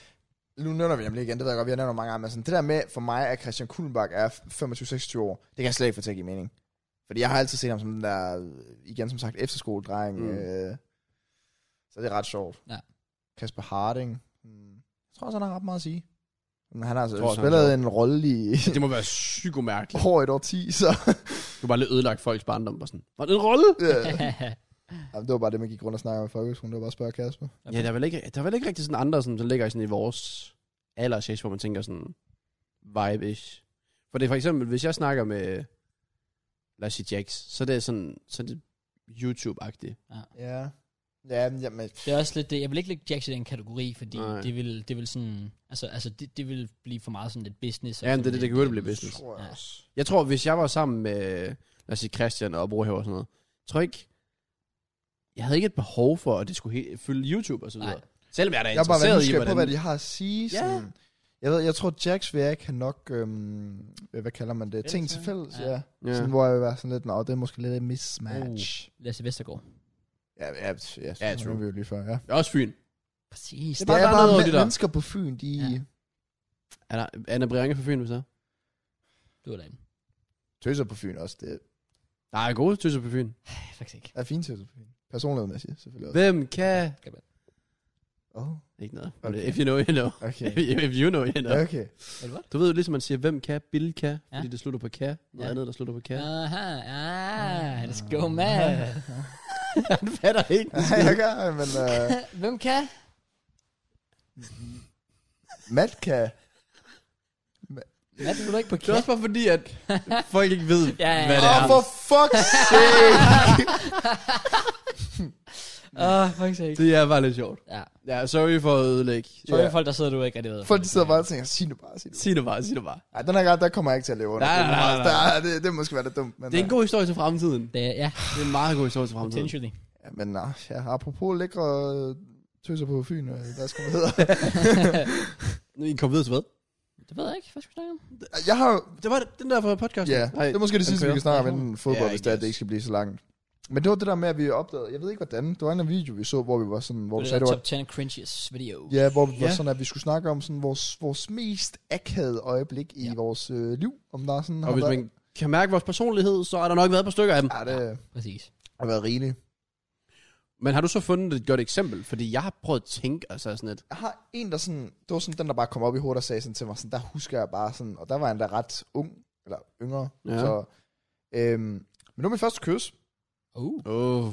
Speaker 1: Nu nævner vi ham lige igen, det ved jeg godt, vi har nævnt ham mange gange, men sådan, det der med for mig, at Christian Kullenbach er 25-26 år, det kan jeg slet ikke få til at give mening. Fordi jeg har altid set ham som den der, igen som sagt, efterskoledreng.
Speaker 2: Mm.
Speaker 1: Mm. Øh, så det er ret sjovt.
Speaker 3: Ja.
Speaker 1: Kasper Harding. Hmm. Jeg tror også, han har ret meget at sige. Men han har altså
Speaker 2: Jeg tror også, han
Speaker 1: spillet
Speaker 2: har-
Speaker 1: en rolle i
Speaker 2: Det må være psykomærkeligt.
Speaker 1: over et årti, så
Speaker 2: Du har bare lidt ødelagt folks barndom og sådan. Var det en rolle?
Speaker 1: øh, *laughs* jamen, det var bare det, man gik rundt og snakkede om i folkeskolen. Det var bare at spørge Kasper.
Speaker 2: Ja, der er, vel ikke, der er vel ikke rigtig sådan andre, som der ligger sådan i vores aldersæs, hvor man tænker sådan vibe -ish. For det er for eksempel, hvis jeg snakker med, lad os sige Jax, så er det sådan, så er det YouTube-agtigt.
Speaker 1: Ja. Ja, men jamen,
Speaker 3: det er også lidt det. Jeg vil ikke lægge Jax i den kategori, fordi
Speaker 2: Nej.
Speaker 3: det vil, det vil sådan... Altså, altså det, det vil blive for meget sådan lidt business. og
Speaker 2: Ja, men
Speaker 3: sådan
Speaker 2: det, det, det
Speaker 3: lidt-
Speaker 2: kan hurtigt blive business.
Speaker 1: tror jeg
Speaker 3: Ja.
Speaker 1: også.
Speaker 2: Jeg tror, hvis jeg var sammen med, lad os sige Christian og Brohæver og sådan noget, tror jeg ikke, jeg havde ikke et behov for, at det skulle he- fylde YouTube og så videre.
Speaker 3: Nej.
Speaker 2: Selvom jeg er da
Speaker 1: Jeg er bare
Speaker 2: interesseret
Speaker 1: været
Speaker 2: i,
Speaker 1: nysgerrig
Speaker 2: hvordan...
Speaker 1: på, hvad de har at sige.
Speaker 2: Ja.
Speaker 1: Sådan. Jeg, ved, jeg tror, Jax vil jeg ikke have nok, øhm, øh, hvad kalder man det, ting til fælles. Ja.
Speaker 3: Ja.
Speaker 1: ja.
Speaker 2: ja.
Speaker 1: Sådan, hvor jeg vil være sådan lidt, nå, det er måske lidt et mismatch.
Speaker 3: Lasse Vestergaard.
Speaker 1: Ja, ja, ja,
Speaker 2: Uh. Ja,
Speaker 1: ja,
Speaker 2: true.
Speaker 1: true. Vi jo lige før, ja.
Speaker 2: Jeg er også Fyn.
Speaker 3: Præcis.
Speaker 2: Det
Speaker 1: Det er
Speaker 2: bare noget
Speaker 1: bare
Speaker 2: af det
Speaker 1: men-
Speaker 2: der.
Speaker 1: mennesker på Fyn, de...
Speaker 3: Ja.
Speaker 1: Ja.
Speaker 2: Er der Anna Brianke fra Fyn, hvis der?
Speaker 3: Du er derinde. *sighs*
Speaker 1: Tøser på Fyn også, det
Speaker 2: Der er gode tøser på Fyn.
Speaker 3: Ja, faktisk ikke.
Speaker 1: er fint tøser på Fyn. Personlighedmæssigt, selvfølgelig også.
Speaker 2: Hvem kan...
Speaker 1: Oh,
Speaker 2: Ikke noget. Okay.
Speaker 1: Okay.
Speaker 2: If you know, you know.
Speaker 1: okay.
Speaker 2: *laughs* If you know, you know.
Speaker 1: Okay.
Speaker 3: Er det godt?
Speaker 2: Du ved jo ligesom, man siger, hvem kan, Bill kan,
Speaker 3: Ja.
Speaker 2: fordi det slutter på kan, noget
Speaker 3: Ja.
Speaker 2: andet, der slutter på kan.
Speaker 3: Aha, ah, let's go, man. Han fatter
Speaker 1: *laughs*
Speaker 3: ikke.
Speaker 1: Nej, jeg gør, men uh,
Speaker 3: Hvem kan?
Speaker 1: Matt kan...
Speaker 3: Matt, du er ikke på
Speaker 2: Det er
Speaker 3: kæft.
Speaker 2: også bare fordi, *laughs* at folk ikke ved,
Speaker 3: Ja, ja, ja.
Speaker 2: hvad det
Speaker 1: Åh,
Speaker 2: er.
Speaker 1: oh, for fuck's
Speaker 3: *laughs*
Speaker 1: sake!
Speaker 3: Åh, oh, faktisk ikke.
Speaker 2: Det er bare lidt sjovt.
Speaker 3: Ja.
Speaker 2: Ja, sorry for at ødelægge.
Speaker 3: Så er
Speaker 1: Ja.
Speaker 3: det folk, der sidder du ikke rigtig ved.
Speaker 1: Folk de sidder bare og tænker, sig nu bare, sig nu.
Speaker 2: Sig det bare, sig det bare.
Speaker 1: Ej, den her gang, der kommer jeg ikke til at leve under.
Speaker 2: Nej, nej, nej, nej, nej.
Speaker 1: Der, det, det måske være lidt dumt, men... øh,
Speaker 2: Det er en god historie til fremtiden.
Speaker 3: Det er, ja,
Speaker 2: Det er en meget god historie til fremtiden.
Speaker 3: *laughs* potentially.
Speaker 1: øh, Ja, men uh, ja, apropos lækre øh, tøser på Fyn, øh, hvad skal man hedder?
Speaker 2: Nu er I kommet videre til hvad?
Speaker 3: Det ved jeg ikke, hvad skal vi snakke om?
Speaker 1: *laughs* Jeg har jo...
Speaker 2: Det var den der fra podcasten.
Speaker 1: Ja, det er måske det
Speaker 2: den
Speaker 1: sidste, vi
Speaker 2: kører.
Speaker 1: kan snakke om inden fodbold,
Speaker 2: Ja, I
Speaker 1: hvis det, er, at
Speaker 2: guess.
Speaker 1: det ikke skal blive så langt. Men det var det der med, at vi opdagede... Jeg ved ikke, hvordan. Det var en af video, vi så, hvor vi var sådan... Hvor
Speaker 3: Det
Speaker 1: du
Speaker 3: er
Speaker 1: sagde, det var...
Speaker 3: top 10 cringiest video.
Speaker 1: Ja, hvor vi var
Speaker 2: Ja.
Speaker 1: sådan, at vi skulle snakke om sådan vores, vores mest akavede øjeblik i
Speaker 3: Ja.
Speaker 1: vores øh, liv. Om der er sådan...
Speaker 2: Og hvis man kan mærke vores personlighed, så er der nok været et par stykker af dem.
Speaker 1: Ja, det
Speaker 3: Præcis.
Speaker 1: har været rigeligt.
Speaker 2: Men har du så fundet et godt eksempel? Fordi jeg har prøvet at tænke, altså sådan et,
Speaker 1: jeg har en, der sådan, det var sådan den, der bare kom op i hovedet og sagde sådan til mig, sådan, der husker jeg bare sådan, og der var han da ret ung, eller yngre,
Speaker 2: Ja.
Speaker 1: ja. så, øhm, men det var min første kys,
Speaker 3: Oh.
Speaker 2: oh,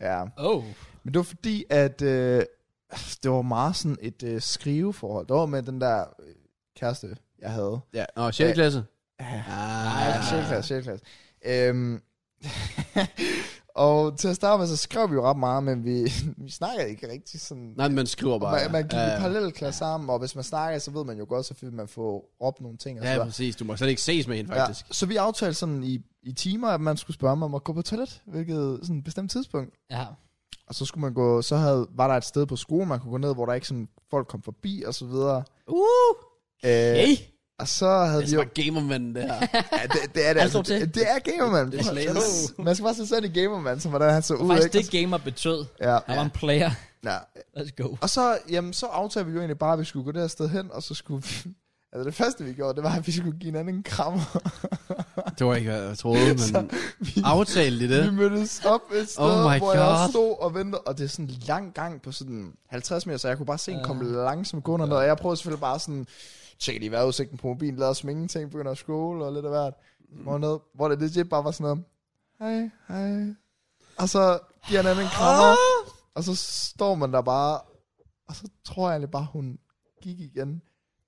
Speaker 1: ja,
Speaker 3: Oh.
Speaker 1: men det var fordi, at øh, det var meget sådan et øh, skriveforhold, det var med den der øh, kæreste, jeg havde,
Speaker 2: ja, og 6.
Speaker 1: Ja.
Speaker 2: klasse.
Speaker 1: ja,
Speaker 2: Ah,
Speaker 1: ah. 6. klasse, 6. klasse, øhm, *laughs* og til at starte med, så skrev vi jo ret meget, men vi, *laughs* vi snakkede ikke rigtig sådan,
Speaker 2: Nej, man skriver bare.
Speaker 1: man, man gik
Speaker 2: ja,
Speaker 1: i parallelklasse sammen, og hvis man snakker, så ved man jo godt, så vil man få råbt nogle ting. Og
Speaker 2: Ja,
Speaker 1: så
Speaker 2: ja,
Speaker 1: videre.
Speaker 2: præcis. Du må slet ikke ses med hende, faktisk.
Speaker 1: Ja, så vi aftalte sådan i, i timer, at man skulle spørge mig om at gå på toilet, hvilket sådan et bestemt tidspunkt.
Speaker 3: Ja.
Speaker 1: Og så skulle man gå, så havde, var der et sted på skolen, man kunne gå ned, hvor der ikke sådan folk kom forbi og så videre.
Speaker 3: Uh.
Speaker 1: Øh,
Speaker 3: Hey.
Speaker 1: og så havde
Speaker 2: Det
Speaker 1: vi
Speaker 2: er
Speaker 1: jo...
Speaker 2: bare gamermanden, det her.
Speaker 1: Ja, det, det er det.
Speaker 3: Altså,
Speaker 1: altså, det, det er gamerman. *laughs*
Speaker 2: Det er slet-
Speaker 1: man skal bare se sådan i gamerman, som hvordan han så ud.
Speaker 3: Faktisk
Speaker 1: Ikke?
Speaker 3: det gamer betød.
Speaker 1: Ja,
Speaker 3: Han var en player.
Speaker 1: ja.
Speaker 3: Let's go.
Speaker 1: Og så, jamen, så aftalte vi jo egentlig bare, at vi skulle gå der sted hen, og så skulle vi... *laughs* Altså det første, vi gjorde, det var, at vi skulle give hinanden en krammer.
Speaker 2: *laughs* Det var ikke, hvad jeg
Speaker 1: *laughs*
Speaker 2: troede, men
Speaker 1: Vi-
Speaker 2: aftalte I det.
Speaker 1: Vi mødtes op et sted,
Speaker 2: Oh
Speaker 1: oh
Speaker 2: my
Speaker 1: hvor jeg
Speaker 2: God.
Speaker 1: også stod og ventede, og det er sådan en lang gang på sådan 50 meter, så jeg kunne bare se en
Speaker 3: Ja.
Speaker 1: komme langsomt gående ned, og jeg prøvede selvfølgelig bare sådan, tjekke lige vejrudsigten på mobilen, lad os ingenting, begynder at scrolle og lidt af hvert. Hvor, ned, hvor det legit bare var sådan noget, hej, hej. Og så giver han en krammer,
Speaker 2: Ah!
Speaker 1: og så står man der bare, og så tror jeg egentlig bare, hun gik igen.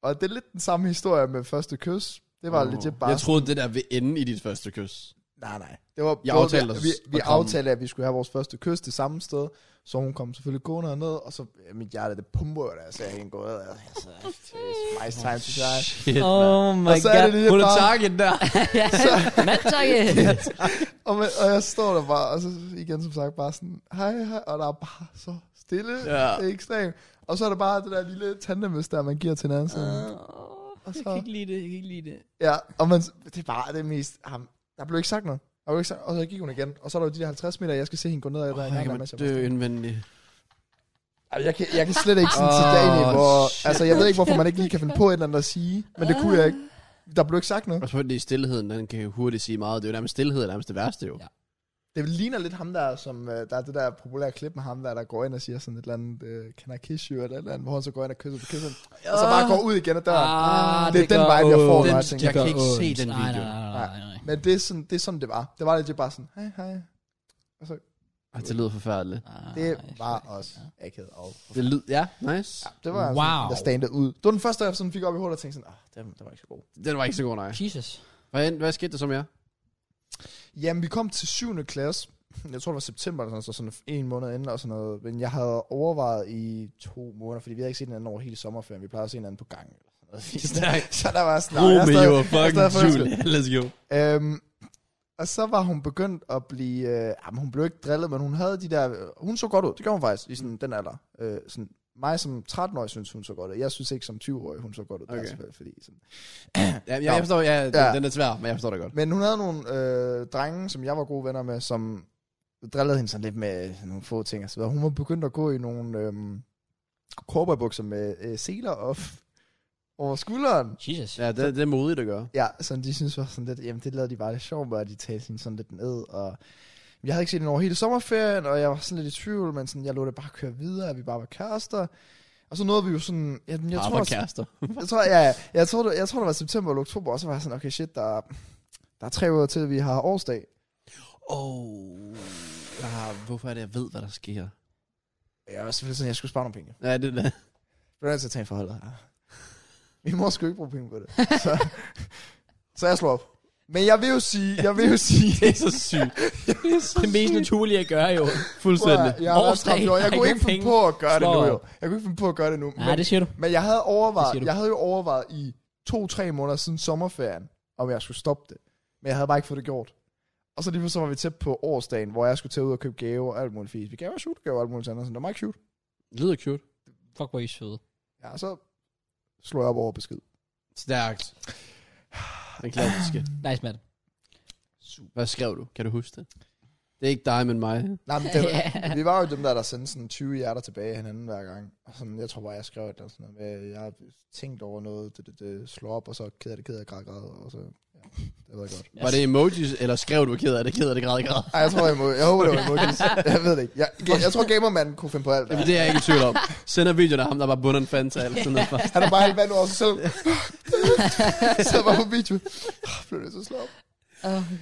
Speaker 1: Og det er lidt den samme historie med første kys. Det var oh, legit bare
Speaker 2: Jeg troede, det der vil ende i dit første kys.
Speaker 1: Nej, nej. Det var,
Speaker 2: I
Speaker 1: det var-
Speaker 2: aftalte os
Speaker 1: vi, vi, vi
Speaker 2: at komme-
Speaker 1: aftalte, at vi skulle have vores første kys det samme sted. Så hun kom selvfølgelig gående herned, og så ja, mit hjerte, det pumper, da jeg ser hende gå ad. og jeg sagde, "It's Nice time to shine.
Speaker 2: Shit,
Speaker 3: Oh my
Speaker 1: Og så er det lige
Speaker 2: Hun er
Speaker 1: bare...
Speaker 2: target der.
Speaker 3: *laughs* Mandtakke!
Speaker 1: Og, med, og jeg står der bare, og så igen som sagt bare sådan, hej, hej, og der er bare så stille.
Speaker 2: Ja.
Speaker 1: Det er ekstremt. Og så er der bare det der lille tandemøs der, man giver til hinanden.
Speaker 2: Ah.
Speaker 1: Sådan.
Speaker 3: Jeg
Speaker 1: så-
Speaker 3: kan ikke lide det, jeg kan ikke lide det.
Speaker 1: Ja, og man, det er bare det mest... Ham, der blev ikke sagt noget. Der blev ikke sagt, og så gik hun igen. Og så er der jo de der 50 meter, jeg skal se hende gå ned ad.
Speaker 2: Oh,
Speaker 1: hver
Speaker 2: jeg
Speaker 1: gang,
Speaker 2: kan
Speaker 1: mens
Speaker 2: man
Speaker 1: jeg bare
Speaker 2: dø indvendigt.
Speaker 1: Altså, jeg, kan, jeg kan slet ikke sådan til
Speaker 2: Åh,
Speaker 1: dagen, i, hvor...
Speaker 2: shit.
Speaker 1: Altså, jeg ved ikke, hvorfor man ikke lige kan finde på et eller andet at sige, men det kunne jeg ikke. Der blev ikke sagt noget.
Speaker 2: Og selvfølgelig stillheden, den kan jo hurtigt sige meget. Det er jo nærmest stillhed, er nærmest det værste jo.
Speaker 3: Ja.
Speaker 1: Det ligner lidt ham der, som... øh, Der er det der populære klip med ham der, der går ind og siger sådan et eller andet... øh, Can I kiss you? Eller et eller andet, hvor han så går ind og kysser på kyssen. Og så bare går ud igen ad døren.
Speaker 3: Ah,
Speaker 1: det er den
Speaker 3: gør
Speaker 1: vibe, jeg
Speaker 3: ondt.
Speaker 1: får, når
Speaker 2: Den,
Speaker 1: jeg tænker,
Speaker 2: jeg kan
Speaker 3: det
Speaker 2: ikke
Speaker 3: gør
Speaker 2: se
Speaker 3: ondt.
Speaker 2: den
Speaker 3: Nej,
Speaker 2: video.
Speaker 3: Nej, nej, nej, nej.
Speaker 1: Men det er, sådan, det er sådan, det var. Det var lidt bare sådan... Hej, hej. Og så...
Speaker 2: Ej, det lyder forfærdeligt.
Speaker 3: Ah,
Speaker 1: Det var
Speaker 3: shit.
Speaker 1: også akavet og
Speaker 2: Det lyder, ja, nice.
Speaker 1: Ja, det var
Speaker 3: Wow.
Speaker 1: sådan, jeg standede ud. Det var den første, jeg sådan fik op i hovedet og tænkte sådan, ah, den, den var ikke så god.
Speaker 2: Den var ikke så god, nej.
Speaker 3: Jesus.
Speaker 2: Hvad, end- hvad skete der som jeg?
Speaker 1: Jamen, vi kom til 7. klasse. Jeg tror, det var september, eller sådan, noget, så sådan en måned inden og sådan noget. Men jeg havde overvejet i to måneder, fordi vi havde ikke set hinanden over hele sommerferien. Vi plejede at se hinanden på gangen. eller sådan noget. *laughs*
Speaker 2: *laughs* Stærkt.
Speaker 1: så der var sådan, "Nå, jeg er stadig-
Speaker 2: og
Speaker 1: jeg er stadig forelsket."
Speaker 2: Let's go.
Speaker 1: Øhm, og så var hun begyndt at blive... Øh, jamen, hun blev ikke drillet, men hun havde de der... Øh, hun så godt ud, det gjorde hun faktisk i sådan, den alder. Øh, sådan, mig som 13-årig synes hun så godt ud. Jeg synes ikke som 20-årig, hun så godt ud.
Speaker 2: Okay.
Speaker 1: Okay. Der, fordi, sådan.
Speaker 2: Ja, jeg, jeg forstår, ja,
Speaker 1: Ja.
Speaker 2: den er svær, men jeg forstår det godt.
Speaker 1: Men hun havde nogle øh, drenge, som jeg var gode venner med, som drillede hende sådan lidt med nogle få ting og så videre. Hun var begyndt at gå i nogle øh, cowboybukser med øh, seler op *laughs* over skulderen.
Speaker 3: Jesus.
Speaker 2: Ja, det, det er modigt at gøre.
Speaker 1: Ja, sådan de synes var sådan lidt, jamen det lavede de bare lidt sjovt, med, og de talte hende sådan lidt ned, og jeg havde ikke set hende over hele sommerferien, og jeg var sådan lidt i tvivl, men sådan, jeg lå det bare køre videre, at vi bare var kærester. Og så nåede vi jo sådan, jamen, jeg,
Speaker 2: Jeg
Speaker 1: tror,
Speaker 2: kærester.
Speaker 1: jeg tror, ja, ja. jeg tror, det, jeg tror, det var september eller oktober, og så var jeg sådan, okay, shit, der, er- der er tre uger til, at vi har årsdag.
Speaker 2: Oh. Ah, hvorfor er det, jeg ved, hvad der sker?
Speaker 1: Jeg var selvfølgelig sådan, jeg skulle spare nogle penge.
Speaker 2: Ja,
Speaker 1: *laughs*
Speaker 2: det er det.
Speaker 1: Jeg blev nødt til at tage en forholdet. Min mor skulle ikke bruge penge på det.
Speaker 3: *laughs*
Speaker 1: Så, så jeg slår op. Men jeg vil jo sige, jeg vil jo sige,
Speaker 2: Det er så sygt.
Speaker 3: det er det mest naturlige at gøre, jo.
Speaker 1: Prøv at
Speaker 2: Fuldstændig.
Speaker 1: høre, Jeg, har været
Speaker 3: Årsdag,
Speaker 1: 30 år. jeg
Speaker 3: der er
Speaker 1: kunne
Speaker 3: ikke
Speaker 1: ikke finde
Speaker 3: penge.
Speaker 1: på at gøre det nu.
Speaker 3: Slår
Speaker 1: Jo. Jeg kunne ikke finde på at gøre det nu.
Speaker 3: *laughs* Nej,
Speaker 1: Men,
Speaker 3: det siger du.
Speaker 1: men jeg havde
Speaker 3: Det siger
Speaker 1: overvejet,
Speaker 3: du.
Speaker 1: jeg havde jo overvejet i to-tre måneder siden sommerferien, om jeg skulle stoppe det. Men jeg havde bare ikke fået det gjort. Og så lige pludselig var vi tæt på årsdagen, hvor jeg skulle tage ud og købe gaver og alt muligt fisk. Vi gav shoot, gaver og alt muligt andet. sådan. Det var meget cute.
Speaker 2: Lyder cute.
Speaker 3: Fuck, hvor er I søde.
Speaker 1: Ja, og så slår jeg op over besked.
Speaker 2: Stærkt. Den klassiske.
Speaker 3: Nice, mand.
Speaker 2: Hvad skrev du? Kan du huske det? Det er ikke dig, men mig.
Speaker 1: Nej, men det,
Speaker 3: Ja.
Speaker 1: var, vi var jo dem der, der sendte sådan 20 hjerter tilbage hinanden hver gang. Og sådan, jeg tror bare, jeg skrev et eller andet sådan noget. med, Jeg har tænkt over noget, det, det, det slår op, og så keder det, keder det, græd, græd, og så... Ja, det var godt.
Speaker 2: Var det emojis, eller skrev du ked af det, ked af det, græd, græd?
Speaker 1: Ej, jeg tror, jeg, må, jeg håber, det var emojis. Jeg ved det ikke. Jeg, jeg, jeg tror, gamermanden kunne finde på alt.
Speaker 2: Jamen, det er jeg ikke i tvivl om. Sender videoen af ham, der bare bunder en fanta eller sådan noget.
Speaker 1: Han er bare helt vand over sig selv. *laughs* så jeg var på video. Ah, Blev det så slå op.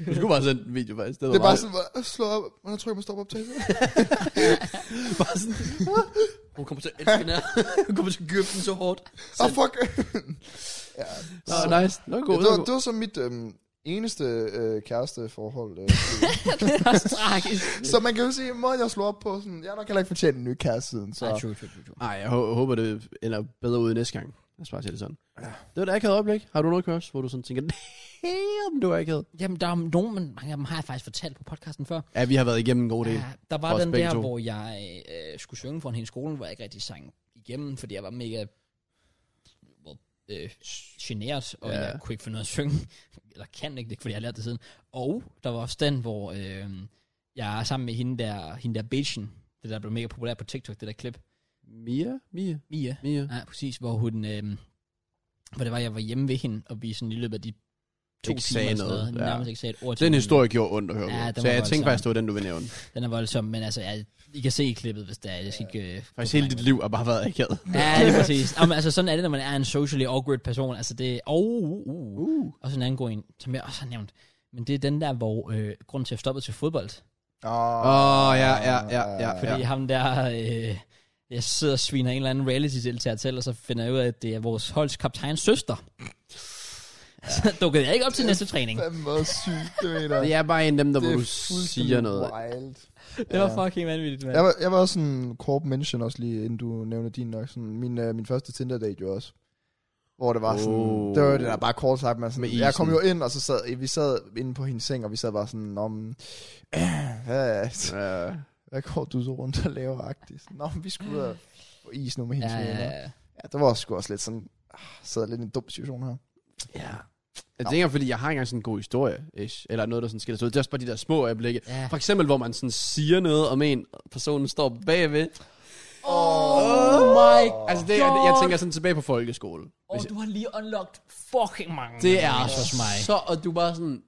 Speaker 2: Du skulle bare sende en video, faktisk. Det, var
Speaker 1: Det er bare
Speaker 2: meget-
Speaker 1: sådan, bare, slå op, og jeg tror, jeg må stoppe optagelsen.
Speaker 2: bare sådan. Hun kommer til at elske den her. Hun kommer til at gøbe den så hårdt.
Speaker 1: Ah, fuck. ja,
Speaker 2: Nå,
Speaker 1: så-
Speaker 2: nice. Nå, god.
Speaker 1: Ja,
Speaker 2: Ja,
Speaker 1: det, var, det var så mit øhm, eneste øh, kæresteforhold. Øh,
Speaker 3: *laughs* Det er også tragisk.
Speaker 1: så man kan jo sige, måden jeg slog op på, sådan, jeg har nok heller ikke fortjent en ny kæreste siden. Så.
Speaker 3: Ej, true, true, true, true.
Speaker 2: Ej, jeg hå- håber, det ender bedre ud næste gang. Lad os bare sige det sådan. Det var et akavet øjeblik. Har du noget, Kørs, hvor du sådan tænker, damn, det var akavet.
Speaker 3: Jamen, der er nogen, men mange af dem har jeg faktisk fortalt på podcasten før.
Speaker 2: Ja, vi har været igennem en god del.
Speaker 3: Ja, der
Speaker 2: For
Speaker 3: var
Speaker 2: os
Speaker 3: den
Speaker 2: begge
Speaker 3: der,
Speaker 2: to.
Speaker 3: hvor jeg øh, skulle synge foran hele skolen, hvor jeg ikke rigtig sang igennem, fordi jeg var mega well, øh, generet, og
Speaker 2: Ja.
Speaker 3: ja. jeg kunne ikke finde noget at synge. Eller kan ikke, det er ikke, fordi jeg har lært det siden. Og der var også den, hvor øh, jeg er sammen med hende der, hende der bitchen, det der blev mega populært på TikTok, det der klip.
Speaker 2: Mia? Mia?
Speaker 3: Mia.
Speaker 2: Mia?
Speaker 3: Ja, præcis, hvor hun... Øh, hvor det var, jeg var hjemme ved hende, og vi sådan i løbet af de to
Speaker 2: Ikke
Speaker 3: timer
Speaker 2: sagde
Speaker 3: eller sådan
Speaker 2: noget,
Speaker 3: noget,
Speaker 2: ja.
Speaker 3: nærmest ikke sagde et ord til
Speaker 2: Den
Speaker 3: hinanden.
Speaker 2: historie gjorde ondt at høre
Speaker 3: Ja,
Speaker 2: ja,
Speaker 3: den
Speaker 2: Så
Speaker 3: var
Speaker 2: jeg tænkte
Speaker 3: voldsom.
Speaker 2: faktisk, det var den, du ville nævne.
Speaker 3: Den er voldsom, men altså, jeg, I kan se i klippet, hvis det er. Jeg skal ikke, øh,
Speaker 2: Faktisk hele dit liv har bare været akavet.
Speaker 3: Ja, lige præcis. Jamen, altså, sådan er det, når man er en socially awkward person. Altså, det er... Oh, uh, uh.
Speaker 2: Uh.
Speaker 3: Og sådan en anden god en, som jeg også har nævnt. Men det er den der, hvor øh, grunden til at stoppe til fodbold.
Speaker 1: Åh,
Speaker 2: Åh, ja, ja, ja, ja.
Speaker 3: Fordi ja. ham der... Øh, jeg sidder og sviner en eller anden reality-deltager til, og så finder jeg ud af, at det er vores holds kaptajns søster. Så dukkede jeg ikke op til næste træning.
Speaker 1: Fandme også sygt, det mener jeg.
Speaker 2: Det er bare en af dem, der
Speaker 1: Det
Speaker 2: hvor du
Speaker 1: fuldstændig
Speaker 2: siger noget.
Speaker 1: Wild.
Speaker 3: Det var fucking vanvittigt, mand.
Speaker 1: Jeg var, jeg var også sådan corp mention også lige, inden du nævner din nok. Sådan, min, øh, min første Tinder-date jo også. Hvor det var sådan,
Speaker 2: Oh.
Speaker 1: oh. det var jo det der bare kort sagt, man sådan,
Speaker 2: Med
Speaker 1: jeg kom
Speaker 2: isen.
Speaker 1: jo ind, og så sad, vi sad inde på hendes seng, og vi sad bare sådan, om, øh, *clears throat* hvad,
Speaker 2: Ja.
Speaker 1: hvad går du så rundt og laver, agtigt? Sådan, Nå, men vi skulle ud og få is nu med hendes
Speaker 3: Ja,
Speaker 1: ja,
Speaker 3: ja,
Speaker 1: venner.
Speaker 3: ja.
Speaker 1: Ja, det var også sgu også lidt sådan, ah, sidder lidt i en dum situation her.
Speaker 2: ja. Jeg tænker, fordi jeg har ikke engang sådan en god historie, ish, eller noget, der sådan skiller sig ud. Det er også bare de der små øjeblikke.
Speaker 3: Ja.
Speaker 2: For eksempel, hvor man sådan siger noget om en, og personen står bagved.
Speaker 3: Oh my
Speaker 2: Altså, det, jeg, jeg tænker sådan tilbage på folkeskole.
Speaker 3: Og
Speaker 2: Hvis
Speaker 3: du har lige unlocked fucking mange.
Speaker 2: Det er
Speaker 3: mennesker hos mig.
Speaker 2: så, og du er bare sådan,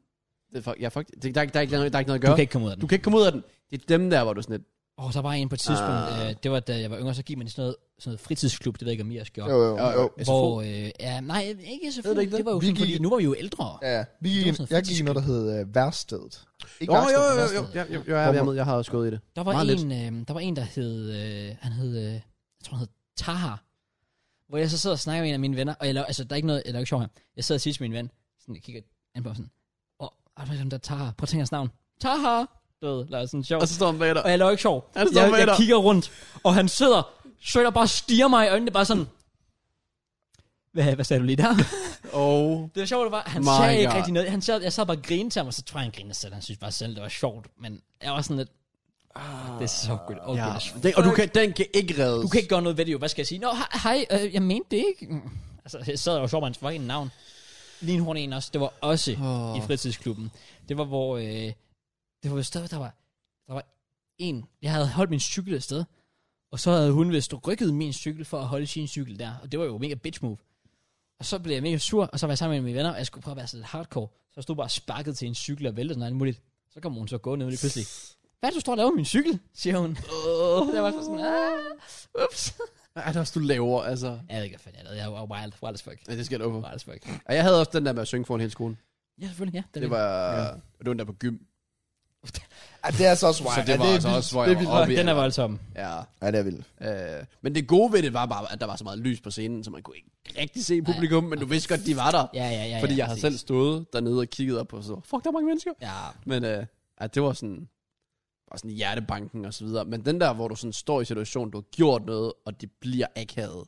Speaker 2: det er fuck, ja, fuck, det, der, er ikke- der, er ikke, noget- der er ikke noget at
Speaker 3: Du
Speaker 2: gøre.
Speaker 3: kan ikke komme ud af den.
Speaker 2: du kan ikke komme ud af den. Det er dem der, hvor du er sådan lidt,
Speaker 3: Og der var en på et tidspunkt,
Speaker 2: Ah.
Speaker 3: uh. øh, det var da jeg var yngre, så gik man i sådan noget, sådan noget fritidsklub, det ved jeg ikke om I også gjorde.
Speaker 1: Jo, jo,
Speaker 2: Jo,
Speaker 1: jo.
Speaker 2: jo.
Speaker 1: jo.
Speaker 2: SFO?
Speaker 3: Hvor, øh, ja, nej, ikke så
Speaker 2: Ved du ikke
Speaker 3: det,
Speaker 2: det?
Speaker 3: det var jo
Speaker 1: Vi
Speaker 3: sådan,
Speaker 1: gik
Speaker 3: fordi
Speaker 1: i-
Speaker 3: nu var vi jo ældre.
Speaker 1: Ja, vi gik,
Speaker 3: Det var
Speaker 1: ind-
Speaker 3: sådan
Speaker 1: jeg gik i noget, der hed øh, Værstedet. Ikke Værstedet, men Værsted.
Speaker 2: ja, jo, jo, jeg, er med. jeg har også gået i det.
Speaker 3: Der var,
Speaker 2: Meget
Speaker 3: en, øh, der var en, der hed, øh, han hed, øh, jeg tror han hed Taha, hvor jeg så sidder og snakker med en af mine venner, og jeg laver, altså der er ikke noget, jeg laver ikke sjov her, jeg sidder og siger til min ven, sådan, jeg kigger an på ham sådan, og oh, hvad er den der Taha, prøv at tænke hans navn, Taha, du ved, laver sådan sjov,
Speaker 2: Og så står han bag dig.
Speaker 3: og jeg laver ikke sjov,
Speaker 2: Han står
Speaker 3: jeg,
Speaker 2: med
Speaker 3: jeg
Speaker 2: dig.
Speaker 3: kigger rundt, og han sidder, søger bare stiger mig i øjnene, bare sådan, hvad, hvad sagde du lige
Speaker 2: *laughs*
Speaker 3: der?
Speaker 2: Og
Speaker 3: Det var sjovt, det var, han
Speaker 2: My
Speaker 3: sagde ikke
Speaker 2: God.
Speaker 3: rigtig noget. Han sad, jeg sad bare og grinede til ham, og så tror jeg, han grinede selv. Han synes bare selv, det var sjovt. Men jeg var sådan lidt, ah, det er så godt. Oh,
Speaker 2: ja.
Speaker 3: ja.
Speaker 2: Den, og du kan, den kan ikke reddes.
Speaker 3: Du kan ikke gøre noget ved det jo. Hvad skal jeg sige? Nå, he- hej, øh, jeg mente det ikke. Mm. Altså, jeg sad jo sjovt med hans fucking navn. Lige en en også. Det var også
Speaker 2: Åh.
Speaker 3: oh. i fritidsklubben. Det var, hvor... Øh, det var et sted, der var, der var en... Jeg havde holdt min cykel et sted. Og så havde hun vist rykket min cykel for at holde sin cykel der. Og det var jo mega bitch move. Og så blev jeg mega sur, og så var jeg sammen med mine venner, og jeg skulle prøve at være sådan lidt hardcore. Så jeg stod bare sparket til en cykel og væltede sådan alt muligt. Så kom hun så gående ud lige pludselig. Hvad er det, du står og laver med min cykel? siger hun. Oh. Jeg var sådan, ah, ups.
Speaker 2: Ej, det er også, du laver, altså.
Speaker 3: Jeg ved ikke, hvad fanden jeg lavede. Jeg var wild, wild as fuck.
Speaker 2: Ja, det skal du på.
Speaker 3: Wild as fuck.
Speaker 2: Og jeg havde også den der med at synge foran hele skolen.
Speaker 3: Ja, selvfølgelig, ja.
Speaker 2: Det var, det var den der på gym.
Speaker 1: Ej, det er så også wild.
Speaker 2: Så det
Speaker 1: Ja,
Speaker 2: var
Speaker 1: er
Speaker 2: altså
Speaker 1: vildt.
Speaker 2: også, hvor
Speaker 1: Det
Speaker 2: jeg
Speaker 1: er
Speaker 2: var
Speaker 1: vildt.
Speaker 2: oppe i
Speaker 3: den er
Speaker 2: alderen.
Speaker 3: voldsom.
Speaker 2: Ja.
Speaker 1: Ja, det er vildt.
Speaker 2: Øh, men det gode ved det var bare, at der var så meget lys på scenen, så man kunne ikke rigtig se publikum, men du vidste godt, de var der.
Speaker 3: Ja, ja, ja.
Speaker 2: Fordi
Speaker 3: ja,
Speaker 2: jeg har
Speaker 3: præcis.
Speaker 2: selv stået dernede og kigget op og så, fuck, der er mange mennesker.
Speaker 3: Ja,
Speaker 2: Men øh, at det var sådan, bare sådan hjertebanken og så videre. Men den der, hvor du sådan står i situationen, du har gjort noget, og det bliver akavet.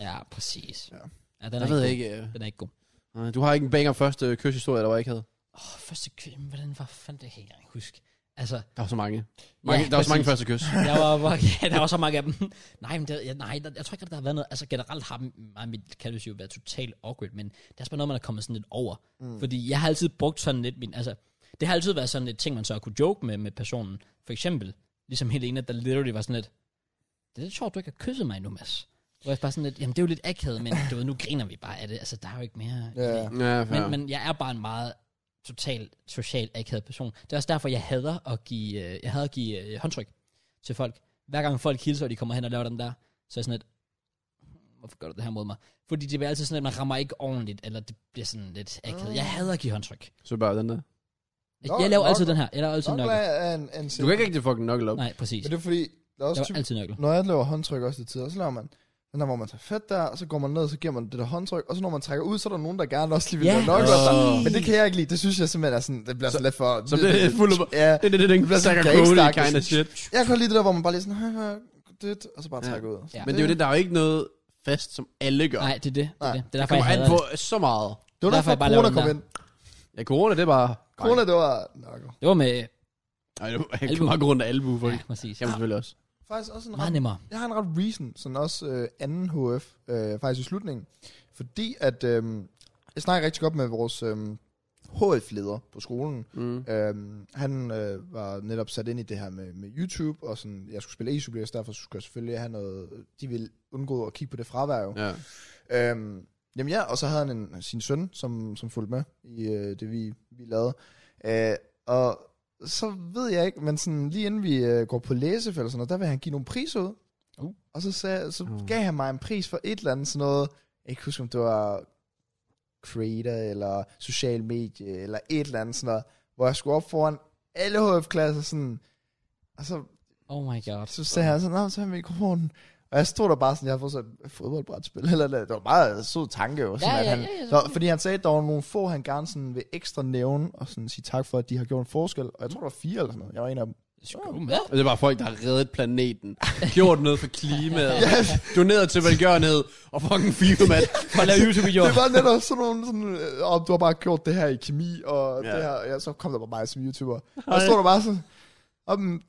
Speaker 3: ja, præcis. Ja,
Speaker 1: Ja.
Speaker 3: ja den er
Speaker 2: Jeg ved
Speaker 3: god.
Speaker 2: ikke, øh,
Speaker 3: Den er ikke god.
Speaker 2: øh, du har ikke en banger første kyshistorie, der var akavet.
Speaker 3: Åh, oh, første kø, men hvordan var fanden det, kan jeg ikke engang huske. Altså,
Speaker 2: Der var så mange. mange
Speaker 3: Ja,
Speaker 2: ja, der var så mange
Speaker 3: præcis.
Speaker 2: første kys.
Speaker 3: jeg var, var *laughs* ja, der var så mange af dem. nej, men det, ja, nej, der, jeg tror ikke, at der har været noget. Altså, generelt har mig og mit kalvesøv været totalt awkward, men det er også bare noget, man er kommet sådan lidt over. Mm. Fordi jeg har altid brugt sådan lidt min, altså, det har altid været sådan et ting, man så har kunne joke med, med personen. For eksempel, ligesom Helena, der literally var sådan lidt, det er lidt sjovt, du ikke har kysset mig endnu, Mads. Hvor jeg bare sådan lidt, jamen det er jo lidt akavet, men du ved, nu griner vi bare af det. Altså, der er jo ikke mere. i
Speaker 1: Ja.
Speaker 3: det."
Speaker 2: Ja,
Speaker 3: Men,
Speaker 2: ja.
Speaker 3: men jeg er bare en meget total social akavet person. Det er også derfor, jeg hader at give, øh, jeg hader at give øh, håndtryk til folk. Hver gang folk hilser, og de kommer hen og laver den der, så er jeg sådan lidt, "Hmm, hvorfor gør du det her mod mig? Fordi det bliver altid sådan, at man rammer ikke ordentligt, eller det bliver sådan lidt akavet. Jeg hader at give håndtryk.
Speaker 2: Så bare den der.
Speaker 3: Jeg,
Speaker 1: Nå,
Speaker 3: jeg laver
Speaker 1: nok-
Speaker 3: altid den her. Jeg laver altid
Speaker 1: Nok
Speaker 3: nøgle.
Speaker 1: er en, en
Speaker 2: Du kan ikke rigtig fucking knuckle op.
Speaker 3: Nej, præcis.
Speaker 1: Men det er fordi, der er
Speaker 3: Jeg
Speaker 1: også
Speaker 3: laver
Speaker 1: typ,
Speaker 3: altid nøgle.
Speaker 1: når jeg laver håndtryk også til tider, så laver man den der, hvor man tager fat der, og så går man ned, og så giver man det der håndtryk, og så når man trækker ud, så er der nogen, der gerne også lige vil
Speaker 3: Ja,
Speaker 1: yeah. lave nok.
Speaker 2: præcis.
Speaker 1: Men det kan jeg ikke lide. Det synes jeg simpelthen er sådan, det bliver så, lidt for...
Speaker 2: så bliver det fuld af-
Speaker 1: Ja,
Speaker 2: Det er det, den
Speaker 1: bliver sådan
Speaker 2: Zachary
Speaker 1: gangster-
Speaker 2: Cody kind of shit.
Speaker 1: jeg kan godt lide det der, hvor man bare lige sådan, høj, høj, det, og så bare
Speaker 2: Ja.
Speaker 1: trækker ud.
Speaker 3: Ja.
Speaker 2: Men det er jo det, der er jo ikke noget fast, som alle gør.
Speaker 3: Nej, det er det. Det er,
Speaker 1: Nej.
Speaker 3: det. det er
Speaker 2: det
Speaker 3: derfor,
Speaker 2: kommer
Speaker 3: jeg
Speaker 2: an
Speaker 3: hader
Speaker 2: på
Speaker 3: det.
Speaker 2: så meget.
Speaker 1: Det var
Speaker 3: Derfor
Speaker 1: derfor,
Speaker 3: jeg bare
Speaker 1: derfor
Speaker 3: laver
Speaker 1: corona
Speaker 3: den
Speaker 1: kom
Speaker 3: der.
Speaker 1: ind.
Speaker 2: Ja, corona, det er bare...
Speaker 1: Corona, det var... Nok.
Speaker 3: Det var med...
Speaker 2: Nej, det var
Speaker 3: Albu.
Speaker 2: ikke meget grund af albu,
Speaker 3: Ja,
Speaker 2: folk.
Speaker 3: præcis.
Speaker 2: Jamen selvfølgelig også.
Speaker 1: Faktisk også en
Speaker 3: Meget
Speaker 1: ret,
Speaker 3: nemmere.
Speaker 1: jeg har en ret reason, sådan også øh, anden HF, øh, faktisk i slutningen. Fordi at, øh, jeg snakker rigtig godt med vores øh, HF-leder på skolen,
Speaker 2: Mm.
Speaker 1: Øhm, han øh, var netop sat ind i det her med, med YouTube, og sådan, jeg skulle spille e så derfor skulle jeg selvfølgelig have noget, de ville undgå at kigge på det fravær jo.
Speaker 2: Ja.
Speaker 1: Ja. Øhm, jamen ja, og så havde han en, sin søn, som, som fulgte med i øh, det, vi, vi lavede. Øh, og så ved jeg ikke, men sådan, lige inden vi øh, går på læsefælde eller sådan noget, der vil han give nogle priser ud.
Speaker 3: Uh.
Speaker 1: Og så, sagde, så
Speaker 2: Uh.
Speaker 1: gav han mig en pris for et eller andet sådan noget, jeg kan ikke huske, om det var creator, eller social medie, eller et eller andet sådan noget, hvor jeg skulle op foran alle HF-klasser, sådan, og så,
Speaker 3: Oh my god.
Speaker 1: så sagde han sådan, "Nå, så har jeg mikrofonen, Og jeg stod der bare sådan, jeg har fået sådan et fodboldbrætspil, eller det det var bare en sød tanke jo. Sådan,
Speaker 3: Ja, ja,
Speaker 1: at han,
Speaker 3: ja, ja,
Speaker 1: så, fordi han sagde, at der var nogle få, han gerne sådan vil ekstra nævne, og sådan sige tak for, at de har gjort en forskel. Og jeg tror, der var fire eller sådan noget. Jeg var
Speaker 3: *laughs*
Speaker 1: en af dem.
Speaker 3: Skum, ja.
Speaker 2: Og det var folk, der har reddet
Speaker 3: *laughs*
Speaker 2: planeten, gjort noget for klimaet, doneret til velgørenhed, og fucking FIFA,
Speaker 3: *laughs*
Speaker 2: mand.
Speaker 3: For at lave YouTube-videoer.
Speaker 1: Det var netop sådan nogle, sådan, øh, og du har bare gjort det her i kemi, og
Speaker 2: Ja.
Speaker 1: ja. det her, ja, så kom der bare mig som YouTuber. Og så stod der bare sådan, om,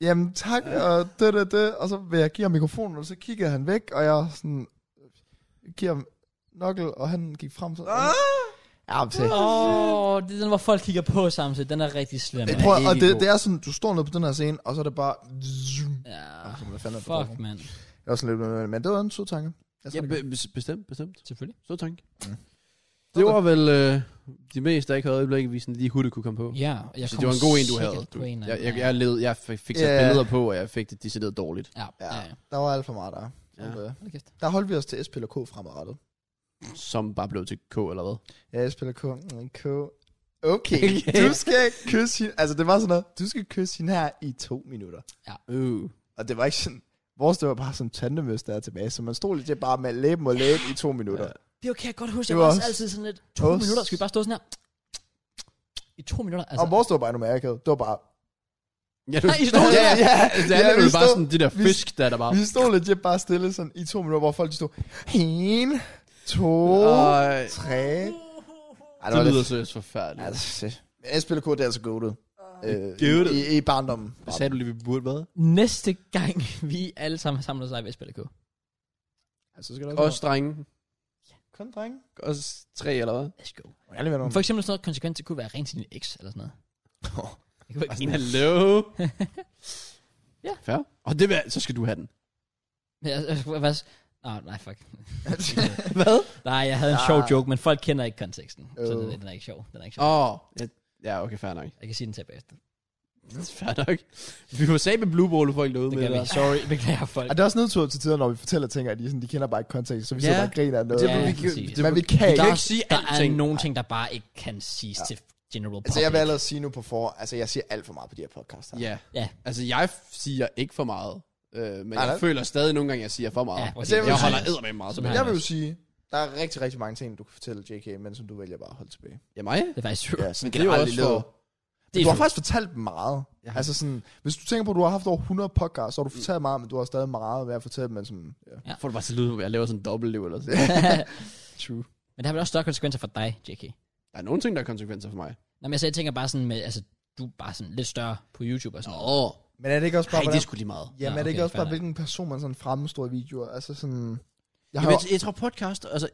Speaker 1: jamen tak, og det, det, det, og så vil jeg give ham mikrofonen, og så kiggede han væk, og jeg sådan, giver ham nokkel, og han gik frem,
Speaker 2: Ah!
Speaker 1: så, ja, men se.
Speaker 3: Åh, det er den, hvor folk kigger på samtidig. Den er rigtig slem.
Speaker 1: Det,
Speaker 3: mand.
Speaker 1: prøv, og
Speaker 2: evig
Speaker 1: det,
Speaker 2: god.
Speaker 1: det, er sådan, du står nede på den her scene, og så er det bare, zoom. Altså,
Speaker 3: Ja,
Speaker 1: Så må det fandme på
Speaker 3: Ah, fuck,
Speaker 1: telefonen.
Speaker 3: mand.
Speaker 1: Jeg var sådan lidt, men det var en sød tanke. Jeg
Speaker 2: Ja,
Speaker 1: tror, det-
Speaker 2: be- bes- bestemt, bestemt.
Speaker 3: Selvfølgelig.
Speaker 2: Så tanke.
Speaker 1: Mm.
Speaker 2: Det var vel øh, de mest akavede øjeblikke, vi sådan lige hurtigt kunne komme på.
Speaker 3: Ja, og jeg
Speaker 2: Så altså, det
Speaker 3: kommer
Speaker 2: var en god en, du
Speaker 3: sikkert
Speaker 2: havde.
Speaker 3: på en
Speaker 2: Du,
Speaker 3: af
Speaker 2: jeg,
Speaker 3: dem.
Speaker 2: jeg, jeg, led, jeg fik, fik sat
Speaker 1: Ja.
Speaker 2: billeder på, og jeg fik det decideret dårligt.
Speaker 3: Ja, ja.
Speaker 1: Ja.
Speaker 3: ja.
Speaker 1: der var alt for meget der.
Speaker 2: Ja.
Speaker 1: Ja.
Speaker 3: Hold da kæft.
Speaker 1: Der holdt vi os til SPLK fremadrettet.
Speaker 2: Som bare blev til K eller hvad.
Speaker 1: Ja, jeg spiller K. Mm, K. Okay, du skal kysse hende. Altså, det var sådan noget. Du skal kysse hende her i to minutter.
Speaker 2: Uh.
Speaker 1: Og det var ikke sådan... Vores, det var bare sådan tandemøs, der er tilbage. Så man stod lidt bare med læben og læben i to minutter.
Speaker 2: Ja.
Speaker 1: Ja.
Speaker 3: Det kan jeg godt huske.
Speaker 1: Det
Speaker 3: Jeg
Speaker 1: var
Speaker 3: var også
Speaker 1: også-
Speaker 3: altid sådan lidt, to
Speaker 1: Også-
Speaker 3: minutter, skal vi bare stå sådan her? I to minutter,
Speaker 1: Altså,
Speaker 3: altså.
Speaker 1: og vores, det var bare endnu mere akavet. Det var bare...
Speaker 2: Ja, du,
Speaker 3: Nej, I stod
Speaker 2: ja,
Speaker 1: der.
Speaker 2: ja, *laughs* det andet
Speaker 1: Ja, vi
Speaker 2: blev bare
Speaker 1: stod-
Speaker 2: sådan det der
Speaker 1: vi-
Speaker 2: fisk, der er der bare...
Speaker 1: Vi stod legit bare stille sådan i to minutter, hvor folk de stod... En, to,
Speaker 2: Ej,
Speaker 1: tre... Ej,
Speaker 2: Ah. det lyder
Speaker 1: lidt-
Speaker 2: så forfærdeligt.
Speaker 1: Ja, det shit. Men SPLK, det er altså goated.
Speaker 2: Goated.
Speaker 1: Øh, i, I barndommen.
Speaker 2: Sagde du lige, vi burde hvad?
Speaker 3: Næste gang, *laughs* vi alle sammen samler sig ved SPLK.
Speaker 1: Altså, så skal der
Speaker 2: Også drenge.
Speaker 1: Kun drenge.
Speaker 2: Også tre eller hvad?
Speaker 3: Let's go.
Speaker 1: Jeg har lige været
Speaker 3: Men For eksempel sådan noget konsekvens, det kunne være rent til din ex, eller sådan noget. Det kunne være
Speaker 1: Altså,
Speaker 2: Sådan,
Speaker 3: griner.
Speaker 2: Hallo?
Speaker 3: Ja.
Speaker 2: Fair. Og det vil, jeg- så skal du have den.
Speaker 3: *laughs* Men jeg, jeg, skulle være s- Nå, nej, *laughs* fuck.
Speaker 2: Hvad?
Speaker 3: Nej, jeg havde en sjov
Speaker 1: Ah.
Speaker 3: joke, men folk kender ikke konteksten. Så
Speaker 1: Øh.
Speaker 3: den, den er ikke sjov. Den er ikke sjov.
Speaker 2: Åh. Oh, ja, ja, okay, fair nok. *laughs*
Speaker 3: Jeg kan sige den til jer bagefter.
Speaker 2: Fair nok. Vi må sige med blue ball, folk derude
Speaker 3: Det
Speaker 2: med
Speaker 3: kan
Speaker 2: det
Speaker 3: vi.
Speaker 2: der.
Speaker 3: Sorry, *laughs* beklager folk.
Speaker 1: Og det er også nedtur til tider, når vi fortæller ting, at de, sådan, de kender bare ikke kontekst, så vi
Speaker 2: Ja.
Speaker 1: sidder bare og griner af noget.
Speaker 2: Det,
Speaker 3: Ja,
Speaker 2: vi, kan,
Speaker 3: præcis.
Speaker 2: det,
Speaker 1: Men vi kan
Speaker 2: vi
Speaker 1: ikke.
Speaker 2: kan
Speaker 3: Der
Speaker 2: ikke sige
Speaker 3: Der er
Speaker 2: alting.
Speaker 3: nogle ting, der bare ikke kan siges til general public.
Speaker 1: Altså, jeg vil allerede sige nu på for, altså, jeg siger alt for meget på de her podcasts her.
Speaker 2: Ja.
Speaker 3: Ja.
Speaker 2: Altså, jeg f- siger ikke for meget. Øh, men
Speaker 1: Nej,
Speaker 2: jeg
Speaker 1: nej.
Speaker 2: føler stadig nogle gange, jeg siger for meget.
Speaker 3: Ja,
Speaker 1: Altså, jeg vil
Speaker 2: jeg
Speaker 1: sige-
Speaker 2: holder æder med meget.
Speaker 3: Som
Speaker 2: tilbage.
Speaker 1: Jeg vil jo sige, der er rigtig, rigtig mange ting, du kan fortælle JK, men som du vælger bare at holde tilbage.
Speaker 2: Ja, mig?
Speaker 3: Det er faktisk true.
Speaker 1: Ja, sådan
Speaker 2: det er jo også for-
Speaker 3: Det er
Speaker 1: Du
Speaker 3: true.
Speaker 1: har
Speaker 3: *laughs*
Speaker 1: faktisk fortalt meget.
Speaker 2: Ja.
Speaker 1: Ja. Altså sådan, hvis du tænker på, at du har haft over 100 podcasts, så har du fortalt meget, men du har stadig meget ved at fortælle, men sådan, ja.
Speaker 3: Ja.
Speaker 2: Får det bare til lyd, hvor jeg laver sådan en dobbeltliv eller sådan.
Speaker 1: True.
Speaker 3: Men der har vel også større konsekvenser for dig, JK.
Speaker 2: Der er nogle ting, der er konsekvenser for mig.
Speaker 3: Nå, men altså, jeg tænker bare sådan med, altså, du er bare sådan lidt større på YouTube og sådan noget.
Speaker 2: Åh,
Speaker 1: Men er det ikke også bare,
Speaker 2: nej, det er sgu lige meget.
Speaker 1: Jamen,
Speaker 3: Nå,
Speaker 1: er det ikke
Speaker 3: okay,
Speaker 1: også bare,
Speaker 3: fair nok.
Speaker 1: hvilken person man sådan fremstår i videoer? Altså sådan... Jeg har
Speaker 2: Jamen, jeg, jeg tror podcast, altså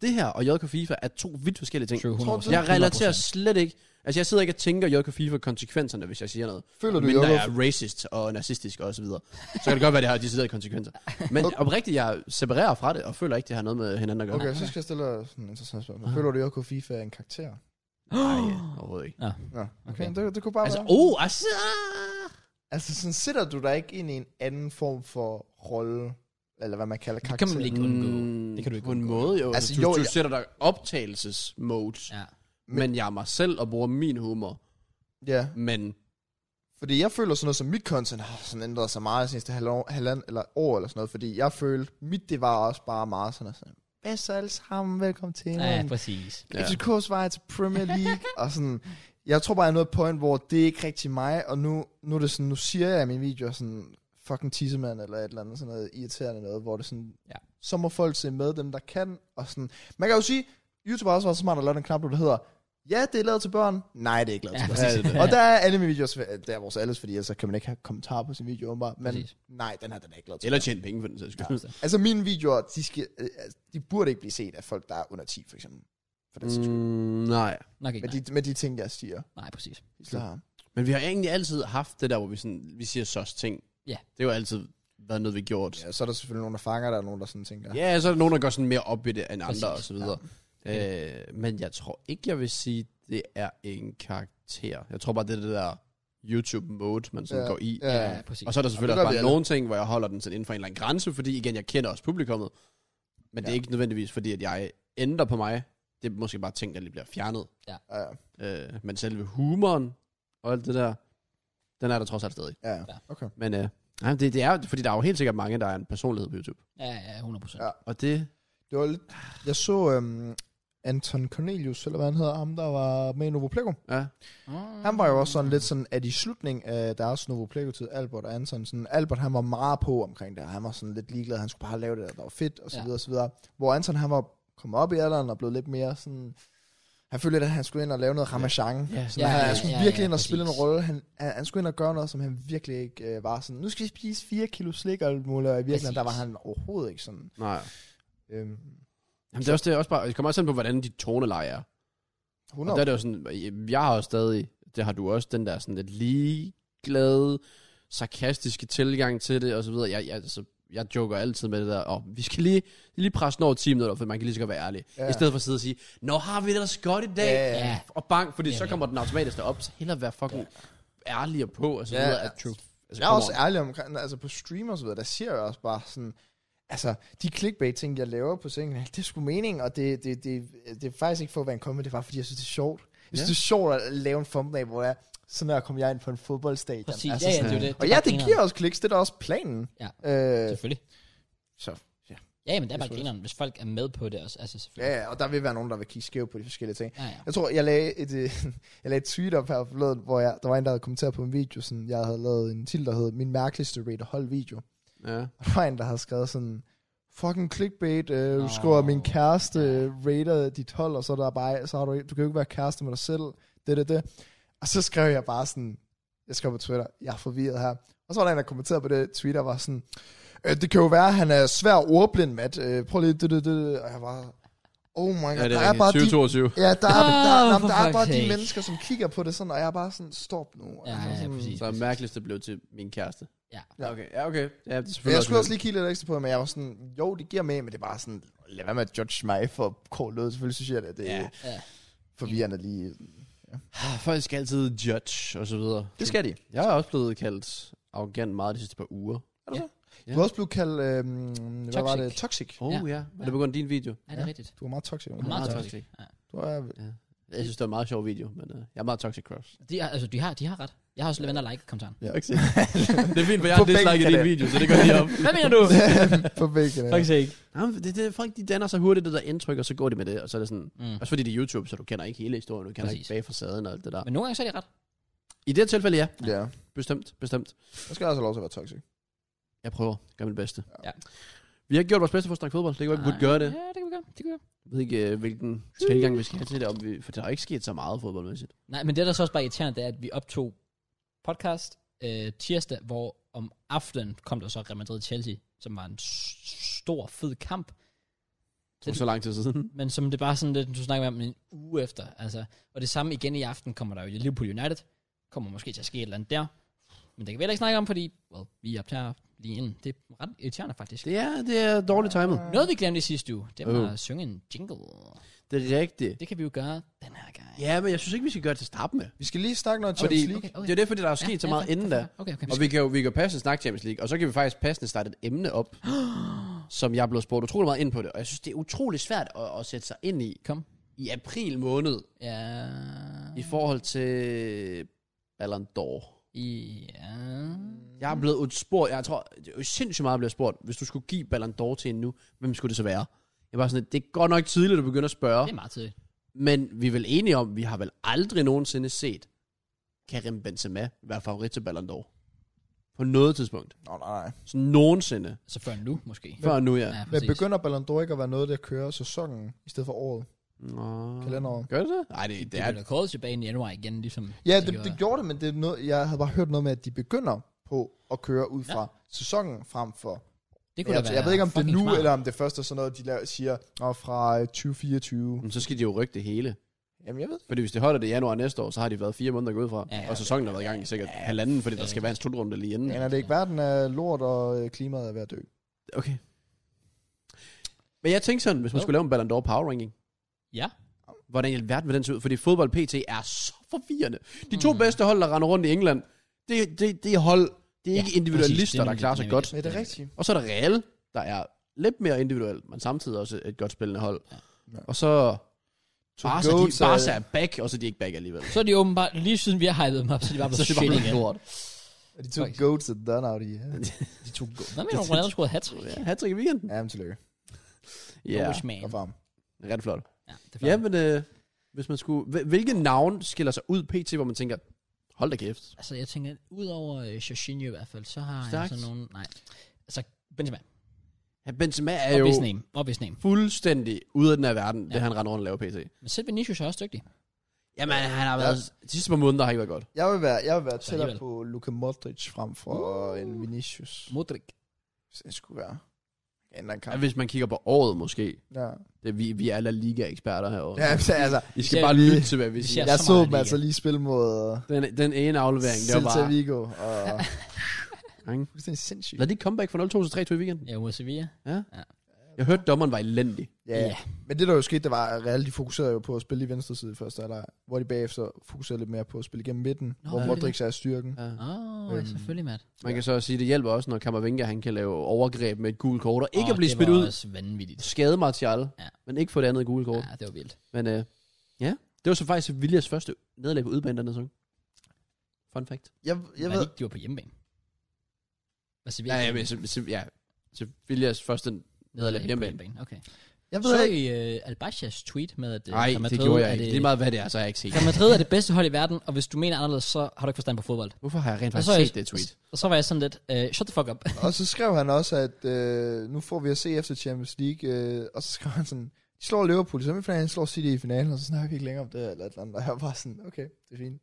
Speaker 2: det her og JK FIFA er to vidt forskellige ting.
Speaker 3: True, 100%.
Speaker 2: Jeg relaterer slet ikke, altså jeg sidder ikke og tænker JK FIFA konsekvenserne, hvis jeg siger noget.
Speaker 1: Føler du,
Speaker 2: Men der
Speaker 1: Jacob?
Speaker 2: er racist og narcissistisk og så videre. Så kan det godt være, det har deciderede konsekvenser. Men oprigtigt, jeg separerer fra det, og føler ikke, det har noget med hinanden at gøre.
Speaker 1: Okay, så skal jeg stille dig sådan en interessant spørgsmål. Føler du, at JK FIFA er en karakter?
Speaker 2: Nej, overhovedet *gasps* ikke.
Speaker 1: Nå,
Speaker 3: Okay.
Speaker 1: okay. okay. Det, det kunne bare
Speaker 3: Altså,
Speaker 1: være.
Speaker 3: oh, altså,
Speaker 2: ah!
Speaker 1: Altså, sådan sætter du dig ikke ind i en anden form for rolle, eller hvad man kalder
Speaker 3: kan man
Speaker 1: karakter?
Speaker 3: vel ikke undgå. Det kan du ikke
Speaker 2: Mm, På en
Speaker 3: undgå.
Speaker 2: måde jo. Altså,
Speaker 1: Altså,
Speaker 2: du,
Speaker 1: jo,
Speaker 2: du
Speaker 1: jeg-
Speaker 2: sætter dig optagelsesmode, ja.
Speaker 3: Ja.
Speaker 2: men jeg er mig selv og bruger min humor.
Speaker 1: Ja,
Speaker 2: Men
Speaker 1: fordi jeg føler sådan noget som mit content har sådan ændret sig meget de sidste halvår, halvand, eller år eller sådan noget, fordi jeg følte, mit det var også bare meget sådan, sådan hvad så alle sammen, velkommen til.
Speaker 3: ja, præcis.
Speaker 2: Ja.
Speaker 1: Ja. FCK's vej til Premier League, og sådan, jeg tror bare, jeg er nået et point, hvor det er ikke rigtig mig, og nu, nu er det sådan, nu siger jeg i mine videoer sådan, fucking tissemand, eller et eller andet sådan noget irriterende noget, hvor det sådan,
Speaker 3: Ja.
Speaker 1: ja. så må folk se med dem, der kan, og sådan, man kan jo sige, YouTube har også været så smart at lave den knap, nu, der hedder, ja, det er lavet til børn, nej, det er ikke lavet
Speaker 3: Ja,
Speaker 1: til børn.
Speaker 3: præcis.
Speaker 2: Ja, det er
Speaker 1: Og der er alle mine videoer, svæ- det er vores alles, fordi ellers så kan man ikke have kommentarer på sin video, åbenbart, men
Speaker 3: Præcis.
Speaker 1: præcis. nej, den her, den er ikke lavet til
Speaker 2: Eller tjene penge for den sags skyld.
Speaker 1: børn. Altså mine videoer, de, skal, øh, altså, de burde ikke blive set af folk, der er under 10, for eksempel. For den mm.
Speaker 2: Mm, nej.
Speaker 3: Nok ikke.
Speaker 1: Med
Speaker 3: Nej,
Speaker 1: de, med de ting, jeg siger.
Speaker 3: nej præcis.
Speaker 1: Så har
Speaker 2: Men vi har egentlig altid haft det der, hvor vi, sådan, vi siger sås ting.
Speaker 3: Ja.
Speaker 2: Det har jo altid været noget, vi har gjort.
Speaker 1: Ja, så er der selvfølgelig nogen, der fanger der er nogen, der sådan tænker.
Speaker 2: Ja, så er der nogen, der går sådan mere op i det end andre og
Speaker 3: Præcis.
Speaker 2: så videre. Ja. Øh, men jeg tror ikke, jeg vil sige, det er en karakter. Jeg tror bare, det er det der YouTube-mode, man sådan ja.
Speaker 1: Ja.
Speaker 2: går i.
Speaker 1: Ja.
Speaker 3: Ja, ja præcis.
Speaker 2: Og så er der selvfølgelig
Speaker 1: Og det
Speaker 2: også
Speaker 1: gør vi
Speaker 2: bare
Speaker 1: alle.
Speaker 2: nogle ting, hvor jeg holder den sådan inden for en eller anden grænse, fordi igen, jeg kender også publikummet. Men det er
Speaker 1: Ja.
Speaker 2: ikke nødvendigvis, fordi at jeg ændrer på mig. Det er måske bare ting, der lige bliver fjernet.
Speaker 1: Ja, ja.
Speaker 2: Øh, men selve humoren og alt det der, den er der trods alt stadig.
Speaker 1: ja. Okay.
Speaker 2: Men øh, Nej, det, det er, fordi der er jo helt sikkert mange, der er en personlighed på YouTube.
Speaker 3: Ja, ja, 100%.
Speaker 1: Ja.
Speaker 3: Ja.
Speaker 2: Og det...
Speaker 1: Det var lidt... Jeg så øhm, Anton Cornelius, eller hvad han hedder, ham der var med i Novo Plego.
Speaker 2: Ja.
Speaker 1: Han var jo også sådan lidt sådan, at i slutningen af deres Novo Plego-tid, Albert og Anton, sådan, Albert han var meget på omkring det, og han var sådan lidt ligeglad, han skulle bare lave det, der, der var fedt, og så
Speaker 3: Ja.
Speaker 1: videre, og så videre. Hvor Anton han var kommet op i alderen og blevet lidt mere sådan, han følte, at han skulle ind og lave noget ramachan.
Speaker 2: Ja,
Speaker 1: Sådan,
Speaker 3: ja,
Speaker 1: han,
Speaker 3: ja,
Speaker 1: han skulle
Speaker 3: ja, ja,
Speaker 1: virkelig ind og
Speaker 3: præcis.
Speaker 1: spille en rolle. Han, han, han skulle ind og gøre noget, som han virkelig ikke øh, var sådan. Nu skal vi spise 4 kilo slik og alt muligt, og i virkeligheden, der var
Speaker 3: Præcis.
Speaker 1: han overhovedet ikke sådan.
Speaker 2: Nej.
Speaker 1: Øhm,
Speaker 2: Jamen, det er også, det er også bare... Det kommer også an på, hvordan dit toneleje er.
Speaker 1: 100.
Speaker 2: Og der er det jo sådan... øh, Jeg har også stadig... Det har du også, den der sådan lidt ligeglade, sarkastiske tilgang til det, og så videre. Jeg, jeg, altså, jeg joker altid med det der, og vi skal lige, lige presse den over 10 minutter, for man kan lige så godt være ærlig.
Speaker 1: Ja.
Speaker 2: Ja. I stedet for at sidde og sige, Nå, har vi det ellers godt i dag?
Speaker 1: Ja, ja,
Speaker 3: ja.
Speaker 2: Og bang, fordi
Speaker 3: Ja,
Speaker 2: så
Speaker 3: ja.
Speaker 2: kommer den automatisk derop, så hellere være fucking ærlig og på, og så
Speaker 1: Ja,
Speaker 2: videre.
Speaker 1: ja.
Speaker 2: at- Altså,
Speaker 1: Jeg er
Speaker 2: come
Speaker 1: også
Speaker 2: on.
Speaker 1: ærlig omkring, altså på stream og så videre, der siger jeg også bare sådan, altså de clickbait-ting, jeg laver på sengen, det er sgu mening, og det, det, det, det er faktisk ikke for at være en kommet, det er bare fordi, jeg synes, det er sjovt. Jeg synes,
Speaker 2: Ja.
Speaker 1: det er sjovt at lave en thumbnail, hvor jeg, sådan her kommer jeg ind på en fodboldstadion.
Speaker 3: Præcis,
Speaker 1: altså
Speaker 3: ja, ja,
Speaker 1: sådan-
Speaker 3: det er jo det.
Speaker 1: Og ja,
Speaker 3: bare
Speaker 1: det
Speaker 3: grineren.
Speaker 1: giver også kliks, det er da også planen.
Speaker 3: Ja.
Speaker 1: Øh,
Speaker 3: Selvfølgelig.
Speaker 1: så, ja.
Speaker 3: Ja, men det er bare
Speaker 1: Selvfølgelig.
Speaker 3: grineren, hvis folk er med på det også. Altså, selvfølgelig.
Speaker 1: ja, ja, og der vil være nogen, der vil kigge skævt på de forskellige ting.
Speaker 3: Ja, ja.
Speaker 1: Jeg tror, jeg lagde et, øh, *laughs* jeg lagde et tweet op her forleden, hvor jeg, der var en, der havde kommenteret på en video, sådan, jeg havde lavet en titel, der hed Min mærkeligste rate hold video.
Speaker 2: Ja.
Speaker 1: Og der var en, der havde skrevet sådan, fucking clickbait, øh, du
Speaker 3: Nå.
Speaker 1: skriver, min kæreste øh, rater dit hold, og så, er der bare, så har du, du kan jo ikke være kæreste med dig selv, det, det, det. Og så skrev jeg bare sådan, jeg skrev på Twitter, jeg er forvirret her. Og så var der en, der kommenterede på det tweet, der var sådan, øh, det kan jo være, at han er svær ordblind, Matt. Øh, prøv lige, det, det, det. Og jeg var, oh my god,
Speaker 2: Ja, det
Speaker 1: der
Speaker 2: er,
Speaker 1: er bare de,
Speaker 2: 2022.
Speaker 1: Ja, der er, der,
Speaker 3: Ah,
Speaker 1: der,
Speaker 3: for
Speaker 1: der, der er
Speaker 3: fuck's
Speaker 1: bare de
Speaker 3: sake.
Speaker 1: mennesker, som kigger på det sådan, og jeg er bare sådan, stop nu. Og
Speaker 3: Ja,
Speaker 1: jeg er
Speaker 3: ja,
Speaker 1: sådan,
Speaker 3: præcis.
Speaker 2: Så mærkeligst det blev til min kæreste.
Speaker 3: Ja.
Speaker 2: Ja, okay. Ja, okay. Ja, det er
Speaker 1: Men
Speaker 2: selvfølgelig
Speaker 1: jeg skulle også lige kigge lidt ekstra på det, men jeg var sådan, jo, det giver med, men det er bare sådan, lad være med at judge mig for kort lød. Selvfølgelig synes jeg, at det er
Speaker 2: Ja.
Speaker 3: Ja.
Speaker 1: forvirrende lige.
Speaker 2: Ah, Folk skal altid judge, og så videre.
Speaker 1: Det skal de.
Speaker 2: Jeg er også blevet kaldt arrogant meget de sidste par uger.
Speaker 1: Er du
Speaker 3: Ja.
Speaker 1: så?
Speaker 2: Ja.
Speaker 1: Du er også blevet kaldt, øhm, hvad var det? Toxic.
Speaker 2: Oh ja.
Speaker 3: Ja.
Speaker 2: ja. Var det på grund af din video?
Speaker 3: Er det er rigtigt?
Speaker 1: Du er meget toxic.
Speaker 3: Det er meget
Speaker 2: meget
Speaker 3: toxic. Ja.
Speaker 1: Du er,
Speaker 2: Jeg synes, det var en meget sjov video, men uh, jeg er meget toxic cross.
Speaker 3: De, har, altså, de, har, de har ret. Jeg har også lige venner like kommentaren.
Speaker 1: ja.
Speaker 2: *laughs* det er fint, for jeg har
Speaker 1: På
Speaker 2: disliket
Speaker 1: bænken,
Speaker 2: din
Speaker 1: det.
Speaker 2: video, så det går *laughs* lige op.
Speaker 3: *laughs* Hvad mener du?
Speaker 1: *laughs* på begge dage.
Speaker 3: Faktisk ikke.
Speaker 2: Jamen, det, det, er folk de danner så hurtigt det der indtryk, og så går de med det, og så er det sådan...
Speaker 3: Mm.
Speaker 1: Altså,
Speaker 2: Også fordi det er YouTube, så du kender ikke hele historien, du kender
Speaker 3: Præcis.
Speaker 2: ikke bag facaden og alt det der.
Speaker 3: Men nogle gange så er de ret.
Speaker 2: I det her tilfælde, ja.
Speaker 1: Ja.
Speaker 2: Bestemt, bestemt.
Speaker 1: Jeg skal også have lov til at være toxic.
Speaker 2: Jeg prøver. Gør mit bedste.
Speaker 3: Ja.
Speaker 2: Vi har ikke gjort vores bedste for at snakke fodbold. Det kan være, vi burde gøre det.
Speaker 3: Ja, det kan vi gøre. Det kan vi gøre.
Speaker 2: Jeg ved ikke, øh, hvilken tilgang vi skal have til det, om vi, for der er ikke sket så meget fodboldmæssigt.
Speaker 3: Nej, men det der så også bare irriterende, det er, at vi optog podcast øh, tirsdag, hvor om aftenen kom der så Real Madrid-Chelsea, som var en s- stor, fed kamp.
Speaker 2: Det er så lang tid siden.
Speaker 3: men som det bare sådan lidt, du snakker om en uge efter. Altså. Og det samme igen i aften kommer der jo Liverpool United. Kommer måske til at ske et eller andet der. Men det kan vi heller ikke snakke om, fordi well, vi optager lige inden. Det er ret irriterende faktisk. Det.
Speaker 2: Det er, det er dårligt timet.
Speaker 3: Noget vi glemte i sidste uge, det var
Speaker 2: Øh.
Speaker 3: uh. at synge en jingle.
Speaker 2: Det er rigtigt.
Speaker 3: Det kan vi jo gøre den her gang.
Speaker 2: Ja, men jeg synes ikke, vi skal gøre det til at starte med.
Speaker 1: Vi skal lige snakke noget
Speaker 2: Fordi
Speaker 1: Champions League.
Speaker 3: okay,
Speaker 2: Det er jo det, fordi der er sket så meget inden da.
Speaker 3: Okay, okay.
Speaker 2: Og vi kan jo vi kan jo passende snakke Champions League, og så kan vi faktisk passende starte et emne
Speaker 1: *gasps*
Speaker 2: op, som jeg er blevet spurgt utrolig meget ind på det. Og jeg synes, det er utrolig svært at, at sætte sig ind i
Speaker 3: Kom.
Speaker 2: i april måned
Speaker 3: Ja.
Speaker 2: i forhold til Ballon d'Or.
Speaker 3: Ja.
Speaker 2: Jeg er blevet spurgt, jeg tror, det er jo sindssygt meget, jeg bliver spurgt, hvis du skulle give Ballon d'Or til en nu, hvem skulle det så være? Jeg var sådan, lidt, det er godt nok tidligt, at du begynder at spørge,
Speaker 3: Det er meget tidligt.
Speaker 2: men vi er vel enige om, vi har vel aldrig nogensinde set Karim Benzema være favorit til Ballon d'Or. På noget tidspunkt.
Speaker 1: Nå, nej, nej.
Speaker 2: Så nogensinde.
Speaker 3: Så Altså, før nu, måske.
Speaker 2: Før nu, ja.
Speaker 1: Men
Speaker 3: præcis.
Speaker 1: begynder Ballon d'Or ikke at være noget, der kører sæsonen, i stedet for året,
Speaker 2: Nå.
Speaker 1: kalenderåret?
Speaker 2: Gør det det? Nej, det,
Speaker 3: Det
Speaker 2: det
Speaker 3: er
Speaker 2: er...
Speaker 3: blevet kåret tilbage i januar igen, ligesom.
Speaker 1: Ja, det, det gjorde det, men det er noget, jeg havde bare hørt noget med, at de begynder på at køre ud fra ja. sæsonen frem for...
Speaker 3: Det kunne
Speaker 1: Jeg,
Speaker 3: da være
Speaker 1: jeg ved ikke, om det er
Speaker 3: fucking
Speaker 1: nu,
Speaker 3: smart.
Speaker 1: smart. eller om det først er sådan noget, de laver, siger og fra øh, 2024.
Speaker 2: Men så skal de jo rykke det hele.
Speaker 1: Jamen, jeg ved det.
Speaker 2: Fordi hvis de holder det i januar næste år, så har de været fire måneder gået ud fra.
Speaker 3: Ja, ja.
Speaker 2: og sæsonen har været i gang i sikkert halvanden, fordi der skal være en slutrunde lige inden.
Speaker 1: Men er det ikke verden er lort, og øh, klimaet er ved at dø?
Speaker 2: Okay. Men jeg tænkte sådan, hvis man
Speaker 3: Jo.
Speaker 2: skulle lave en Ballon d'Or Power Ranking,
Speaker 3: Ja.
Speaker 2: hvordan i alverden vil den se ud? Fordi fodbold PT er så forvirrende. De to
Speaker 3: Mm.
Speaker 2: mm. bedste hold, der render rundt i England, det, det, det er hold, det er
Speaker 3: Ja,
Speaker 2: ja, ikke individualister,
Speaker 3: præcis. Det er
Speaker 2: der
Speaker 3: nemlig-
Speaker 2: klarer sig
Speaker 3: det er
Speaker 2: godt.
Speaker 1: Men er det
Speaker 3: Ja.
Speaker 1: rigtigt?
Speaker 2: Og så er der Real, der er lidt mere individuelt, men samtidig også et godt spillende hold.
Speaker 3: Ja.
Speaker 1: Ja.
Speaker 2: Og så
Speaker 1: To
Speaker 2: Barca, de,
Speaker 1: goats,
Speaker 2: Barca
Speaker 1: øh,
Speaker 2: er back, og så er de ikke back alligevel.
Speaker 3: Så er de åbenbart, lige siden vi har hypet dem op, så er de
Speaker 2: *laughs*
Speaker 3: bare
Speaker 2: Så
Speaker 3: blevet
Speaker 2: det
Speaker 3: shit
Speaker 2: var
Speaker 3: igen.
Speaker 2: lort.
Speaker 1: Og de to
Speaker 3: Faktisk.
Speaker 1: goats er done out
Speaker 3: *laughs*
Speaker 1: i. Ja.
Speaker 3: De to go. Hvad mener du, Ronaldo skulle have hat-trick?
Speaker 2: Ja, hat i weekenden.
Speaker 1: Jamen, tillykke.
Speaker 2: Ja,
Speaker 3: Doge man.
Speaker 1: Og farm.
Speaker 2: ret flot.
Speaker 3: Ja, det er
Speaker 2: Ja,
Speaker 3: fandme-
Speaker 2: men øh, hvis man skulle... hvil- Hvilke navn skiller sig ud pt, hvor man tænker, hold da kæft.
Speaker 3: Altså, jeg tænker, udover øh, Jorginho i hvert fald, så har
Speaker 2: Stærkt.
Speaker 3: han sådan nogen... Nej. Altså, Benzema.
Speaker 2: Ja, Benzema er jo
Speaker 3: Obvious name. Obvious name.
Speaker 2: fuldstændig ude af den her verden, ja. det
Speaker 3: Ja.
Speaker 2: han render rundt og laver pt.
Speaker 3: Men selv Vinicius er også dygtig.
Speaker 2: Jamen, han har været... De sidste par måneder har ikke været godt.
Speaker 1: Jeg vil være, jeg vil være tættere
Speaker 3: alligevel. Uh.
Speaker 1: på Luka Modric frem for øh, en Vinicius.
Speaker 3: Modric.
Speaker 1: Hvis det skulle være en eller anden
Speaker 2: Ja.
Speaker 1: kamp.
Speaker 2: Hvis man kigger på året måske.
Speaker 1: Ja,
Speaker 2: Det, vi, vi er alle liga-eksperter herovre.
Speaker 1: ja
Speaker 2: Ja.
Speaker 1: så altså,
Speaker 2: I skal
Speaker 3: Vi ser-
Speaker 2: bare lytte til, hvad vi
Speaker 3: vi
Speaker 2: siger.
Speaker 3: ser-
Speaker 1: jeg
Speaker 3: så
Speaker 1: så
Speaker 3: meget
Speaker 1: dem
Speaker 3: liga.
Speaker 1: altså lige spille mod
Speaker 2: Den, den ene aflevering, det var
Speaker 1: Celta
Speaker 2: bare...
Speaker 1: Vigo. Og
Speaker 2: Ikke?
Speaker 1: fuldstændig sindssygt.
Speaker 2: Lad det comeback fra 0-2 til 3-2 i weekenden.
Speaker 3: Ja, mod Sevilla.
Speaker 2: Jeg hørte, dommeren var elendig.
Speaker 1: Ja, ja. Men det der jo skete, det var, at Real de fokuserede jo på at spille i venstre side i første halvleg, hvor de bagefter fokuserede lidt mere på at spille igennem midten,
Speaker 3: Nå,
Speaker 1: Nå, hvor
Speaker 3: ja.
Speaker 1: Modric er styrken.
Speaker 2: Ja.
Speaker 3: Åh, oh,
Speaker 1: Øhm,
Speaker 3: selvfølgelig, Matt.
Speaker 2: Man kan så sige, at det hjælper også, når Kammervenka, han kan lave overgreb med et gult kort, og ikke
Speaker 3: Åh,
Speaker 2: at blive
Speaker 3: det
Speaker 2: spidt
Speaker 3: var
Speaker 2: ud.
Speaker 3: også vanvittigt.
Speaker 2: Skade Martial,
Speaker 3: Ja.
Speaker 2: ja. men ikke få det andet gule kort.
Speaker 3: Ja, det var vildt.
Speaker 2: Men øh, ja, det var så faktisk Viljas første nederlag på udebane den her sæson. Fun fact.
Speaker 1: Jeg,
Speaker 3: Jeg
Speaker 1: jeg
Speaker 3: ved...
Speaker 1: ved,
Speaker 3: ikke, de var på hjemmebane. Hvad Sevilla?
Speaker 2: Ja, ja, men, så, så, ja, så Viljas første nederlag på hjemmebane.
Speaker 3: Okay.
Speaker 1: jeg ved
Speaker 3: Så
Speaker 1: ikke,
Speaker 3: I uh, Albashas tweet med, at øh,
Speaker 2: Nej,
Speaker 3: Real
Speaker 2: det
Speaker 3: Madrid
Speaker 2: gjorde jeg
Speaker 3: er
Speaker 2: ikke.
Speaker 3: det-
Speaker 2: Lige meget hvad det er, så har jeg ikke set.
Speaker 3: Real Madrid er det bedste hold i verden, og hvis du mener anderledes, så har du ikke forstand på fodbold.
Speaker 2: *laughs* Hvorfor har jeg rent
Speaker 3: Og
Speaker 2: faktisk
Speaker 3: så, Altså, er jeg-
Speaker 2: set det tweet?
Speaker 3: og så var jeg sådan lidt, uh, shut the fuck up. *laughs*
Speaker 1: og så skrev han også, at øh, nu får vi at se efter Champions League, øh, og så skrev han sådan, de slår Liverpool i semifinalen, slår City i finalen, og så snakker vi ikke længere om det, eller et eller andet, og jeg var bare sådan, okay, det er fint.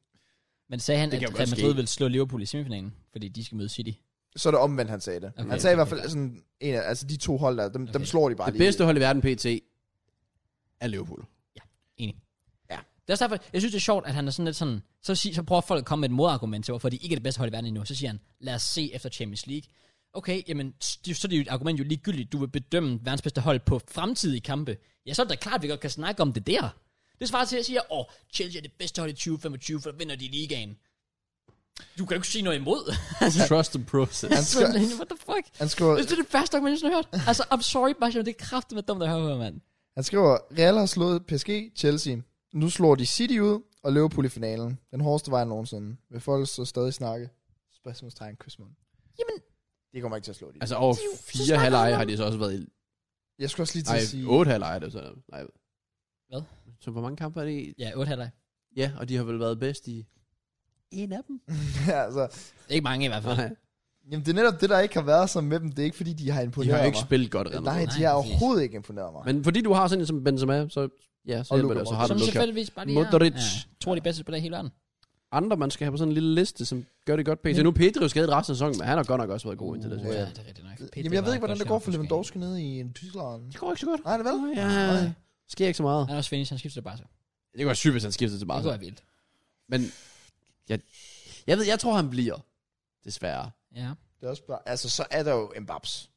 Speaker 3: Men sagde han,
Speaker 2: Det
Speaker 3: at
Speaker 2: kan jo
Speaker 3: Real
Speaker 2: godt
Speaker 3: Madrid
Speaker 2: ske.
Speaker 3: ville slå Liverpool i semifinalen, fordi de skal møde City.
Speaker 1: Så er det omvendt, han sagde det.
Speaker 3: Okay,
Speaker 1: Okay, han sagde i hvert
Speaker 3: okay.
Speaker 1: fald sådan, en af, altså de to hold der, dem, okay.
Speaker 3: Okay.
Speaker 1: dem slår de bare
Speaker 2: Det bedste hold i verden, PT, er Liverpool.
Speaker 3: Enig.
Speaker 1: Ja.
Speaker 3: Det er også derfor, jeg synes, det er sjovt, at han er sådan lidt sådan, så, sig, så prøver folk at komme med et modargument til, hvorfor de ikke er det bedste hold i verden endnu. Så siger han, lad os se efter Champions League. Okay, jamen, s- det- så er det jo et argument jo ligegyldigt. Du vil bedømme verdens bedste hold på fremtidige kampe. Ja, så er det da klart, at vi godt kan snakke om det der. Det svarer til, at jeg siger, åh, Chelsea er det bedste hold i 2025, for vinder de ligaen. Du kan jo ikke sige noget imod.
Speaker 2: Trust the process.
Speaker 3: *laughs*
Speaker 1: Han
Speaker 3: Sådan,
Speaker 1: skrev,
Speaker 3: What the fuck?
Speaker 1: han skrev,
Speaker 3: Det er det værste argument, jeg nogensinde har hørt. Altså, I'm sorry, Bastian, det er kraftigt med dumt at høre, mand.
Speaker 1: Han skriver, Real har slået PSG, Chelsea. Nu slår de City ud og Liverpool i finalen. Den hårdeste vej nogensinde. Vil folk så stadig snakke? Spørgsmålstegn, kysmund.
Speaker 3: Jamen,
Speaker 1: Det kommer ikke til at slå de.
Speaker 2: Altså
Speaker 1: Altså,
Speaker 2: over
Speaker 3: Så- så
Speaker 2: fire
Speaker 3: snakker
Speaker 2: halvleje
Speaker 3: han om-
Speaker 2: har de så også været i...
Speaker 1: jeg skulle også lige til
Speaker 2: Nej,
Speaker 1: at sige...
Speaker 2: otte halvleje er det så. Nej.
Speaker 3: Hvad?
Speaker 2: Så hvor mange kampe er det i?
Speaker 3: ja, 8 halvleg.
Speaker 2: Ja, og de har vel været bedst i... En af dem?
Speaker 1: *laughs* altså,
Speaker 3: Ikke mange i hvert fald.
Speaker 2: Nej,
Speaker 1: jamen det er netop det, der ikke har været så med dem. Det er ikke fordi, de har
Speaker 2: de
Speaker 1: imponeret
Speaker 2: har jo ikke
Speaker 1: mig.
Speaker 2: spillet godt. Real
Speaker 1: Nej,
Speaker 2: Madrid.
Speaker 1: de
Speaker 3: Nej,
Speaker 1: har
Speaker 3: præcis.
Speaker 1: overhovedet ikke imponeret mig. Men,
Speaker 2: Men fordi du har sådan en som Benzema, så, ja, så
Speaker 1: Og
Speaker 2: hjælper
Speaker 1: Luka
Speaker 2: det, og så har du
Speaker 3: Som
Speaker 2: Luka.
Speaker 3: selvfølgelig bare lige
Speaker 2: Modric.
Speaker 3: er. Ja, to af de bedste spillere i hele verden.
Speaker 2: Andre, man skal have på sådan en lille liste, som gør det godt pt. Nu er Pedri jo skadet resten af sæsonen, men han har godt nok også været god indtil det.
Speaker 1: Ja.
Speaker 2: Uh,
Speaker 3: det er rigtigt nok.
Speaker 1: jamen jeg ved ikke, hvordan det går for Lewandowski nede i Tyskland.
Speaker 2: det går ikke så godt.
Speaker 1: Nej, det er vel?
Speaker 2: Ja, sker ikke så meget.
Speaker 3: Han er også finish, han skifter bare så.
Speaker 2: Det går sygt, hvis han skifter til
Speaker 3: Det
Speaker 2: Barca.
Speaker 3: går vildt.
Speaker 2: Men jeg, jeg ved, jeg tror, han bliver. Desværre.
Speaker 3: Ja,
Speaker 1: Det er også bare... Altså, så er der jo Mbappé.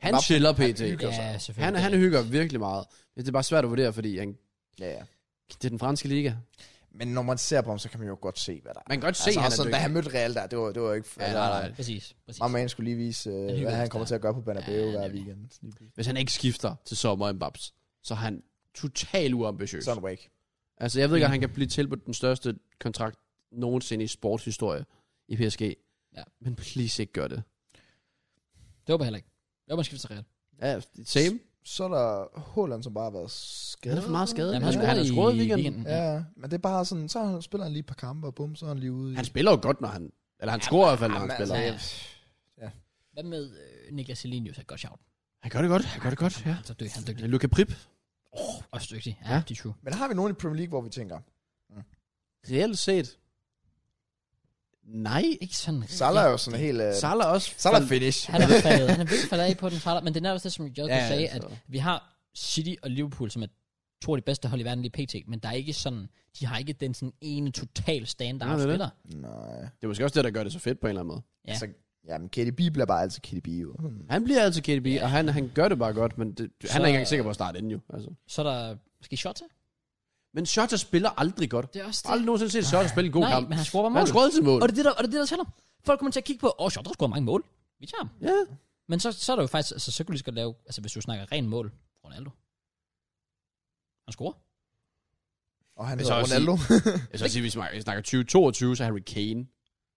Speaker 2: Han
Speaker 1: Mbappé,
Speaker 2: chiller
Speaker 1: han
Speaker 2: pt.
Speaker 1: hygger sig.
Speaker 3: ja selvfølgelig.
Speaker 2: Han, han hygger virkelig meget. Men Det er bare svært at vurdere, fordi han,
Speaker 1: Ja, ja.
Speaker 2: det er den franske liga.
Speaker 1: Men når man ser på ham, så kan man jo godt se, hvad der er.
Speaker 2: Man kan godt se,
Speaker 1: altså,
Speaker 2: han
Speaker 1: også
Speaker 2: er
Speaker 1: sådan, da
Speaker 2: dygtig.
Speaker 1: han mødte Real der, det var, det var ikke...
Speaker 2: Ja, nej, nej.
Speaker 3: Præcis, præcis.
Speaker 1: Og man skulle lige vise, øh,
Speaker 3: hygger
Speaker 1: hvad han
Speaker 3: sig
Speaker 1: kommer
Speaker 3: der.
Speaker 1: til at gøre på Bernabeu
Speaker 3: Ja,
Speaker 1: ja, hver
Speaker 3: nemlig.
Speaker 1: weekend. Lige pludselig.
Speaker 2: Hvis han ikke skifter til sommer i Mbappé, så er han totalt uambitiøs.
Speaker 1: Sådan wake.
Speaker 2: Altså, jeg ved ikke, at han kan blive tilbudt den største kontrakt nogensinde i sportshistorie i PSG.
Speaker 3: Ja.
Speaker 2: Men please ikke gør det.
Speaker 3: Det håber jeg heller ikke. Jeg håber, han skifter til Real.
Speaker 2: Ja, same.
Speaker 1: Så er der Holland, som bare har været skadet.
Speaker 2: Han er for meget skadet.
Speaker 3: Jamen,
Speaker 2: han,
Speaker 3: scorede
Speaker 2: han har
Speaker 3: i
Speaker 2: skåret i weekenden.
Speaker 1: Ja, men det er bare sådan, så han- spiller han lige et par kampe, og bum, så er han lige ude. i-
Speaker 2: Han spiller jo godt, når han... Eller han scorer i hvert fald, når
Speaker 1: Jamen,
Speaker 2: han spiller.
Speaker 3: altså,
Speaker 1: jeg-
Speaker 3: Hvad med øh, Niklas Selenius? Er et godt shout.
Speaker 2: Han gør det godt. Han gør det godt, ja.
Speaker 3: Så dygtig, han er dygtig.
Speaker 2: Luka Prip.
Speaker 3: Også dygtig. Ja,
Speaker 2: Ja.
Speaker 3: det er true.
Speaker 1: Men har vi nogen i Premier League, hvor vi tænker,
Speaker 2: Reelt set. Nej.
Speaker 3: Ikke sådan.
Speaker 1: Salah er jo sådan helt... Øh,
Speaker 2: Salah også.
Speaker 1: Salah er finish.
Speaker 3: Han er faldet, han er virkelig faldet af på den Salah, men det er nærmest det, som Jørgen ja, sagde, at
Speaker 2: så-
Speaker 3: vi har City og Liverpool, som er to af de bedste hold i verden lige pt, men der er ikke sådan, de har ikke den sådan ene total standard
Speaker 2: Nej, det er det.
Speaker 3: spiller.
Speaker 1: Nej.
Speaker 2: Det er måske også det, der gør det så fedt på en eller anden måde.
Speaker 3: Ja.
Speaker 1: Altså, jamen, Katie B bliver bare altid Katie B, jo.
Speaker 2: Han bliver altid KDB,
Speaker 3: Ja.
Speaker 2: og han, han gør det bare godt, men det, han
Speaker 3: Så-
Speaker 2: er ikke engang sikker på at starte inden jo. Altså.
Speaker 3: Så er der, skal I shot til?
Speaker 2: Men Shota spiller aldrig godt.
Speaker 3: Det er også
Speaker 2: Jeg har aldrig nogensinde set Shota spille en god
Speaker 3: Nej,
Speaker 2: kamp.
Speaker 3: men han scorer bare
Speaker 2: Men han
Speaker 3: mål.
Speaker 2: scorede til mål.
Speaker 3: Og det er det, der, og det, er det, der tæller. Folk kommer til at kigge på, åh, oh, shot, der scorer mange mål. Vi tager ham.
Speaker 2: Ja.
Speaker 3: Men så, så er der jo faktisk, altså, så kan du lige skal lave, altså hvis du snakker ren mål, Ronaldo. Han scorer.
Speaker 1: Og han
Speaker 2: Men så
Speaker 1: hedder
Speaker 2: også
Speaker 1: Ronaldo.
Speaker 2: Jeg skal sige, hvis vi snakker 2022, så er Harry Kane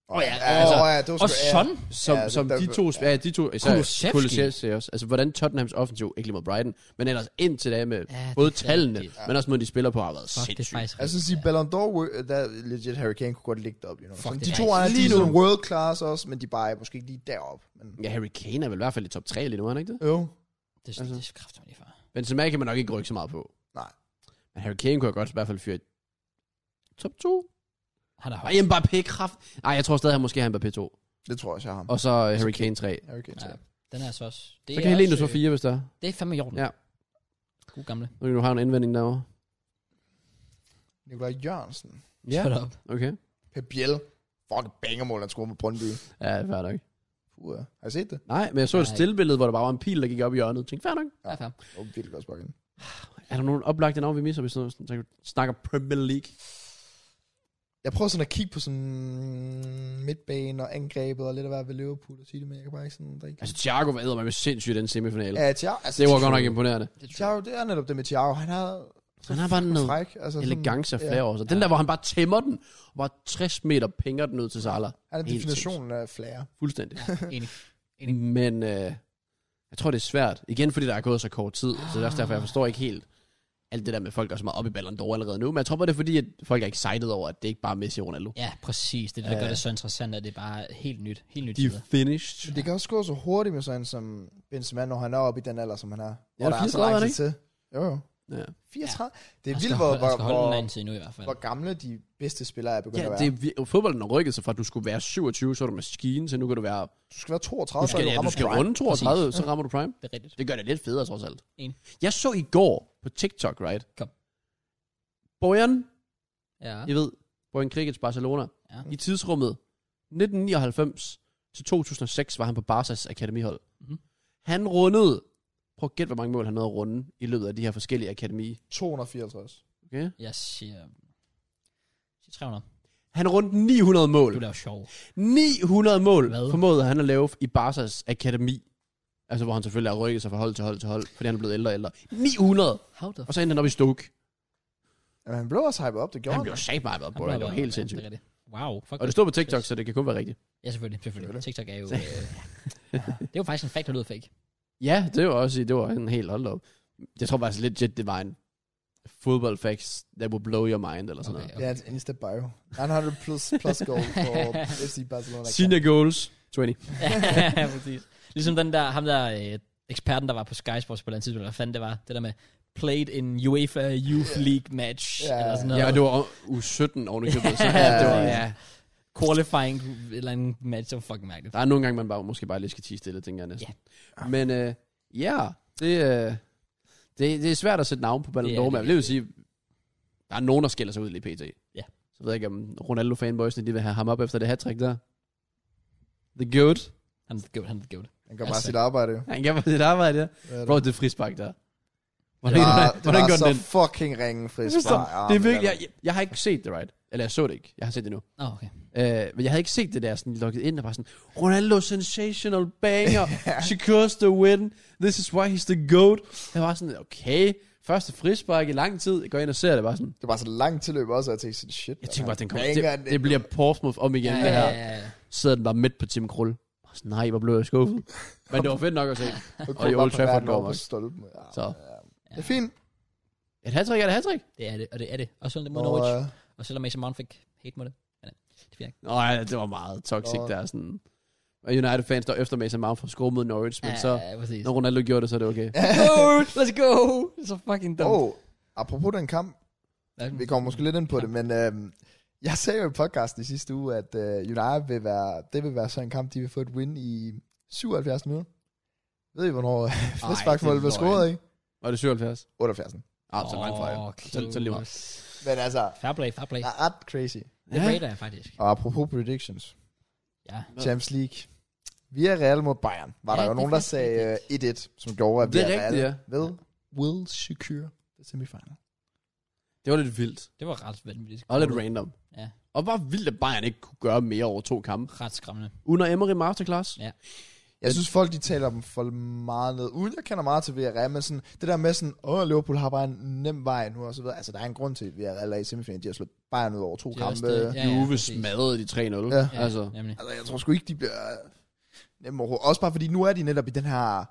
Speaker 3: Åh, ja,
Speaker 1: *laughs* Åh,
Speaker 3: altså,
Speaker 1: ja, det var sgu-
Speaker 3: Og
Speaker 1: ja.
Speaker 3: sådan.
Speaker 2: Som,
Speaker 1: Ja,
Speaker 2: ja,
Speaker 1: det-
Speaker 2: som
Speaker 1: der-
Speaker 2: de to, ja, de to især
Speaker 3: Kulusevski.
Speaker 2: Kulusevski også, altså hvordan Tottenhams offensiv, ikke lige mod Brighton, men ellers indtil da med
Speaker 3: Ja, det
Speaker 2: ja,
Speaker 3: er
Speaker 2: både
Speaker 3: faktisk
Speaker 2: tallene,
Speaker 3: rigtigt.
Speaker 2: men også måden de spiller på, har været
Speaker 3: Fuck, det er
Speaker 2: sindssygt. Altså,
Speaker 3: faktisk
Speaker 1: Jeg synes, sige, Ballon d'Or, øh, der legit Harry Kane kunne godt ligge deroppe, you know.
Speaker 3: Fuck,
Speaker 1: Sådan,
Speaker 3: det
Speaker 1: de
Speaker 3: er
Speaker 1: to
Speaker 3: rigtigt.
Speaker 1: andre, de
Speaker 2: Lige
Speaker 1: er
Speaker 2: nu.
Speaker 1: sådan world class også, men de bare er måske ikke lige deroppe. Men,
Speaker 2: Ja, Harry Kane er vel i hvert fald i top 3 lige nu, er han ikke det?
Speaker 1: jo.
Speaker 3: Det, det,
Speaker 2: Altså.
Speaker 3: det er kræfter man lige for.
Speaker 2: Benzema kan man nok ikke rykke så meget på.
Speaker 1: Nej.
Speaker 2: Men Harry Kane kunne jeg godt i hvert fald fyre i top 2.
Speaker 3: Han er
Speaker 2: Og
Speaker 3: høj.
Speaker 2: Mbappé kraft. Nej, jeg tror stadig, han måske har Mbappé 2.
Speaker 1: Det tror jeg også, jeg har ham.
Speaker 2: Og så øh, Harry Kane 3.
Speaker 1: Harry Kane,
Speaker 3: Ja,
Speaker 1: ja.
Speaker 3: den er så også. Det
Speaker 2: Så
Speaker 3: er
Speaker 2: kan Helene
Speaker 3: også,
Speaker 2: så
Speaker 3: øh,
Speaker 2: 4, hvis der er.
Speaker 3: Det er fandme i orden.
Speaker 2: Ja.
Speaker 3: God gamle.
Speaker 2: Nu du har en indvending derovre.
Speaker 1: Nikolaj Jørgensen.
Speaker 2: Ja.
Speaker 3: Shut up.
Speaker 2: Okay.
Speaker 1: Pep Biel. Fuck, bangermål, han scorede med Brøndby.
Speaker 2: Ja, fair nok.
Speaker 1: Puh, ja. har I set det?
Speaker 2: Nej, men jeg så et
Speaker 3: Nej.
Speaker 2: stillbillede, hvor der bare var en pil, der gik op i hjørnet. Jeg tænkte, fair nok.
Speaker 3: Ja. fair.
Speaker 1: Det var virkelig godt sparket ind.
Speaker 2: Er der nogen oplagte navn, vi misser, hvis sådan- så vi snakker Premier League?
Speaker 1: Jeg prøver sådan at kigge på sådan midtbanen og angrebet og lidt af hvert ved Liverpool og sige det, men jeg kan bare ikke sådan rigtig...
Speaker 2: Altså, Thiago var eddermame sindssygt i den semifinal.
Speaker 1: ja, Thiago, altså,
Speaker 2: Det var godt nok imponerende.
Speaker 3: Det tror jeg.
Speaker 1: Thiago, det er netop det med Thiago. Han har
Speaker 2: Han har bare noget
Speaker 1: fræk. Altså, sådan-
Speaker 2: elegance af
Speaker 1: ja.
Speaker 2: flere år. Så den der, hvor han bare tæmmer den, og bare 60 meter pinger den ud til Salah.
Speaker 1: Han er
Speaker 2: Helt
Speaker 1: definitionen af flair.
Speaker 2: Fuldstændig.
Speaker 3: Enig.
Speaker 2: Men øh, jeg tror, det er svært. Igen, fordi der er gået så kort tid. Så det er også derfor,
Speaker 1: Ah.
Speaker 2: jeg forstår ikke helt alt det der med, at folk er så meget op i Ballon d'Or allerede nu. Men jeg tror bare, det er fordi, at folk er excited over, at det ikke bare er Messi og Ronaldo.
Speaker 3: Ja, præcis. Det er det, der
Speaker 2: Ja.
Speaker 3: gør det så interessant, at det er bare helt nyt. Helt nyt.
Speaker 2: De er finished.
Speaker 1: Det kan også gå så hurtigt med sådan en som Benzema, når han er oppe i den alder, som han er. Hvor
Speaker 2: er
Speaker 1: der er så
Speaker 2: 34,
Speaker 1: lang
Speaker 2: er det
Speaker 1: tid til. Jo, jo.
Speaker 2: Ja.
Speaker 1: 34. Det er vildt, hvor,
Speaker 3: Jeg skal holde den
Speaker 1: hvor,
Speaker 3: anden tid nu i hvert fald.
Speaker 1: hvor gamle de bedste spillere er begyndt
Speaker 2: Ja,
Speaker 1: at være.
Speaker 2: det er, vir- fodbolden har rykket sig fra, at du skulle være 27, så er du maskine, til nu kan du være...
Speaker 1: Du skal være 32,
Speaker 2: Du skal,
Speaker 1: før
Speaker 2: ja, du
Speaker 1: rammer
Speaker 2: skal
Speaker 1: prime.
Speaker 2: runde 32, så rammer du prime.
Speaker 3: Det er rigtigt.
Speaker 2: Det gør det lidt federe, trods alt.
Speaker 3: Enig.
Speaker 2: Jeg så i går på TikTok, right?
Speaker 3: Kom.
Speaker 2: Bojan,
Speaker 3: Ja.
Speaker 2: I ved, Bojan Krikets Barcelona.
Speaker 3: Ja.
Speaker 2: I tidsrummet 1999 til 2006 var han på Barca's akademihold.
Speaker 3: Mhm.
Speaker 2: Mm-hmm. Han rundede, prøv at gætte, hvor mange mål han nåede at runde i løbet af de her forskellige akademi.
Speaker 1: 254.
Speaker 2: Okay?
Speaker 3: Jeg siger... jeg siger 300.
Speaker 2: Han rundede 900 mål.
Speaker 3: Du laver sjov.
Speaker 2: 900 mål
Speaker 3: Hvad?
Speaker 2: Hvad? formåede han at lave i Barca's akademi. Altså, hvor han selvfølgelig har rykket sig fra hold til hold til hold, fordi han er blevet ældre og ældre. 900!
Speaker 3: How the
Speaker 2: Og så endte han op i Stoke.
Speaker 1: Jamen, han blev også hypet op, det gjorde
Speaker 2: Han
Speaker 1: han.
Speaker 2: blev sagt meget op på det. Det var helt sindssygt.
Speaker 3: Det er rigtigt. Wow. Fuck
Speaker 2: Og det stod på TikTok, så det kan kun være rigtigt.
Speaker 3: Ja, selvfølgelig. selvfølgelig.
Speaker 1: Selvfølgelig.
Speaker 3: TikTok
Speaker 2: *laughs*
Speaker 3: er jo... Øh, det er jo faktisk en fact, der lyder fake.
Speaker 2: Ja, det var også det var en helt hold op. Jeg tror faktisk legit, det var en fodbold facts that will blow your mind, eller sådan okay.
Speaker 3: Okay,
Speaker 2: noget.
Speaker 1: Det er hans insta bio. 900 plus, plus goal *laughs* for FC Barcelona.
Speaker 2: Senior goals, 20.
Speaker 3: ja, *laughs* præcis. Ligesom den der, ham der øh, eksperten, der var på Sky Sports på et eller andet tidspunkt, eller hvad fanden det var, det der med played in UEFA Youth League match,
Speaker 1: Ja.
Speaker 3: eller sådan noget.
Speaker 2: Ja, og det var u 17 oven i
Speaker 3: *laughs*
Speaker 2: købet, så ja,
Speaker 1: Ja,
Speaker 2: det var,
Speaker 1: præcis.
Speaker 2: ja.
Speaker 3: Qualifying eller en match, det var fucking mærkeligt.
Speaker 2: Der er nogle gange, man bare, måske bare lige skal tige stille, tænker jeg næsten. Ja. Men øh, ja, det, øh, det, det er svært at sætte navn på Ballon
Speaker 3: Det er
Speaker 2: d'Or,
Speaker 3: det
Speaker 2: men jeg vil lige sige, der er nogen, der skiller sig ud lige pt.
Speaker 3: Ja.
Speaker 2: Så ved jeg ikke, om Ronaldo fanboysene, de vil have ham op efter det hat der. The goat.
Speaker 3: Han er goat, han er goat.
Speaker 1: Han gør bare
Speaker 3: Altså.
Speaker 1: sit arbejde, jo.
Speaker 2: Han kan bare sit arbejde, ja.
Speaker 1: Hvad er det?
Speaker 2: Bro, det er frispark der. Hvordan,
Speaker 1: Det
Speaker 2: hvordan,
Speaker 1: var,
Speaker 2: hvordan,
Speaker 1: Altså- det var
Speaker 2: gør
Speaker 1: så
Speaker 2: den den?
Speaker 1: fucking ringe
Speaker 2: Det er
Speaker 1: frispark.
Speaker 2: så- Det er virkelig, jeg, jeg, jeg har ikke set det, right? Eller jeg så det ikke. Jeg har set det nu.
Speaker 3: Nå, oh, okay.
Speaker 2: Uh, men jeg havde ikke set det der sådan logget ind, og bare sådan, Ronaldo sensational
Speaker 1: *laughs*
Speaker 2: banger, secures the win, this is why he's the GOAT. Jeg var sådan, okay, første frispark i lang tid, jeg går ind og ser det bare sådan.
Speaker 1: Det var så langt tilløb også, at jeg tænkte sådan, shit.
Speaker 2: Jeg
Speaker 1: man,
Speaker 2: tænkte bare,
Speaker 1: han
Speaker 2: den kommer,
Speaker 1: banger
Speaker 2: det, det bliver Portsmouth om igen,
Speaker 3: Ja,
Speaker 2: ja, det
Speaker 3: ja,
Speaker 2: her.
Speaker 3: ja, ja.
Speaker 2: Sidder den bare midt på Tim Krul. Jeg var Sådan, nej, hvor blev jeg skuffet. Men det var fedt nok at se.
Speaker 1: Og
Speaker 2: Og i Old Trafford går nok.
Speaker 1: Stolpen. Ja,
Speaker 2: Så.
Speaker 1: Ja. Det er fint.
Speaker 2: Et hattrick er et hattrick.
Speaker 3: Det er det, og det er det. Og selvom det er mod
Speaker 1: Når,
Speaker 3: Norwich,
Speaker 1: øh,
Speaker 3: og selvom Mason Mount fik hate mod det. Men, det fik jeg ikke.
Speaker 2: Nej, det var meget toxic
Speaker 1: Nå.
Speaker 2: der. Sådan. Og United fans, der efter Mason Mount for at score mod Norwich, men så,
Speaker 3: Ja, præcis.
Speaker 2: når Ronaldo gjorde det, så er det
Speaker 1: *laughs*
Speaker 2: okay.
Speaker 3: Goat, let's go! Det er så fucking dumt.
Speaker 1: Åh, apropos den kamp, vi kommer måske lidt ind på det, men øhm, jeg sagde jo i podcasten i sidste uge, at øh, United vil være, det vil være sådan en kamp, de vil få et win i 77 minutter. Ved I, hvornår frisparkmålet
Speaker 2: det er
Speaker 1: blev scoret,
Speaker 2: løgn.
Speaker 1: ikke?
Speaker 2: Var det 77?
Speaker 1: 78.
Speaker 2: Ah, så langt fra.
Speaker 3: Åh,
Speaker 2: Oh, så, så lige meget.
Speaker 3: close.
Speaker 1: Men altså,
Speaker 3: Fair play, fair play.
Speaker 1: er ret crazy.
Speaker 3: Det
Speaker 2: Ja.
Speaker 3: rater jeg faktisk.
Speaker 1: Og apropos predictions,
Speaker 3: Ja.
Speaker 1: Champions League. Via Real mod Bayern var
Speaker 3: Ja,
Speaker 1: der jo
Speaker 3: det er
Speaker 1: nogen, der
Speaker 3: faktisk
Speaker 1: sagde
Speaker 3: rigtigt.
Speaker 1: øh, 1-1, som gjorde, at
Speaker 2: Det er
Speaker 1: Villarreal
Speaker 2: rigtigt, ja.
Speaker 1: vil, will secure the semifinal.
Speaker 2: Det var lidt vildt.
Speaker 3: Det var ret vanvittigt.
Speaker 2: Og lidt random.
Speaker 3: Ja.
Speaker 2: Og bare vildt, at Bayern ikke kunne gøre mere over to kampe.
Speaker 3: Ret skræmmende.
Speaker 2: Under Emery Masterclass.
Speaker 3: Ja.
Speaker 1: Jeg synes, folk de taler dem for meget ned. Uden jeg kender meget til Villarreal, men sådan, det der med sådan, åh, Liverpool har bare en nem vej nu, og så videre. Altså, der er en grund til, at Villarreal er i semifinalen. De har slået Bayern ud over to
Speaker 3: Det er også
Speaker 1: kampe.
Speaker 3: det.
Speaker 1: Det,
Speaker 3: Ja,
Speaker 2: Ja,
Speaker 3: ja,
Speaker 2: Juve
Speaker 3: præcis.
Speaker 2: smadrede de 3-0.
Speaker 1: ja.
Speaker 3: Ja,
Speaker 2: Altså.
Speaker 3: nemlig.
Speaker 1: Altså, jeg tror sgu ikke, de bliver øh, nemme overhovedet. Også bare fordi, nu er de netop i den her...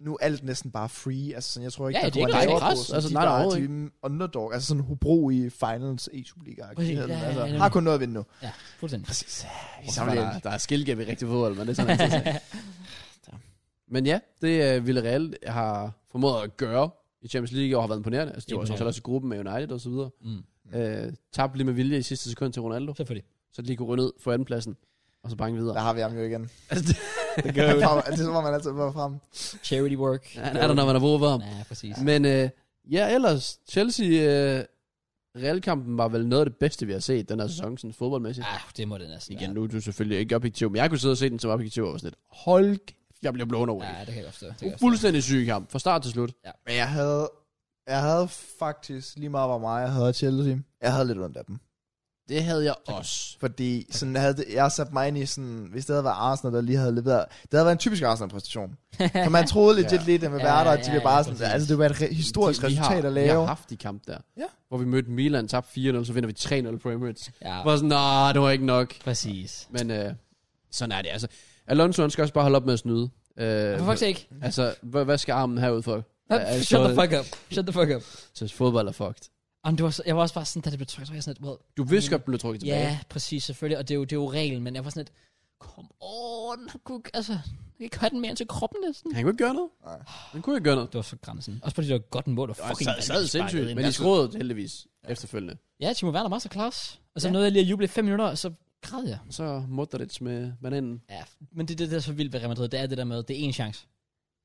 Speaker 1: Nu er alt næsten bare free. Altså, sådan, jeg tror ikke,
Speaker 3: Ja,
Speaker 1: der
Speaker 3: det er ikke
Speaker 1: kommer
Speaker 3: noget
Speaker 1: lavere
Speaker 2: pres.
Speaker 1: på, sådan,
Speaker 2: Altså,
Speaker 1: de
Speaker 2: nej,
Speaker 1: er bare-
Speaker 2: overhovedet
Speaker 1: de er underdog. Altså sådan Hobro i finals e Superliga.
Speaker 3: Præcis, ja, ja, ja,
Speaker 1: altså,
Speaker 3: nemlig.
Speaker 1: har kun noget at vinde nu.
Speaker 3: Ja,
Speaker 2: *laughs*
Speaker 3: fuldstændig.
Speaker 1: Præcis. I
Speaker 2: Hvorfor var Der,
Speaker 1: sammenligning.
Speaker 2: der er skilgab i rigtig fodbold, men det er sådan altid sagt. Men ja, det uh, Villarreal har formået at gøre i Champions League i år har været imponerende. Altså, de var
Speaker 3: Imponerende.
Speaker 2: også, også i gruppen med United og så videre.
Speaker 3: *laughs* Mm.
Speaker 2: Uh, tabte lige med vilje i sidste sekund til Ronaldo,
Speaker 3: Selvfølgelig.
Speaker 2: så de lige kunne runde ud for andenpladsen, og så banke videre.
Speaker 1: Der har vi ham jo igen.
Speaker 2: Altså, det,
Speaker 1: Det gør *laughs* jo. Det er som om, man altid var frem.
Speaker 3: Charity work.
Speaker 2: han er der, når man har brug for ham.
Speaker 3: Ja, præcis.
Speaker 2: Men øh, ja, ellers, Chelsea, øh, Real-kampen var vel noget af det bedste, vi har set den her sæson, sådan fodboldmæssigt.
Speaker 3: Ah, det må det næsten
Speaker 2: Igen, nu er du selvfølgelig ikke objektiv, men jeg kunne sidde og se den som objektiv og var sådan lidt, hold kæft, jeg blev blown away.
Speaker 3: være.
Speaker 2: Ja,
Speaker 3: Ja, det kan jeg godt forstå. Det kan jeg
Speaker 2: det
Speaker 3: godt forstå.
Speaker 2: Fuldstændig syg kamp, fra start til slut.
Speaker 1: Men jeg havde, jeg havde faktisk, lige meget hvor meget jeg havde af Chelsea, jeg havde lidt ondt af dem.
Speaker 2: Det havde jeg også.
Speaker 1: Fordi sådan havde, det- jeg har sat mig ind i sådan, hvis det havde været Arsenal, der lige havde leveret, det havde været en typisk Arsenal-præstation. For man troede legit
Speaker 2: Ja.
Speaker 1: lidt, at man
Speaker 3: Ja,
Speaker 1: var der,
Speaker 3: ja,
Speaker 1: at de ville
Speaker 3: ja,
Speaker 1: bare sådan,
Speaker 3: præcis.
Speaker 1: altså det var et re- historisk
Speaker 2: De- vi
Speaker 1: resultat
Speaker 2: har,
Speaker 1: at
Speaker 2: Vi har
Speaker 1: lave.
Speaker 2: haft de kamp der,
Speaker 1: Ja.
Speaker 2: hvor vi mødte Milan, tabte 4-0, så vinder vi 3-0 på Emirates.
Speaker 3: *laughs* Ja,
Speaker 2: Ja. Var sådan, nej, det var ikke nok.
Speaker 3: præcis.
Speaker 2: Men øh, sådan er det altså. Alonso, han skal også bare holde op med at snyde. Øh,
Speaker 3: For fuck's sake.
Speaker 2: altså, hvad, hvad skal armen herud for? Er- er-
Speaker 3: Shut the fuck up. Shut the fuck up.
Speaker 2: Så fodbold er fucked.
Speaker 3: Jamen, det var, så, jeg var også bare sådan, da det blev trykket, så var jeg sådan lidt, well,
Speaker 2: Du vidste godt, den blev trukket tilbage.
Speaker 3: Mm. ja, præcis, selvfølgelig, og det er, jo, det er jo reglen, men jeg var sådan lidt, kom on, kunne, ikke- altså, jeg kan ikke have den mere end til kroppen næsten.
Speaker 2: Han kunne ikke gøre noget.
Speaker 1: Nej.
Speaker 2: Han kunne ikke gøre noget.
Speaker 3: Det var så grænsen. Også fordi det var et godt mål, og
Speaker 2: Og
Speaker 3: fucking
Speaker 2: sad- sad
Speaker 3: vanvittigt sparket
Speaker 2: sindssygt,
Speaker 3: ind.
Speaker 2: men de
Speaker 3: Altså,
Speaker 2: skruede heldigvis efterfølgende.
Speaker 3: Ja, Timo Werner masterclass. Og så ja. nåede jeg lige at juble i fem minutter, og så græd jeg.
Speaker 2: Så Modric med bananen.
Speaker 3: Ja, men det er det, der er så vildt ved Real Madrid, det er det der med, det er én chance.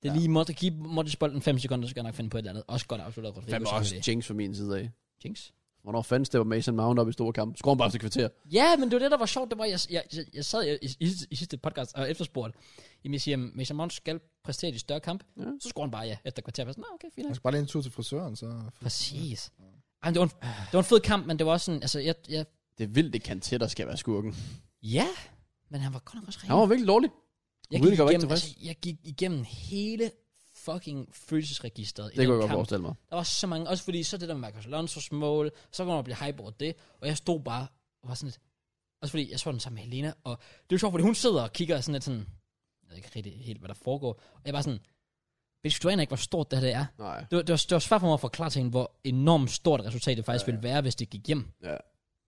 Speaker 3: Det er
Speaker 1: Ja.
Speaker 3: lige måtte give Modric bolden 5 sekunder, så skal jeg nok finde på et eller andet. Også godt afsluttet. Rodrigo,
Speaker 2: Fem også
Speaker 3: selvfølgelig.
Speaker 2: jinx fra min side af.
Speaker 3: Jinx.
Speaker 2: Hvornår fanden stepper Mason Mount op i store kamp? Skruer han bare efter kvarter.
Speaker 3: Ja, men det var det, der var sjovt. Det var, jeg, jeg, jeg, jeg sad i, i, i, sidste podcast og efterspurgte. Jamen, jeg siger, at Mason Mount skal præstere i de større kamp.
Speaker 2: Ja.
Speaker 3: Ja. Så scorer han bare ja, efter kvarter. Jeg var Sådan, "Nå, okay, fint.
Speaker 1: Jeg
Speaker 3: nok."
Speaker 1: skal bare lige en tur til frisøren, så...
Speaker 3: Præcis. Ej, men det, var en, det var en fed kamp, men det var også sådan, altså, jeg, jeg,
Speaker 2: Det er vildt, det kan til, der skal være skurken.
Speaker 3: ja, men han var godt nok også rigtig.
Speaker 2: Han var virkelig dårlig.
Speaker 3: jeg,
Speaker 2: Rüdiger
Speaker 3: gik
Speaker 2: var ikke
Speaker 3: igennem,
Speaker 2: tilfreds.
Speaker 3: altså, jeg gik igennem hele fucking følelsesregisteret i
Speaker 2: Det
Speaker 3: den
Speaker 2: kunne jeg
Speaker 3: kamp.
Speaker 2: godt forestille mig.
Speaker 3: Der var så mange, også fordi så det der med Marcos Alonso's mål, så kunne man blive hype over det, og jeg stod bare og var sådan lidt, også fordi jeg så den sammen med Helena, og det er jo sjovt, fordi hun sidder og kigger sådan lidt sådan, jeg ved ikke rigtig helt, hvad der foregår, og jeg var sådan, bitch, du aner ikke, hvor stort det her det er.
Speaker 2: Nej.
Speaker 3: Det var, det var, det var svært for mig at forklare til hende, hvor enormt stort resultatet faktisk ja, ja. ville være, hvis det gik hjem.
Speaker 2: Ja.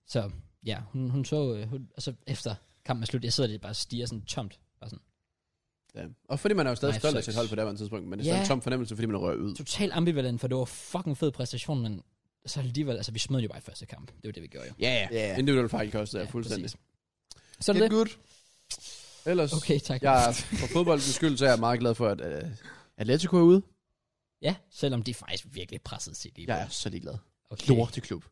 Speaker 3: Så ja, hun, hun så, øh, hun, altså efter kampen er slut, jeg sidder lige bare og stiger sådan tomt. Bare sådan,
Speaker 2: ja. Og fordi man er jo stadig
Speaker 3: Nej,
Speaker 2: stolt af
Speaker 3: sucks.
Speaker 2: sit hold på det her tidspunkt, men det er sådan
Speaker 3: Ja.
Speaker 2: en tom fornemmelse, fordi man rører ud.
Speaker 3: totalt ambivalent, for det var fucking fed præstation, men så alligevel, altså vi smed jo bare i første kamp. Det var det, vi gjorde jo.
Speaker 2: Ja, ja.
Speaker 1: Ja.
Speaker 2: Individuel fejl koster jeg fuldstændig.
Speaker 3: præcis. Sådan
Speaker 1: Get
Speaker 3: det.
Speaker 1: good.
Speaker 2: Ellers,
Speaker 3: Okay, tak.
Speaker 2: jeg er for fodboldens skyld, så er jeg meget glad for, at øh, Atletico er ude.
Speaker 3: Ja, selvom de faktisk virkelig pressede City.
Speaker 2: Jeg er så ligeglad.
Speaker 3: okay.
Speaker 2: Lorteklub.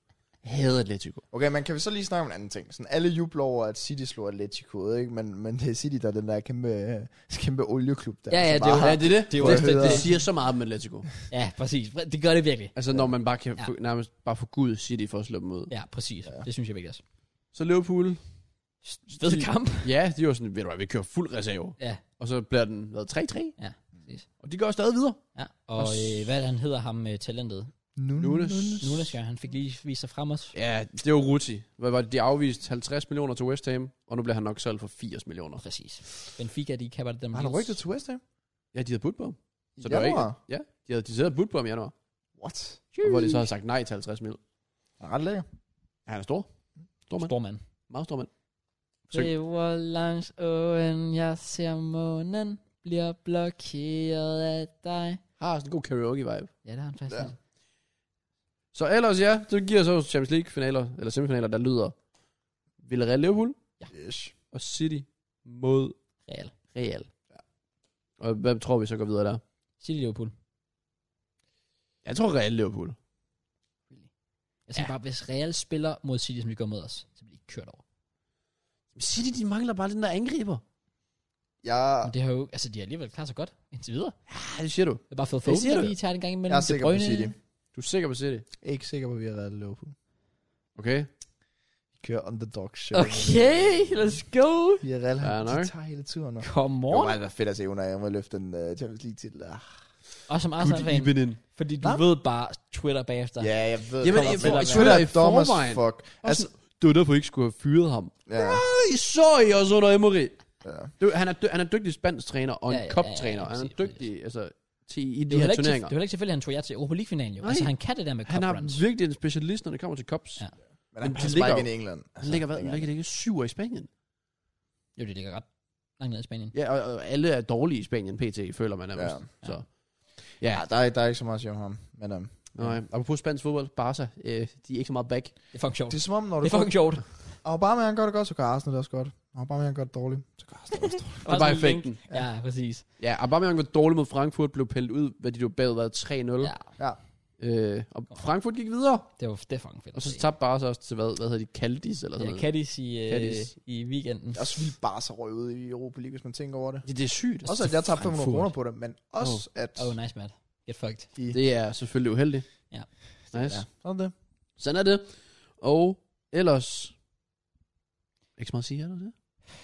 Speaker 2: Hader Atletico.
Speaker 1: Okay, men kan vi så lige snakke om en anden ting? Sådan, alle jubler over, at City slår Atletico, ikke? Men, men det er City, der er den der kæmpe, kæmpe olieklub der.
Speaker 3: Ja, ja,
Speaker 1: som
Speaker 3: det er jo-
Speaker 1: bare-
Speaker 2: Ja, det er det. Det,
Speaker 1: jo
Speaker 2: det, det,
Speaker 1: højere.
Speaker 2: det siger så meget om Atletico.
Speaker 3: Ja, præcis. Det gør det virkelig.
Speaker 2: Altså, når man bare kan
Speaker 3: Ja.
Speaker 2: ja. nærmest bare få Gud City for at slå dem ud. Ja.
Speaker 3: Ja, præcis. Ja. Det synes jeg virkelig også.
Speaker 2: Så Liverpool.
Speaker 3: Fed
Speaker 2: City.
Speaker 3: kamp.
Speaker 2: Ja, de var sådan, ved du hvad, vi kører fuld reserve.
Speaker 3: Ja,
Speaker 2: Og så bliver den været 3-3,
Speaker 3: ja, præcis.
Speaker 2: og de går stadig videre.
Speaker 3: Ja, og
Speaker 2: Og s-
Speaker 3: øh, hvad er det, han hedder ham med talentet?
Speaker 2: Nunes.
Speaker 3: Nunes, ja, han fik lige vist sig frem os.
Speaker 2: Ja, det var Ruti. Hvad var det? De afviste 50 millioner til West Ham, og nu bliver han nok solgt for 80 millioner.
Speaker 3: Præcis. Benfica, de kapper det dem.
Speaker 1: Har han
Speaker 3: helt.
Speaker 1: rygtet til West Ham?
Speaker 2: Ja, de havde budt på ham.
Speaker 1: I
Speaker 2: Så det var ikke-
Speaker 1: januar?
Speaker 2: Ja, de havde de sad og budt på ham i januar.
Speaker 1: What?
Speaker 2: Og hvor de så havde sagt nej til 50 mil.
Speaker 1: Han er ret lækker.
Speaker 2: Ja, han er stor. Stor mand.
Speaker 3: Stormand.
Speaker 2: Meget stor mand. Syng.
Speaker 3: Det var langs åen, jeg ser månen, bliver blokeret af dig.
Speaker 2: Har sådan en god karaoke-vibe.
Speaker 3: Ja, det har han faktisk.
Speaker 1: Ja.
Speaker 3: lidt.
Speaker 2: Så ellers ja, det giver så Champions League-finaler, eller semifinaler, der lyder Villarreal Liverpool
Speaker 1: Yes.
Speaker 2: og City mod
Speaker 3: Real.
Speaker 2: Real. Ja. Og hvad tror vi så går videre der?
Speaker 3: City Liverpool.
Speaker 2: Jeg tror Real Liverpool.
Speaker 3: Jeg tænker ja. bare, hvis Real spiller mod City, som de gør mod os, så bliver de kørt over.
Speaker 2: City, de mangler bare den der angriber.
Speaker 1: Jeg,
Speaker 3: Men det har jo, altså de har alligevel klaret sig godt indtil videre.
Speaker 2: Ja, Ah, det siger du.
Speaker 3: Det er bare fået
Speaker 2: Hvad
Speaker 3: Foden,
Speaker 2: siger
Speaker 3: der
Speaker 2: du?
Speaker 3: lige tager den gang imellem.
Speaker 1: jeg er sikker på
Speaker 3: De Bruyne.
Speaker 1: City.
Speaker 2: Du er sikker på City?
Speaker 1: Ikke sikker på, at vi har reddet Liverpool.
Speaker 2: Okay.
Speaker 1: Kører underdog show.
Speaker 3: Okay, let's go.
Speaker 1: Vi er
Speaker 2: Fair
Speaker 1: relativt,
Speaker 2: nok.
Speaker 1: de tager hele turen. Og...
Speaker 3: Come
Speaker 1: Det
Speaker 3: on.
Speaker 1: var bare fedt at se, hun er med at løfte den uh, Champions League titel. Ah.
Speaker 3: Og som
Speaker 2: Good
Speaker 3: Arsenal-fan,
Speaker 2: evening.
Speaker 3: fordi du
Speaker 1: Hva?
Speaker 3: ved bare Twitter bagefter.
Speaker 1: Ja, jeg ved.
Speaker 2: Jamen,
Speaker 1: kommer
Speaker 2: jeg-
Speaker 1: til
Speaker 3: for-
Speaker 1: at være-
Speaker 2: Twitter i
Speaker 1: dumb as
Speaker 2: forvejen.
Speaker 1: Fuck. Altså,
Speaker 2: Altså, det var derfor, I ikke skulle have fyret ham.
Speaker 1: ja,
Speaker 2: I så I også under Emery.
Speaker 1: ja.
Speaker 2: Du, han, er dy- han er dygtig spansk træner og en
Speaker 3: Ja, ja, ja,
Speaker 2: ja,
Speaker 3: ja,
Speaker 2: koptræner. han er
Speaker 3: præcis,
Speaker 2: dygtig altså, til, i
Speaker 3: Det
Speaker 2: de her
Speaker 3: er heller ikke, til-
Speaker 2: turneringer.
Speaker 3: det er heller ikke selvfølgelig, at han tog jer til Europa League-finalen, jo.
Speaker 2: Nej.
Speaker 3: Altså, han kan det der med
Speaker 2: han
Speaker 3: cup
Speaker 2: er
Speaker 3: runs.
Speaker 2: virkelig en specialist, når det kommer til cups.
Speaker 3: Ja.
Speaker 2: Ja.
Speaker 1: Men han
Speaker 2: de
Speaker 1: passer
Speaker 2: ligger
Speaker 1: bare
Speaker 2: jo-
Speaker 1: ikke ind i England. Altså,
Speaker 2: Han ligger, hvad,
Speaker 1: dengang.
Speaker 2: ligger det ikke syver i Spanien?
Speaker 3: Jo, det ligger ret langt ned i Spanien.
Speaker 2: Ja, og, og alle er dårlige i Spanien, pt. føler man nærmest.
Speaker 3: Ja.
Speaker 2: Ja. Så.
Speaker 1: Ja,
Speaker 2: Ja,
Speaker 1: der er, der er ikke så meget at sige om ham. Men um,
Speaker 2: nej. Apropos spansk fodbold, Barca, øh, de er ikke så meget back.
Speaker 3: Det er fucking sjovt.
Speaker 1: det er som om, når du...
Speaker 3: Det er fucking sjovt.
Speaker 1: Og Aubameyang han gør det godt, så kan Arsenal det også godt. Og Aubameyang han gør det dårligt, så kan Arsenal også dårligt.
Speaker 2: Det er bare effekten.
Speaker 3: Ja, præcis.
Speaker 2: Ja, Aubameyang var dårlig mod Frankfurt, blev pillet ud, hvad de blev bagud, hvad, 3-0.
Speaker 3: Ja,
Speaker 2: Øh, og Frankfurt gik videre,
Speaker 3: det var, det er fucking fedt.
Speaker 2: og så tabte Barca også til, hvad, hvad hedder de, Caldis eller sådan
Speaker 3: Ja,
Speaker 2: noget.
Speaker 3: Cadiz i, øh,
Speaker 2: Cadiz.
Speaker 3: i weekenden.
Speaker 1: Jeg er også vildt bare så røget i Europa League, hvis man tænker over det.
Speaker 2: Det, det er sygt.
Speaker 1: Også at jeg tabte 500
Speaker 2: Frankfurt.
Speaker 1: kroner på det, men også at...
Speaker 3: Oh, nice, Matt. Get fucked.
Speaker 1: de,
Speaker 2: Det er selvfølgelig uheldigt.
Speaker 3: Ja.
Speaker 2: Nice.
Speaker 1: ja,
Speaker 2: Ja.
Speaker 1: sådan er det.
Speaker 2: Sådan er det. Og ellers... Ikke så meget at sige, er der det?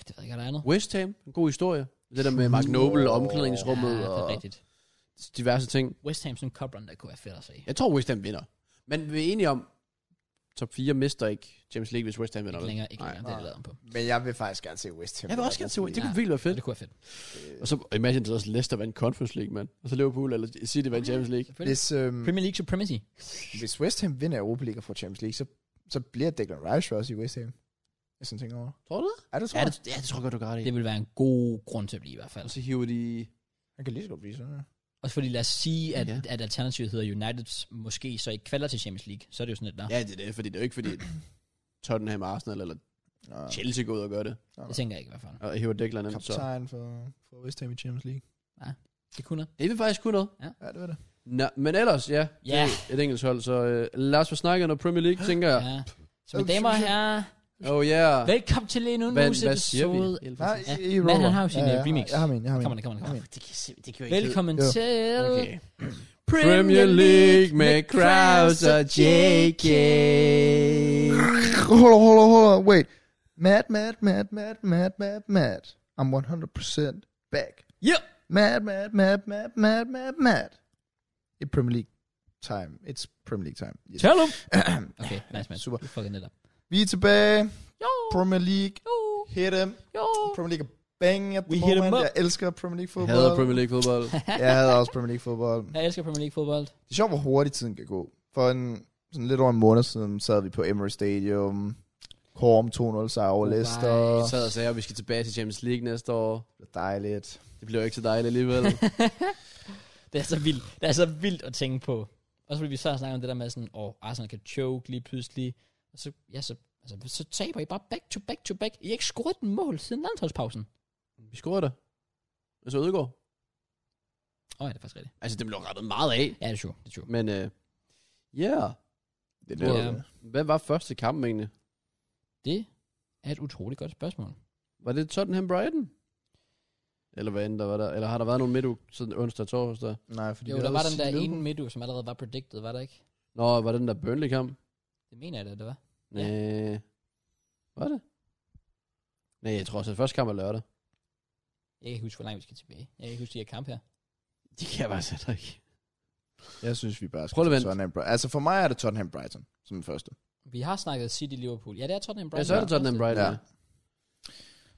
Speaker 3: Det ved jeg ikke, er der andet.
Speaker 2: West Ham, en god historie. Det der med Mark Noble og omklædningsrummet
Speaker 3: ja, det er
Speaker 2: og
Speaker 3: rigtigt.
Speaker 2: diverse ting.
Speaker 3: West Ham som cup run, der kunne være fedt at se.
Speaker 2: Jeg tror, West Ham vinder. Men vi er enige om, top 4 mister ikke James League, hvis West Ham vinder.
Speaker 3: Ikke
Speaker 2: vel?
Speaker 3: længere, ikke
Speaker 2: Nej.
Speaker 3: længere, det er det lavet om på.
Speaker 1: Men jeg vil faktisk gerne se West Ham.
Speaker 2: Jeg vil også gerne se Det
Speaker 3: Ja.
Speaker 2: kunne virkelig være
Speaker 3: Ja,
Speaker 2: fedt.
Speaker 3: Det kunne være fedt.
Speaker 2: Og så imagine det også Leicester vandt Conference League, mand. Og så Liverpool eller City vandt Champions League.
Speaker 3: Selvfølgelig.
Speaker 1: Hvis, øhm,
Speaker 3: Premier League Supremacy.
Speaker 1: hvis West Ham vinder Europa League og får Champions League, så, så bliver Declan Rice også i West Ham. Jeg sådan tænker over.
Speaker 2: Tror du det?
Speaker 1: Er det tror
Speaker 2: Ja,
Speaker 1: jeg.
Speaker 2: det, ja, det tror jeg godt, du gør det.
Speaker 3: Det
Speaker 2: i.
Speaker 3: vil være en god grund til at blive i hvert fald.
Speaker 2: Og så hiver de...
Speaker 1: Han kan lige så godt blive sådan, ja.
Speaker 3: Også fordi lad os sige, at,
Speaker 2: Ja.
Speaker 3: at alternativet hedder United måske så ikke kvalder til Champions League. Så er det jo sådan lidt, der.
Speaker 2: Ja, det er det, fordi det er jo ikke fordi Tottenham, Arsenal eller
Speaker 1: Nå,
Speaker 2: Chelsea går ud og gør det.
Speaker 3: Det tænker jeg ikke i hvert fald.
Speaker 2: Og hiver Declan ind, så...
Speaker 1: kaptajn for, for West Ham i Champions League.
Speaker 3: Det kunne jeg.
Speaker 2: Det vil faktisk kunne noget.
Speaker 1: Ja, det var det.
Speaker 2: Nå, men ellers, ja. det
Speaker 3: Ja.
Speaker 2: er Et engelsk hold, så øh, lad os få snakket noget Premier League, tænker jeg.
Speaker 3: Ja. Så mine damer og herrer,
Speaker 2: Oh yeah.
Speaker 3: velkommen til en
Speaker 2: Hvad,
Speaker 3: ugenhus
Speaker 2: hvad siger vi?
Speaker 3: episode.
Speaker 2: Helt
Speaker 1: Nej,
Speaker 2: præcis.
Speaker 3: Ja,
Speaker 1: i, i
Speaker 3: men han
Speaker 1: Rover.
Speaker 3: har jo sin, øh,
Speaker 1: jeg har-
Speaker 3: remix.
Speaker 1: Jeg har min, jeg har min.
Speaker 3: Kom, kom, kom.
Speaker 1: Jeg har min.
Speaker 2: Det kan, sim- det kan jo ikke
Speaker 3: Velkommen
Speaker 1: Jo.
Speaker 3: til
Speaker 2: Okay. Premier League med Kraus og JK.
Speaker 1: Hold on, hold on, hold on. Wait. Mad, mad, mad, mad, mad, mad, mad. I'm 100% back.
Speaker 3: Yep.
Speaker 1: Mad, mad, mad, mad, mad, mad, mad. It's Premier League time. It's Premier League time. Yes.
Speaker 3: Tell
Speaker 2: *clears throat*
Speaker 3: him. Okay, nice man.
Speaker 1: Super.
Speaker 3: Du fucking lidt op.
Speaker 1: Vi er tilbage.
Speaker 3: Jo,
Speaker 1: Premier League.
Speaker 3: jo,
Speaker 1: Hit em.
Speaker 3: jo.
Speaker 1: Premier League er bang at the
Speaker 3: We hit 'em
Speaker 1: moment.
Speaker 3: up.
Speaker 1: Jeg elsker Premier League
Speaker 2: Jeg
Speaker 1: fodbold.
Speaker 2: hader Premier League fodbold. *laughs*
Speaker 1: Jeg hader også Premier League fodbold.
Speaker 3: Jeg elsker Premier League fodbold.
Speaker 1: Det er sjovt, hvor hurtigt tiden kan gå. For en, sådan lidt over en måned siden sad vi på Emirates Stadium. Korm 2-0 sejr over
Speaker 3: Oh,
Speaker 1: Leicester.
Speaker 2: Jeg sad og sagde, at altså, vi skal tilbage til Champions League næste år.
Speaker 1: Det er dejligt.
Speaker 2: Det bliver jo ikke så dejligt *laughs* alligevel.
Speaker 3: Det er så vildt. Det er så vildt at tænke på. Også fordi vi så snakker om det der med sådan, åh, oh, Arsenal kan choke lige pludselig. Og så, ja, så, altså, så taber I bare back to back to back. I har ikke scoret et mål siden landsholdspausen.
Speaker 2: vi scorer det. Og så udgår.
Speaker 3: Åh, oh, ja, det er faktisk rigtigt.
Speaker 2: Altså, det blev rettet meget af.
Speaker 3: Ja, det er true. Det er true.
Speaker 2: Men øh, ja, yeah.
Speaker 1: Det
Speaker 2: Ja.
Speaker 1: er det.
Speaker 2: hvad var første kamp egentlig?
Speaker 3: Det er et utroligt godt spørgsmål.
Speaker 2: Var det Tottenham Brighton? Eller hvad end der var der? Eller har der været nogen midt sådan onsdag og torsdag?
Speaker 1: Nej, fordi
Speaker 3: Jo,
Speaker 1: vi
Speaker 3: der
Speaker 1: havde
Speaker 3: var den der
Speaker 1: Liverpool.
Speaker 3: ene midtu, som allerede var predicted, var der ikke?
Speaker 2: Nå, var det den der Burnley-kamp?
Speaker 3: Det mener jeg da, det var.
Speaker 2: Nej. Var det? Nej, jeg tror også, at første kamp er lørdag.
Speaker 3: Jeg kan ikke huske, hvor langt vi skal tilbage. Jeg kan ikke huske de her kamp her.
Speaker 2: Det kan jeg bare sætte ikke.
Speaker 1: Jeg synes, vi bare skal
Speaker 2: Prøv lige
Speaker 1: til
Speaker 2: vent.
Speaker 1: Tottenham Brighton. Altså for mig er det Tottenham Brighton som den første.
Speaker 3: Vi har snakket City-Liverpool. Ja, det er Tottenham
Speaker 2: Ja,
Speaker 3: Brighton.
Speaker 2: så er det Tottenham Brighton.
Speaker 1: Ja.
Speaker 2: Ja.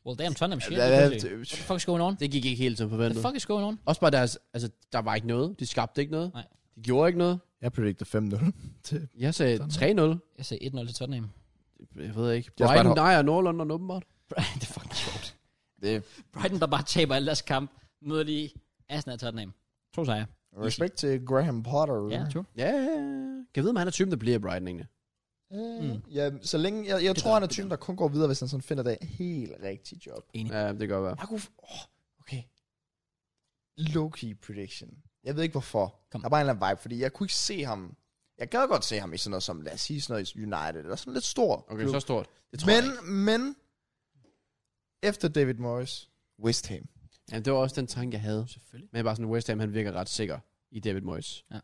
Speaker 3: Well, damn, Tottenham shit.
Speaker 1: Ja,
Speaker 3: lige
Speaker 1: det,
Speaker 3: pludselig. What
Speaker 1: det,
Speaker 3: the fuck is going on?
Speaker 2: Det gik ikke helt som
Speaker 3: What the
Speaker 2: forventet.
Speaker 3: fuck is going on?
Speaker 2: Også bare deres, altså, der var ikke noget. De skabte ikke noget.
Speaker 3: Nej.
Speaker 2: De gjorde ikke noget.
Speaker 1: jeg predicted 5-0 til
Speaker 2: Jeg sagde 3-0.
Speaker 3: Jeg sagde 1-0 til Tottenham. *laughs*
Speaker 2: Jeg ved ikke.
Speaker 1: har
Speaker 2: Brighton,
Speaker 1: bare et
Speaker 2: nej, og Nordlondon åbenbart.
Speaker 3: det er fucking sjovt.
Speaker 1: det.
Speaker 3: Brighton, der bare taber alle deres kamp, møder de Arsenal og Tottenham. To sejre.
Speaker 1: Respekt til Graham Potter.
Speaker 3: Ja, true.
Speaker 2: Ja, ja, ja. kan jeg vide, om han er typen, der bliver i Brighton egentlig?
Speaker 1: Øh,
Speaker 3: Mm.
Speaker 1: Ja, så længe, jeg, jeg
Speaker 3: Det
Speaker 1: tror,
Speaker 3: gør-
Speaker 1: han er
Speaker 3: det
Speaker 1: typen, der kun går videre, hvis han sådan finder det helt rigtige job.
Speaker 3: Mm.
Speaker 2: Ja, det kan godt være.
Speaker 1: Jeg kunne... f- Åh, okay. Low-key prediction. Jeg ved ikke hvorfor.
Speaker 3: Kom.
Speaker 1: Kom. Der er bare en eller anden vibe, fordi jeg kunne ikke se ham... Jeg gad godt se ham i sådan noget som, lad os sige, sådan noget United, eller sådan lidt stor.
Speaker 2: Okay,
Speaker 1: klub.
Speaker 2: så stort. Det tror jeg ikke.
Speaker 1: men, men... Efter David Moyes, West Ham.
Speaker 2: Ja, det var også den tanke, jeg havde.
Speaker 3: Selvfølgelig.
Speaker 2: Men jeg er bare sådan, West Ham, han virker ret sikker i David Moyes.
Speaker 3: Ja.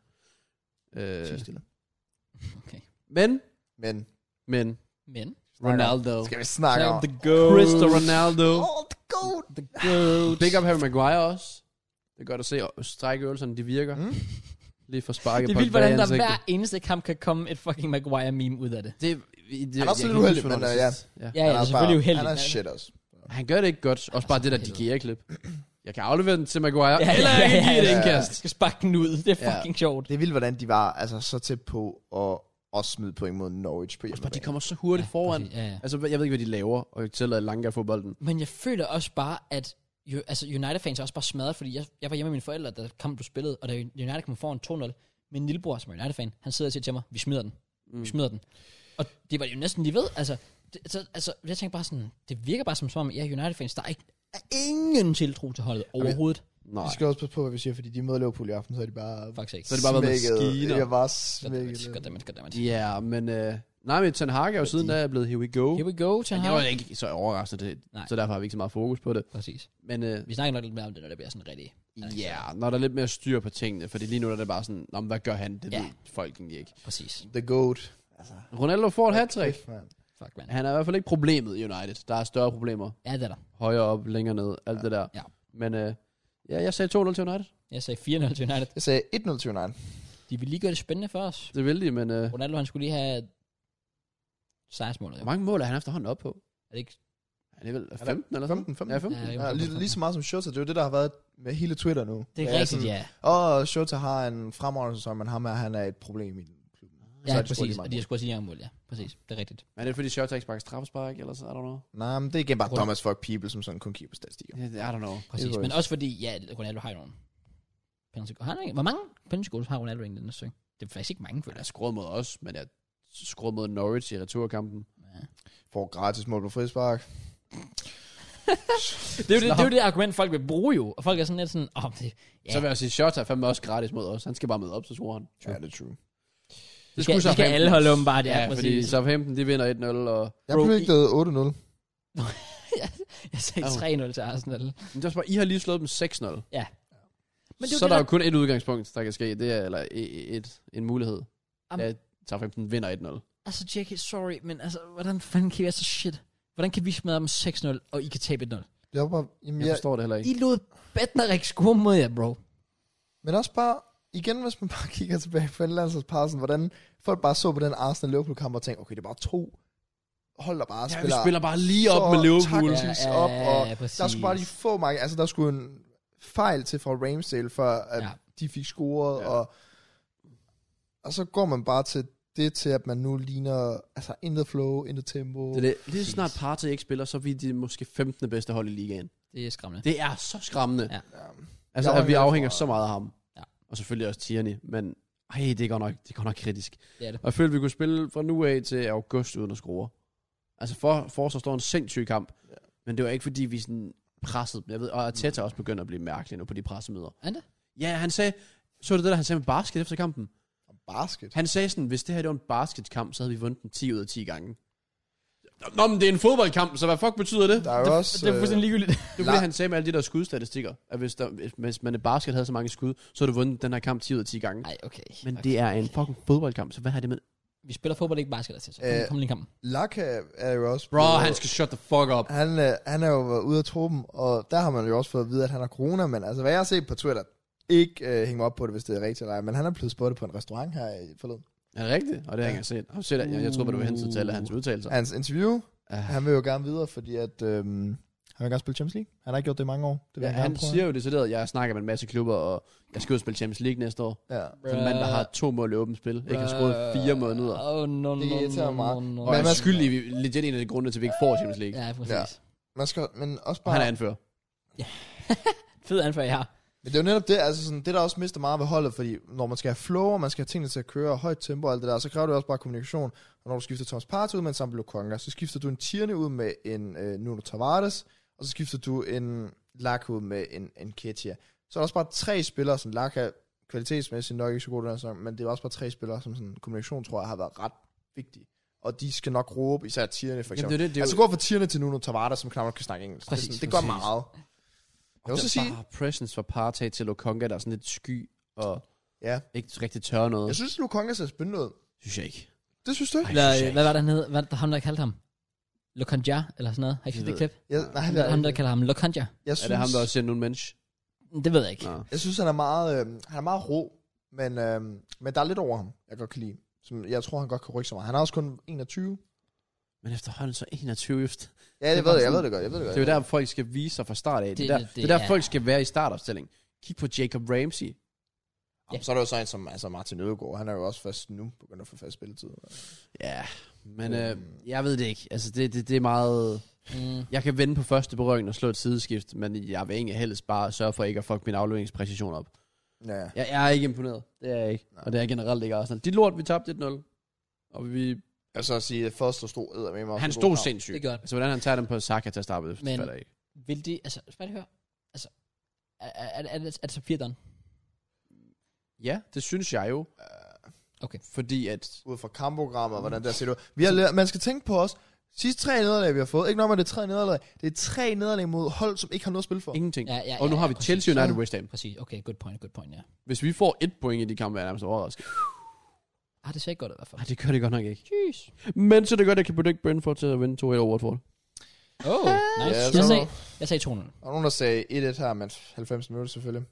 Speaker 2: Øh,
Speaker 3: *laughs*
Speaker 1: Øh.
Speaker 2: men,
Speaker 1: Men
Speaker 2: men,
Speaker 3: Men
Speaker 2: Ronaldo.
Speaker 1: Skal vi snakke om?
Speaker 3: The goat.
Speaker 2: Cristo Ronaldo.
Speaker 1: Oh, the goat.
Speaker 2: The goat. Big up Harry Maguire også. Det er godt at se, og strækøvelserne, de virker.
Speaker 1: Mm.
Speaker 2: Mm. Lige for sparket
Speaker 3: Det er
Speaker 2: på
Speaker 3: vildt, hvordan der
Speaker 2: ansigtet.
Speaker 3: hver eneste kamp kan komme et fucking Maguire-meme ud af det.
Speaker 2: Det, det, det
Speaker 1: Han er
Speaker 2: jeg
Speaker 1: også lidt
Speaker 2: kan ikke
Speaker 1: uheldig,
Speaker 2: huske,
Speaker 1: men,
Speaker 2: hvornår
Speaker 1: øh, ja.
Speaker 2: sidst- ja.
Speaker 3: Ja, ja, det er selvfølgelig
Speaker 1: bare,
Speaker 3: uheldigt.
Speaker 1: Han er shit også.
Speaker 2: Han gør det ikke godt. Også bare det der
Speaker 3: Altså, helvede.
Speaker 2: DGA-klip. Jeg kan aflevere den til Maguire.
Speaker 3: Ja,
Speaker 2: Eller
Speaker 3: ja,
Speaker 2: jeg kan
Speaker 3: ja,
Speaker 2: give
Speaker 1: ja,
Speaker 2: et
Speaker 1: ja.
Speaker 2: indkast.
Speaker 3: Jeg skal sparke den ud. Det er
Speaker 2: Ja.
Speaker 3: fucking sjovt.
Speaker 1: Det er vildt, hvordan de var altså, så tæt på at også smide point mod Norwich på
Speaker 2: Også bare,
Speaker 1: hjemmebane.
Speaker 2: de kommer så hurtigt foran.
Speaker 3: præcis. Ja, ja.
Speaker 2: Altså, jeg ved ikke, hvad de laver, og jeg tillader Lanka at få bolden.
Speaker 3: Men jeg føler også bare, at jo, altså United-fans er også bare smadret, fordi jeg, jeg var hjemme med mine forældre, da kampen blev spillet, og da United kom foran 2-0, min lillebror, som er United-fan, han sidder og siger til mig, vi smider den, mm. vi smider den. Og det var det jo næsten lige ved, altså, det, så, altså jeg tænkte bare sådan, det virker bare som som om, jeg er United-fans, der er, ikke, er ingen tiltro til holdet overhovedet.
Speaker 2: Nej.
Speaker 1: Vi skal også passe på, hvad vi siger, fordi de møder Liverpool i aften, så er de bare...
Speaker 3: Faktisk ikke.
Speaker 2: Så er det bare været med
Speaker 1: smækket.
Speaker 2: skiner.
Speaker 1: De er bare
Speaker 3: Goddammit,
Speaker 1: smækket.
Speaker 3: goddammit, goddammit.
Speaker 2: Ja, men... Øh, nej, men Ten Hag er jo siden da er blevet here we go.
Speaker 3: Here we go, til
Speaker 2: Men
Speaker 3: ham.
Speaker 2: jeg var ikke så overrasket, det,
Speaker 3: Nej.
Speaker 2: så derfor har vi ikke så meget fokus på det.
Speaker 3: Præcis.
Speaker 2: Men øh,
Speaker 3: Vi snakker nok lidt mere om det, når det bliver sådan rigtig.
Speaker 2: ja, når der er lidt mere styr på tingene, fordi lige nu er det bare sådan, Nå, men hvad gør han? Det
Speaker 3: Ja.
Speaker 2: ja. ved folk egentlig ikke.
Speaker 3: Præcis.
Speaker 1: The goat. Altså,
Speaker 2: Ronaldo får et hat
Speaker 1: kæft, mand.
Speaker 3: Fuck, man.
Speaker 2: Han er i hvert fald ikke problemet i United. Der er større problemer.
Speaker 3: Ja, det er der.
Speaker 2: Højere op, længere ned, alt ja. det der.
Speaker 3: Ja.
Speaker 2: Men øh, ja, jeg sagde 2-0 til United.
Speaker 3: Jeg sagde 4-0 til United.
Speaker 1: Jeg sagde 1-0 til United.
Speaker 3: De vil lige gøre det spændende for os.
Speaker 2: Det ville de, men øh,
Speaker 3: Ronaldo, han skulle lige have 16 måneder.
Speaker 2: hvor mange mål er han efterhånden op på?
Speaker 3: Er det ikke?
Speaker 2: Er det vel 15 eller sådan?
Speaker 1: 15, 15.
Speaker 2: Ja, 15.
Speaker 3: Ja,
Speaker 1: Ja, lige, lige så meget som Shota, det er jo det, der har været med hele Twitter nu.
Speaker 3: Det er
Speaker 1: Ja,
Speaker 3: rigtigt,
Speaker 1: sådan,
Speaker 3: ja.
Speaker 1: Åh, Shota har en fremragende sæson, men ham er, han er et problem i klubben.
Speaker 3: Ja,
Speaker 1: så er de
Speaker 3: præcis.
Speaker 1: mange
Speaker 3: Og de har sgu også lige mål, ja. Præcis. Det er rigtigt.
Speaker 2: Men er det fordi Shota ikke sparker straffespark, eller så? I don't know.
Speaker 1: Nej, men det er igen bare
Speaker 3: Prøv-
Speaker 1: dumb as fuck people, som sådan kun kigger på statistikker.
Speaker 2: Yeah, I don't know.
Speaker 3: Præcis.
Speaker 1: Det er
Speaker 3: Men også fordi, ja, Ronaldo har jo nogle penalty goals. Har han ikke- Hvor mange penalty goals har Ronaldo egentlig i den her sæson? Det er faktisk ikke mange,
Speaker 2: Men
Speaker 3: føler
Speaker 2: jeg
Speaker 3: jeg.
Speaker 2: skruede mod os, men jeg skruede mod Norwich i returkampen.
Speaker 3: Ja.
Speaker 1: Får gratis mål på frispark.
Speaker 3: Det er, jo det, det er jo det argument, folk vil bruge jo. Og folk er sådan lidt sådan, åh, oh, det,
Speaker 2: Ja. Så vil jeg sige, Shota er fandme også gratis mod os. Han skal bare møde op, så tror han.
Speaker 1: Ja, det er true.
Speaker 3: det skal, det skal alle holde om bare, det ja, er
Speaker 2: Ja, fordi
Speaker 3: præcis.
Speaker 2: Southampton, de vinder 1-0, og
Speaker 1: Jeg
Speaker 3: Bro,
Speaker 1: predicted 8-0.
Speaker 3: Jeg sagde
Speaker 2: Au.
Speaker 3: 3-0 til Arsenal.
Speaker 2: Men det er også bare, I har lige slået dem 6-0.
Speaker 3: Ja. Men
Speaker 2: Men
Speaker 3: det er
Speaker 2: så
Speaker 3: jo det,
Speaker 2: er der
Speaker 3: der-
Speaker 2: jo kun et udgangspunkt, der kan ske. Det er eller et, et, en mulighed.
Speaker 3: Am-
Speaker 2: Am- ja, Southampton vinder 1-0.
Speaker 3: Altså, JK, sorry, men altså, hvordan fanden kan I være så shit? Hvordan kan vi smadre dem 6-0, og I kan tabe 1-0?
Speaker 1: Det var bare, jamen,
Speaker 2: Jeg
Speaker 1: jeg,
Speaker 2: forstår det heller
Speaker 3: I
Speaker 2: ikke.
Speaker 3: lod Bednarik score mod jer, bro.
Speaker 1: men også bare, igen, hvis man bare *laughs* kigger tilbage på indlandsholdsparsen, hvordan folk bare så på den Arsenal-Liverpool-kamp og tænkte, okay, det er bare to hold, der bare
Speaker 2: Ja, vi
Speaker 1: spiller,
Speaker 2: spiller bare lige op med Liverpool.
Speaker 1: Ja, ja, op, og ja,
Speaker 3: præcis.
Speaker 1: der skulle bare lige få mange, altså der skulle en fejl til fra Ramsdale, for at
Speaker 3: Ja.
Speaker 1: ja. de fik scoret,
Speaker 2: Ja.
Speaker 1: ja. og, og så går man bare til det til, at man nu ligner, altså intet flow, intet tempo.
Speaker 2: Det er det. Lige så snart Partey ikke spiller, så er vi de måske 15. bedste hold i ligaen.
Speaker 3: Det er skræmmende.
Speaker 2: Det er så skræmmende.
Speaker 3: Ja.
Speaker 2: Ja.
Speaker 1: Ja.
Speaker 2: Altså,
Speaker 1: Jeg var
Speaker 2: at vi
Speaker 1: med
Speaker 2: afhænger
Speaker 1: fra-
Speaker 2: så meget af ham.
Speaker 3: Ja.
Speaker 2: Ja. Og selvfølgelig også Tierney, men ej, det går nok, det går nok kritisk.
Speaker 3: Det er det.
Speaker 2: Og jeg følte, vi kunne spille fra nu af til august uden at score. Altså, for, Forsvar står en sindssyg kamp, ja. men det var ikke, fordi vi sådan pressede dem. Jeg ved, og Arteta er også begyndt at blive mærkelig nu på de pressemøder.
Speaker 3: Er det?
Speaker 2: Ja, han sagde, så du det der, han sagde med basket efter kampen?
Speaker 1: Basket.
Speaker 2: Han sagde sådan, hvis det her det var en basketkamp, så havde vi vundet den 10 ud af 10 gange. Nå, men det er en fodboldkamp, så hvad fuck betyder det?
Speaker 1: Der er jo også... øh,
Speaker 3: Det er fuldstændig *laughs* ligegyldigt.
Speaker 2: Det var det, han sagde med alle de der skudstatistikker. At hvis, der, hvis- hvis man i basket havde så mange skud, så havde du vundet den her kamp 10 ud af 10 gange.
Speaker 3: Nej, okay.
Speaker 2: Men
Speaker 3: okay.
Speaker 2: det er en fucking fodboldkamp, så hvad har det med?
Speaker 3: Vi spiller fodbold, ikke basket, altså. Kom,
Speaker 1: Øh,
Speaker 3: kom lige i kampen.
Speaker 1: Laka er jo også...
Speaker 2: Bro, han skal shut the fuck up.
Speaker 1: Han, øh, han er jo været ude af truppen, og der har man jo også fået at vide, at han har corona, men altså, hvad jeg har set på Twitter, ikke øh, hænge mig op på det, hvis det er rigtigt eller ej, men han er blevet spottet på en restaurant her i forleden.
Speaker 2: Er det rigtigt? Og det har jeg ikke set. Jeg, set, jeg, jeg tror bare, du var henset til alle hans udtalelser. Ah.
Speaker 1: Hans interview,
Speaker 2: Ja.
Speaker 1: Han vil jo gerne videre, fordi at, øhm, han vil gerne spille Champions League. Han har ikke gjort det i mange år. Det vil
Speaker 2: Ja,
Speaker 1: han, gerne
Speaker 2: han
Speaker 1: prøve.
Speaker 2: siger jo decideret, at jeg snakker med en masse klubber, og jeg skal ud og spille Champions League næste år.
Speaker 1: Ja.
Speaker 2: Som en mand, der har to mål i åbent spil. Ikke har
Speaker 3: Øh,
Speaker 2: skåret fire måneder.
Speaker 3: Åh, oh, no, no,
Speaker 1: Det irriterer
Speaker 3: no,
Speaker 1: mig.
Speaker 3: no, no,
Speaker 2: Og
Speaker 1: Men
Speaker 2: er
Speaker 1: man-
Speaker 2: skyldig i legit en af de grunde til, at vi ikke får Champions League.
Speaker 3: Ja, præcis.
Speaker 1: Man skal, men også
Speaker 2: Og
Speaker 1: bare...
Speaker 2: han er anfører.
Speaker 3: Fed anfører, jeg har.
Speaker 1: Men det er jo netop det, altså sådan, det der også mister meget ved holdet, fordi når man skal have flow, og man skal have tingene til at køre, og højt tempo og alt det der, så kræver det også bare kommunikation. Og når du skifter Thomas Partey ud med en Sambi Lukonga, så skifter du en Tierney ud med en øh, Nuno Tavares, og så skifter du en Laka ud med en, en Ketia. Så er der også bare tre spillere, som Laka kvalitetsmæssigt nok ikke så god den her sæson, men det er også bare tre spillere, som sådan, kommunikation tror jeg har været ret vigtig. Og de skal nok råbe, især Tierney for eksempel.
Speaker 2: Jamen, det er det, det er
Speaker 1: altså
Speaker 2: jo-
Speaker 1: gå fra Tierney til Nuno Tavares, som knap nok kan snakke engelsk.
Speaker 3: Præcis,
Speaker 1: det, er sådan, det gør
Speaker 3: præcis.
Speaker 1: meget. Jeg vil
Speaker 2: Der
Speaker 1: også sige,
Speaker 2: bare presence fra Partey til Lokonga, der er sådan lidt sky og
Speaker 1: ja,
Speaker 2: ikke rigtig tør noget.
Speaker 1: jeg synes, Lukonga ser spændende ud.
Speaker 2: synes jeg ikke.
Speaker 1: Det synes du ikke?
Speaker 2: Ej,
Speaker 3: Hvad,
Speaker 2: synes jeg
Speaker 3: hvad var det, han hed? Hvad, ham, der kaldte ham? Lokonja, eller sådan noget. Har I ikke set
Speaker 2: Det
Speaker 3: det klip?
Speaker 1: Jeg, nej, det er,
Speaker 3: Ham, der kalder ham Lokonja.
Speaker 1: jeg
Speaker 2: Er
Speaker 1: synes,
Speaker 2: det ham, der også sendte nogle mennesker?
Speaker 3: Det ved jeg ikke.
Speaker 2: Nå.
Speaker 1: Jeg synes, han er meget, øh, han er meget rå, men, øh, men der er lidt over ham, jeg godt kan lide. Som jeg tror, han godt kan rykke så meget. Han er også kun 21.
Speaker 2: Men efterhånden så 21 just.
Speaker 1: Ja, det,
Speaker 2: er
Speaker 1: ved
Speaker 2: bare
Speaker 1: jeg, jeg ved
Speaker 2: sådan-
Speaker 1: det godt, jeg ved det godt.
Speaker 2: Det er jo der, folk skal vise sig fra start af. Det,
Speaker 3: Det-
Speaker 2: det, der,
Speaker 3: det-
Speaker 2: det, det er der,
Speaker 3: ja.
Speaker 2: folk skal være i startopstilling. Kig på Jacob Ramsey.
Speaker 1: Jamen, Så er det jo sådan en som altså Martin Ødegaard, han er jo også først nu begyndt at få fast spilletid.
Speaker 2: Ja, men øh,
Speaker 1: Øhm.
Speaker 2: jeg ved det ikke. Altså, det, det, det er meget...
Speaker 3: Mm.
Speaker 2: Jeg kan vende på første berøring og slå et sideskift, men jeg vil egentlig helst bare sørge for ikke at fuck min afleveringspræcision op.
Speaker 1: Ja, ja.
Speaker 2: Jeg, jeg er ikke imponeret. Det er jeg ikke.
Speaker 1: Nej.
Speaker 2: Og det er jeg generelt ikke Arsenal. De lort, vi tabte 1-0. Og vi...
Speaker 1: Jeg vil så sige, at Foster stod æder med mig.
Speaker 2: Han stod sindssygt.
Speaker 3: Det er godt.
Speaker 2: Altså, hvordan han tager den på Saka til at starte med, det
Speaker 3: Men-
Speaker 2: fatter jeg ikke.
Speaker 3: Vil de, altså, skal jeg høre? Altså, er, er, er, er, det- er det så fire done?
Speaker 2: Ja, det synes jeg jo.
Speaker 1: Øh,
Speaker 3: Okay.
Speaker 2: Fordi at...
Speaker 1: Ud fra kampprogrammer, hvordan der ser det ud. Vi har, lært- man skal tænke på os. Sidste tre nederlag, vi har fået. Ikke nok med det er tre nederlag. Det er tre nederlag mod hold, som ikke har noget at spille for.
Speaker 2: Ingenting.
Speaker 3: Ja, ja,
Speaker 2: og nu
Speaker 3: ja,
Speaker 2: har
Speaker 3: ja,
Speaker 2: vi
Speaker 3: præcis.
Speaker 2: Chelsea United
Speaker 1: Ja.
Speaker 2: West Ham.
Speaker 3: Præcis. Okay, good point, good point, ja.
Speaker 2: Hvis vi får et point i de kampe, er jeg nærmest overrasket.
Speaker 3: Ah, det ser ikke godt ud i hvert fald.
Speaker 2: Nej, det gør det godt nok ikke.
Speaker 3: Jeez.
Speaker 2: Men så er det godt, at jeg kan predict Brentford til at vinde 2-1 over Watford.
Speaker 3: Oh, nice.
Speaker 1: Ja,
Speaker 3: Ja,
Speaker 1: så-
Speaker 3: jeg, sagde, jeg sagde 2-0.
Speaker 1: Og nogen, der sagde 1-1 her, men 90 minutter selvfølgelig.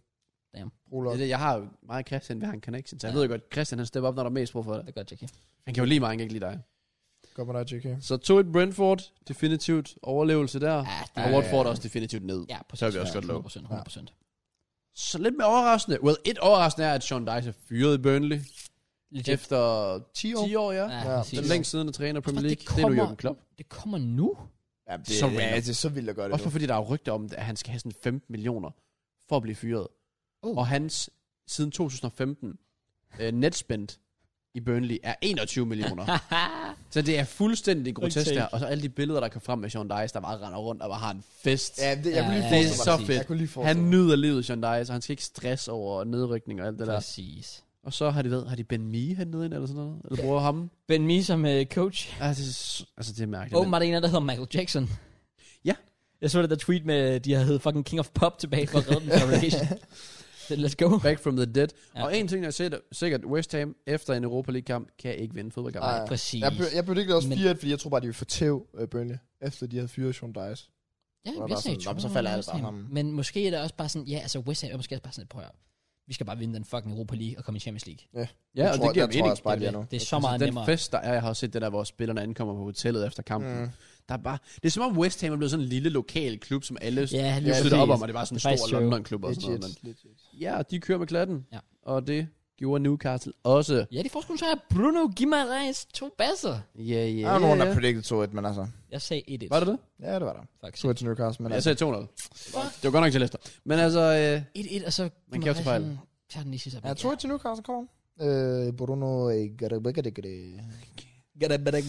Speaker 3: Damn.
Speaker 1: Prolog.
Speaker 2: Det er det, jeg har jo meget Christian ved han connection, så jeg
Speaker 3: Ja.
Speaker 2: ja. ved jo godt, Christian han stepper op, når der er mest brug for
Speaker 3: Det
Speaker 2: det.
Speaker 3: er godt, Jackie.
Speaker 2: Han kan jo lige mig, han kan ikke lide dig.
Speaker 1: Godt med dig, JK.
Speaker 2: Så 2-1 Brentford, definitivt overlevelse der. Ja,
Speaker 3: Ah, det
Speaker 2: og
Speaker 1: ja,
Speaker 2: Watford
Speaker 1: ja.
Speaker 2: også definitivt ned.
Speaker 3: Ja, præcis.
Speaker 2: Så er vi også godt lov.
Speaker 3: 100%, 100%.
Speaker 2: Så lidt mere overraskende. Well, et overraskende er, at Sean Dice er fyret i Burnley.
Speaker 3: Legit.
Speaker 2: Efter
Speaker 1: 10 år.
Speaker 2: 10 år, ja.
Speaker 3: Ja,
Speaker 1: Ja,
Speaker 3: præcis.
Speaker 2: Den længst siden, der træner Premier
Speaker 3: Tror, det
Speaker 2: League. Det, er nu
Speaker 3: kommer-
Speaker 2: Jürgen Klopp.
Speaker 3: Det kommer nu? *laughs*
Speaker 1: Ja, det,
Speaker 2: Så
Speaker 1: så
Speaker 2: random.
Speaker 1: ja, det er så vildt at gøre det
Speaker 2: Også
Speaker 1: nu.
Speaker 2: bare fordi der er jo rygter om, at han skal have sådan 15 millioner for at blive fyret.
Speaker 3: Oh.
Speaker 2: Oh. Og hans, siden 2015, øh, netspend i Burnley er 21 millioner. så det er fuldstændig grotesk
Speaker 3: take.
Speaker 2: der. Og så alle de billeder, der kom frem med Sean Dice, der bare render rundt og bare har en fest.
Speaker 1: Ja, det, jeg
Speaker 3: Ja,
Speaker 1: kunne lige
Speaker 3: ja,
Speaker 1: forestille
Speaker 2: det
Speaker 1: mig.
Speaker 2: er så fedt.
Speaker 1: Jeg kunne lige forestille
Speaker 2: han
Speaker 1: mig.
Speaker 2: nyder livet, Sean Dice, og han skal ikke stress over nedrykning og alt *laughs* det der.
Speaker 3: Præcis.
Speaker 2: Og så har de ved, har de Ben Mee hentet ind eller sådan noget? Eller bruger ham?
Speaker 3: Ben Mee som uh, coach.
Speaker 2: Altså, det er s- altså, det er mærkeligt.
Speaker 3: Åbenbart en af der hedder Michael Jackson.
Speaker 2: Ja.
Speaker 3: Jeg så det der tweet med, de har heddet fucking King of Pop tilbage for at redde den
Speaker 2: *laughs*
Speaker 3: fra relegation. Så Let's go.
Speaker 2: Back from the dead.
Speaker 3: Ja.
Speaker 2: Ja. Og en ting, jeg har set, sikkert West Ham efter en Europa League-kamp, kan ikke vinde fodboldkamp.
Speaker 1: Ej.
Speaker 3: Præcis.
Speaker 1: Jeg, bø- jeg bødte også
Speaker 3: Men-
Speaker 1: 4 fordi jeg tror bare, de ville få tæv øh, Burnley, efter de havde fyret Sean Dice.
Speaker 3: Ja,
Speaker 1: Hvor
Speaker 3: vi
Speaker 1: der
Speaker 3: sagde
Speaker 1: er sådan, "Nå, men så
Speaker 3: 200
Speaker 1: falder alt
Speaker 3: West
Speaker 1: bare
Speaker 3: Ham."
Speaker 1: sammen.
Speaker 3: Men måske er det også bare sådan, ja, altså West Ham er måske også bare sådan et prøv at høre, Vi skal bare vinde den fucking Europa League og komme i Champions League.
Speaker 2: Ja, og
Speaker 1: tror,
Speaker 2: det giver
Speaker 1: der tror jeg
Speaker 2: mening.
Speaker 1: også bare, de er nu.
Speaker 3: Det er så meget
Speaker 2: den
Speaker 3: nemmere.
Speaker 2: fest, der er, jeg har også set det der, hvor spillerne ankommer på hotellet efter kampen.
Speaker 1: Mm.
Speaker 2: Mm. Der er bare, det er som om West Ham er blevet sådan en lille lokal klub, som alle
Speaker 3: Ja,
Speaker 2: yeah,
Speaker 3: lige
Speaker 2: støtter op
Speaker 3: præcis.
Speaker 2: om, og det var sådan
Speaker 3: Det er
Speaker 2: en
Speaker 3: faktisk
Speaker 2: stor
Speaker 3: true.
Speaker 2: London-klub og sådan noget.
Speaker 1: Legit,
Speaker 2: Men,
Speaker 1: legit.
Speaker 2: ja, de kører med klatten,
Speaker 3: Ja.
Speaker 2: og det gjorde Newcastle også.
Speaker 3: Ja, de får sgu så her Bruno Guimaraes to basser.
Speaker 2: Ja,
Speaker 1: Der
Speaker 2: ja,
Speaker 1: er nogen, der
Speaker 2: ja.
Speaker 1: predicted 2-1, men altså...
Speaker 3: Jeg sagde 1-1.
Speaker 2: Var det det?
Speaker 1: Ja, det var der.
Speaker 3: Fuck.
Speaker 1: 2-1 til Newcastle, men
Speaker 2: Jeg
Speaker 1: altså...
Speaker 2: sagde 200. Det var godt nok til Leicester. Men altså, øh,
Speaker 3: 1-1, og så...
Speaker 2: Man kan også
Speaker 3: Guimaraes,
Speaker 2: fejle.
Speaker 3: han Tager den i sidste
Speaker 1: Ja, 2-1 til Newcastle, kom on. Øh, Bruno eh, Garabagade.
Speaker 3: Gramada.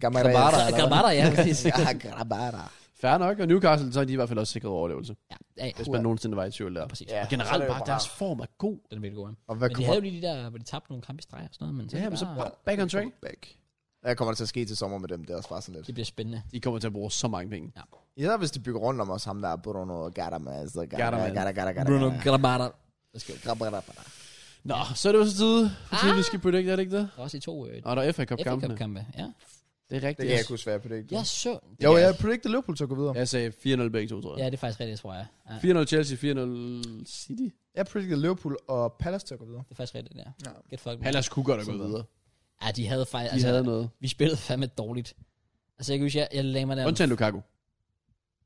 Speaker 1: Gamarada.
Speaker 3: Gramada, ja, præcis.
Speaker 1: Ja, Grabara.
Speaker 2: fair nok. Og Newcastle, så er de i hvert fald også sikret overlevelse.
Speaker 3: Ja, ja,
Speaker 2: Hvis man nogensinde var i tvivl der.
Speaker 3: ja, præcis.
Speaker 1: Ja.
Speaker 2: Og
Speaker 1: Så er det
Speaker 2: generelt
Speaker 1: jo
Speaker 2: bare,
Speaker 1: bare-
Speaker 2: deres form er god.
Speaker 3: Den vil gå, ja.
Speaker 1: Og hvad
Speaker 3: Men de
Speaker 1: kommer
Speaker 3: havde jo lige de der, hvor de tabte nogle kampe i streg og sådan noget, men så,
Speaker 2: Ja,
Speaker 3: er
Speaker 2: men
Speaker 3: det
Speaker 2: så
Speaker 3: bare,
Speaker 2: back on track.
Speaker 1: back? Hvad kommer der til at ske til sommer med dem? Det er også bare sådan lidt.
Speaker 3: det bliver spændende.
Speaker 2: De kommer til at bruge så mange penge.
Speaker 1: Især hvis de bygger rundt om os, ham der Bruno Garabas.
Speaker 2: Gardamas.
Speaker 1: Garabas.
Speaker 3: Bruno Gramada.
Speaker 1: Let's go. Grabara.
Speaker 2: Nå, så er det jo så tid. For tid,
Speaker 3: Ah.
Speaker 2: vi skal predict, er det ikke det?
Speaker 3: Der er også i to øh,
Speaker 2: Og der er FA Cup
Speaker 3: FA
Speaker 2: kampene.
Speaker 3: Cup-kampe. Ja.
Speaker 2: Det er
Speaker 1: Det
Speaker 2: rigtigt.
Speaker 1: kan jeg ikke huske, hvad jeg predicted.
Speaker 3: Jeg så...
Speaker 1: Jo, jeg predicted Liverpool til at gå videre.
Speaker 2: Jeg sagde 4-0 begge to, tror
Speaker 3: Ja,
Speaker 2: jeg.
Speaker 3: det er faktisk rigtigt, tror jeg. Ja,
Speaker 2: Ja. 4-0 Chelsea, 4-0 City.
Speaker 1: Jeg predicted Liverpool og Palace til at gå videre.
Speaker 3: det er faktisk rigtigt, ja.
Speaker 1: Ja.
Speaker 3: Get fucked man.
Speaker 2: Pallas kunne godt have
Speaker 1: Sådan
Speaker 2: gået
Speaker 1: noget.
Speaker 2: videre.
Speaker 3: Ja, de havde faktisk... altså,
Speaker 2: De havde noget.
Speaker 3: Vi spillede fandme dårligt. Altså, jeg kan huske, jeg, jeg lagde mig der...
Speaker 2: Undtagen Lukaku.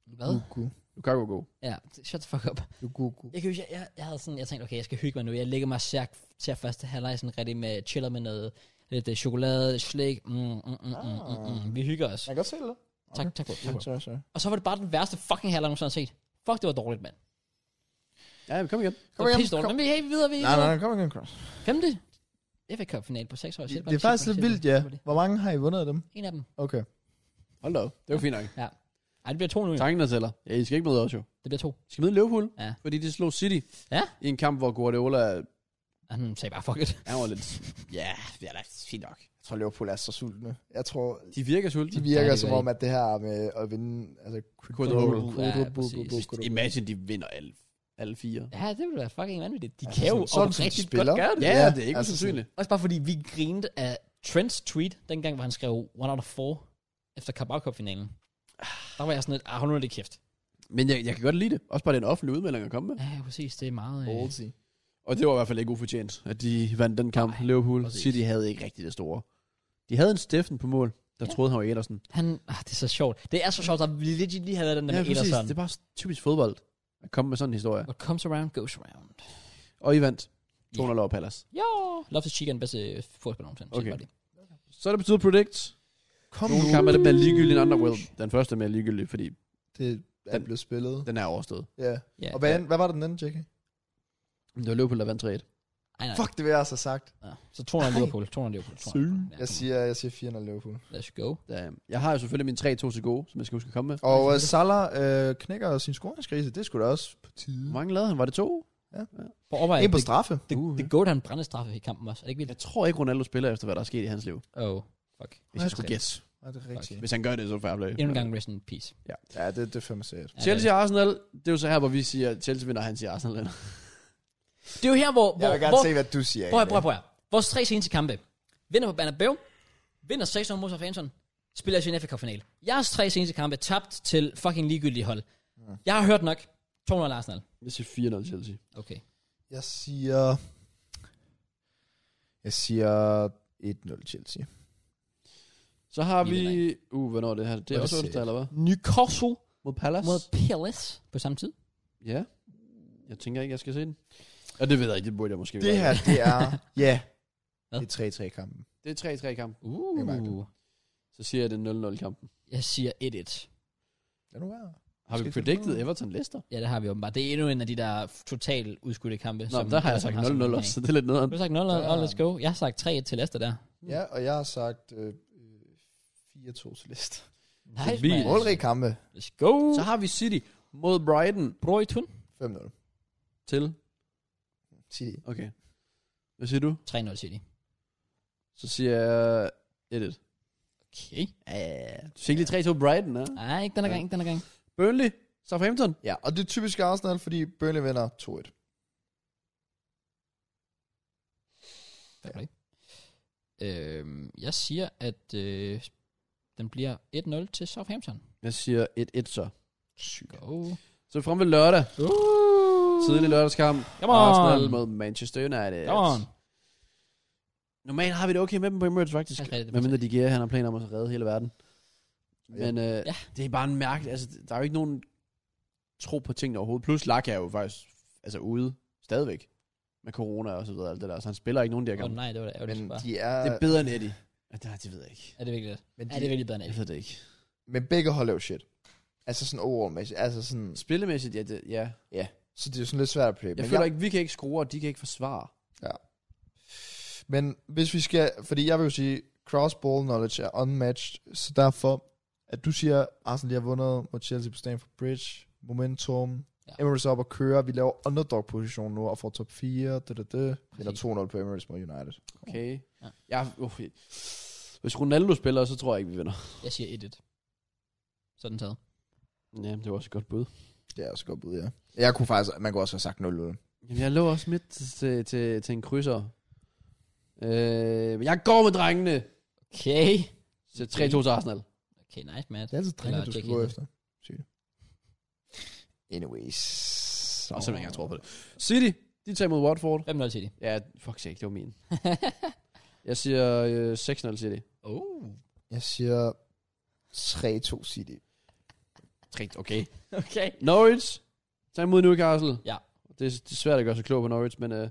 Speaker 3: Hvad?
Speaker 1: Ugu.
Speaker 2: Lukaku er god.
Speaker 3: Ja, shut the fuck up.
Speaker 1: Ugu, ugu.
Speaker 3: Jeg kan huske, jeg, jeg, jeg havde sådan, jeg tænkte, okay, jeg skal hygge mig nu. Jeg lægger mig sær, til første halvleg sådan rigtig med, chiller med noget, lidt øh, chokolade, lidt slik. Mm, mm, mm, mm, mm,
Speaker 2: Ah.
Speaker 3: mm. Vi hygger os.
Speaker 1: Jeg kan godt se det.
Speaker 3: Tak, tak for tak.
Speaker 1: Sorry, sorry.
Speaker 3: Og så var det bare den værste fucking halvleg, jeg nogensinde har set. Fuck, det var dårligt, mand.
Speaker 2: Ja, men kom igen.
Speaker 3: Det var pisse dårligt. Men vi er helt videre, vi er
Speaker 1: Nej, nej,
Speaker 3: videre.
Speaker 1: nej, kom igen, Cross.
Speaker 3: Femte FA Cup final på 6 år.
Speaker 1: Det, det er faktisk lidt vildt, ja. Hvor mange har I vundet af dem?
Speaker 3: En af dem.
Speaker 1: Okay.
Speaker 2: Hold da op. Det var fint nok.
Speaker 3: Ej, det bliver to nu. jo.
Speaker 2: Tanken der tæller. Ja, I skal ikke møde os jo.
Speaker 3: Det bliver to.
Speaker 2: I skal møde Liverpool.
Speaker 3: Ja.
Speaker 2: Fordi de slog City.
Speaker 3: Ja.
Speaker 2: I en kamp, hvor Guardiola
Speaker 3: Og han sagde bare, fuck it.
Speaker 2: er var lidt... Ja, det er da fint nok.
Speaker 1: Jeg tror, Liverpool er så sultne. Jeg tror,
Speaker 2: De virker
Speaker 1: de
Speaker 2: sultne.
Speaker 1: virker
Speaker 3: Ja, det
Speaker 1: som
Speaker 3: gør de.
Speaker 1: om, at det her med at vinde... Altså,
Speaker 2: Quadruple.
Speaker 3: Ja, præcis.
Speaker 2: Imagine, de vinder alle, alle fire.
Speaker 3: Ja, det ville være fucking vanvittigt. De
Speaker 1: Altså,
Speaker 3: kan jo
Speaker 1: sådan- sådan som de
Speaker 3: oprigtigt
Speaker 1: spiller.
Speaker 3: godt gøre det.
Speaker 2: Ja,
Speaker 1: Ja,
Speaker 2: ja det er ikke
Speaker 1: altså
Speaker 2: usandsynligt.
Speaker 3: Også bare fordi vi grinede af Trents tweet, dengang hvor han skrev one out of four. efter Carabao Cup-finalen. Der var jeg sådan lidt, ah, hold nu lidt kæft.
Speaker 2: Men jeg, jeg kan godt lide det. Også bare den offentlige udmelding at komme med.
Speaker 3: Ja, ja, præcis, det er meget... Øh,
Speaker 1: Ballsy.
Speaker 2: Og det var i hvert fald ikke ufortjent, at de vandt den kamp.
Speaker 3: Nej,
Speaker 2: Nej, Liverpool
Speaker 3: præcis.
Speaker 2: City havde ikke rigtig det store. De havde en Steffen på mål, der
Speaker 3: Ja.
Speaker 2: ja. troede, han var Ederson.
Speaker 3: han, ah, det er så sjovt. Det er så sjovt, at vi legit lige havde været den der ja, med Ederson.
Speaker 2: Det er bare typisk fodbold at komme med sådan en historie.
Speaker 3: What comes around, goes around.
Speaker 2: Og I vandt
Speaker 3: Ja.
Speaker 2: 200 ja. over Palace.
Speaker 3: Jo, Love to Chica er den bedste fodbold øh, nogensinde.
Speaker 2: Okay.
Speaker 3: Okay. Bare det.
Speaker 2: Så er det betyder predict.
Speaker 1: Kom
Speaker 2: Nogle kampe er det mere ligegyldige end andre. Well, den første er mere ligegyldig, fordi
Speaker 1: Det er
Speaker 2: Den-
Speaker 1: blevet spillet.
Speaker 2: den er overstået.
Speaker 1: Ja.
Speaker 3: Ja,
Speaker 1: Og hvad,
Speaker 3: ja.
Speaker 1: end- hvad var det den anden, Jackie?
Speaker 2: Men Det var Liverpool, der vandt 3
Speaker 3: Ej, nej.
Speaker 1: Fuck, det vil jeg altså have sagt.
Speaker 3: Ja. Så 200 Liverpool, 200 Liverpool, 200 Liverpool. Ja,
Speaker 1: Jeg
Speaker 3: kom
Speaker 1: siger, jeg siger 400 Liverpool.
Speaker 3: on. Let's go.
Speaker 2: øhm, Jeg har jo selvfølgelig mine 3-2 til gode, som jeg skal huske at komme med.
Speaker 1: Og uh, Salah øh, knækker sin scoringskrise. Det skulle da også på tide.
Speaker 2: Hvor mange lavede han? Var det to?
Speaker 3: For overvej,
Speaker 1: En på
Speaker 3: det,
Speaker 1: straffe.
Speaker 3: det,
Speaker 2: Uh,
Speaker 3: det goat, han brændte straffe i kampen også. Er det ikke vildt?
Speaker 2: Jeg tror ikke, Ronaldo spiller efter, hvad der er sket i hans liv.
Speaker 3: Oh, fuck.
Speaker 2: Hvis jeg skulle gætte.
Speaker 1: Ja, det er rigtigt.
Speaker 2: Hvis han gør det, så fair play.
Speaker 3: Endnu en gang rest in peace.
Speaker 1: Ja, det, det er fandme seriøst.
Speaker 3: Ja,
Speaker 2: Chelsea og Arsenal, det er jo så her, hvor vi siger, at Chelsea vinder, og han siger, at Arsenal vinder.
Speaker 3: Det er jo her, hvor... hvor
Speaker 1: Jeg vil gerne
Speaker 3: hvor,
Speaker 1: se, hvad du siger.
Speaker 3: Prøv at,
Speaker 1: egentlig.
Speaker 3: prøv at, prøv at. Vores tre seneste kampe. Vinder på Bernabeu. Vinder 6-0 mod Southampton. Spiller i sin FA cup final Jeres tre seneste kampe er tabt til fucking ligegyldige hold. Jeg har hørt nok. 200 Arsenal.
Speaker 2: Jeg siger 4-0 Chelsea.
Speaker 3: Okay.
Speaker 1: Jeg siger... Jeg siger 1-0 Chelsea.
Speaker 2: Så har
Speaker 3: Lige
Speaker 2: vi...
Speaker 3: ved
Speaker 2: Uh, hvornår er det her? Det
Speaker 1: Hvor
Speaker 2: er
Speaker 1: er
Speaker 2: også
Speaker 1: det
Speaker 2: onsdag,
Speaker 1: sæt.
Speaker 2: eller hvad?
Speaker 3: Newcastle
Speaker 2: Mod Palace?
Speaker 3: mod Palace på samme tid.
Speaker 2: Ja. Jeg tænker ikke, jeg skal se den. Ja, det ved jeg ikke. Det burde jeg måske
Speaker 1: Det
Speaker 2: gøre.
Speaker 1: her, det er... Ja.
Speaker 3: Hvad?
Speaker 1: Det er 3-3-kampen.
Speaker 2: Det er 3-3 kamp.
Speaker 1: er mærkeligt.
Speaker 3: Uh.
Speaker 2: Så siger jeg, det er 0-0 kampen.
Speaker 3: Jeg siger 1-1.
Speaker 1: Lad nu være.
Speaker 2: Har vi
Speaker 1: Skal vi
Speaker 2: predicted
Speaker 1: finde-
Speaker 2: Everton Leicester?
Speaker 3: Ja, det har vi åbenbart. Det er endnu en af de der totalt udskudte kampe.
Speaker 2: Nå, men der
Speaker 3: altså,
Speaker 2: har jeg sagt 0-0 også, så det er lidt nederen.
Speaker 3: Du har sagt 0-0, og
Speaker 1: Ja.
Speaker 3: let's go. Jeg har sagt 3-1 til Leicester der.
Speaker 1: Ja, og jeg har sagt øh, øh, 4-2 til list.
Speaker 3: Nej,
Speaker 2: vi-
Speaker 3: mand.
Speaker 1: Målrig kampe.
Speaker 3: Let's go.
Speaker 2: Så har vi City mod Brighton
Speaker 3: Brøjtun.
Speaker 1: 5-0.
Speaker 2: til...
Speaker 1: City.
Speaker 2: Okay. Hvad siger du?
Speaker 3: 3-0 City.
Speaker 2: Så siger jeg 1-1.
Speaker 3: Okay.
Speaker 2: Ja, du fik lige 3-2 Brighton, ja?
Speaker 3: Nej, ikke denne gang, ikke denne gang.
Speaker 2: Burnley? Southampton?
Speaker 1: Ja, og det er typisk Arsenal, fordi Burnley vinder 2-1.
Speaker 3: Ja. Øhm, jeg siger, at øh, den bliver 1-0 til Southampton.
Speaker 2: Jeg siger 1-1 så.
Speaker 3: Go.
Speaker 2: Så frem ved lørdag.
Speaker 3: Uh.
Speaker 2: Tidlig lørdagskamp.
Speaker 3: Come on.
Speaker 2: Arsenal mod Manchester United.
Speaker 3: Come on.
Speaker 2: Normalt har vi det okay med dem på Emirates faktisk.
Speaker 3: Det er rigtigt, det er
Speaker 2: Men mindre de giver, han har planer om at redde hele verden.
Speaker 1: Ja.
Speaker 2: Men øh, ja. det er bare en mærkelig... Altså, der er jo ikke nogen tro på tingene overhovedet. Plus Laka er jo faktisk altså, ude stadigvæk med corona og så videre. og Alt det der. Så han spiller ikke nogen der
Speaker 3: Åh oh,
Speaker 2: kampe.
Speaker 3: nej, det var da ærgerligt.
Speaker 1: Men
Speaker 3: bare.
Speaker 1: de er...
Speaker 2: Det er bedre end Eddie. Ja, det, det ved jeg ikke.
Speaker 3: Er det virkelig det?
Speaker 1: men,
Speaker 3: Er det
Speaker 1: de,
Speaker 3: virkelig bedre end
Speaker 2: Jeg
Speaker 3: Eddie?
Speaker 2: ved det ikke.
Speaker 1: men begge hold er jo shit. Altså sådan overall-mæssigt. Altså sådan...
Speaker 2: Spillemæssigt, ja. Det, ja.
Speaker 1: Så det er jo sådan lidt svært at play.
Speaker 2: Jeg føler ikke, vi kan ikke skrue, og de kan ikke forsvare.
Speaker 1: Men hvis vi skal, fordi jeg vil jo sige, cross-ball knowledge er unmatched, så derfor, at du siger, Arsenal lige har vundet mod Chelsea på Stamford Bridge, momentum,
Speaker 3: Ja.
Speaker 1: ja. Emirates er op og køre, vi laver underdog-position nu og får top 4, det, det, det.
Speaker 3: Præcis.
Speaker 1: Eller 2-0 på Emirates mod United.
Speaker 2: Okay.
Speaker 3: Ja.
Speaker 2: Ja. Jeg, uh, hvis Ronaldo spiller, så tror jeg ikke, vi vinder.
Speaker 3: Jeg siger 1-1. Sådan taget.
Speaker 2: Ja, det var også et godt bud.
Speaker 1: Det er også godt bud, ja. Jeg kunne faktisk, man kunne også have sagt 0
Speaker 2: Jamen, jeg lå også midt til, til, til en krydser. Øh, men jeg går med drengene.
Speaker 3: Okay.
Speaker 2: Så 3-2 til Arsenal.
Speaker 3: Okay, nice, Matt.
Speaker 1: Det er altid drenge,
Speaker 3: Eller
Speaker 1: du skal
Speaker 3: Jackie
Speaker 1: gå
Speaker 3: Hill.
Speaker 1: efter. Sygt. Anyways. Så.
Speaker 2: Og simpelthen ikke, jeg tror på det. City, de tager mod Watford.
Speaker 3: 5-0 City.
Speaker 2: Ja, fuck sake, det var min. *laughs* Jeg siger øh, 6-0 City.
Speaker 3: oh.
Speaker 1: Jeg siger 3-2 City.
Speaker 2: 3 okay.
Speaker 3: Okay.
Speaker 2: Norwich, tager mod Newcastle.
Speaker 3: Ja.
Speaker 2: Det, er- det er svært at gøre sig klog på Norwich, men øh,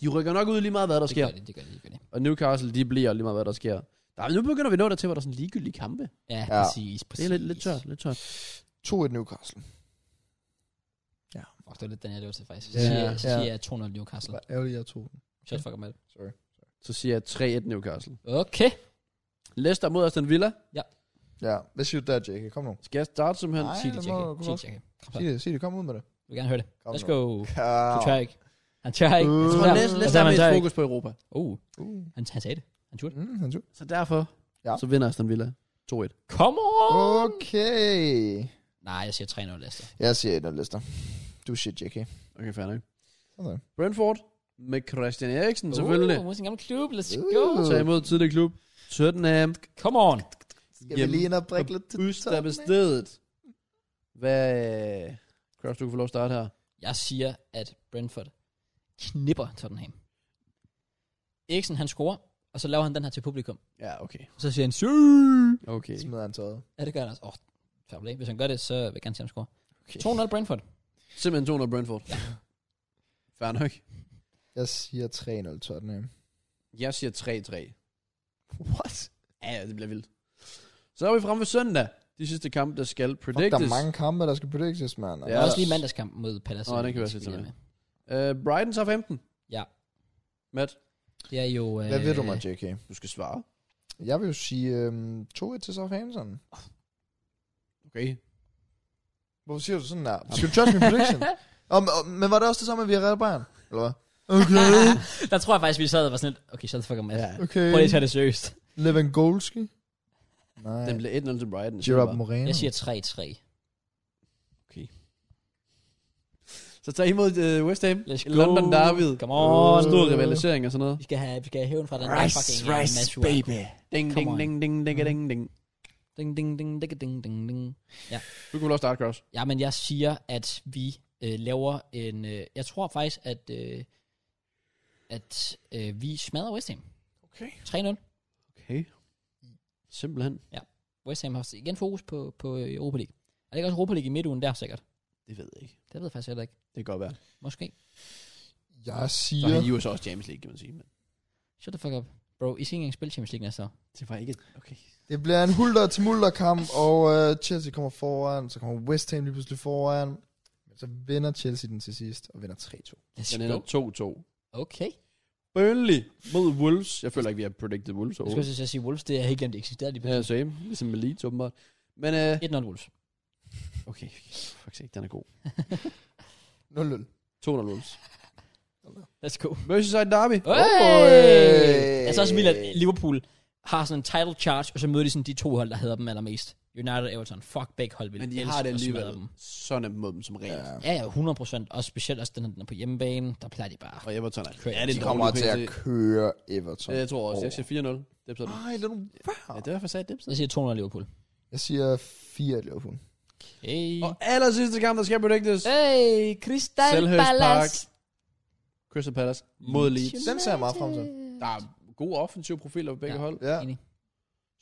Speaker 2: de rykker nok ud lige meget, hvad der
Speaker 3: Det
Speaker 2: sker.
Speaker 3: gør det, det gør det, det gør det.
Speaker 2: Og Newcastle, de bliver lige meget, hvad der sker. Der, nu begynder vi at nå dertil, hvor der er sådan ligegyldige kampe.
Speaker 3: Ja,
Speaker 1: Ja.
Speaker 3: præcis, præcis.
Speaker 2: Det er lidt, lidt tørt, lidt tørt.
Speaker 1: 2-1 Newcastle.
Speaker 3: Fuck, det var lidt den, jeg løb til, faktisk. Så
Speaker 1: Ja,
Speaker 3: siger, jeg- så
Speaker 1: ja.
Speaker 3: siger jeg 200
Speaker 1: Det
Speaker 3: Newcastle.
Speaker 1: var ærgerligt, jeg tog den.
Speaker 3: Shut fuck up, Matt.
Speaker 1: Sorry.
Speaker 2: Så siger jeg 3-1 Newcastle.
Speaker 3: Okay.
Speaker 2: Leicester mod Aston Villa.
Speaker 1: Ja, hvad siger du der, Jake? Kom nu.
Speaker 2: Skal jeg starte som han?
Speaker 1: Nej,
Speaker 3: Sig det,
Speaker 1: det må
Speaker 3: Jackie.
Speaker 1: du godt.
Speaker 3: Sig det, Jackie. Kom så.
Speaker 1: Sig det, sig det, kom ud med det.
Speaker 3: Jeg vil gerne høre det.
Speaker 1: Kom
Speaker 3: Let's
Speaker 1: nu.
Speaker 3: go. Du
Speaker 1: Kom.
Speaker 3: tør ikke. Han tør ikke.
Speaker 1: Jeg
Speaker 2: Jeg tror,
Speaker 1: Ja.
Speaker 2: Leicester,
Speaker 1: Ja.
Speaker 2: Leicester har
Speaker 3: han
Speaker 2: mest
Speaker 3: tør ikke.
Speaker 2: fokus på Europa.
Speaker 3: Oh,
Speaker 1: Uh.
Speaker 3: han, han sagde det. Han turde.
Speaker 1: Mm, han tog.
Speaker 2: Så derfor,
Speaker 1: Ja.
Speaker 2: ja. så vinder Aston Villa 2-1.
Speaker 3: Come on!
Speaker 1: Okay.
Speaker 3: Nej, jeg siger 3-0 Leicester.
Speaker 1: Jeg siger 1 Lester. Du er shit, Jackie.
Speaker 2: Okay, fair nok.
Speaker 1: Sådan.
Speaker 2: Brentford med Christian Eriksen selvfølgelig.
Speaker 3: Uh, mod sin gamle klub. Let's
Speaker 1: Uh.
Speaker 3: go.
Speaker 2: Tag imod tidlig klub. Tottenham.
Speaker 3: Come on.
Speaker 1: Skal vi
Speaker 2: Hjemme
Speaker 1: lige ind og prikke lidt til
Speaker 2: Udstappe
Speaker 1: toppen,
Speaker 2: stedet. Hvad... Kraus, du kan få lov at starte her.
Speaker 3: Jeg siger, at Brentford knipper Tottenham. Eriksen, han scorer, og så laver han den her til publikum.
Speaker 2: Ja, okay.
Speaker 3: Så siger han, "Syy!"
Speaker 2: Okay.
Speaker 1: ikke? Smider han tøjet.
Speaker 3: Ja, det gør han også. Åh, fair play. Hvis han gør det, så vil jeg gerne se ham score.
Speaker 1: Okay.
Speaker 3: 2-0 Brentford.
Speaker 2: Simpelthen 200 Brentford. Fair nok.
Speaker 1: Jeg siger 3-0 Tottenham.
Speaker 2: Jeg siger 3-3.
Speaker 1: What?
Speaker 2: Ja, ja, det bliver vildt. Så er vi fremme ved søndag. De sidste kampe, der skal
Speaker 1: Fuck,
Speaker 2: predictes.
Speaker 1: der er mange kampe, der skal predictes, mand.
Speaker 3: Der
Speaker 2: Ja.
Speaker 3: er også lige mandagskamp mod Palace.
Speaker 2: Åh, den kan vi også
Speaker 3: Skal
Speaker 2: lige tage
Speaker 3: med.
Speaker 2: Uh, Brighton tager 15.
Speaker 3: Ja.
Speaker 2: Matt,
Speaker 3: Det er jo... Øh,
Speaker 1: Hvad ved du
Speaker 3: *laughs*
Speaker 1: mig, JK?
Speaker 2: du skal svare.
Speaker 1: Jeg vil jo sige øhm, 2-1 til Southampton.
Speaker 2: Okay.
Speaker 1: Hvorfor siger du sådan der? Skal du judge min *laughs* prediction? om, om, men var det også det samme, at vi har reddet Bayern? Eller hvad? *laughs* Okay,
Speaker 3: der tror jeg faktisk, vi sad og var sådan lidt, okay, så the fuck up, Mads.
Speaker 2: Ja.
Speaker 1: okay.
Speaker 3: Prøv lige at tage det seriøst.
Speaker 1: Levin Golski? Nej.
Speaker 2: Den bliver 1-0 til Brighton.
Speaker 1: Gerard Moreno?
Speaker 3: Jeg
Speaker 2: Mm.
Speaker 3: siger 3-3.
Speaker 2: Så tager I imod uh, West Ham.
Speaker 3: Let's
Speaker 2: i
Speaker 3: go.
Speaker 2: London Derby.
Speaker 3: Come on.
Speaker 2: Stor rivalisering og sådan noget.
Speaker 3: Vi skal have, vi skal have hævn fra den der fucking øh, Mads Joao.
Speaker 2: Ding,
Speaker 3: Come
Speaker 2: ding,
Speaker 3: on.
Speaker 2: ding, ding, ding, ding, ding.
Speaker 3: Ding, ding, ding, ding, ding, ding, ding.
Speaker 2: Du kan vel også starte, Kraus.
Speaker 3: Ja, men jeg siger, at vi øh, laver en... Øh, jeg tror faktisk, at, øh, at øh, vi smadrer West Ham.
Speaker 2: Okay.
Speaker 3: 3-0.
Speaker 2: Okay. Simpelthen.
Speaker 3: West Ham har igen fokus på, på øh, Europa League. Er det ikke også Europa League i midtugen der, sikkert?
Speaker 2: Det ved jeg ikke.
Speaker 3: Det ved jeg faktisk heller ikke.
Speaker 2: Det kan godt være.
Speaker 3: Måske.
Speaker 2: Så
Speaker 1: Jeg
Speaker 2: har
Speaker 1: siger...
Speaker 2: I jo så også James League, kan man sige. Men
Speaker 3: Shut the fuck up. Bro, I skal ikke engang spille Champions League næste år.
Speaker 2: det var ikke... Okay.
Speaker 1: Det bliver en hulter til multer kamp, og øh, Chelsea kommer foran, så kommer West Ham lige pludselig foran. Men så vinder Chelsea den til sidst, og vinder 3-2.
Speaker 3: Let's
Speaker 2: Den
Speaker 3: go.
Speaker 2: ender 2-2.
Speaker 3: Okay.
Speaker 2: Burnley mod Wolves. Jeg føler ikke, vi har predicted Wolves
Speaker 3: Jeg skulle
Speaker 2: overhovedet.
Speaker 3: også til at sige Wolves, det er helt glemt, det eksisterer lige
Speaker 2: Ja, same. Ligesom med Leeds, åbenbart. Men, øh,
Speaker 3: 1-0 Wolves.
Speaker 2: okay. Fuck sake, den er god.
Speaker 1: 0-0.
Speaker 2: 200 Wolves.
Speaker 3: Let's go.
Speaker 2: Merseyside Derby.
Speaker 3: Hey! Jeg så Altså, også vildt, at Liverpool har sådan en title charge, og så møder de sådan de to hold, der hedder dem allermest. United og Everton. Fuck begge hold. vil
Speaker 2: Men de
Speaker 3: elske
Speaker 2: har det
Speaker 3: at smadre
Speaker 2: alligevel.
Speaker 3: dem.
Speaker 2: Sådan nemt mod dem som regel.
Speaker 1: Ja.
Speaker 3: Ja, ja, 100 Og specielt også den, her, den er på hjemmebane. Der plejer de bare.
Speaker 2: Og Everton er...
Speaker 3: Kører.
Speaker 2: Ja, det
Speaker 1: De
Speaker 2: er
Speaker 1: kommer til at
Speaker 2: dårligt,
Speaker 1: køre Everton.
Speaker 3: Øh.
Speaker 2: Ja, jeg tror også. Jeg siger 4-0. Det er sådan.
Speaker 1: Ej, lad nu
Speaker 2: Ah. Ja,
Speaker 1: være.
Speaker 2: det er for sat dips.
Speaker 3: Så siger 200 Liverpool.
Speaker 1: Jeg siger 4 Liverpool.
Speaker 3: Hey.
Speaker 2: Og aller sidste kamp, der skal predictes.
Speaker 3: Hey, Crystal
Speaker 2: Selhurst Park.
Speaker 3: Palace.
Speaker 2: Crystal Palace mod Leeds.
Speaker 1: Den ser jeg meget frem til.
Speaker 2: Der er gode offensive profiler på begge
Speaker 3: Ja.
Speaker 2: hold.
Speaker 1: Ja,
Speaker 3: Enig.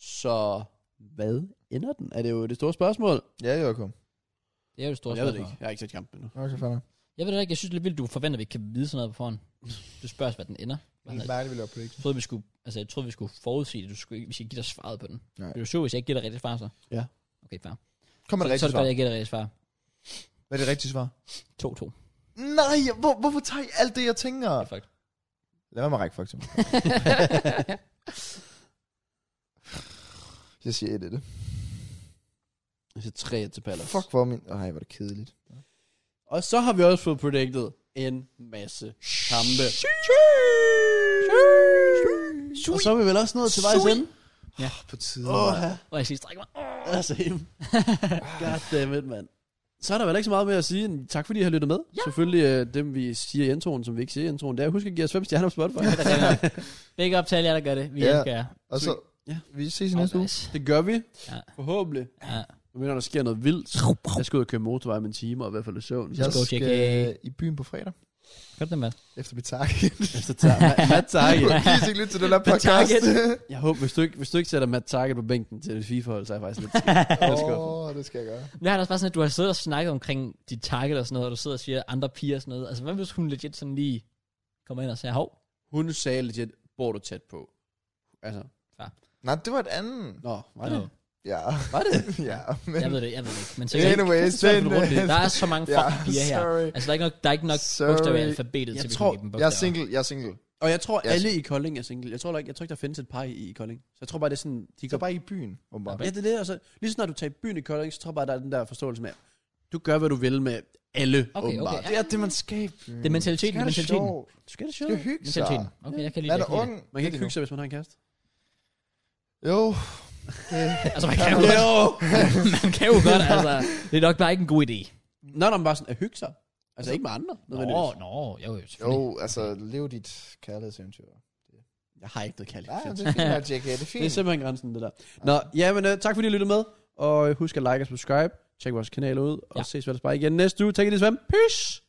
Speaker 2: Så hvad ender den? Er det jo det store spørgsmål?
Speaker 1: ja Joachim.
Speaker 3: Det er jo det store
Speaker 2: Jeg ved det
Speaker 3: spørgsmål.
Speaker 2: ikke. Jeg har ikke set kampen endnu.
Speaker 1: Okay, fanden.
Speaker 3: Jeg ved det ikke. Jeg synes det er lidt vildt, du forventer, at vi ikke kan vide sådan noget på forhånd. Du spørger os, hvad den ender.
Speaker 1: Det er mærkeligt, vi laver prediction.
Speaker 3: Jeg troede, vi skulle, altså, jeg troede, vi skulle forudsige det. Du skulle, ikke- vi skal give dig svaret på den.
Speaker 1: Nej.
Speaker 3: Nej. Er du sur, hvis jeg ikke giver dig rigtigt svar, så?
Speaker 2: Ja.
Speaker 3: Okay, fair.
Speaker 1: Kom med
Speaker 3: Så,
Speaker 1: det
Speaker 3: så er
Speaker 1: rigtige
Speaker 3: det
Speaker 1: svar.
Speaker 3: godt, jeg giver dig rigtigt svar.
Speaker 1: Hvad er det rigtige svar?
Speaker 3: 2-2.
Speaker 1: Nej, hvor, hvorfor tager I alt det, jeg tænker?
Speaker 3: Ja, fuck.
Speaker 1: Lad mig med række, for eksempel. Jeg siger 1 det.
Speaker 2: Jeg siger 3 til Palace.
Speaker 1: Fuck, hvor er min... Ej, hvor er det kedeligt.
Speaker 2: Og så har vi også fået predicted en masse kampe. Og så er vi vel også nået til vejs
Speaker 3: Sui.
Speaker 2: ende.
Speaker 1: På tiden.
Speaker 2: Åh,
Speaker 1: mand.
Speaker 2: ja.
Speaker 3: Og jeg siger, stræk mig.
Speaker 2: Altså, goddammit, mand. Så er der vel ikke så meget mere at sige end tak, fordi I har lyttet med. Ja. Selvfølgelig øh, dem, vi siger i introen, som vi ikke siger i introen, det er, husk at give os fem stjerner på Spotify.
Speaker 3: Big up til alle jer, der gør det. Vi
Speaker 1: Ja.
Speaker 3: elsker jer.
Speaker 1: Og så...
Speaker 2: Ja.
Speaker 1: Vi ses i
Speaker 3: Oh,
Speaker 1: næste uge.
Speaker 3: nice.
Speaker 2: det gør vi.
Speaker 3: Ja.
Speaker 2: Forhåbentlig.
Speaker 3: Ja.
Speaker 2: Nu mener, der sker noget vildt. Jeg skal ud og køre motorvej om en time, og i hvert fald i søvn.
Speaker 1: Jeg
Speaker 3: go, JK.
Speaker 1: skal øh, i byen på fredag.
Speaker 3: Gør det,
Speaker 1: *laughs*
Speaker 3: mand.
Speaker 1: Efter vi takket.
Speaker 2: Så tager
Speaker 1: *laughs*
Speaker 2: Matt- Matt Target.
Speaker 1: Please ikke lytte til den her podcast. *laughs*
Speaker 2: Jeg håber, hvis du ikke, hvis du ikke sætter Matt Target på bænken til et FIFA-hold, så er jeg faktisk lidt...
Speaker 1: Åh, det skal jeg gøre.
Speaker 3: Nu er det også bare sådan, at du har siddet og snakket omkring dit target og sådan noget, og du sidder og siger andre piger og sådan noget. Altså, hvad hvis hun legit sådan lige kommer ind og siger, hov,
Speaker 2: Hun sagde legit, bor du tæt på. Altså,
Speaker 1: Nej, det var et andet.
Speaker 2: nå, var det?
Speaker 3: Nå.
Speaker 1: Ja.
Speaker 2: Var det?
Speaker 1: *laughs* Ja, men... *laughs*
Speaker 3: jeg ved det, jeg ved det ikke. Men så
Speaker 1: Anyways, den... øh,
Speaker 3: der er så mange
Speaker 1: Ja,
Speaker 3: fucking piger her.
Speaker 1: sorry.
Speaker 3: Altså, der er ikke nok, der er ikke nok
Speaker 1: Sorry.
Speaker 3: bogstaver i alfabetet,
Speaker 2: Jeg
Speaker 3: til vi
Speaker 2: tror-
Speaker 3: kan give dem
Speaker 1: Jeg
Speaker 3: bogstaver.
Speaker 1: er single, jeg er single.
Speaker 2: Og jeg tror,
Speaker 1: Jeg-
Speaker 2: alle i Kolding er single. Jeg tror, ikke, jeg tror ikke, der findes et par i, i Kolding. Så jeg tror bare, det er sådan... De
Speaker 1: Så
Speaker 2: går
Speaker 1: bare ikke i byen, åbenbart.
Speaker 2: Ja, det er det. Altså, lige så når du tager i byen i Kolding, så tror jeg bare, der er den der forståelse med, at du gør, hvad du vil med alle, okay,
Speaker 3: okay,
Speaker 2: åbenbart.
Speaker 3: ja.
Speaker 2: Okay.
Speaker 1: Det er det, man skal i byen.
Speaker 3: Det er mentaliteten, det er mentaliteten.
Speaker 1: sjovt.
Speaker 2: Du skal det
Speaker 1: Det
Speaker 2: sjovt.
Speaker 1: er hygge sig.
Speaker 3: Mentaliteten. Okay, jeg kan lide
Speaker 1: Man
Speaker 3: det. jeg kan lide
Speaker 1: er ung.
Speaker 3: det.
Speaker 2: Man kan ikke hygge sig, hvis man har en kæreste.
Speaker 1: Jo.
Speaker 3: Altså, man kan jo godt, man kan jo godt *laughs* altså. Det er nok bare ikke en god idé.
Speaker 2: Nå, når man bare sådan at hygge sig. Altså ikke med andre,
Speaker 3: Nå,
Speaker 2: nødvendigvis.
Speaker 3: nå, jo, jo,
Speaker 1: Jo,
Speaker 3: selvfølgelig.
Speaker 1: altså, lev dit kærlighedseventyr.
Speaker 2: Jeg har ikke noget kærlighed.
Speaker 1: Nej, det er fint, at tjekke. Det er
Speaker 2: *laughs* Det er
Speaker 1: fint.
Speaker 2: simpelthen grænsen, det der. Nå, ja, men uh, tak fordi I lyttede med. Og husk at like og subscribe. Tjek vores kanaler ud. Og
Speaker 3: Ja.
Speaker 2: ja. ses vel bare igen næste uge. Tak i det, Svend. Peace!